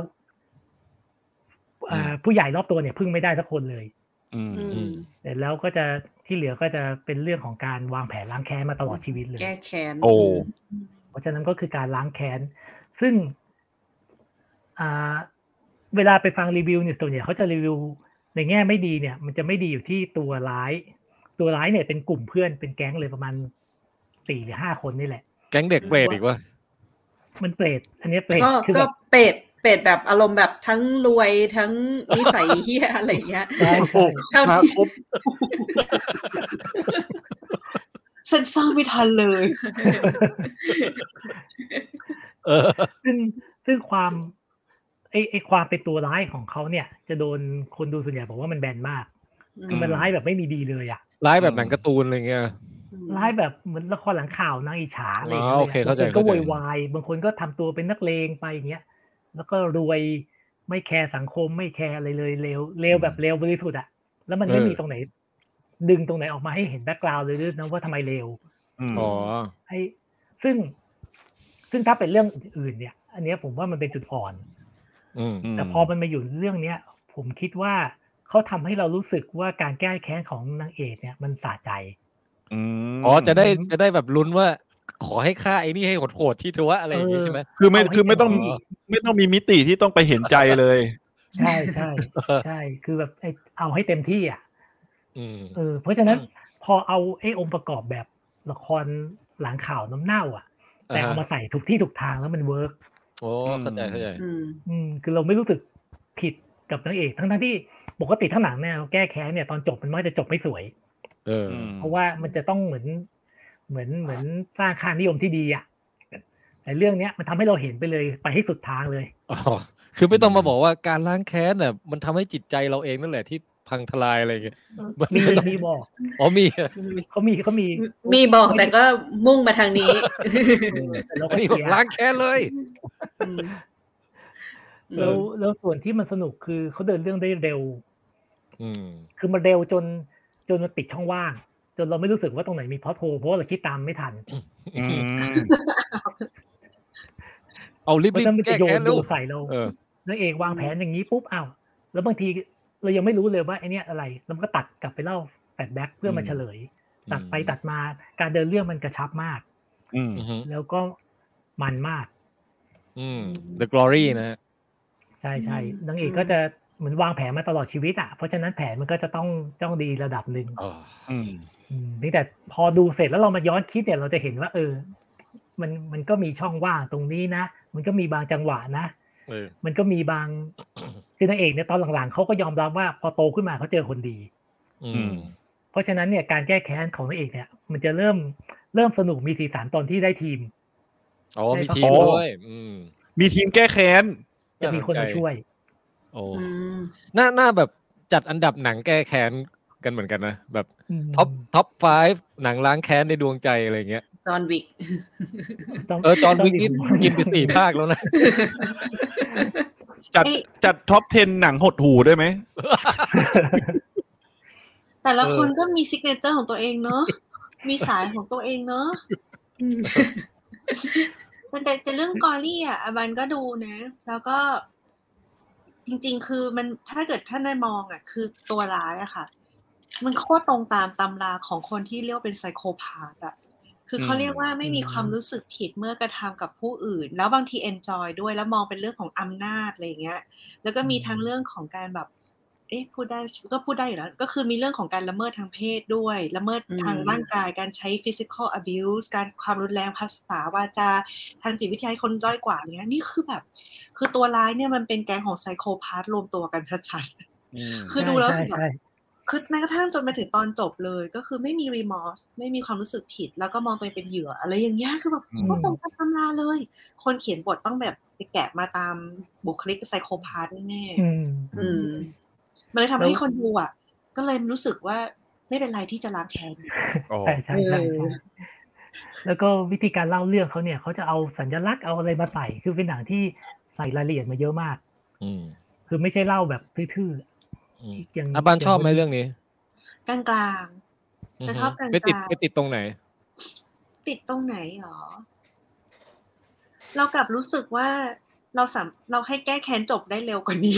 Speaker 5: อ่า
Speaker 2: อืม
Speaker 5: ผู้ใหญ่รอบตัวเนี่ยพึ่งไม่ได้สักคนเลย
Speaker 1: อืม
Speaker 2: อืม
Speaker 5: เสร็จแล้วก็จะที่เหลือก็จะเป็นเรื่องของการวางแผนล้างแค้นมาตลอดชีวิตเลย
Speaker 4: แก้แค้น
Speaker 1: โอ้
Speaker 5: เพราะฉะนั้นก็คือการล้างแค้น ซึ่งอ่าเวลาไปฟังรีวิวเนี่ยส่วนใหญ่เขาจะรีวิวในแง่ไม่ดีเนี่ย มันจะไม่ดีอยู่ที่ตัวร้าย ตัวร้ายเนี่ยเป็นกลุ่มเพื่อนเป็นแก๊งเลยประมาณสี่หรือห้าคนนี่แหละ
Speaker 2: แก๊งเด็กเปรตอีกวะ
Speaker 5: มันเปรตอันเนี้ยเปรต
Speaker 7: ก็
Speaker 5: คือแบ
Speaker 7: ก็
Speaker 5: บ
Speaker 7: เป็ดเป็ดแบบอารมณ์แบบทั้งรวยทั้งนิสัย [LAUGHS] เฮียอะไรอย่างเงี้ย
Speaker 5: ใช่
Speaker 1: โอ้
Speaker 5: ใช่
Speaker 1: มาครบ
Speaker 6: เซ็นเซอร์ไม่ทันเลย
Speaker 2: เออ
Speaker 5: ซึ่งซึ่งความไอไอความเป็นตัวร้ายของเขาเนี่ย จะโดนคนดูส่วนใหญ่บอกว่ามันแบนมากคือมันร้ายแบบไม่มีดีเลยอะ
Speaker 2: ร้ายแบบหนังการ์ตูนอะไรเงี้ย
Speaker 5: ร้ายแบบเหมือนละครหลังข่าวนางอิจฉาอะไรอย่าง
Speaker 2: อ๋อ
Speaker 5: เงี้
Speaker 2: โอเค
Speaker 5: ย
Speaker 2: เข้าใจ
Speaker 5: บางคนก็
Speaker 2: เข้าใจ
Speaker 5: โวยวายบางคนก็ทำตัวเป็นนักเลงไปอย่างเงี้ยแล้วก็รวยไม่แคร์สังคมไม่แคร์อะไรเลยเลวเลวแบบเลวบริสุทธิ์อะแล้วมันไม่มีตรงไหน ดึงตรงไหนออกมาให้เห็นแบ็กกราวด์เลยด้วยนะว่าทำไมเลว
Speaker 1: อืม
Speaker 2: อ๋อ
Speaker 5: ไอ้ซึ่งซึ่งถ้าเป็นเรื่องอื่นๆเนี่ย อันเนี้ยผมว่ามันเป็นจุดอ่อน
Speaker 2: อืม
Speaker 5: แต่พอมันมาอยู่เรื่องเนี้ย ผมคิดว่าเขาทำให้เรารู้สึกว่าการแก้แค้นของนางเอกเนี่ยมันสะใจ
Speaker 1: ม
Speaker 2: อ๋อ จะได้จะได้แบบลุ้นว่า ขอให้ฆ่าไอ้นี่ให้โหดๆที่เธอว่าอะไรอย่างงี้ใช่ไหม
Speaker 1: คือไม่
Speaker 5: เอาให้
Speaker 1: คือไม่ต้อง
Speaker 2: เห็น
Speaker 1: ไม่ต้องมีมิติที่ต้องไปเห็นใจเลย
Speaker 5: ใช่ใช่ใช่คือแบบไอ้เอาให้เต็มที่อ่ะ
Speaker 2: อืม
Speaker 5: เออเพราะฉะนั้น
Speaker 2: อืม
Speaker 5: พอเอาไอ้องค์ประกอบแบบละครหลังข่าวน้ำเน่าอ่ะ แต่เอามาใส่ถูกที่ถูกทางแล้วมันเวิร์ก
Speaker 2: โอ้เข้าใจเข้าใจ
Speaker 7: อืม
Speaker 5: อืมคือเราไม่รู้สึกผิดกับนางเอกทั้งๆที่ปกติทั้งหนังเนี่ยแก้แค้นเนี่ยตอนจบมันมักจะจบไม่สวย
Speaker 2: เออ
Speaker 5: เพราะว่ามันจะต้องเหมือนเหมือนเหมือนสร้างค่านิยมที่ดีอะแต่เรื่องเนี้ยมันทำให้เราเห็นไปเลยไปให้สุดทางเลย
Speaker 2: อ๋อ คือไม่ต้องมาบอกว่าการล้างแค้นน่ะมันทำให้จิตใจเราเองนั่นแหละที่พังทลายอะไรเงี้ย มัน
Speaker 5: มี
Speaker 2: ไม่ต้อง
Speaker 5: มี
Speaker 2: [LAUGHS]
Speaker 5: บอก
Speaker 2: อ๋อมี
Speaker 5: เขามีเขามี
Speaker 7: มีบอกแต่ก็มุ่งมาทางนี้ [LAUGHS]
Speaker 5: แต่เรา
Speaker 2: อั
Speaker 5: ก็
Speaker 2: นนี้ผม
Speaker 5: เสีย
Speaker 2: ล้างแค้นเลย
Speaker 7: อืม
Speaker 5: แล้วแล้วส่วนที่มันสนุกคือเขาเดินเรื่องได้เร็ว
Speaker 2: อืม
Speaker 5: คือมันเร็วจนจนมันปิดช่องว่าง จนเราไม่รู้สึกว่าตรงไหนมีพอโทเพราะว่าเราคิดตามไม่ทัน
Speaker 1: อืม
Speaker 2: เอารีบ
Speaker 5: เพราะฉะนั้นมัน
Speaker 2: ๆ
Speaker 5: จะ
Speaker 2: แก้
Speaker 5: โย
Speaker 2: แค้
Speaker 5: น
Speaker 2: น
Speaker 5: โย
Speaker 2: เร็วน
Speaker 5: ใส่เรา
Speaker 2: เออ
Speaker 5: นางเอกวางแผนอย่างนี้ปุ๊บอ้าวแล้วบางทีเรายังไม่รู้เลยว่าไอเนี้ยอะไรแล้วมันก็ตัดกลับไปเล่าแฟลชแบ็กเพื่อมาเฉลย
Speaker 2: อืม
Speaker 5: ตัดไปตัดมาการเดินเรื่องมันกระชับมาก
Speaker 1: อืม
Speaker 2: อือฮึ
Speaker 5: แล้วก็มันมาก
Speaker 2: อืม The Glory นะฮะ
Speaker 5: ใช่ใช่นางเอกก็จะเหมือนวางแผนมาตลอดชีวิตอ่ะเพราะฉะนั้นแผนมันก็จะต้องจ้องดีระดับหนึ่ง
Speaker 2: อ๋อ
Speaker 1: อืม
Speaker 5: อืมนี่แต่พอดูเสร็จแล้วเรามาย้อนคิดเนี่ยเราจะเห็นว่า เออ มันมันก็มีช่องว่างตรงนี้นะ มันก็มีบางจังหวะนะ
Speaker 2: เออ
Speaker 5: มันก็มีบาง [COUGHS] คือนางเอกเนี่ยตอนหลังๆเขาก็ยอมรับว่าพอโตขึ้นมาเขาเจอคนดี
Speaker 2: อืม
Speaker 5: เพราะฉะนั้นเนี่ยการแก้แค้นของนางเอกเนี่ยมันจะเริ่มเริ่มสนุกมีสีสันตอนที่ได้ทีม
Speaker 2: อ๋อ
Speaker 5: ได้
Speaker 2: มี
Speaker 5: ครับ
Speaker 2: ทีมด้วย อืม
Speaker 1: มีทีมแก้แค้น
Speaker 5: จะมีคนมาช่วย
Speaker 2: โอ้
Speaker 7: อืม
Speaker 2: หน้าหน้าแบบจัดอันดับหนังแก้แค้นกันเหมือนกันนะ แบบ
Speaker 5: อืม
Speaker 2: ท็อปท็อป5หนังล้างแค้นในดวงใจอะไรเงี้ย
Speaker 7: จอห์นวิก
Speaker 5: ต้ง
Speaker 2: เออจอห์นวิกนี่
Speaker 5: ต้ง
Speaker 2: กินไปสี่ภาคแล้วนะ
Speaker 1: จัด
Speaker 6: เอ้ย
Speaker 1: จัดท็อป 10 หนังหดหูได้ไหม
Speaker 6: แต่ละคนก็มีซิกเนเจอร์ของตัวเองเนอะ [LAUGHS] มีสายของตัวเองเนอะ [LAUGHS] แต่แต่แต่เรื่องกอรี่อ่ะอาบันก็ดูนะ แล้วก็ จริง ๆ คือมันถ้าเกิดท่านได้มองอ่ะ คือตัวร้ายอะค่ะ มันโคตรตรงตามตำราของคนที่เรียกว่าเป็นไซโคพาธอะคือเขาเรียกว่าไม่มีความรู้สึกผิดเมื่อกระทำกับผู้อื่น แล้วบางทีเอนจอยด้วยแล้วมองเป็นเรื่องของอำนาจอะไรอย่างเงี้ย แล้วก็มีทั้งเรื่องของการแบบ เอ๊ะพูดได้ก็พูดได้อยู่แล้ว ก็คือมีเรื่องของการละเมิดทางเพศด้วย ละเมิดทาง
Speaker 7: อืม
Speaker 6: ร่างกาย การใช้ physical abuse การความรุนแรงภาษาวาจา ทางจิตวิทยาให้คนด้อยกว่าอย่างเงี้ยนี่คือแบบ คือตัวร้ายเนี่ยมันเป็นแก๊งของไซโคพาร์รวมตัวกันชัดๆ คือดูแล้วรู้
Speaker 5: ใช่
Speaker 6: สึกแบบ
Speaker 5: ใช่
Speaker 6: คือแม้กระทั่งจนมาถึงตอนจบเลย ก็คือไม่มี remorse ไม่มีความรู้สึกผิด แล้วก็มองตัวเองเป็นเหยื่อ อะไรอย่างเงี้ยคือแบบ
Speaker 1: อืม
Speaker 6: ก็ตรงกับตำราเลย คนเขียนบทต้องแบบไปแกะมาตามบุคลิกไซโคพาร์แน่ๆ
Speaker 5: อืม
Speaker 7: อืม
Speaker 6: มันเลยทำ
Speaker 5: แล้
Speaker 6: ให้
Speaker 5: ว
Speaker 6: คนดูอ่ะ ก็เลยรู้สึกว่าไม่เป็นไรที่จะล้างแค้น
Speaker 1: อ๋อ
Speaker 5: ใช่ใช่ใช่
Speaker 6: เอ
Speaker 5: ใช่
Speaker 6: อ
Speaker 5: แล้วก็วิธีการเล่าเรื่องเขาเนี่ยเขาจะเอาสัญลักษณ์เอาอะไรมาใส่ คือเป็นหนังที่ใส่รายละเอียดมาเยอะมาก
Speaker 2: [LAUGHS] อืม
Speaker 5: คือไม่ใช่เล่าแบบทื่อ
Speaker 2: อืม
Speaker 5: ๆอย่าง
Speaker 2: อาบานชอบไหมเรื่องนี้
Speaker 6: กลางกลางๆแต่ชอบกลาง
Speaker 2: ไป
Speaker 6: ก
Speaker 2: ติด
Speaker 6: ลาง
Speaker 2: ไปติดตรงไหน
Speaker 6: ติดตรงไหนหรอ เรากลับรู้สึกว่าเราสามเราให้แก้แค้นจบได้เร็วกว่านี้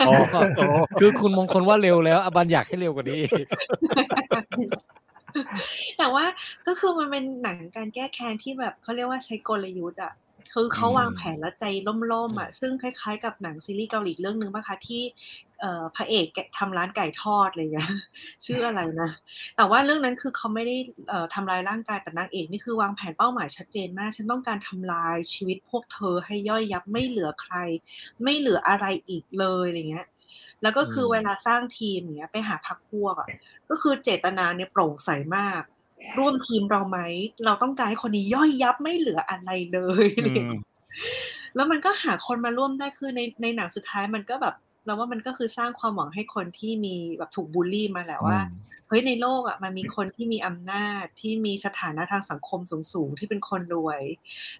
Speaker 6: [LAUGHS]
Speaker 1: อ๋ออ๋อ
Speaker 2: คือคุณมงคลว่าเร็วแล้วอาบานอยากให้เร็วกว่านี้
Speaker 6: แต่ว่าก็คือมันเป็นหนังการแก้แค้นที่แบบเขาเรียกว่าใช้กลยุทธ์อ่ะ คือเขาวางแผนและใจล่มๆอ่ะ ซึ่งคล้ายๆ กับหนังซีรีส์เกาหลีเรื่องนึงป่ะคะที่เอ่อพระเอกแกทำร้านไก่ทอดอะไรอย่างเงี้ย [LAUGHS] ชื่ออะไรนะ แต่ว่าเรื่องนั้นคือเขาไม่ได้เอ่อทำลายร่างกายแต่นางเอกนี่คือวางแผนเป้าหมายชัดเจนมาก ฉันต้องการทำลายชีวิตพวกเธอให้ย่อยยับไม่เหลือใคร ไม่เหลืออะไรอีกเลยอะไรเงี้ย แล้วก็คืออ
Speaker 2: ม
Speaker 6: เวลาสร้างทีมเนี้ยไปหาพักพวกอ่ะ ก็คือเจตนาเนี่ยโปร่งใสมาก ร่วมทีมเราไหม เราต้องการให้คนนี้ย่อยยับไม่เหลืออะไรเลย
Speaker 1: อืม
Speaker 6: แล้วมันก็หาคนมาร่วมได้คือในในหนังสุดท้ายมันก็แบบเราว่ามันก็คือสร้างความหวังให้คนที่มีแบบถูกบูลลี่มาแหละว่า เฮ้ยในโลกอ่ะมันมีคนที่มีอำนาจที่มีสถานะทางสังคมสูงๆที่เป็นคนรวย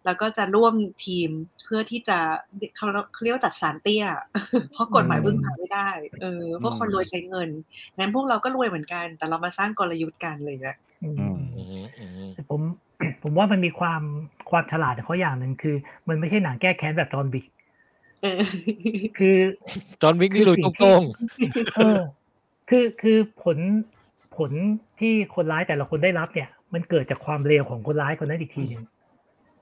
Speaker 6: แล้วก็จะร่วมทีมเพื่อที่จะเขาเขาเรียกว่าจัดสารเตี้ย [LAUGHS] เพราะกฎหมายพึ่งพาไม่ได้เออเพราะคนรวยใช้เงินงั้นพวกเราก็รวยเหมือนกัน แต่เรามาสร้างกลยุทธ์กันเลยนะ
Speaker 5: อืม
Speaker 1: อืม
Speaker 2: อืมอืม
Speaker 5: ผม [COUGHS] ผมว่ามันมีความความฉลาดของเขาอย่างหนึ่งคือ มันไม่ใช่หนังแก้แค้นแบบจอห์นวิก
Speaker 6: เออ
Speaker 5: คือ
Speaker 2: [LAUGHS] จอห์นวิกนี่ลุยตรง
Speaker 5: เออคือคือผลผลที่คนร้ายแต่ละคนได้รับเนี่ย มันเกิดจากความเลวของคนร้ายคนนั้นอีกทีหนึ่ง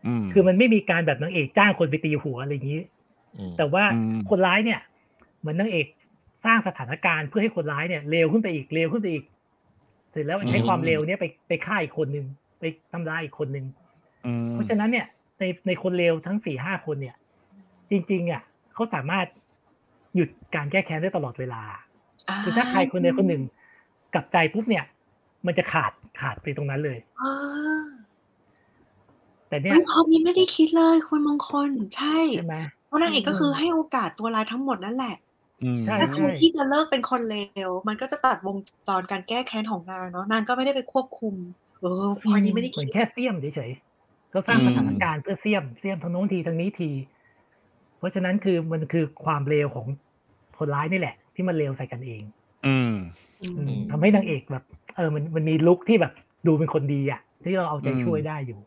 Speaker 1: อืม
Speaker 5: คือมันไม่มีการแบบนางเอกจ้างคนไปตีหัวอะไรอย่างนี้
Speaker 2: ๆอืม
Speaker 5: แต่ว่า
Speaker 1: อืม
Speaker 5: คนร้ายเนี่ย เหมือนนางเอกสร้างสถานการณ์เพื่อให้คนร้ายเนี่ยเลวขึ้นไปอีกเลวขึ้นไปอีก เสร็จแล้วใช้ความเลวเนี่ยไปไปฆ่าอีกคนหนึ่งไปทำร้ายอีกคนหนึ่ง
Speaker 1: อืม
Speaker 5: เพราะฉะนั้นเนี่ยในในคนเลวทั้งสี่ห้าคนเนี่ย จริงๆอ่ะเขาสามารถหยุดการแก้แค้นได้ตลอดเวลา [LAUGHS] คือถ้าใครคนใดคนหนึ่งกลับใจปุ๊บเนี่ย มันจะขาดขาดไปตรงนั้นเลย
Speaker 6: เออ
Speaker 5: แต่เนี่ย
Speaker 6: เฮ้ยพอนี้ไม่ได้คิดเลยคุณมงคลใช่
Speaker 5: ใช่ไหม
Speaker 6: เพราะนางเอกก็คือให้โอกาสตัวร้ายทั้งหมดนั่นแหละ
Speaker 1: อืม
Speaker 5: ใช่
Speaker 6: ถ้าคนที่จะเลิกเป็นคนเลวมันก็จะตัดวงจรการแก้แค้นของนางเนาะนางก็ไม่ได้ไปควบคุมเออพอนี้ไม่ได้
Speaker 5: เหมื
Speaker 6: คิ
Speaker 5: อ
Speaker 6: ด
Speaker 5: นแค่เสี้ยมเฉยๆก็สร้างสถานการณ์เพื่อเสี้ยมเสี้ยมทางโน้นทีทางนี้ที เพราะฉะนั้นคือมันคือความเลวของคนร้ายนี่แหละ ที่มันเลวใส่กันเอง
Speaker 1: อืม
Speaker 6: อื
Speaker 5: อืม
Speaker 6: ม
Speaker 5: ทำให้นางเอกแบบ เออมันมันมีลุคที่แบบดูเป็นคนดีอ่ะ ที่เราเอาใจช่วยได้อยู่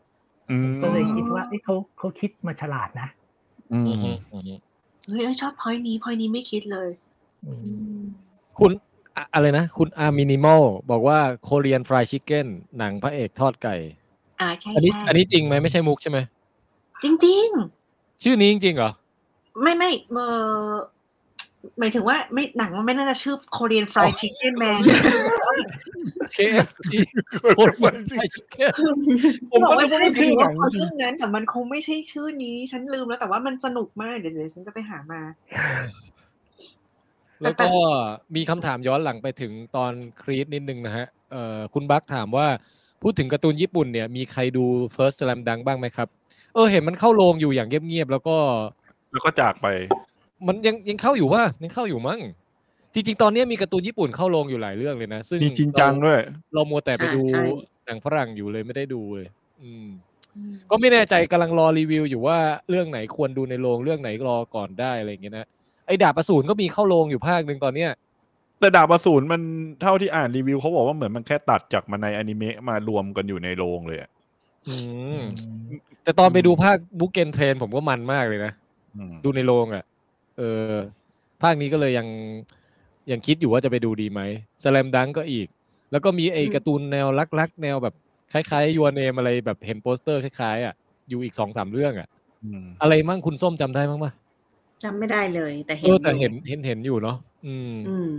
Speaker 1: อืม
Speaker 5: ก็เลยคิดว่าเอ้ยเขาเขาคิดมาฉลาดนะ
Speaker 1: อื
Speaker 2: อื
Speaker 1: ม
Speaker 2: มอืมอืม
Speaker 6: เฮ้ยเอ้ยชอบพอยนี้พอยนี้ไม่คิดเลย
Speaker 5: อืม
Speaker 2: คุณอะอะไรนะ คุณอามินิมอลบอกว่าโคเรียนฟรายชิคเก้นหนังพระเอกทอดไก่
Speaker 6: อ่าใช่
Speaker 2: อันนี้
Speaker 6: ใช่
Speaker 2: อันนี้จริงไหมไม่ใช่มุกใช่ไหม
Speaker 6: จริง
Speaker 2: ชื่อนี้จริงๆเหรอ
Speaker 6: ๆ ไม่ไม่เออหมายถึงว่าไม่หนังมันไม่น่าจะชื่อ Korean Fried Chicken Man
Speaker 2: KFC โคเรียนฟรายชิคเก้น
Speaker 1: ผมก็
Speaker 6: บอ
Speaker 1: ไม่
Speaker 6: ว่า
Speaker 1: ใช่าชื่อหนัง
Speaker 6: เขา
Speaker 1: จริง
Speaker 6: ชื่อนั้นแต่มันคงไม่ใช่ชื่อนี้ ฉันลืมแล้วแต่ว่ามันสนุกมากเดี๋ยวเดี๋ยวฉันจะไปหามา
Speaker 2: แล้วก็มีคำถามย้อนหลังไปถึงตอนครีดนิดนึงนะฮะเอ่อคุณบักถามว่าพูดถึงการ์ตูนญี่ปุ่นเนี่ย มีใครดู First Slam Dunk บ้างไหมครับ เออเห็นมันเข้าโรงอยู่อย่างเงียบๆแล้วก็
Speaker 1: แล้วก็จากไป
Speaker 2: มันยังยังเข้าอยู่ว่ายังเข้าอยู่มั้งจริงๆ ตอนเนี้ยมีการ์ตูนญี่ปุ่นเข้าโรงอยู่หลายเรื่องเลยนะ ซึ่ง
Speaker 1: มีจริงจัง
Speaker 2: เรา
Speaker 1: ด้วย
Speaker 2: เรามัวแต่ไป
Speaker 7: อ่า
Speaker 2: ดู
Speaker 7: ใช่
Speaker 2: หนังฝรั่งอยู่เลยไม่ได้ดูเลย อืม ก็ไม่แน่ใจกำลังรอรีวิวอยู่ว่าเรื่องไหนควรดูในโรงเรื่องไหนรอก่อนได้อะไรอย่างเงี้ยนะไอ้ดาบประสูนก็มีเข้าโรงอยู่ภาคหนึ่งตอนเนี้ย
Speaker 1: แต่ดาบอสูรมันเท่าที่อ่านรีวิวเขาบอกว่าเหมือนมันแค่ตัดจากมาในอนิเมะมารวมกันอยู่ในโรงเลยอะ
Speaker 2: อืม แต่ตอนไปดูภาคบุกเกนเทรนผมก็มันมากเลยนะ
Speaker 1: อืม
Speaker 2: ดูในโรงอ่ะ เออ ภาคนี้ก็เลยยังยังคิดอยู่ว่าจะไปดูดีไหมสแลมดังก็อีก แล้วก็มีไอ้
Speaker 7: อืม
Speaker 2: การ์ตูนแนวรักๆ แนวแบบคล้ายๆยูเนมอะไรแบบเห็นโปสเตอร์คล้ายๆอ่ะ อยู่อีกสองสามเรื่องอ่ะ
Speaker 1: อืม
Speaker 2: อะไรมั่งคุณส้มจำได้มั้งปะ
Speaker 4: จำไม่ได้เลย แต่
Speaker 2: เอ
Speaker 4: เห็น
Speaker 2: อแต่
Speaker 4: อยู่
Speaker 2: เห็นเห็นเห็นอยู่เนาะ อืม
Speaker 4: อืม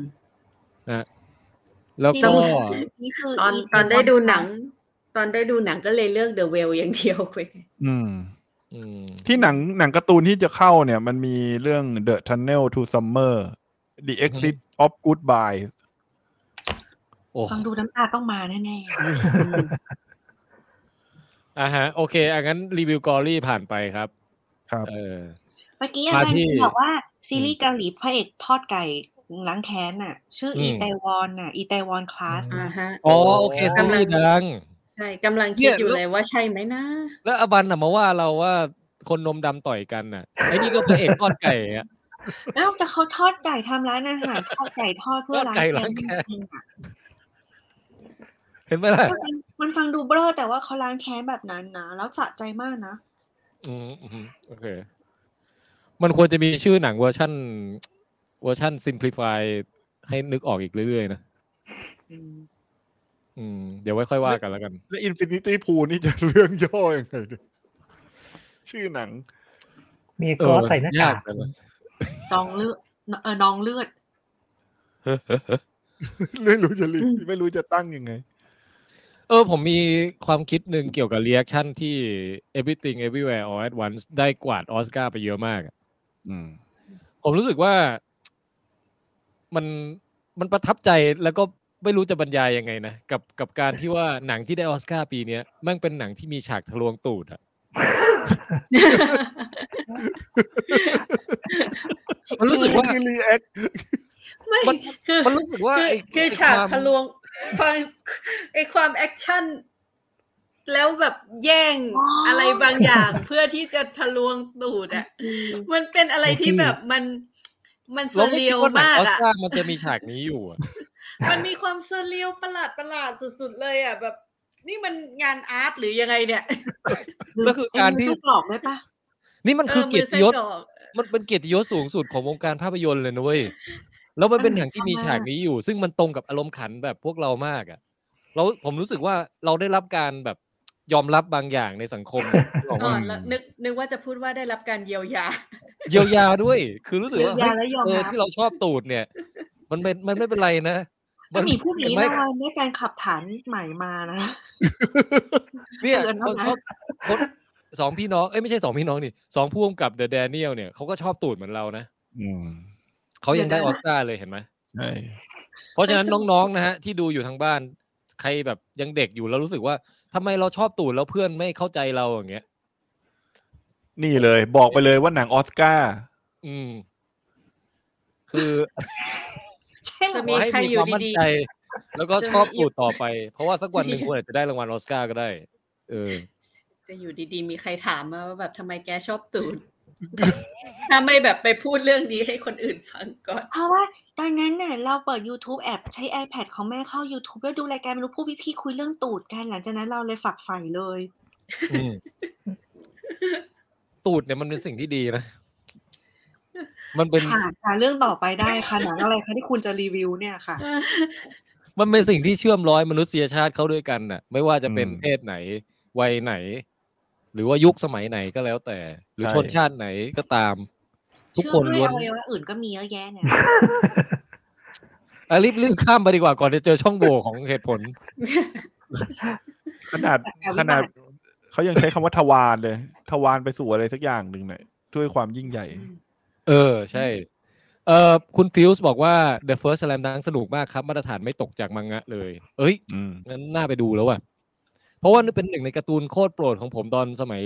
Speaker 2: แล้ว
Speaker 4: ต้
Speaker 2: ก็
Speaker 4: อง
Speaker 6: นี่คือ
Speaker 4: ตอนตอนได้ดูหนัง ตอนได้ดูหนังก็เลยเลือกเดอะเวลอย่างเดียวคุยกัน
Speaker 1: อืม
Speaker 2: อืม
Speaker 1: ที่หนังหนังการ์ตูนที่จะเข้าเนี่ย มันมีเรื่อง The Tunnel to Summer The Exit of Goodbye
Speaker 2: โอ้
Speaker 6: ฟังดูน้ำตาต้องมาแน่
Speaker 2: อ่ะฮะ โอเคอังั้นรีวิวกอรี่ผ่านไปครับ
Speaker 1: ครับ
Speaker 2: เออ
Speaker 6: ๆ เมื่อกี้อาจาร
Speaker 2: มาที่
Speaker 6: ย์บอกว่าซีรีส์เกาหลีพระเอกทอดไก่ล้างแค้นน่ะ ชื่อ
Speaker 2: อืม
Speaker 6: อีไตวอนน่ะอีไตวอนคลาส
Speaker 7: อ่าฮะ
Speaker 2: อ๋อโอเคซีรีส์ดัง
Speaker 7: ใช่กำลัง
Speaker 2: เนี่
Speaker 7: คิด
Speaker 2: ย
Speaker 7: อยู่เลยว่าใช่ไหมนะ
Speaker 2: แล้วอบันน่ะมาว่าเราว่าคนนมดำต่อยกันน่ะไอ้นี่ก็พระเอกทอดไก่อะ
Speaker 6: อ้าวแต่เขาทอดไก่ทำร้านอาหาร ทอดไก่ทอดเพื่
Speaker 2: ท
Speaker 6: อ
Speaker 2: อ
Speaker 6: ร้า
Speaker 2: ด
Speaker 6: น
Speaker 2: ไก่
Speaker 6: แก
Speaker 2: ร้าน
Speaker 6: ง
Speaker 2: แกง
Speaker 6: จริงๆอะ
Speaker 2: เห็นไหมล่ะ
Speaker 6: มันฟังดูเบ้อแต่ว่าเขาล้างแค้นแบบนั้นนะ แล้วสะใจมากนะ
Speaker 2: อืมอืมโอเค มันควรจะมีชื่อหนังเวอร์ชั่นเวอร์ชั่น simplify ให้นึกออกอีกเรื่อยๆนะอืม เดี๋ยวไว้ค่อยว่ากันแล้วกัน
Speaker 1: และ Infinity Pool นี่จะเรื่องย่อยังไงเนี่ยชื่อหนัง [LAUGHS]
Speaker 5: มี
Speaker 2: เอก
Speaker 5: อ
Speaker 2: อ
Speaker 5: สใส่หน้ากาก
Speaker 2: ยากจังเลย
Speaker 6: น้องเลือดเออน้องเลือด
Speaker 1: ไม่รู้จะรีไม่รู้จะตั้งยังไง
Speaker 2: เออ ผมมีความคิดหนึ่งเกี่ยวกับ reaction ที่ everything everywhere all at once ได้กวาดออสการ์ไปเยอะมากอะ
Speaker 1: อืม
Speaker 2: ผมรู้สึกว่ามันมันประทับใจแล้วก็ไม่รู้จะบรรยายยังไงนะ กับกับการที่ว่าหนังที่ได้ออสการ์ปีเนี้ยแมันเป็นหนังที่มีฉากทะลวงตูดอะมันรู้สึกว่า
Speaker 1: คือรีแอค
Speaker 7: [LAUGHS]
Speaker 4: ไม่
Speaker 2: มัน
Speaker 4: คือ
Speaker 2: มันรู้สึกว่า
Speaker 4: คือคือ
Speaker 2: ไไ
Speaker 4: ฉาก
Speaker 2: วม
Speaker 4: ทะลวงความไอความแอคชั่น แล้วแบบแย่ง
Speaker 6: อ๋ออ
Speaker 4: อะไรบางอย่าง เพื่อที่จะทะลวงตูด
Speaker 6: [LAUGHS]
Speaker 4: อ่ะ มันเป็นอะไรที่แบบมันมันเซ
Speaker 2: เราไม่
Speaker 4: เรี
Speaker 2: คิ
Speaker 4: ย
Speaker 2: ด
Speaker 4: ล
Speaker 2: ว่าหนัง
Speaker 4: มา
Speaker 2: อก อส
Speaker 4: อ่ะ
Speaker 2: การ์มันจะมีฉากนี้อยู่อะ
Speaker 4: มันมีความเซเรียลประหลาดประหลาดๆสุด ๆ เลยอ่ะ แบบ นี่มันงานอาร์ตหรือยังไงเนี่ย
Speaker 2: ก็คือการที่
Speaker 6: ไอ้มืสู้กรอบได้ปะ
Speaker 2: นี่มันคือ
Speaker 4: เ
Speaker 2: เกียรติยศ
Speaker 4: มือไส้กรอก
Speaker 2: มันเป็นเกียรติยศสูงสุดของวงการภาพยนตร์เลยนะเว้ย แล้วมันเป็นหนังที่มีฉากนี้อยู่ ซึ่งมันตรงกับอารมณ์ขันแบบพวกเรามากอะ่ะ เราผมรู้สึกว่าเราได้รับการแบบยอมรับบางอย่างในสังคมของ
Speaker 4: อ่อ
Speaker 2: ว่าน
Speaker 4: แล้วนึกนึกว่าจะพูดว่าได้รับการเยียวยา
Speaker 2: เยียวยาด้วย คือรู้สึก
Speaker 6: เยีย
Speaker 2: ว่าว เฮ้
Speaker 6: ยาย และยอม
Speaker 2: เออ
Speaker 6: รับ
Speaker 2: ที่เราชอบตูดเนี่ย มันเป็นมันไม่เป็นไรนะ
Speaker 6: ถ้ามีผู้นี้
Speaker 2: ไม่
Speaker 6: นะได้การขับฐานใหม่มานะ
Speaker 2: เนี่ย
Speaker 6: เตือนแล้ว
Speaker 2: คน
Speaker 6: นะ
Speaker 2: ชอบคนสองพี่น้องเอ้ยไม่ใช่สองพี่น้องนี่สองผู้กำกับเดอะแดเนียลเนี่ยเขาก็ชอบตูดเหมือนเรานะ
Speaker 1: อืม
Speaker 2: เขายังได้ออสการ์เลยเห็นไหม
Speaker 1: ใช่
Speaker 2: เพราะฉะนั้น
Speaker 4: ไปสมัคร
Speaker 2: น้องๆนะฮะที่ดูอยู่ทางบ้าน ใครแบบยังเด็กอยู่แล้วรู้สึกว่าทำไมเราชอบตูดแล้วเพื่อนไม่เข้าใจเราอย่างเงี้ย
Speaker 1: นี่เลยบอกไปเลยว่าหนังออสการ์
Speaker 2: อืม คือ
Speaker 6: ใช่เหร
Speaker 4: จะ
Speaker 6: อ
Speaker 4: มี
Speaker 2: ขอให้
Speaker 4: ใคร
Speaker 2: มี
Speaker 4: อ
Speaker 2: ค
Speaker 4: ยู่
Speaker 2: วามมั่น
Speaker 4: ดี
Speaker 2: ใจ แล้วก็ชอบ
Speaker 4: จะมีอยู่
Speaker 2: ตูดต่อไป เพราะว่าสักวันหนึ่งคุณอาจจะได้รางวัลออสการ์ก็ได้ เออ
Speaker 4: ๆ จะอยู่ดีๆ มีใครถามมาว่าแบบทำไมแกชอบตู [LAUGHS] น ถ้าไม่แบบไปพูดเรื่องนี้ให้คนอื่นฟังก่อน
Speaker 6: เพราะว่าดังนั้นน่ะเราเปิด YouTube แอบใช้ iPad ของแม่เข้า YouTube แล้วดูรายการไม่รู้ผู้พี่ๆคุยเรื่องตูดกันหลังจากนั้นเราเลยฝักใฝ่เลย
Speaker 2: อืมตูดเนี่ยมันเป็นสิ่งที่ดีนะ มันเป็น
Speaker 6: ค่ะหาเรื่องต่อไปได้ค่ะหนังอะไรคะที่คุณจะรีวิวเนี่ยค่ะ
Speaker 2: มันเป็นสิ่งที่เชื่อมร้อยมนุษยชาติเข้าด้วยกันน่ะ ไม่ว่าจะเป็นเพศไหน วัยไหน หรือว่ายุคสมัยไหนก็แล้วแต่ หรือชนชาติไหนก็ตาม ทุก
Speaker 6: เชื่อ
Speaker 2: คน
Speaker 6: ไหม
Speaker 2: ล้วน
Speaker 6: อวัยวะอื่นก็มีเยอะแยะ
Speaker 2: [LAUGHS]
Speaker 6: เนี่ย
Speaker 2: อ่ะรีบรีบข้ามไปดีกว่าก่อนจะเจอช่องโหว่ของเหตุผล
Speaker 1: ขนาดขนาดเขายังใช้คำว่าทวารเลย ทวารไปสู่อะไรสักอย่างหนึ่งเนี่ยด้วยความยิ่งใหญ่
Speaker 2: เออ ใช่ เออคุณฟิวส์บอกว่า The First Slam Dunk สนุกมากครับ มาตรฐานไม่ตกจากมังงะเลย เอ้ย
Speaker 1: อืม
Speaker 2: งั้นน่าไปดูแล้วว่ะ เพราะว่านี่เป็นหนึ่งในการ์ตูนโคตรโปรดของผมตอนสมัย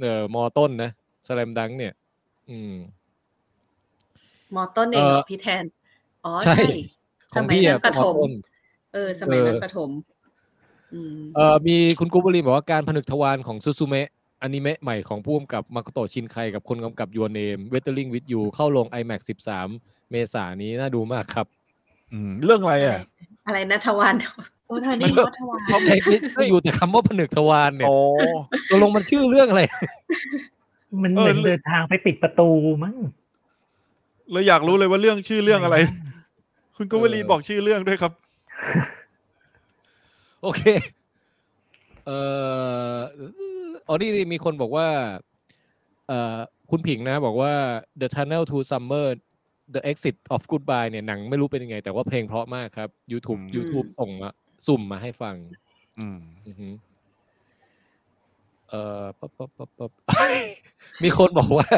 Speaker 2: เอ่อมอต้นนะสแลมดังเนี่ย อืม
Speaker 4: [LAUGHS] มอต้นเองเหรอ
Speaker 2: เอ่อ
Speaker 4: พี่แทน อ๋อ
Speaker 2: ใช่ข
Speaker 4: ใช่
Speaker 2: อง
Speaker 4: สมัย
Speaker 2: พี่อะ
Speaker 4: นั้นประถม
Speaker 2: อต้น
Speaker 4: เออ สมัยนั้นประถม
Speaker 7: อืม
Speaker 2: เอ่อมีคุณกุบบุรีบอกว่าการผนึกทวารของซูซูเมะอนิเมะใหม่ของผู้กำกับมาโกโตะชินไคกับคนกำกับยูเนมเวทเทอร์ลิงวิดยูเข้าลง IMAX 13 เมษายนนี้น่าดูมากครับ
Speaker 1: อืมเรื่องอะไรอ่ะ
Speaker 4: อะไรนะทวาร [LAUGHS]
Speaker 6: โอ้ทาง
Speaker 2: มั
Speaker 6: นี้
Speaker 2: นก็
Speaker 6: ก็ทวาร
Speaker 2: ใช่ไม่อยู่แต่คำว่าผนึกท
Speaker 3: [LAUGHS]
Speaker 2: วารเนี่ย
Speaker 1: อ๋อ
Speaker 2: ตกลงมันชื่อเรื่องอะไร
Speaker 5: มันเหมือน
Speaker 1: เออ
Speaker 5: เดินทางไปปิดประตูมั้ง
Speaker 1: เลยอยากรู้เลยว่าเรื่องชื่อเรื่องอะไร คุณกวลีบอกชื่อเรื่องด้วยครับ
Speaker 2: โอเค เอ่ออ๋อนี่มีคนบอกว่า เอ่อ คุณผิงนะ บอกว่า The Tunnel to Summer The Exit of Goodbye เนี่ยหนังไม่รู้เป็นยังไง แต่ว่าเพลงเพราะมากครับ YouTube
Speaker 1: อืม
Speaker 2: YouTube ส่งมาสุ่มมาให้ฟัง
Speaker 1: อืม
Speaker 2: อือหือเอ่อปั๊บปั๊บปั๊บปั๊บ [LAUGHS] มีคนบอกว่า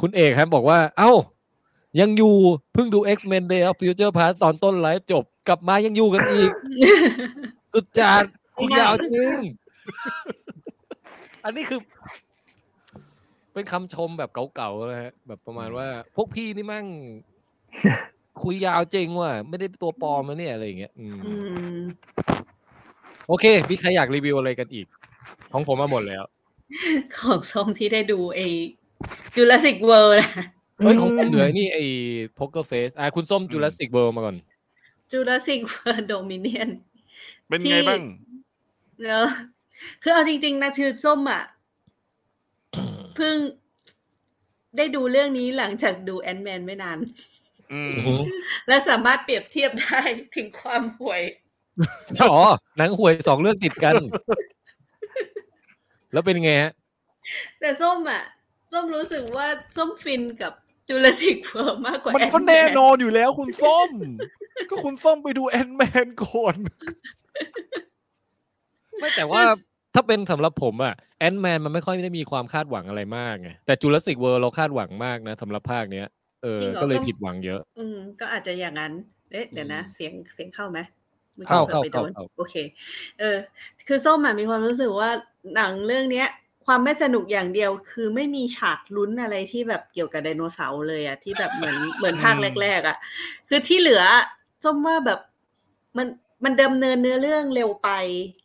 Speaker 2: คุณเอกครับบอกว่า เอ้า ยังอยู่เพิ่งดู X-Men Day of Future Past ตอนต้นไลฟ์จบ กลับมายังอยู่กันอีก สุดจาดคุณยาวจริง อันนี้คือ เป็นคำชมแบบเก่าๆนะฮะ แบบประมาณว่า พวกพี่นี่มั่ง คุยยาวจริงว่ะไม่ได้ตัวปลอมนะเนี่ยอะไรอย่างเงี้ยอืม
Speaker 7: อืม
Speaker 2: โอเค มีใครอยากรีวิวอะไรกันอีก ของผมมาหมดแล้ว
Speaker 4: ของซองที่ได้ดูไอจูราสสิกเวิร์นะ
Speaker 2: เฮ้ย ของผมเหลือไอ้นี่ไอ้ Poker Face อ่ะคุณส้ม
Speaker 1: อืม
Speaker 2: จูราสสิกเบิร์มาก่อน
Speaker 4: จูราสสิกเวิร์โดมิเนียน
Speaker 3: เป็น
Speaker 4: ที่
Speaker 3: ไงบ้าง
Speaker 4: เนอะคือเอาจริงๆนะคือส้ม
Speaker 2: [COUGHS]
Speaker 4: อ่ะเพิ่งได้ดูเรื่องนี้หลังจากดูแอนแมนไม่นาน
Speaker 3: อืม
Speaker 4: และสามารถเปรียบเทียบได้ถึงความห่วย
Speaker 2: อ๋อ หนังห่วยสองเรื่องติดกัน แล้วเป็นไงฮะ
Speaker 4: [LAUGHS] แต่ส้มอ่ะ ส้มรู้สึกว่าส้มฟินกับจูราสสิกเวิร์มากกว่า
Speaker 1: มัน
Speaker 4: แอน
Speaker 1: ก็
Speaker 4: แม
Speaker 1: แน่
Speaker 4: น
Speaker 1: นอนอยู่แล้วคุณส้ม ก็คุณส้มไปดูแอนแมนก่อน
Speaker 2: ไม่แต่ว่าถ้าเป็นสำหรับผมอะแอนแมนมันไม่ค่อยได้มีความคาดหวังอะไรมากไง แต่จูราสสิกเวิร์เราคาดหวังมากนะสำหรับภาคเนี้ย เออ ก็เลยผิดหวังเยอะ
Speaker 4: อืมก็อาจจะอย่างนั้นเอ๊ะเดี๋ยวนะ เสียงเสียงเข้าไหมมื่อกี้
Speaker 2: เข้า
Speaker 4: ผื่อไปโดน
Speaker 2: เข้าเข้า
Speaker 4: โอเค เออ คือส้มอะมีความรู้สึกว่าหนังเรื่องเนี้ย ความไม่สนุกอย่างเดียว คือไม่มีฉากลุ้นอะไรที่แบบเกี่ยวกับไดโนเสาร์เลยอะที่แบบ
Speaker 2: [LAUGHS]
Speaker 4: เหมือนเหมือนภาคแรกๆอะคือที่เหลือส้มว่าแบบมันมันดำเนินเนื้อเรื่องเร็วไป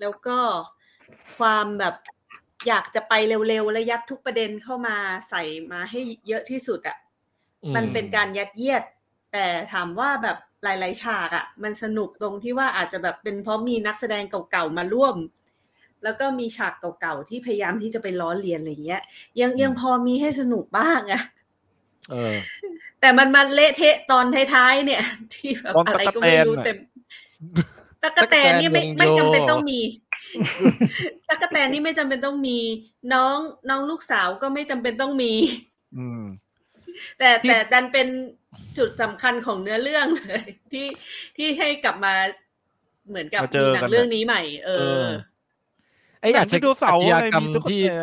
Speaker 4: แล้วก็ความแบบอยากจะไปเร็วๆและยัดทุกประเด็นเข้ามาใส่มาให้เยอะที่สุดอะ
Speaker 2: อื
Speaker 4: มันเป็นการยัดเยียด แต่ถามว่าแบบหลาย ๆ ฉากอะ่ะ มันสนุกตรงที่ว่าอาจจะแบบเป็นเพราะมีนักแสดงเก่า ๆ มาร่วม แล้วก็มีฉากเก่า ๆ ที่พยายามที่จะไปล้อเลียนอะไรเงี้ย ยังยังพอมีให้สนุกบ้างอะ
Speaker 2: เออ
Speaker 4: แต่มันมาเละเทะตอนท้าย ๆ เนี่ย [LAUGHS] ที่แบบ
Speaker 1: ตอน
Speaker 4: อะไร
Speaker 1: ตั๊ก
Speaker 4: ก็ไม่
Speaker 1: แตน
Speaker 4: รู้
Speaker 1: น่ะ
Speaker 4: เต็มตะกะแตนนี่ไม่
Speaker 2: ตั๊กแตนวงโย
Speaker 4: ไม่จำเป็นต้อง [LAUGHS] มีตะกะแตนนี่ไม่จำเป็นต้องมี น้องน้องลูกสาวก็ไม่จำเป็นต้องมี
Speaker 1: อืม
Speaker 4: แต่แต่ดันเป็นจุดสำคัญของเนื้อเรื่องเลย [LAUGHS] ที่ที่ให้กลับมาเหมือนกับ
Speaker 1: มาเจอกัน
Speaker 4: มีหนัง
Speaker 1: น่ะ
Speaker 4: เรื่องนี้ใหม่ เอ
Speaker 1: เอ
Speaker 4: อ
Speaker 1: อ
Speaker 2: ไอ้อาช
Speaker 1: ดูเสาร์
Speaker 2: ญา
Speaker 1: อะไร
Speaker 2: กรรม
Speaker 1: มีตุ๊ก
Speaker 2: ที่
Speaker 1: แก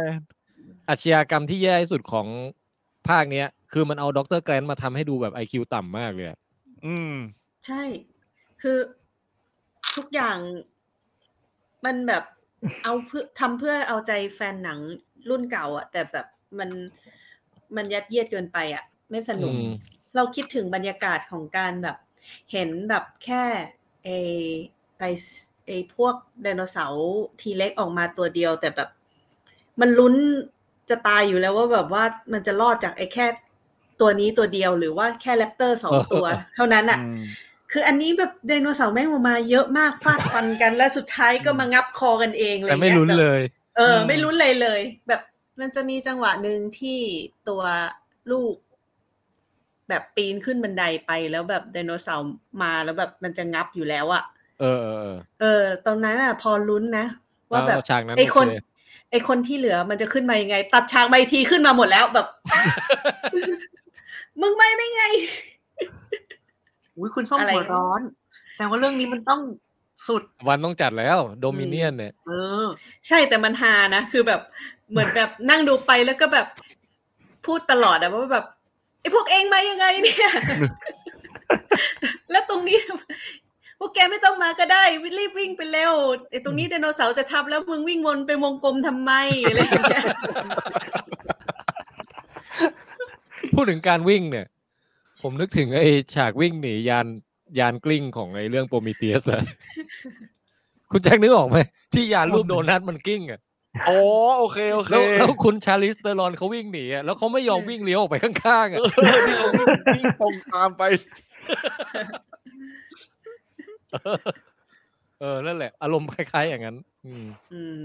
Speaker 2: อาชญากรรมที่แย่ที่สุดของภาคเนี้ย คือมันเอาด็อกเตอร์แกรนมาทำให้ดูแบบไอคิวต่ำมากเลยอะ
Speaker 1: อืม
Speaker 4: ใช่ คือทุกอย่างมัน
Speaker 1: [LAUGHS]
Speaker 4: แบบเอาเพื่อทำเพื่อเอาใจแฟนหนังรุ่นเก่าอะแต่แบบมันมันยัดเยียดเกินไปอะไม่สนุก
Speaker 2: อืม
Speaker 4: เราคิดถึงบรรยากาศของการแบบ เห็นแบบแค่ไอไอไอพวกไดโนเสาร์ทีเล็กออกมาตัวเดียว แต่แบบ มันลุ้นจะตายอยู่แล้วว่าแบบว่ามันจะรอดจากไอแค่ตัวนี้ตัวเดียวหรือว่าแค่แรปเตอร์สอง
Speaker 2: เออ
Speaker 4: ตัว เท่านั้นอ่ะ
Speaker 1: อืม
Speaker 4: คืออันนี้แบบไดโนเสาร์แม่งออกมาเยอะมากฟาดฟันกันแล้วสุดท้ายก็มางับคอกันเองอะร
Speaker 2: แต่
Speaker 4: เงี้ย
Speaker 2: ไม่ลุ้น
Speaker 4: แบบ
Speaker 2: เลย
Speaker 4: เอออ
Speaker 1: ม
Speaker 4: ไม่รู้เลยเลย แบบมันจะมีจังหวะหนึ่งที่ตัวลูก แบบปีนขึ้นบันไดไปแล้วแบบไดโนเสาร์มาแล้วแบบมันจะงับอยู่แล้วอะ
Speaker 2: เออเออเออ
Speaker 4: เออ ตอนนั้นอะพอลุ้นนะ ว่าแบบ
Speaker 2: เอฉากนั้น
Speaker 4: ไอคน
Speaker 2: โเ
Speaker 4: ไอคนที่เหลือมันจะขึ้นมายังไง ตัดฉากใบทีขึ้นมาหมดแล้วแบบ มึงไม่ได้ไง
Speaker 6: อุ้ยคุณส้ม
Speaker 4: อะไร
Speaker 6: หัวร้อน แสดงว่าเรื่องนี้มันต้องสุด
Speaker 2: วันต้องจัดแล้วโดมิเนียนเนี่ย
Speaker 6: เออ
Speaker 4: ใช่แต่มันฮานะคือแบบเหมือนแบบนั่งดูไปแล้วก็แบบพูดตลอดอะว่าแบบไอ้พวกเองมายังไงเนี่ย แล้วตรงนี้พวกแกไม่ต้องมาก็ได้รีบวิ่งไปเร็วไอ้ตรงนี้ไดโนเสาร์จะทับแล้วมึงวิ่งวนไปวงกลมทำไมอะไรอย่างเงี้ย
Speaker 2: พูดถึงการวิ่งเนี่ย ผมนึกถึง
Speaker 4: [LAUGHS]
Speaker 2: ไอฉากวิ่งหนียานยานกลิ้งของไอเรื่องโปรมิเตียสนะ คุณแจ็คนึกออกไหมที่ยานรูปโดนัทมันกิ้งอ่ะ
Speaker 8: อ๋อโอเคโอเค
Speaker 2: แล้วแล้วคุณชาลิสเตอรอนเขาวิ่งหนีอะแล้วเขาไม่ยอมวิ่งเลี้ยวออกไปข้างๆ
Speaker 8: เอ
Speaker 2: อ่ะ
Speaker 8: อที่เขาวิ่งวิ่งตรงตามไป
Speaker 2: เออนั่นแหละ อารมณ์คล้าย ๆ อย่างนั้น อืม
Speaker 4: อืม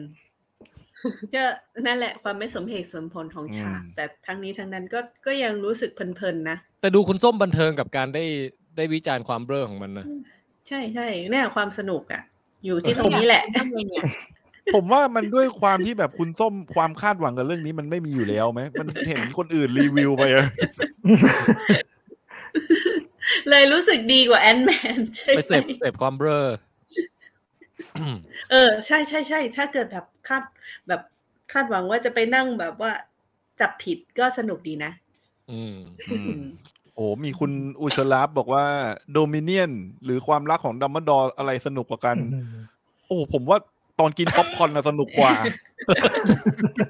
Speaker 4: ก็นั่นแหละความไม่สมเหตุสมผลของฉาก
Speaker 3: อืม
Speaker 4: แต่ทั้งนี้ทั้งนั้นก็ก็ยังรู้สึกเพลินๆนะ
Speaker 2: แต่ดูคุณส้มบันเทิงกับการได้ได้วิจารณ์ความเบ้อของมันนะ
Speaker 4: ใช่ใช่เนี่ยความสนุกอะอยู่ที่ตรงนี้แหละ
Speaker 6: ทำไมเนี่ย
Speaker 3: ผมว่ามันด้วยความที่แบบคุณส้มความคาดหวังกับเรื่องนี้มันไม่มีอยู่แล้วไหมมันเห็นคนอื่นรีวิวไปอะ
Speaker 4: เลยรู้สึกดีกว่าแอนแมนใช่
Speaker 2: ไป
Speaker 4: ไห
Speaker 2: เส
Speaker 4: ม
Speaker 2: พเสพความเบ้ออืม
Speaker 4: เออใช่ใช่ใช่ถ้าเกิดแบบคาดแบบคาดหวังว่าจะไปนั่งแบบว่าจับผิดก็สนุกดีนะ
Speaker 2: อืม
Speaker 3: โอ้มีคุณอุชลาบบอกว่าโดมิเนียนหรือความรักของดัมเบิลดอร์อะไรสนุกกว่ากัน โอ้ผมว่าตอนกินป๊อปคอร์นน่ะสนุกก [LAUGHS] ว่า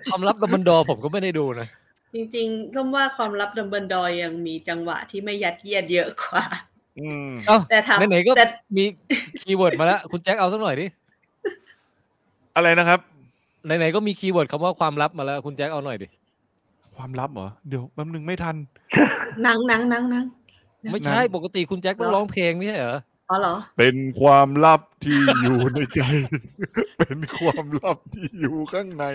Speaker 2: ความลับดัมบันดอร์ผมก็ไม่ได้ดูนะ
Speaker 4: จริงๆก็ว่าความลับดัมเบิลดอยยังมีจังหวะที่ไม่ยัดเยียดเยอะกว่า
Speaker 3: อืม
Speaker 2: เอ้า
Speaker 4: แต่ถาม
Speaker 2: ไหนๆก็
Speaker 4: แต่
Speaker 2: มีคีย์เวิร์ดมาแล้ว คุณแจ็คเอาสักหน่อยดิ
Speaker 3: อะไรนะครับ
Speaker 2: ไหนๆก็มีคีย์เวิร์ดคำว่าความลับมาแล้ว คุณแจ็คเอาหน่อยดิ
Speaker 3: ความลับเหรอ เดี๋ยวแป๊บนึงไม่ทัน
Speaker 4: หนังหนังหนังหนัง
Speaker 2: ไม่ใช่ ปกติคุณแจ็คต้องร้องเพลงไม่ใช่เหรอ
Speaker 4: อ๋อเหรอ
Speaker 3: เป็นความลับที่อยู่ในใจ [LAUGHS] เป็นความลับที่อยู่ข้างใน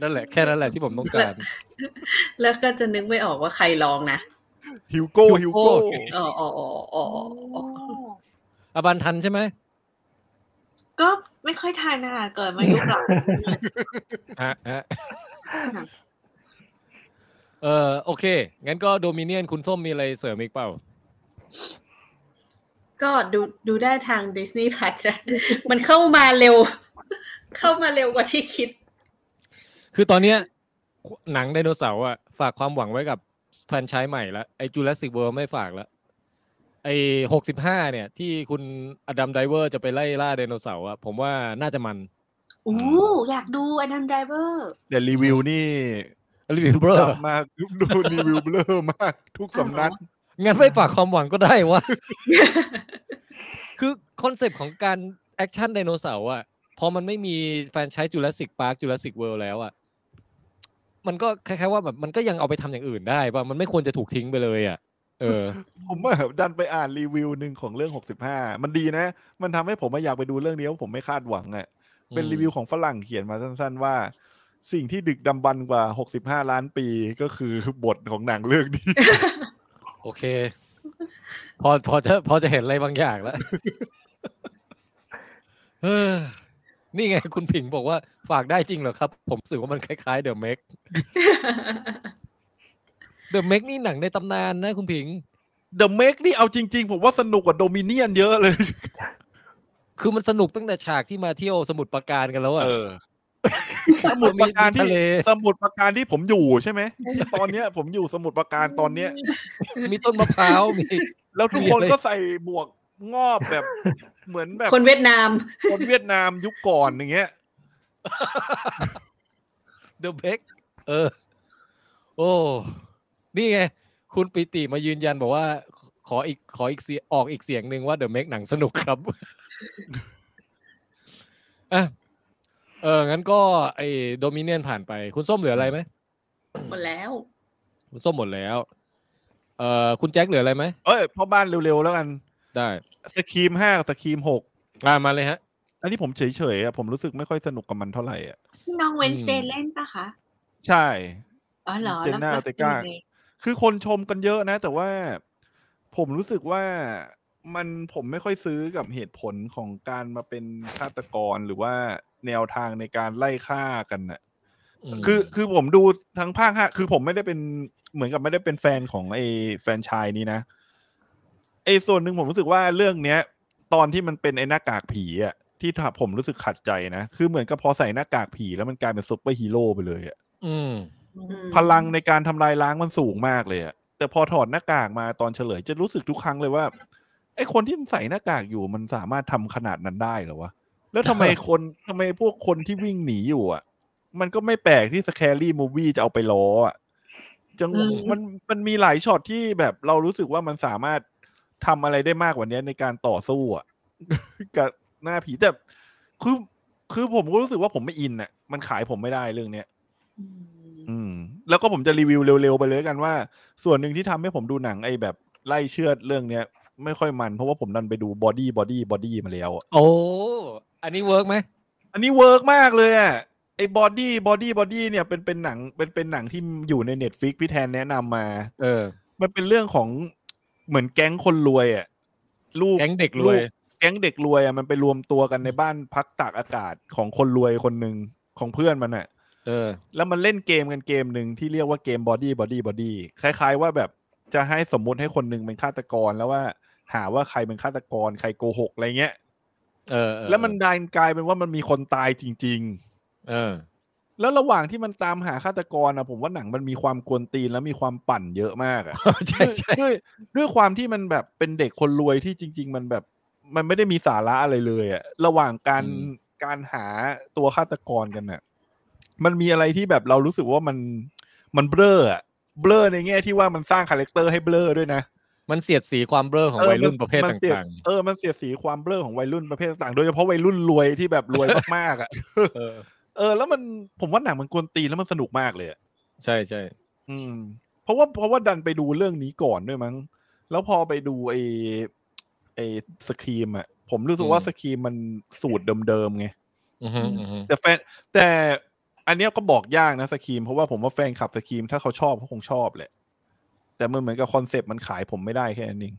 Speaker 2: นั่นแหละแค่นั้นแหละที่ผมต้องการ
Speaker 4: แล้วก็จะนึกไม่ออกว่าใครร้องนะ
Speaker 3: ฮิวโก้ฮิวโก้
Speaker 4: อ๋ออ๋ออ๋ออ๋อ
Speaker 6: โอ้
Speaker 4: อ๋อ
Speaker 2: อบันทันใช่ไหม
Speaker 6: ก็ไม่ค่อยทันนะคะเกิดมายุคหลัง
Speaker 2: ฮะ
Speaker 4: [LAUGHS]
Speaker 2: ฮะเออโอเค งั้นก็โดมิเนียนคุณส้มมีอะไรเสริมอีกเปล่า
Speaker 4: ก็ดูดูได้ทางดิสนีย์พัทมันเข้ามาเร็ว [LAUGHS] เข้ามาเร็วกว่าที่คิด
Speaker 2: คือตอนเนี้ยหนังไดโนเสาร์อะฝากความหวังไว้กับแฟรนไชายใหม่ละไอจูเลสิกเวิร์ไม่ฝากละไอหกสิบห้าเนี่ย ที่คุณอดัมไดเวอร์จะไปไล่ล่าไดโนเสาร์อะผมว่าน่าจะมัน
Speaker 6: อู้อยากดูอดัมไดเวอร์
Speaker 3: [LAUGHS] แต่รีวิวนี่
Speaker 2: รีวิวเบอร์
Speaker 3: ดำมากดูรีวิวเบลอม [LAUGHS] าก ทุกสำนัก
Speaker 2: งั้นไม่ฝากความหวังก็ได้วะ [LAUGHS] คือคอนเซปต์ของการแอคชั่นไดโนเสาร์อะพอมันไม่มีแฟรนไชายจูเลสิกพาร์คจูเลสิกเวิร์แล้วอะมันก็คล้ายๆว่าแบบมันก็ยังเอาไปทำอย่างอื่นได้ป่ะมันไม่ควรจะถูกทิ้งไปเลยอะเออ
Speaker 3: ผมว่าดันไปอ่านรีวิวหนึ่งของเรื่อง 65 มันดีนะ มันทำให้ผมมาอยากไปดูเรื่องนี้เพราะผมไม่คาดหวังอะ่ะ [LAUGHS] เป็นรีวิวของฝรั่งเขียนมาสั้นๆว่า สิ่งที่ดึกดำบรรพ์กว่า 65 ล้านปีก็คือบทของหนังเรื่องนี้ [LAUGHS]
Speaker 2: โอเค พอพอจะพอจะเห็นอะไรบางอย่างแล้ว เออ นี่ไงคุณผิงบอกว่าฝากได้จริงเหรอครับ ผมรู้สึกว่ามันคล้ายๆเดอะเมกเดอะเมกนี่หนังในตำนานนะคุณผิง
Speaker 3: The Make นี่เอาจริงๆ ผมว่าสนุกกว่า Dominion เยอะเลย
Speaker 2: คือมันสนุกตั้งแต่ฉากที่มาเที่ยวสมุทรปราการกันแล้วอะ
Speaker 3: เออ สมุดปราการ
Speaker 2: มี
Speaker 3: ที่
Speaker 2: ทะเล
Speaker 3: [LAUGHS] สมุดปราการที่ผมอยู่ใช่ไหมที่ตอนเนี้ยผมอยู่สมุดปราการตอนเนี้ย
Speaker 2: มีต้นมะพร้าวมี
Speaker 3: แล้วทุกค
Speaker 2: มีอะ
Speaker 3: น
Speaker 2: ไร
Speaker 3: ก็ใส่หมวกงอบ [LAUGHS] แบบเหมือนแบบ
Speaker 4: คนเวียดนาม
Speaker 3: คนเวียดนามยุคก่อนอย่างเงี้ย
Speaker 2: เดอะเบกเออ โอ้ นี่ไง คุณปิติมายืนยันบอกว่า ขออีกขออีกเสียงออกอีกเสียงหนึ่งว่าเดอะเมกหนังสนุกครับ [LAUGHS] อ่ะเออ งั้นก็ไอ้โดมิเนียนผ่านไป คุณส้มเหลืออะไรไหม
Speaker 4: หมดแล้ว
Speaker 2: คุณส้มหมดแล้ว เออคุณแจ็คเหลืออะไรไหม
Speaker 3: เอ้ยพ่อบ้านเร็วๆแล้วกัน
Speaker 2: ได้
Speaker 3: สครีมห้ากับสครีมหก
Speaker 2: อ่ามาเลยฮะ
Speaker 3: อันนี้ผมเฉยๆอะผมรู้สึกไม่ค่อยสนุกกับมันเท่าไหร่อ่ะ
Speaker 6: พี่น้องเวนสเต
Speaker 2: อืม
Speaker 6: เล่นปะคะ
Speaker 3: ใช่
Speaker 6: อ๋อเหรอ
Speaker 3: เจน
Speaker 6: แล้ว
Speaker 3: น่า
Speaker 6: แล้ว
Speaker 3: เตก้า
Speaker 6: ป็นยังไง
Speaker 3: คือคนชมกันเยอะนะ แต่ว่าผมรู้สึกว่ามันผมไม่ค่อยซื้อกับเหตุผลของการมาเป็นฆาตกรหรือว่าแนวทางในการไล่ฆ่ากันน่ะ
Speaker 2: ม
Speaker 3: คือคือผมดูทั้งภาคห้าคือผมไม่ได้เป็นเหมือนกับไม่ได้เป็นแฟนของไอ้แฟรนไชายนี้นะไอ้ส่วนหนึ่งผมรู้สึกว่าเรื่องเนี้ย ตอนที่มันเป็นไอ้หน้ากากผีอะที่ทำผมรู้สึกขัดใจนะคือเหมือนกับพอใส่หน้ากากผีแล้วมันกลายเป็นซุปเปอร์ฮีโร่ไปเลยอะ
Speaker 2: อืม
Speaker 6: อืม
Speaker 3: พลังในการทำลายล้างมันสูงมากเลยอะแต่พอถอดหน้ากากมาตอนเฉลย จะรู้สึกทุกครั้งเลยว่าไอ้คนที่ใส่หน้ากากอยู่มันสามารถทำขนาดนั้นได้เหรอวะแล้วทำไมคนทำไมพวกคนที่วิ่งหนีอยู่อะ มันก็ไม่แปลกที่สแครี่มูวี่จะเอาไปล้ออ่ะจัง
Speaker 6: อืม
Speaker 3: มันมันมีหลายช็อตที่แบบ [LAUGHS] เรารู้สึกว่ามันสามารถทำอะไรได้มากกว่านี้ในการต่อสู้อ่ะ กับ หน้าผีแต่คือคือผมก็รู้สึกว่าผมไม่อินน่ะ มันขายผมไม่ได้เรื่องเนี้ย
Speaker 6: อืม
Speaker 3: อืมแล้วก็ผมจะรีวิวเร็วๆไปเลยแล้วกันว่า ส่วนหนึ่งที่ทำให้ผมดูหนังไอ้แบบไล่เชือดเรื่องเนี้ย ไม่ค่อยมันเพราะว่าผมดันไปดูบอดี้บอดี้บอดี้มาแล้วอะ
Speaker 2: โอ้อันนี้เวิร์กไหม
Speaker 3: อันนี้เวิร์กมากเลยอะไอ้บอดี้บอดี้บอดี้เนี่ยเป็นเป็นหนังเป็นเป็นหนังที่อยู่ในเน็ตฟิกพี่แทนแนะนำมา
Speaker 2: เออ
Speaker 3: มันเป็นเรื่องของเหมือนแก๊งคนรวยอะลูก
Speaker 2: แก๊งเด็กรวย
Speaker 3: ลูกแก๊งเด็กรวยอ่ะมันไปรวมตัวกันในบ้านพักตากอากาศของคนรวยคนหนึ่งของเพื่อนมันอ่ะ
Speaker 2: เออ
Speaker 3: แล้วมันเล่นเกมกันเกมหนึ่งที่เรียกว่าเกมบอดี้บอดี้บอดี้คล้าย ๆ ว่าแบบจะให้สมมุติให้คนหนึ่งเป็นฆาตกรแล้วว่า หาว่าใครเป็นฆาตกรใครโกหกอะไรเงี้ย
Speaker 2: เออเออ
Speaker 3: แล้วมันดันกลายเป็นว่ามันมีคนตายจริง
Speaker 2: เออ [LAUGHS]
Speaker 3: ๆ แล้วระหว่างที่มันตามหาฆาตกรนะผมว่าหนังมันมีความกวนตีนและมีความปั่นเยอะมากอ่ะ
Speaker 2: ใช่ใช่
Speaker 3: ด้วยด้วยความที่มันแบบเป็นเด็กคนรวยที่จริง ๆ มันแบบมันไม่ได้มีสาระอะไรเลยอะระหว่างการการหาตัวฆาตกรกันน่ะมันมีอะไรที่แบบเรารู้สึกว่ามันมันเบลออะเบลอในแง่ที่ว่ามันสร้างคาแรคเตอร์ให้เบลอด้วยนะ
Speaker 2: มันเสียดสีความเบ้อของ
Speaker 3: เออ
Speaker 2: วัยรุ่น
Speaker 3: มั
Speaker 2: ประเภท
Speaker 3: มั
Speaker 2: ต
Speaker 3: สีย่
Speaker 2: าง
Speaker 3: เออมันเสียดสีความเบลอของวัยรุ่นประเภทต่างๆโดยเฉพาะวัยรุ่นรวยที่แบบรวยมากๆอ่ะ
Speaker 2: ๆ เออ
Speaker 3: เออแล้วมันผมว่าหนังมันกวนตีนแล้วมันสนุกมากเลยอะ
Speaker 2: ใช่ใช่
Speaker 3: อืมเพราะว่าเพราะว่าดันไปดูเรื่องนี้ก่อนด้วยมั้ง แล้วพอไปดูไอ้ไอ้สครีมอ่ะ ผมรู้สึกว่า
Speaker 2: อืม
Speaker 3: สครีมมันสูตรเดิมๆไง
Speaker 2: อือฮึอือฮึ
Speaker 3: แต่แฟน แต่อันเนี้ยก็บอกยากนะสครีมเพราะว่าผมว่าแฟนขับสครีมถ้าเขาชอบเขาคงชอบแหละ แต่มันเหมือนกับคอนเซปต์มันขายผมไม่ได้แค่นั้นเอง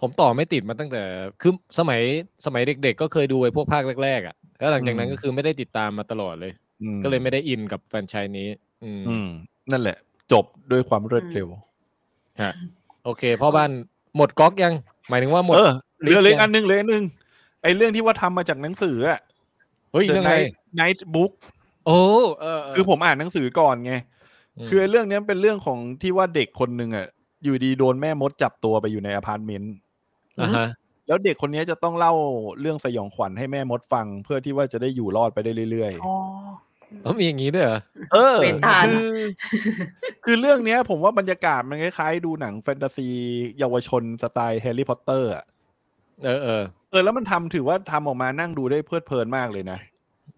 Speaker 2: ผมต่อไม่ติดมาตั้งแต่ คือสมัยสมัยเด็ก ๆ ก็เคยดูไอ้พวกภาคแรกๆอ่ะ แล้วหลังจากนั้นก็คือไม่ได้ติดตามมาตลอดเลย
Speaker 3: อื
Speaker 2: ก็เลยไม่ได้อินกับแฟรนไชายนี้ อืม
Speaker 3: อืม นั่นแหละ จบด้วยความรวดเร็ว
Speaker 2: โอเคพ่อบ้านหมดก๊อกยัง หมายถึงว่าหมด
Speaker 3: เออ
Speaker 2: list
Speaker 3: เหลือเล็ก
Speaker 2: ยัง
Speaker 3: อันหนึงเหลืออันหนึงไอ้เรื่องที่ว่าทำมาจากหนังสืออ่ะ
Speaker 2: เฮ้ยเรื่องอะไร
Speaker 3: n i g h t Book
Speaker 2: โอ้เออเ
Speaker 3: คือผมอ่านหนังสือก่อนไง คือไอ้เรื่องเนี้ยมันเป็นเรื่องของที่ว่าเด็กคนหนึ่งอ่ะอยู่ดีโดนแม่มดจับตัวไปอยู่ในอพาร์ตเมนต์
Speaker 2: อ่าฮะ
Speaker 3: แล้วเด็กคนเนี้ยจะต้องเล่าเรื่องสยองขวัญให้แม่มดฟัง เพื่อที่ว่าจะได้อยู่รอดไปได้เรื่อย
Speaker 5: อ๋อ
Speaker 2: เออมีอย่างนี้ด้วยเหรอ
Speaker 3: ๆ เออ
Speaker 4: เป็นตาล
Speaker 3: คือ คือเรื่องเนี้ย ผมว่าบรรยากาศมันคล้ายๆดูหนังแฟนตาซีเยาวชนสไตล์แฮร์รี่พอตเตอร์อ่ะ
Speaker 2: เออเออ
Speaker 3: เออแล้วมันทำถือว่าทำออกมานั่งดูได้เพลิดเพลินมากเลยนะ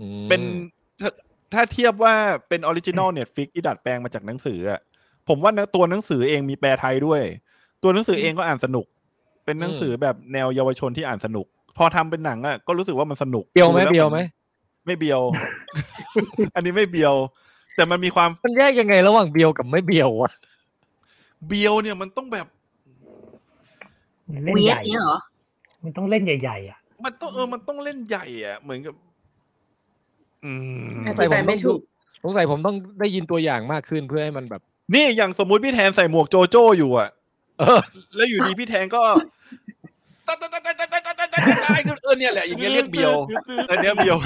Speaker 2: อืม
Speaker 3: เป็นถ้าถ้าเทียบว่าเป็นออริจินอลเน็ตฟิกที่ดัดแปลงมาจากหนังสืออะผมว่านะตัวหนังสือเองมีแปลไทยด้วย ตัวหนังสือเองก็อ่านสนุก เป็นหนังสือแบบแนวเยาวชนที่อ่านสนุก พอทำเป็นหนังอะก็รู้สึกว่ามันสนุก
Speaker 2: เบียวไหม
Speaker 3: ดูแล้วน
Speaker 2: เบียวไหม
Speaker 3: ไม่เบียว [LAUGHS] อันนี้ไม่เบียว แต่มันมีความ
Speaker 2: มันแยกยังไงระหว่างเบียวกับไม่เบียวอะ
Speaker 3: เบียวเนี่ยมันต้องแบบ
Speaker 5: มันเล่น
Speaker 6: เวี
Speaker 5: ให
Speaker 6: ยด
Speaker 5: ญ่
Speaker 6: เนี่ยเหรอ
Speaker 5: มันต้องเล่นใหญ่ๆอ่ะ
Speaker 3: มันต้องเออมันต้องเล่นใหญ่อะเหมือนกับ อืม
Speaker 4: อธิบายไม่ถูก
Speaker 2: สงสัยผมต้องได้ยินตัวอย่างมากขึ้นเพื่อให้มันแบบ
Speaker 3: นี่อย่างสมมุติพี่แทนใส่หมวกโจโจ้อยู่อะ
Speaker 2: เออ
Speaker 3: แล้วอยู่ดีพี่แทงก็ ตายตายตายตายตายตายตายตายเออเนี่ยแหละอย่างเงี้ยเรียกเบียวเออเนี่ยเบียว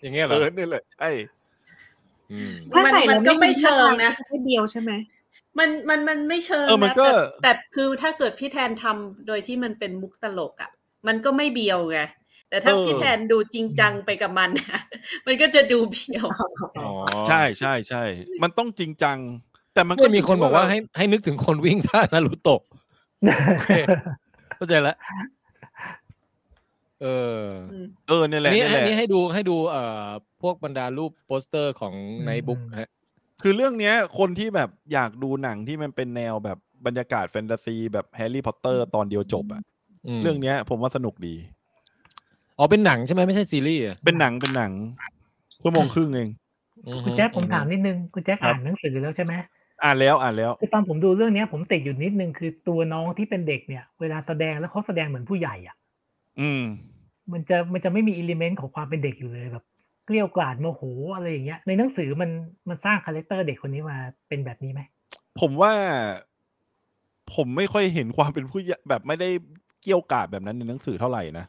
Speaker 2: อย่างเงี้ยเหร
Speaker 3: เอ
Speaker 2: อ
Speaker 3: อเนี่ยแหละไอ้
Speaker 2: ม
Speaker 6: ถ้าใส่
Speaker 4: มัน
Speaker 6: แล้ว
Speaker 4: ก็ไม่เชิงนะ
Speaker 6: ไม่เดียวใช่ไหม
Speaker 4: มันมันมันไม่เชิง
Speaker 3: เออมัน
Speaker 4: นะ
Speaker 3: ก็
Speaker 4: แต่แต่คือถ้าเกิดพี่แทนทำโดยที่มันเป็นมุกตลกอะ่ะ มันก็ไม่เบียวไงแต่ถ้าพี่แทนดูจริงจังไปกับมันนะ [LAUGHS] มันก็จะดูเบียว
Speaker 2: อ๋อ
Speaker 3: ใช่ใช่ใช่มันต้องจริงจัง แต่มันก็
Speaker 2: ไม่มีคนบอกว่าให้ให้นึกถึงคนวิ่งท่านารูโตะ เข้าใจละเออ
Speaker 4: อืม
Speaker 3: เออเนี่ยแห
Speaker 2: อัน
Speaker 3: ละ
Speaker 2: นี้
Speaker 3: เนี่ยแห
Speaker 2: อัน
Speaker 3: ละ
Speaker 2: นี้ให้ดูให้ดูเอ่อพวกบรรดารูปโปสเตอร์ของในบุ๊ก
Speaker 5: อืม
Speaker 2: ฮะ
Speaker 3: คือเรื่องเนี้ย คนที่แบบอยากดูหนังที่มันเป็นแนวแบบบรรยากาศแฟนตาซีแบบแฮร์รี่พอตเตอร์ตอนเดียวจบอะ
Speaker 2: อืม
Speaker 3: เรื่องเนี้ย ผมว่าสนุกดี
Speaker 2: อ๋อเป็นหนังใช่ไหมไม่ใช่ซีรีส์อะ
Speaker 3: เป็นหนังเป็นหนังชั่วโมงครึ่งเอง
Speaker 2: อือฮึ
Speaker 5: คุณแจ๊คผมถามนิดนึงคุณแจ๊ค
Speaker 3: ครับ
Speaker 5: อ่านหนังสือแล้วใช่ไหม
Speaker 3: อ่านแล้วอ่านแล้ว
Speaker 5: คือตอนผมดูเรื่องเนี้ย ผมติดอยู่นิดนึงคือตัวน้องที่เป็นเด็กเนี่ย เวลาแสดงแล้วเขาแสดงเหมือนผู้ใหญ่อ่ะ
Speaker 3: อืม
Speaker 5: มันจะมันจะไม่มีอิเลเมนต์ของความเป็นเด็กอยู่เลยแบบเกลี้ยวกล่อมโมโหอะไรอย่างเงี้ยในหนังสือมันมันสร้างคาแรคเตอร์เด็กคนนี้มาเป็นแบบนี้ไหม
Speaker 3: ผมว่าผมไม่ค่อยเห็นความเป็นผู้ใหญ่ [LAUGHS] แบบไม่ได้เกี่ยวกาดแบบนั้นในหนังสือเท่าไหร่นะ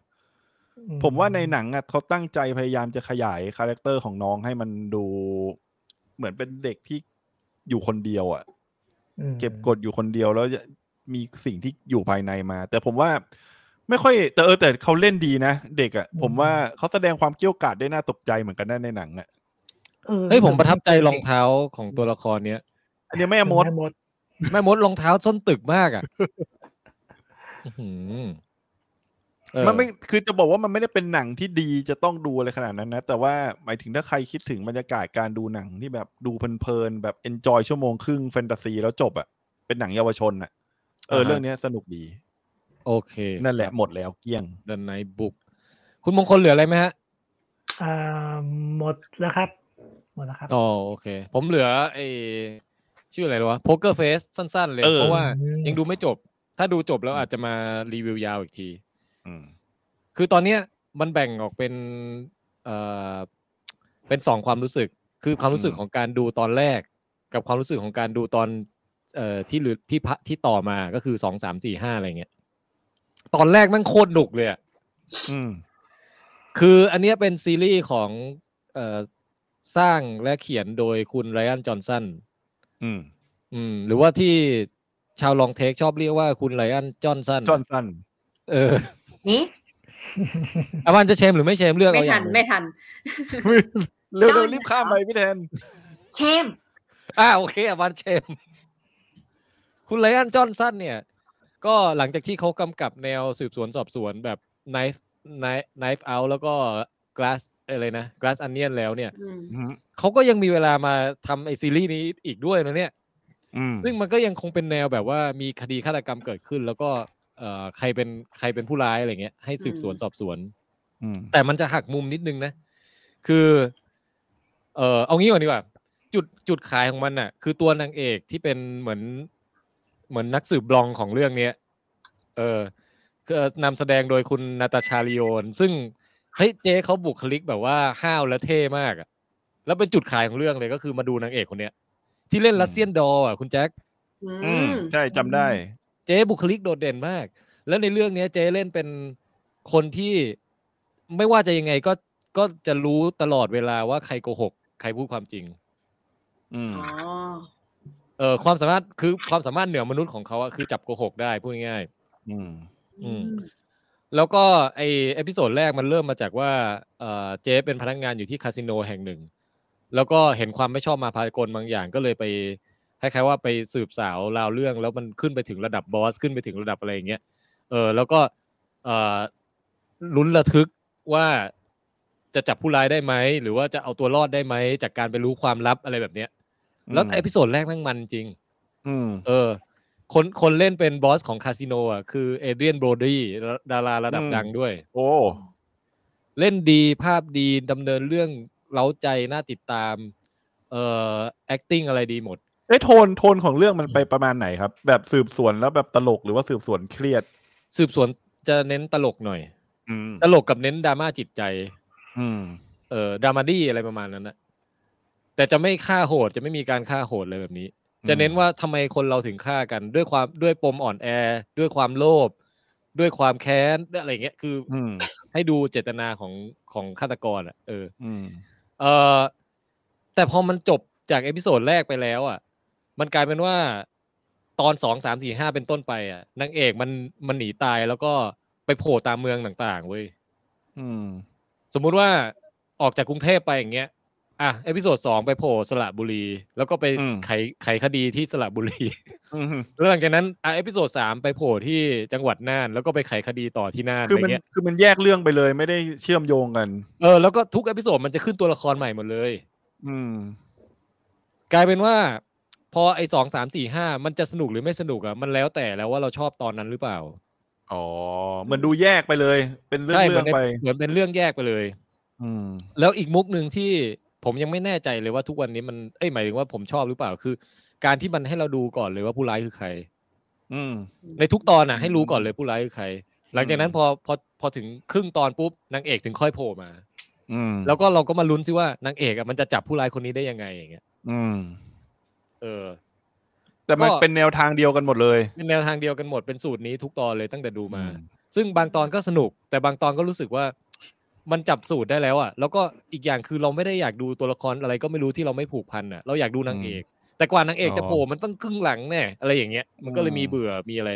Speaker 5: อื
Speaker 3: ผมว่าในหนังอะเขาตั้งใจพยายามจะขยายคาแรคเตอร์ของน้องให้มันดูเหมือนเป็นเด็กที่อยู่คนเดียวอะ่ะ
Speaker 5: อืม
Speaker 3: เก็บกดอยู่คนเดียวแล้วจะมีสิ่งที่อยู่ภายในมา แต่ผมว่าไม่ค่อยแต่เออแต่เขาเล่นดีนะเด็กอะ่ะ ผมว่าเขาแสดงความเกี่ยวกาดได้น่าตกใจเหมือนกันนะในหนังอะ่ะ
Speaker 5: ออ
Speaker 2: เฮ้ยผมประทับใจรองเท้าของตัวละครเนี้ย
Speaker 3: อันนี้แม่มด
Speaker 5: แม่มด
Speaker 2: แม่มดรองเท้าส้นตึกมากอ่ะ อื้อหือเออ
Speaker 1: มันไม่คือจะบอกว่ามันไม่ได้เป็นหนังที่ดีจะต้องดูอะไรขนาดนั้นนะ แต่ว่าหมายถึงถ้าใครคิดถึงบรรยากาศการดูหนังที่แบบดูเพลินๆแบบ enjoy ชั่วโมงครึ่งแฟนตาซีแล้วจบอะ่ะ เป็นหนังเยาวชนอะ่ะ เออ
Speaker 2: อ่าฮะ
Speaker 1: เรื่องเนี้ยสนุกดี
Speaker 2: โอเค
Speaker 1: นั่นแหละหมดแล้วเกลี้ยง
Speaker 2: ดันในบุก คุณมงคลเหลืออะไรไหมฮะ
Speaker 5: อ่าหมดแล้วครับ หมดแล้วครับ
Speaker 2: อ๋อโอเค ผมเหลือไอชื่ออะไรวะโป๊กเกอร์เฟสสั้นๆ เลย
Speaker 1: เออ
Speaker 2: เพราะว่า
Speaker 5: อืม
Speaker 2: ยังดูไม่จบ ถ้าดูจบแล้วอาจจะมารีวิวยาวอีกที
Speaker 1: อืม
Speaker 2: คือตอนเนี้ยมันแบ่งออกเป็นเอ่อเป็นสองความรู้สึก คือความรู้สึก
Speaker 1: อืม
Speaker 2: ของการดูตอนแรก กับความรู้สึกของการดูตอนเอ่อที่เหลือที่พะที่ต่อมาก็คือสองสามสี่ห้าอะไรเงี้ยตอนแรกแมันโคตรหนุกเลยอะ
Speaker 1: อืม
Speaker 2: คืออันเนี้ยเป็นซีรีส์ของเอ่อสร้างและเขียนโดยคุณไรอันจอห์นสัน
Speaker 1: อืม
Speaker 2: อืมหรือว่าที่ชาวลองเทคชอบเรียกว่าคุณไรอันจอห์นสัน
Speaker 1: จอห์นสัน
Speaker 2: เออ
Speaker 7: นี่
Speaker 2: อามันจะเชมหรือไม่เชมเลือก
Speaker 7: ไม่
Speaker 2: เอา
Speaker 7: ทั
Speaker 2: อย่านงหง
Speaker 7: ไม่ทัน
Speaker 1: เร็
Speaker 7: จอห์
Speaker 1: วน ๆรีบข้ามไปพี่แทน
Speaker 6: เชม
Speaker 2: อ่าโอเคอามันเชม [LAUGHS] คุณไรอันจอห์นสันเนี่ย ก็หลังจากที่เขากำกับแนวสืบสวนสอบสวนแบบ knife knife knife out แล้วก็ glass อะไรนะ glass onion แล้วเนี่ย
Speaker 7: อืม
Speaker 1: อืม
Speaker 2: เขาก็ยังมีเวลามาทำไอซีรีส์นี้อีกด้วยนะเนี่ย
Speaker 1: อืม
Speaker 2: ซึ่งมันก็ยังคงเป็นแนวแบบว่ามีคดีฆาตกรรมเกิดขึ้น แล้วก็เอ่อใครเป็นใครเป็นผู้ร้ายอะไรเงี้ยให้สืบสวนสอบสวน
Speaker 1: อืม
Speaker 2: แต่มันจะหักมุมนิดนึงนะ คือเอ่อเอางี้ก่อนดีกว่า จุดจุดขายของมันน่ะ คือตัวนางเอกที่เป็นเหมือน เหมือนนักสืบบลองของเรื่องเนี้ยเออคือนำแสดงโดยคุณนาตาชาลิโอน ซึ่งเฮ้ยเจ๊เขาบุคลิกแบบว่าห้าวและเท่มากอะแล้วเป็นจุดขายของเรื่องเลยก็คือมาดูนางเอกคนเนี้ย ที่เล่นรัสเซียนดอลอ่ะคุณแจ็ค
Speaker 7: อื
Speaker 1: อืม
Speaker 7: ม
Speaker 1: ใช่จำได้
Speaker 2: เจ๊บุคลิกโดดเด่นมาก แล้วในเรื่องเนี้ยเจ๊เล่นเป็นคนที่ไม่ว่าจะยังไงก็ก็จะรู้ตลอดเวลาว่าใครโกหก ใครพูดความจริง
Speaker 1: อืม
Speaker 7: อ๋อ
Speaker 2: เออความสามารถคือความสามารถเหนือมนุษย์ของเขาอะคือจับโกหกได้พูดง่าย
Speaker 1: อืม
Speaker 2: ๆอืม แล้วก็ไอเอพิโซดแรกมันเริ่มมาจากว่าเอ่อเจ๊เป็นพนักงานอยู่ที่คาสิโนแห่งหนึ่ง แล้วก็เห็นความไม่ชอบมาพากลบางอย่างก็เลยไปคล้ายๆว่าไปสืบสาวราวเรื่อง แล้วมันขึ้นไปถึงระดับบอสขึ้นไปถึงระดับอะไรอย่างเงี้ยเออแล้วก็เอ่อลุ้นระทึกว่าจะจับผู้ร้ายได้ไหมหรือว่าจะเอาตัวรอดได้ไหมจากการไปรู้ความลับอะไรแบบเนี้ยแล้วเอพิโซดแรกแม่งมันจริง
Speaker 1: อืม
Speaker 2: เออคนคนเล่นเป็นบอสของคาสิโนอ่ะคือเอเดรียนโบรดี้ดาราระดับ
Speaker 1: อืม
Speaker 2: ดังด้วย
Speaker 1: โอ้
Speaker 2: เล่นดีภาพดีดำเนินเรื่องเล้าใจน่าติดตาม เอ่อ acting อะไรดีหมด
Speaker 1: เอ้ยโทนโทนของเรื่องมันไปประมาณไหนครับ แบบสืบสวนแล้วแบบตลกหรือว่าสืบสวนเครียด
Speaker 2: สืบสวนจะเน้นตลกหน่อย
Speaker 1: อืม
Speaker 2: ตลกกับเน้นดราม่าจิตใจ
Speaker 1: อืม
Speaker 2: เอ่อดรามาดี้อะไรประมาณนั้นนะแต่จะไม่ฆ่าโหด จะไม่มีการฆ่าโหดเลยแบบนี้
Speaker 1: อืม
Speaker 2: จะเน้นว่าทำไมคนเราถึงฆ่ากันด้วยความด้วยปมอ่อนแอ ด้วยความโลภด้วยความแค้นด้วยอะไรอย่างเงี้ยคืออ
Speaker 1: อืม
Speaker 2: ให้ดูเจตนาของของฆาตกรอ่ะเออ
Speaker 1: อืม
Speaker 2: เออแต่พอมันจบจากเอพิโซดแรกไปแล้ว อ่ะ มันกลายเป็นว่าตอนสองสามสี่ห้าเป็นต้นไปอ่ะนางเอกมันมันหนีตายแล้วก็ไปโผล่ตามเมืองต่างๆเว้ย
Speaker 1: อืม
Speaker 2: สมมุติว่าออกจากกรุงเทพไปอย่างเงี้ยอ่ะเอพิโซดสองไปโผล่สระบุรี แล้วก็ไปไขไขคดีที่สระบุรี [LAUGHS]
Speaker 1: อืม
Speaker 2: แล้วหลังจากนั้นอ่ะเอพิโซดสามไปโผล่ที่จังหวัดน่านแล้วก็ไปไขคดีต่อที่น่าน
Speaker 1: คือ
Speaker 2: อะไร
Speaker 1: มัน
Speaker 2: เงี้ย
Speaker 1: คือมันแยกเรื่องไปเลยไม่ได้เชื่อมโยงกัน
Speaker 2: เออแล้วก็ทุกเอพิโซดมันจะขึ้นตัวละครใหม่หมดเลย
Speaker 1: อืม
Speaker 2: กลายเป็นว่า พอไอ้สองสามสี่ห้ามันจะสนุกหรือไม่สนุกอะมันแล้วแต่แล้วว่าเราชอบตอนนั้นหรือเปล่า
Speaker 1: อ๋อเหมือนดูแยกไปเลย เป็นเรื่อง
Speaker 2: ใช่
Speaker 1: เรื่อง
Speaker 2: หมืน
Speaker 1: ไป
Speaker 2: เหมือนเป็นเรื่องแยกไปเลย
Speaker 1: อืม
Speaker 2: แล้วอีกมุกหนึ่งที่ผมยังไม่แน่ใจเลยว่าทุกวันนี้มันเอ้ยหมายถึงว่าผมชอบหรือเปล่าคือ การที่มันให้เราดูก่อนเลยว่าผู้ร้ายคือใคร
Speaker 1: อืม
Speaker 2: ในทุกตอนอะให้รู้ก่อนเลยผู้ร้ายคือใคร หลังจากนั้นพอพอพอถึงครึ่งตอนปุ๊บนางเอกถึงค่อยโผล่มา
Speaker 1: อืม
Speaker 2: แล้วก็เราก็มาลุ้นซิว่านางเอกอะมันจะจับผู้ร้ายคนนี้ได้ยังไงอย่างเงี้ย
Speaker 1: อืม
Speaker 2: เออ
Speaker 1: แต่มัน
Speaker 2: ก็
Speaker 1: เป็นแนวทางเดียวกันหมดเลย
Speaker 2: เป็นแนวทางเดียวกันหมดเป็นสูตรนี้ทุกตอนเลยตั้งแต่ดูมา
Speaker 1: อืม
Speaker 2: ซึ่งบางตอนก็สนุก แต่บางตอนก็รู้สึกว่ามันจับสูตรได้แล้วอ่ะ แล้วก็อีกอย่างคือเราไม่ได้อยากดูตัวละครอะไรก็ไม่รู้ที่เราไม่ผูกพันอ่ะ เราอยากดูนางเอก แต่กว่านางเอกจะโผล่มันต้องครึ่งหลังแน่อะไรอย่างเงี้ยมันก็เลยมีเบื่อมีอะไร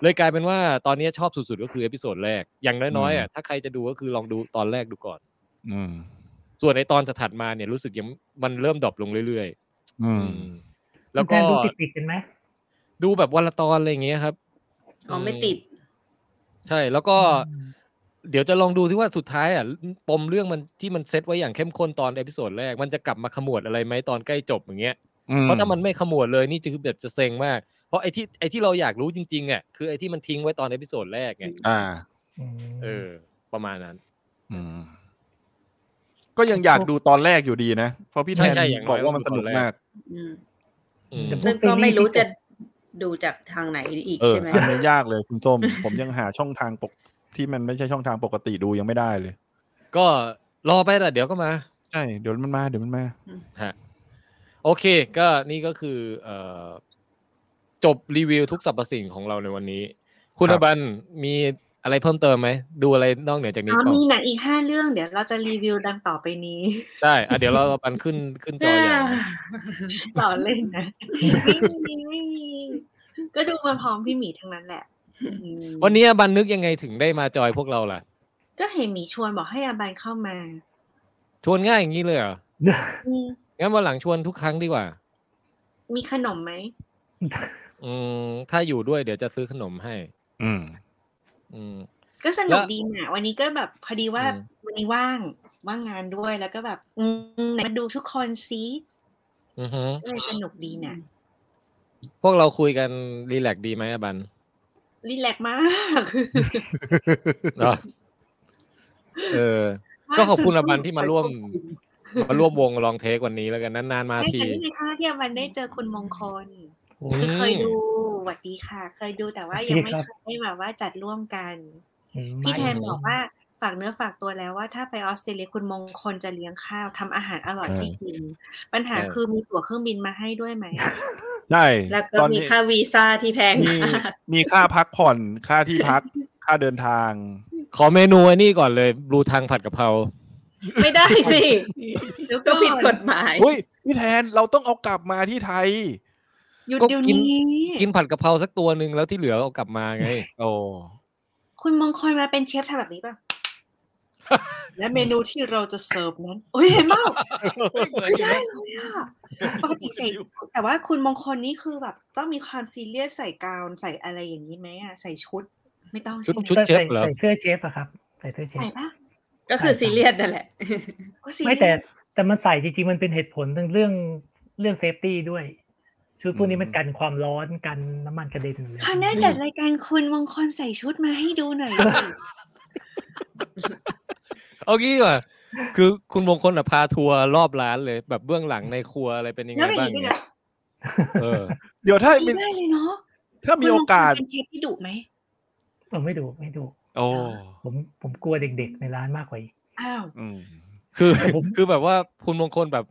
Speaker 2: เลยกลายเป็นว่าตอนนี้ชอบสุดๆก็คือเอพิโซดแรกอย่างน้อยๆอ่ะถ้าใครจะดูก็คือลองดูตอนแรกดูก่อน
Speaker 1: อืม
Speaker 2: ส่วนในตอนถัดๆมาเนี่ยรู้สึกยังมันเริ่มดรอปลงเรื่อย
Speaker 1: อืม
Speaker 2: ๆอืมแล้ว
Speaker 5: คุ
Speaker 2: ก็
Speaker 5: ณทนดูติดติดๆกันไหม
Speaker 2: ดูแบบวันละตอนอะไรอย่างเงี้ยครับ
Speaker 7: อ๋อไม่ติด
Speaker 2: ใช่ แล้วก็ เดี๋ยวจะลองดูที่ว่าสุดท้ายอ่ะปมเรื่องมันที่มันเซตไว้อย่างเข้มข้นตอนเอพิโซดแรก มันจะกลับมาขมวดอะไรไหมตอนใกล้จบอย่างเงี้ย เพราะถ้ามันไม่ขมวดเลยนี่จะคือแบบจะเซ็งมาก เพราะไอ้ที่ไอ้ที่เราอยากรู้จริงๆอ่ะคือไอ้ที่มันทิ้งไว้ตอนเอพิโซดแรกไง
Speaker 3: อ่า
Speaker 2: เออ ประมาณนั้น
Speaker 3: อืม ก็ยังอยากดูตอนแรกอยู่ดีนะ เพราะพี่แทน
Speaker 2: ใช่ใช่อย่างน้
Speaker 3: บ
Speaker 2: อ
Speaker 3: อย กว่ามันสนุกมาก
Speaker 4: อืม
Speaker 2: อืม
Speaker 4: ซึ่งก็ไม่รู้จะดูจากทางไหนอีก
Speaker 3: เออ
Speaker 4: ใช่ไหม
Speaker 3: อันนี้ยากเลยคุณส้ม [LAUGHS] ผมยังหาช่องทางปกที่มันไม่ใช่ช่องทางปกติดูยังไม่ได้เลย
Speaker 2: ก็รอไปแต่เดี๋ยวก็มา
Speaker 3: ใช่เดี๋ยวมันมาเดี๋ยวมันมา
Speaker 2: โอเค ก็นี่ก็คือเอ่อจบรีวิวทุกสรรพสิ่งของเราในวันนี้ คุณ
Speaker 3: ครั
Speaker 2: อบ บันมีอะไรเพิ่มเติมไหม ดูอะไรนอกเหนือจากนี้
Speaker 6: อ๋อ
Speaker 2: ก่อน
Speaker 6: มีหนังอีกห้าเรื่องเดี๋ยวเราจะรีวิวดังต่อไปนี้
Speaker 2: ได้อ่ะเดี๋ยวเราบันขึ้นขึ้นจออย่าง
Speaker 6: ต่อเล่นนะไม่มีไม่มีก็ดูมาพร้อมพี่หมีทั้งนั้นแหละอืม
Speaker 2: วันนี้บันนึกยังไงถึงได้มาจอยพวกเราล่ะ
Speaker 6: ก็เห็นหมีชวนบอกให้อาบันเข้ามา
Speaker 2: ชวนง่ายอย่างนี้เลยเหรอ
Speaker 6: อืม
Speaker 2: งั้นวันหลังชวนทุกครั้งดีกว่า
Speaker 6: มีขนมไหม
Speaker 2: อืม ถ้าอยู่ด้วยเดี๋ยวจะซื้อขนมให้
Speaker 3: อืม
Speaker 2: อืม
Speaker 6: ก็สนุก
Speaker 2: แล้ว
Speaker 6: ดีนะวันนี้ก็แบบพอดีว่า
Speaker 2: อืม
Speaker 6: วันนี้ว่างว่างงานด้วยแล้วก็แบบ อืมไหนมาดูทุกคนซิ
Speaker 2: อือฮึ
Speaker 6: ก็เลยสนุกดีนะ
Speaker 2: พวกเราคุยกันรีแลกซ์ดีไหมอะบัน
Speaker 6: รีแลกซ์มาก
Speaker 2: เนาะเออ ก็ขอบคุณอาบันที่มาร่วม มาร่วมวงลองเทควันนี้แล้วกันนานๆมา
Speaker 6: ไม่
Speaker 2: ที
Speaker 6: แต่นี่เป็นครั้งแรกที่อาบันได้เจอคุณมงคล
Speaker 2: อื
Speaker 6: คือเคย
Speaker 2: ม
Speaker 6: ดูสวัสดีค่ะ เคยดูแต่ว่า
Speaker 5: โอเค
Speaker 6: ยังไม่
Speaker 5: ครับ
Speaker 6: เคยได้แบบว่าจัดร่วมกัน
Speaker 5: อืม
Speaker 6: พี่แทน
Speaker 2: ไม่
Speaker 6: บอกว่าฝากเนื้อฝากตัวแล้วว่าถ้าไปออสเตรเลียคุณมงคลจะเลี้ยงข้าวทำอาหารอร่อยให้กิน ปัญหา
Speaker 2: เออ
Speaker 6: คือมีตั๋วเครื่องบินมาให้ด้วยไหม
Speaker 3: ใช่
Speaker 4: [SIGHS] แล้วก็
Speaker 3: ตอน
Speaker 4: มี
Speaker 3: นี้
Speaker 4: ค่าวีซ่าที่แพง
Speaker 3: มี
Speaker 4: มาก
Speaker 3: มีค่าพักผ่อนค่าที่พัก ค่าเดินทาง
Speaker 2: ขอเมนูไอ้นี่ก่อนเลยบลูทางผัดกะเพรา
Speaker 4: ไม่ได้สิ ก็ผิดกฎหมาย
Speaker 3: เฮ้ยพี่แทนเราต้องเอากลับมาที่ไทย
Speaker 6: หยุด
Speaker 2: ก็
Speaker 6: เดี๋ยว
Speaker 2: กิน
Speaker 6: นี้
Speaker 2: กินผัดกะเพราสักตัวหนึ่งแล้วที่เหลือเอากลับมาไง
Speaker 3: โอ้
Speaker 6: คุณมงคลมาเป็นเชฟทำแบบนี้ป่ะ และเมนูที่เราจะเสิร์ฟนั้นโอ้ยเห็นมาก [LAUGHS] ได้เลยอ่ะปกติใส่แต่ว่าคุณมงคลนี่คือแบบต้องมีความซีเรียสใส่กาวน์ใส่อะไรอย่างนี้ไหมอ่ะใส่ชุด ไม่ต้องใช่ไหม
Speaker 2: ชุด เชฟเหรอ
Speaker 5: ใส่เสื้อเชฟอะครับ ใส่เสื้อเชฟ
Speaker 6: ใส่ปะ
Speaker 4: ก็คือซีเรียสนั่นแหละ
Speaker 6: ก็ซี
Speaker 5: ไม่
Speaker 6: เรีย
Speaker 5: แต่
Speaker 6: ส
Speaker 5: แต่มันใส่จริงๆ มันเป็นเหตุผลทั้งเรื่องเรื่องเซฟตี้ด้วย ชุดพวกนี้มันกันความร้อนกันน้ำมันกระเด็นอยู่แล้ว
Speaker 6: คราวหน้าจัดรายการคุณมงคลใส่ชุดมาให้ดูหน่อยสิ
Speaker 2: เอางี้ดีกว่าคือคุณมงคลอ่ะพาทัวร์รอบร้านเลย แบบเบื้องหลังในครัวอะไรเป็นยังไง
Speaker 6: แล้วเป็นอ
Speaker 2: บ้าง
Speaker 6: ย่างนี้ด้
Speaker 2: เนี่
Speaker 6: วยนะ
Speaker 2: ยเออ
Speaker 3: เดี๋ยวถ้ามี
Speaker 6: ไม่ได้เลยเนาะ
Speaker 3: ถ้ามีโอกาส
Speaker 6: คุณมงคลเป็นเชฟที่ดุไหม
Speaker 5: ผมไม่ดูไม่ดู
Speaker 3: โอ้
Speaker 5: ผมผมกลัวเด็กๆ ในร้านมากกว่าอีก
Speaker 6: อ้าว
Speaker 3: อืม
Speaker 2: คือ
Speaker 5: [LAUGHS] ผม
Speaker 2: คือแบบว่าคุณมงคลแบบ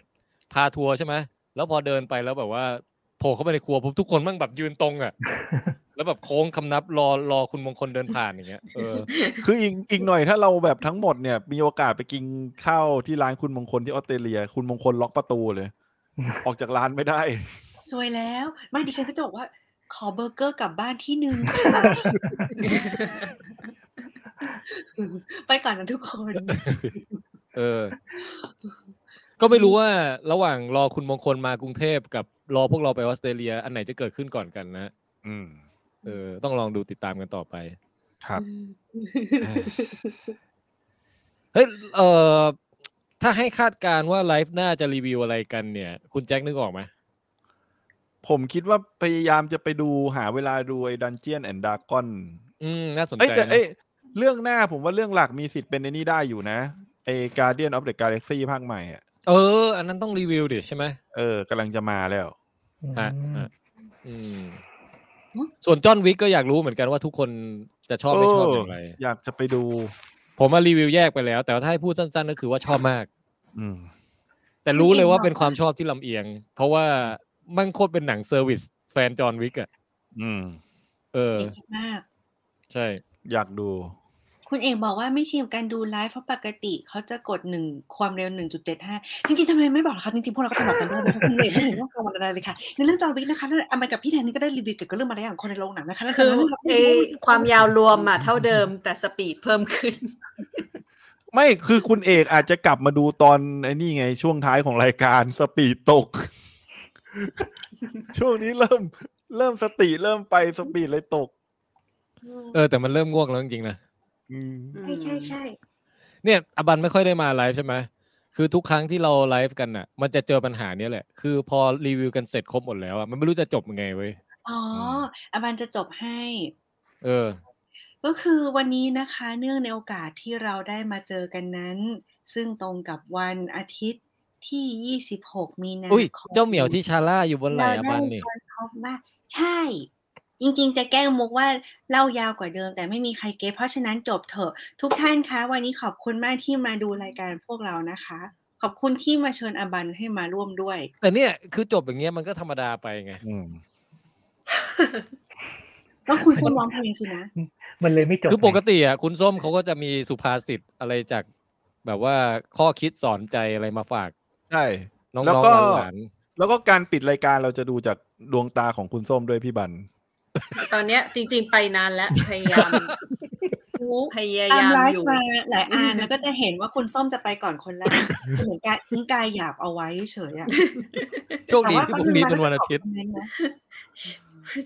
Speaker 2: พาทัวร์ใช่ไหมแล้วพอเดินไปแล้วแบบว่าโผล่เข้าไปในครัวปุ๊บทุกคนแมั่งแบบยืนตรง
Speaker 5: [LAUGHS]
Speaker 2: อ่ะ แล้วแบบโค้งคำนับรอรอคุณมงคลเดินผ่านอย่างเงี้ยเออ
Speaker 3: คืออีกอีกหน่อยถ้าเราแบบทั้งหมดเนี่ย มีโอกาสไปกินข้าวที่ร้านคุณมงคลที่ออสเตรเลีย คุณมงคลล็อกประตู [LAUGHS] เลย ออกจากร้านไม่ได้
Speaker 6: สวยแล้วไม่ดิฉันก็จะบอกว่า ขอเบอร์เกอร์กลับบ้านที่หนึ่ง ไปก่อนนะทุกคน
Speaker 2: เออ ก็ไม่รู้ว่าระหว่างรอคุณมงคลมากรุงเทพกับรอพวกเราไปออสเตรเลีย อันไหนจะเกิดขึ้นก่อนกันนะ
Speaker 3: อืม
Speaker 2: เออ ต้องลองดูติดตามกันต่อไป
Speaker 3: ครับ
Speaker 2: [LAUGHS] เฮ้ย เออถ้าให้คาดการณ์ว่าไลฟ์หน้าจะรีวิวอะไรกันเนี่ย คุณแจ็คนึกออกไหม
Speaker 3: ผมคิดว่าพยายามจะไปดูหาเวลาดูไอ้ดันเจียนแอนดากอน
Speaker 2: อืม น่าสน
Speaker 3: เอ้ย
Speaker 2: ใจ
Speaker 3: แต่
Speaker 2: นะ
Speaker 3: เอ้ยเรื่องหน้าผมว่าเรื่องหลักมีสิทธิ์เป็นในนี่ได้อยู่นะไอ้ Guardian of the Galaxy ภาคใหม่อะ
Speaker 2: เออ อันนั้นต้องรีวิวดิใช่ไหม
Speaker 3: เออกำลังจะมาแล้ว
Speaker 2: ฮะ
Speaker 5: อืม
Speaker 2: ฮะอืม ส่วนจอห์นวิกก็อยากรู้เหมือนกันว่าทุกคนจะชอบไม่ชอบอย่างไร
Speaker 3: อยากจะไปดู
Speaker 2: ผมมารีวิวแยกไปแล้ว แต่ว่าถ้าให้พูดสั้นๆ ก็คือว่าชอบมาก
Speaker 3: อืม
Speaker 2: แต่รู้เลยว่าเป็นความชอบที่ลำเอียง เพราะว่ามันโคตรเป็นหนังเซอร์วิสแฟนจอห์นวิกอะ
Speaker 3: อืม
Speaker 2: เออ
Speaker 6: จริงมาก
Speaker 2: ใช่
Speaker 3: อยากดู
Speaker 6: คุณเอกบอกว่าไม่ชินกับการดูไลฟ์เพราะปกติเขาจะกดหนึ่งความเร็วหนึ่งจุดเจ็ดห้าจริงๆทำไมไม่บอกล่ะครับ จริงๆ พวกเราก็ทำแบบกันด้วยนะคะคุณเอกไม่เห็นต้องกังวลอะไรเลยค่ะ ในเรื่องจอวิกนะคะนั่นอามันกับพี่แทนนี่ก็ได้รีวิวเกี่ยวกับเรื่องมารยาทของคนในโรงหนังนะคะแล้วจา
Speaker 4: คื
Speaker 6: ก
Speaker 4: อ
Speaker 6: นั้นเราก็
Speaker 4: ไอ
Speaker 6: ได้รู้ว่า
Speaker 4: ความยาวรวมอะเท่าเดิมแต่สปีดเพิ่มขึ้น
Speaker 3: ไม่คือคุณเอกอาจจะกลับมาดูตอนไอ้นี่ไง ช่วงท้ายของรายการสปีดตก [LAUGHS] ช่วงนี้เริ่ม เริ่มสติเริ่มไปสปีดเลยตก
Speaker 2: เออแต่มันเริ่มง่วงแล้วจริงๆนะ
Speaker 3: อืม
Speaker 6: ใช่ใช่ใช่
Speaker 2: เนี่ยอบันไม่ค่อยได้มาไลฟ์ใช่ไหมคือทุกครั้งที่เราไลฟ์กันอ่ะ มันจะเจอปัญหาเนี้ยแหละ คือพอรีวิวกันเสร็จครบหมดแล้วอ่ะมันไม่รู้จะจบยังไงเว้ย
Speaker 6: อ๋ออาบันจะจบให้
Speaker 2: เออ
Speaker 6: ก็คือวันนี้นะคะเนื่องในโอกาสที่เราได้มาเจอกันนั้น ซึ่งตรงกับวันอาทิตย์ที่ 26 มีนา
Speaker 2: อุ้ย
Speaker 6: คม
Speaker 2: เจ้าเหมียวที่ชาล่าอยู่บนไหล่
Speaker 6: เรา
Speaker 2: อ
Speaker 6: ได้
Speaker 2: บันนี่
Speaker 6: คอนคบว่าใช่ จริงๆ จะแกล้งมุกว่าเล่ายาวกว่าเดิม แต่ไม่มีใครเก็ตเพราะฉะนั้นจบเถอะ ทุกท่านคะ วันนี้ขอบคุณมากที่มาดูรายการพวกเรานะคะ ขอบคุณที่มาเชิญอบันให้มาร่วมด้วย
Speaker 2: แต่เนี่ยคือจบอย่างเงี้ยมันก็ธรรมดาไปไง
Speaker 3: อืม
Speaker 6: ก็คุณส้มร้องเพลงสินะ
Speaker 5: มันเลยไม่จบ
Speaker 2: คือปกติอ่ะคุณส้มเขาก็จะมีสุภาษิตอะไรจากแบบว่าข้อคิดสอนใจอะไรมาฝาก
Speaker 3: ใช่
Speaker 2: น้อง
Speaker 3: แล้ว
Speaker 2: ๆ
Speaker 3: ก็
Speaker 2: หลาน
Speaker 3: แล้วก็การปิดรายการเราจะดูจากดวงตาของคุณส้มด้วยพี่บัน
Speaker 4: ตอนเนี้ยจริงๆไปนานแล้วพยายามพยา
Speaker 6: ตาม
Speaker 4: ยาม
Speaker 6: ไล
Speaker 4: อยู่
Speaker 6: ฟ์มาหลายอันแล้วก็จะเห็นว่าคุณส้มจะไปก่อนคนแรกเหมือนการทิ้งกายหยาบเอาไว้เฉยอะ
Speaker 2: ๆโชคดีที่พรุ่งนี้เป็นวันอาทิตย์
Speaker 6: แต่ว่า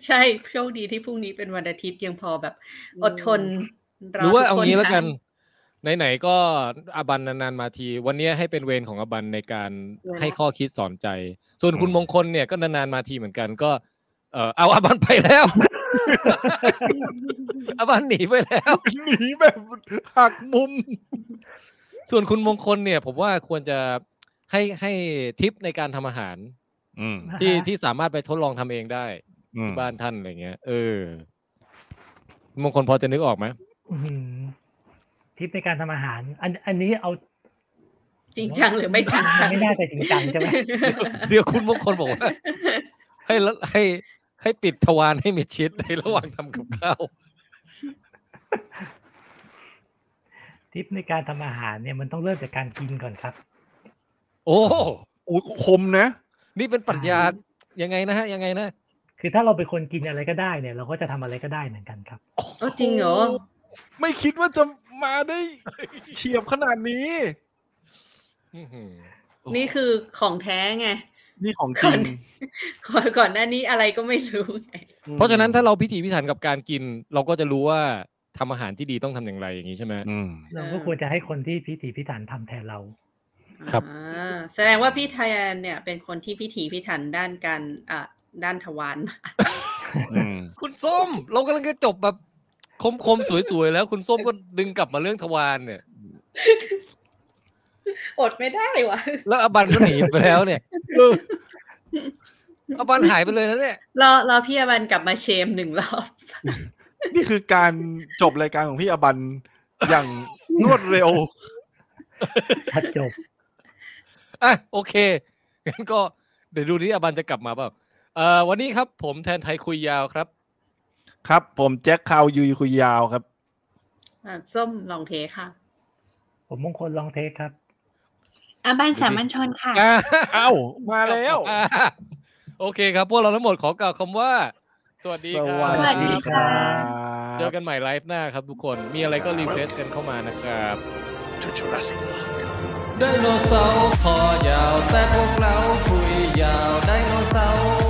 Speaker 4: ใช่โชคดีที่พรุ่งนี้เป็นวันอาทิตย์ยังพอแบบ อดทน
Speaker 2: หรือว่าเอา
Speaker 4: ทุค
Speaker 2: งี้แล้วกัน
Speaker 4: ท
Speaker 2: ไหนๆก็อบันนานๆมาที วันนี้ให้เป็นเวรของอบันในการให้ข้อคิดสอนใจ ส่วนคุณมงคลเนี่ยก็นานๆมาทีเหมือนกันก็ เออเอาอบันไปแล้ว [LAUGHS] อบันหนีไปแล้ว
Speaker 3: หนีแบบหักมุม
Speaker 2: ส่วนคุณมงคลเนี่ย ผมว่าควรจะให้ให้ทิปในการทำอาหาร
Speaker 3: อืม
Speaker 2: ที่ที่สามารถไปทดลองทำเองได้
Speaker 3: อืม
Speaker 2: ที่บ้านท่านอะไรเงี้ยเออ มงคลพอจะนึกออกไหม
Speaker 5: อื้อหือทิปในการทำอาหาร อันอันนี้เอา
Speaker 4: จริงจังหรือไม่จริงจัง
Speaker 5: ไม่น่าจะจริงจังใช่ไหม
Speaker 2: เดี๋ยวคุณมงคลบอกว่า ให้ละให้ให้ปิดทวารให้มิดชิดในระหว่างทำกับข้าว
Speaker 5: ทิปในการทำอาหารเนี่ยมันต้องเริ่มจากการกินก่อนครับ
Speaker 2: โอ้
Speaker 3: โอ้ยคมนะ
Speaker 2: นี่เป็นปรัชญายังไงนะฮะยังไงนะ
Speaker 5: คือถ้าเราเป็นคนกินอะไรก็ได้เนี่ย เราก็จะทำอะไรก็ได้เหมือนกันครับ
Speaker 4: ำเอ้าจริงเหรอ
Speaker 3: ไม่คิดว่าจะมาได้เฉียบขนาดนี้
Speaker 2: อื้อหือ
Speaker 4: นี่คือของแท้ไง [LAUGHS]
Speaker 3: นี่ของจริง
Speaker 4: ก่อนก่อนหน้านี้อะไรก็ไม่รู้ไง
Speaker 2: เพราะฉะนั้นถ้าเราพิถีพิถันกับการกิน เราก็จะรู้ว่าทำอาหารที่ดีต้องทำอย่างไรอย่างนี้ใช่ไหม
Speaker 3: อืม
Speaker 5: เราก็ควรจะให้คนที่พิถีพิถันทำแทนเรา
Speaker 2: ครับ
Speaker 4: อ่าแสดงว่าพี่ไทยนเนี่ย เป็นคนที่พิถีพิถันด้านการอ่ะด้านทวารม [LAUGHS] าก
Speaker 3: อืม
Speaker 2: คุณส้ม เรากำลังจะจบแบบคมคมๆสวยๆแล้ว คุณส้มก็ดึงกลับมาเรื่องทวารเนี่ย
Speaker 4: อดไม่ได้วะ
Speaker 2: แล้วอบันก็หนีไปแล้วเนี่ย
Speaker 3: เออ
Speaker 2: อบันหายไปเลยนะเนี่ย
Speaker 4: รอรอพี่อบันกลับมาเชมหนึ่งรอบ
Speaker 3: นี่คือการจบรายการของพี่อบันอย่างรวดเร็ว
Speaker 5: ถ้าจบ
Speaker 2: อ่ะโอเคงั้นก็เดี๋ยวดูที่อบันจะกลับมาเปล่าเอ่อวันนี้ครับผมแทนไทยคุยยาวครับ
Speaker 3: ครับ ผมแจ็คคาวยุยคุยยาวครับ
Speaker 4: อ่ะส้มลองเทค่ะ
Speaker 5: ผมมงคลลองเทคครับ
Speaker 6: อาบันสามัญชนค่ะ
Speaker 2: อ่ะ
Speaker 3: เอ้า มาแล้ว
Speaker 2: อ่ะ [LAUGHS] โอเคครับ พวกเราทั้งหมดขอกล่าวคำว่า สวัสดี
Speaker 3: ส
Speaker 2: ครับ
Speaker 3: วัสดีครั
Speaker 2: เจอบ กันใหม่ไลฟ์หน้าครับทุกคน มีอะไรก็รีเควสต์กันเข้ามานะครับ
Speaker 1: ไดโนเสาร์คอยาวแต่พวกเราคุยยาวไดโนเสาร์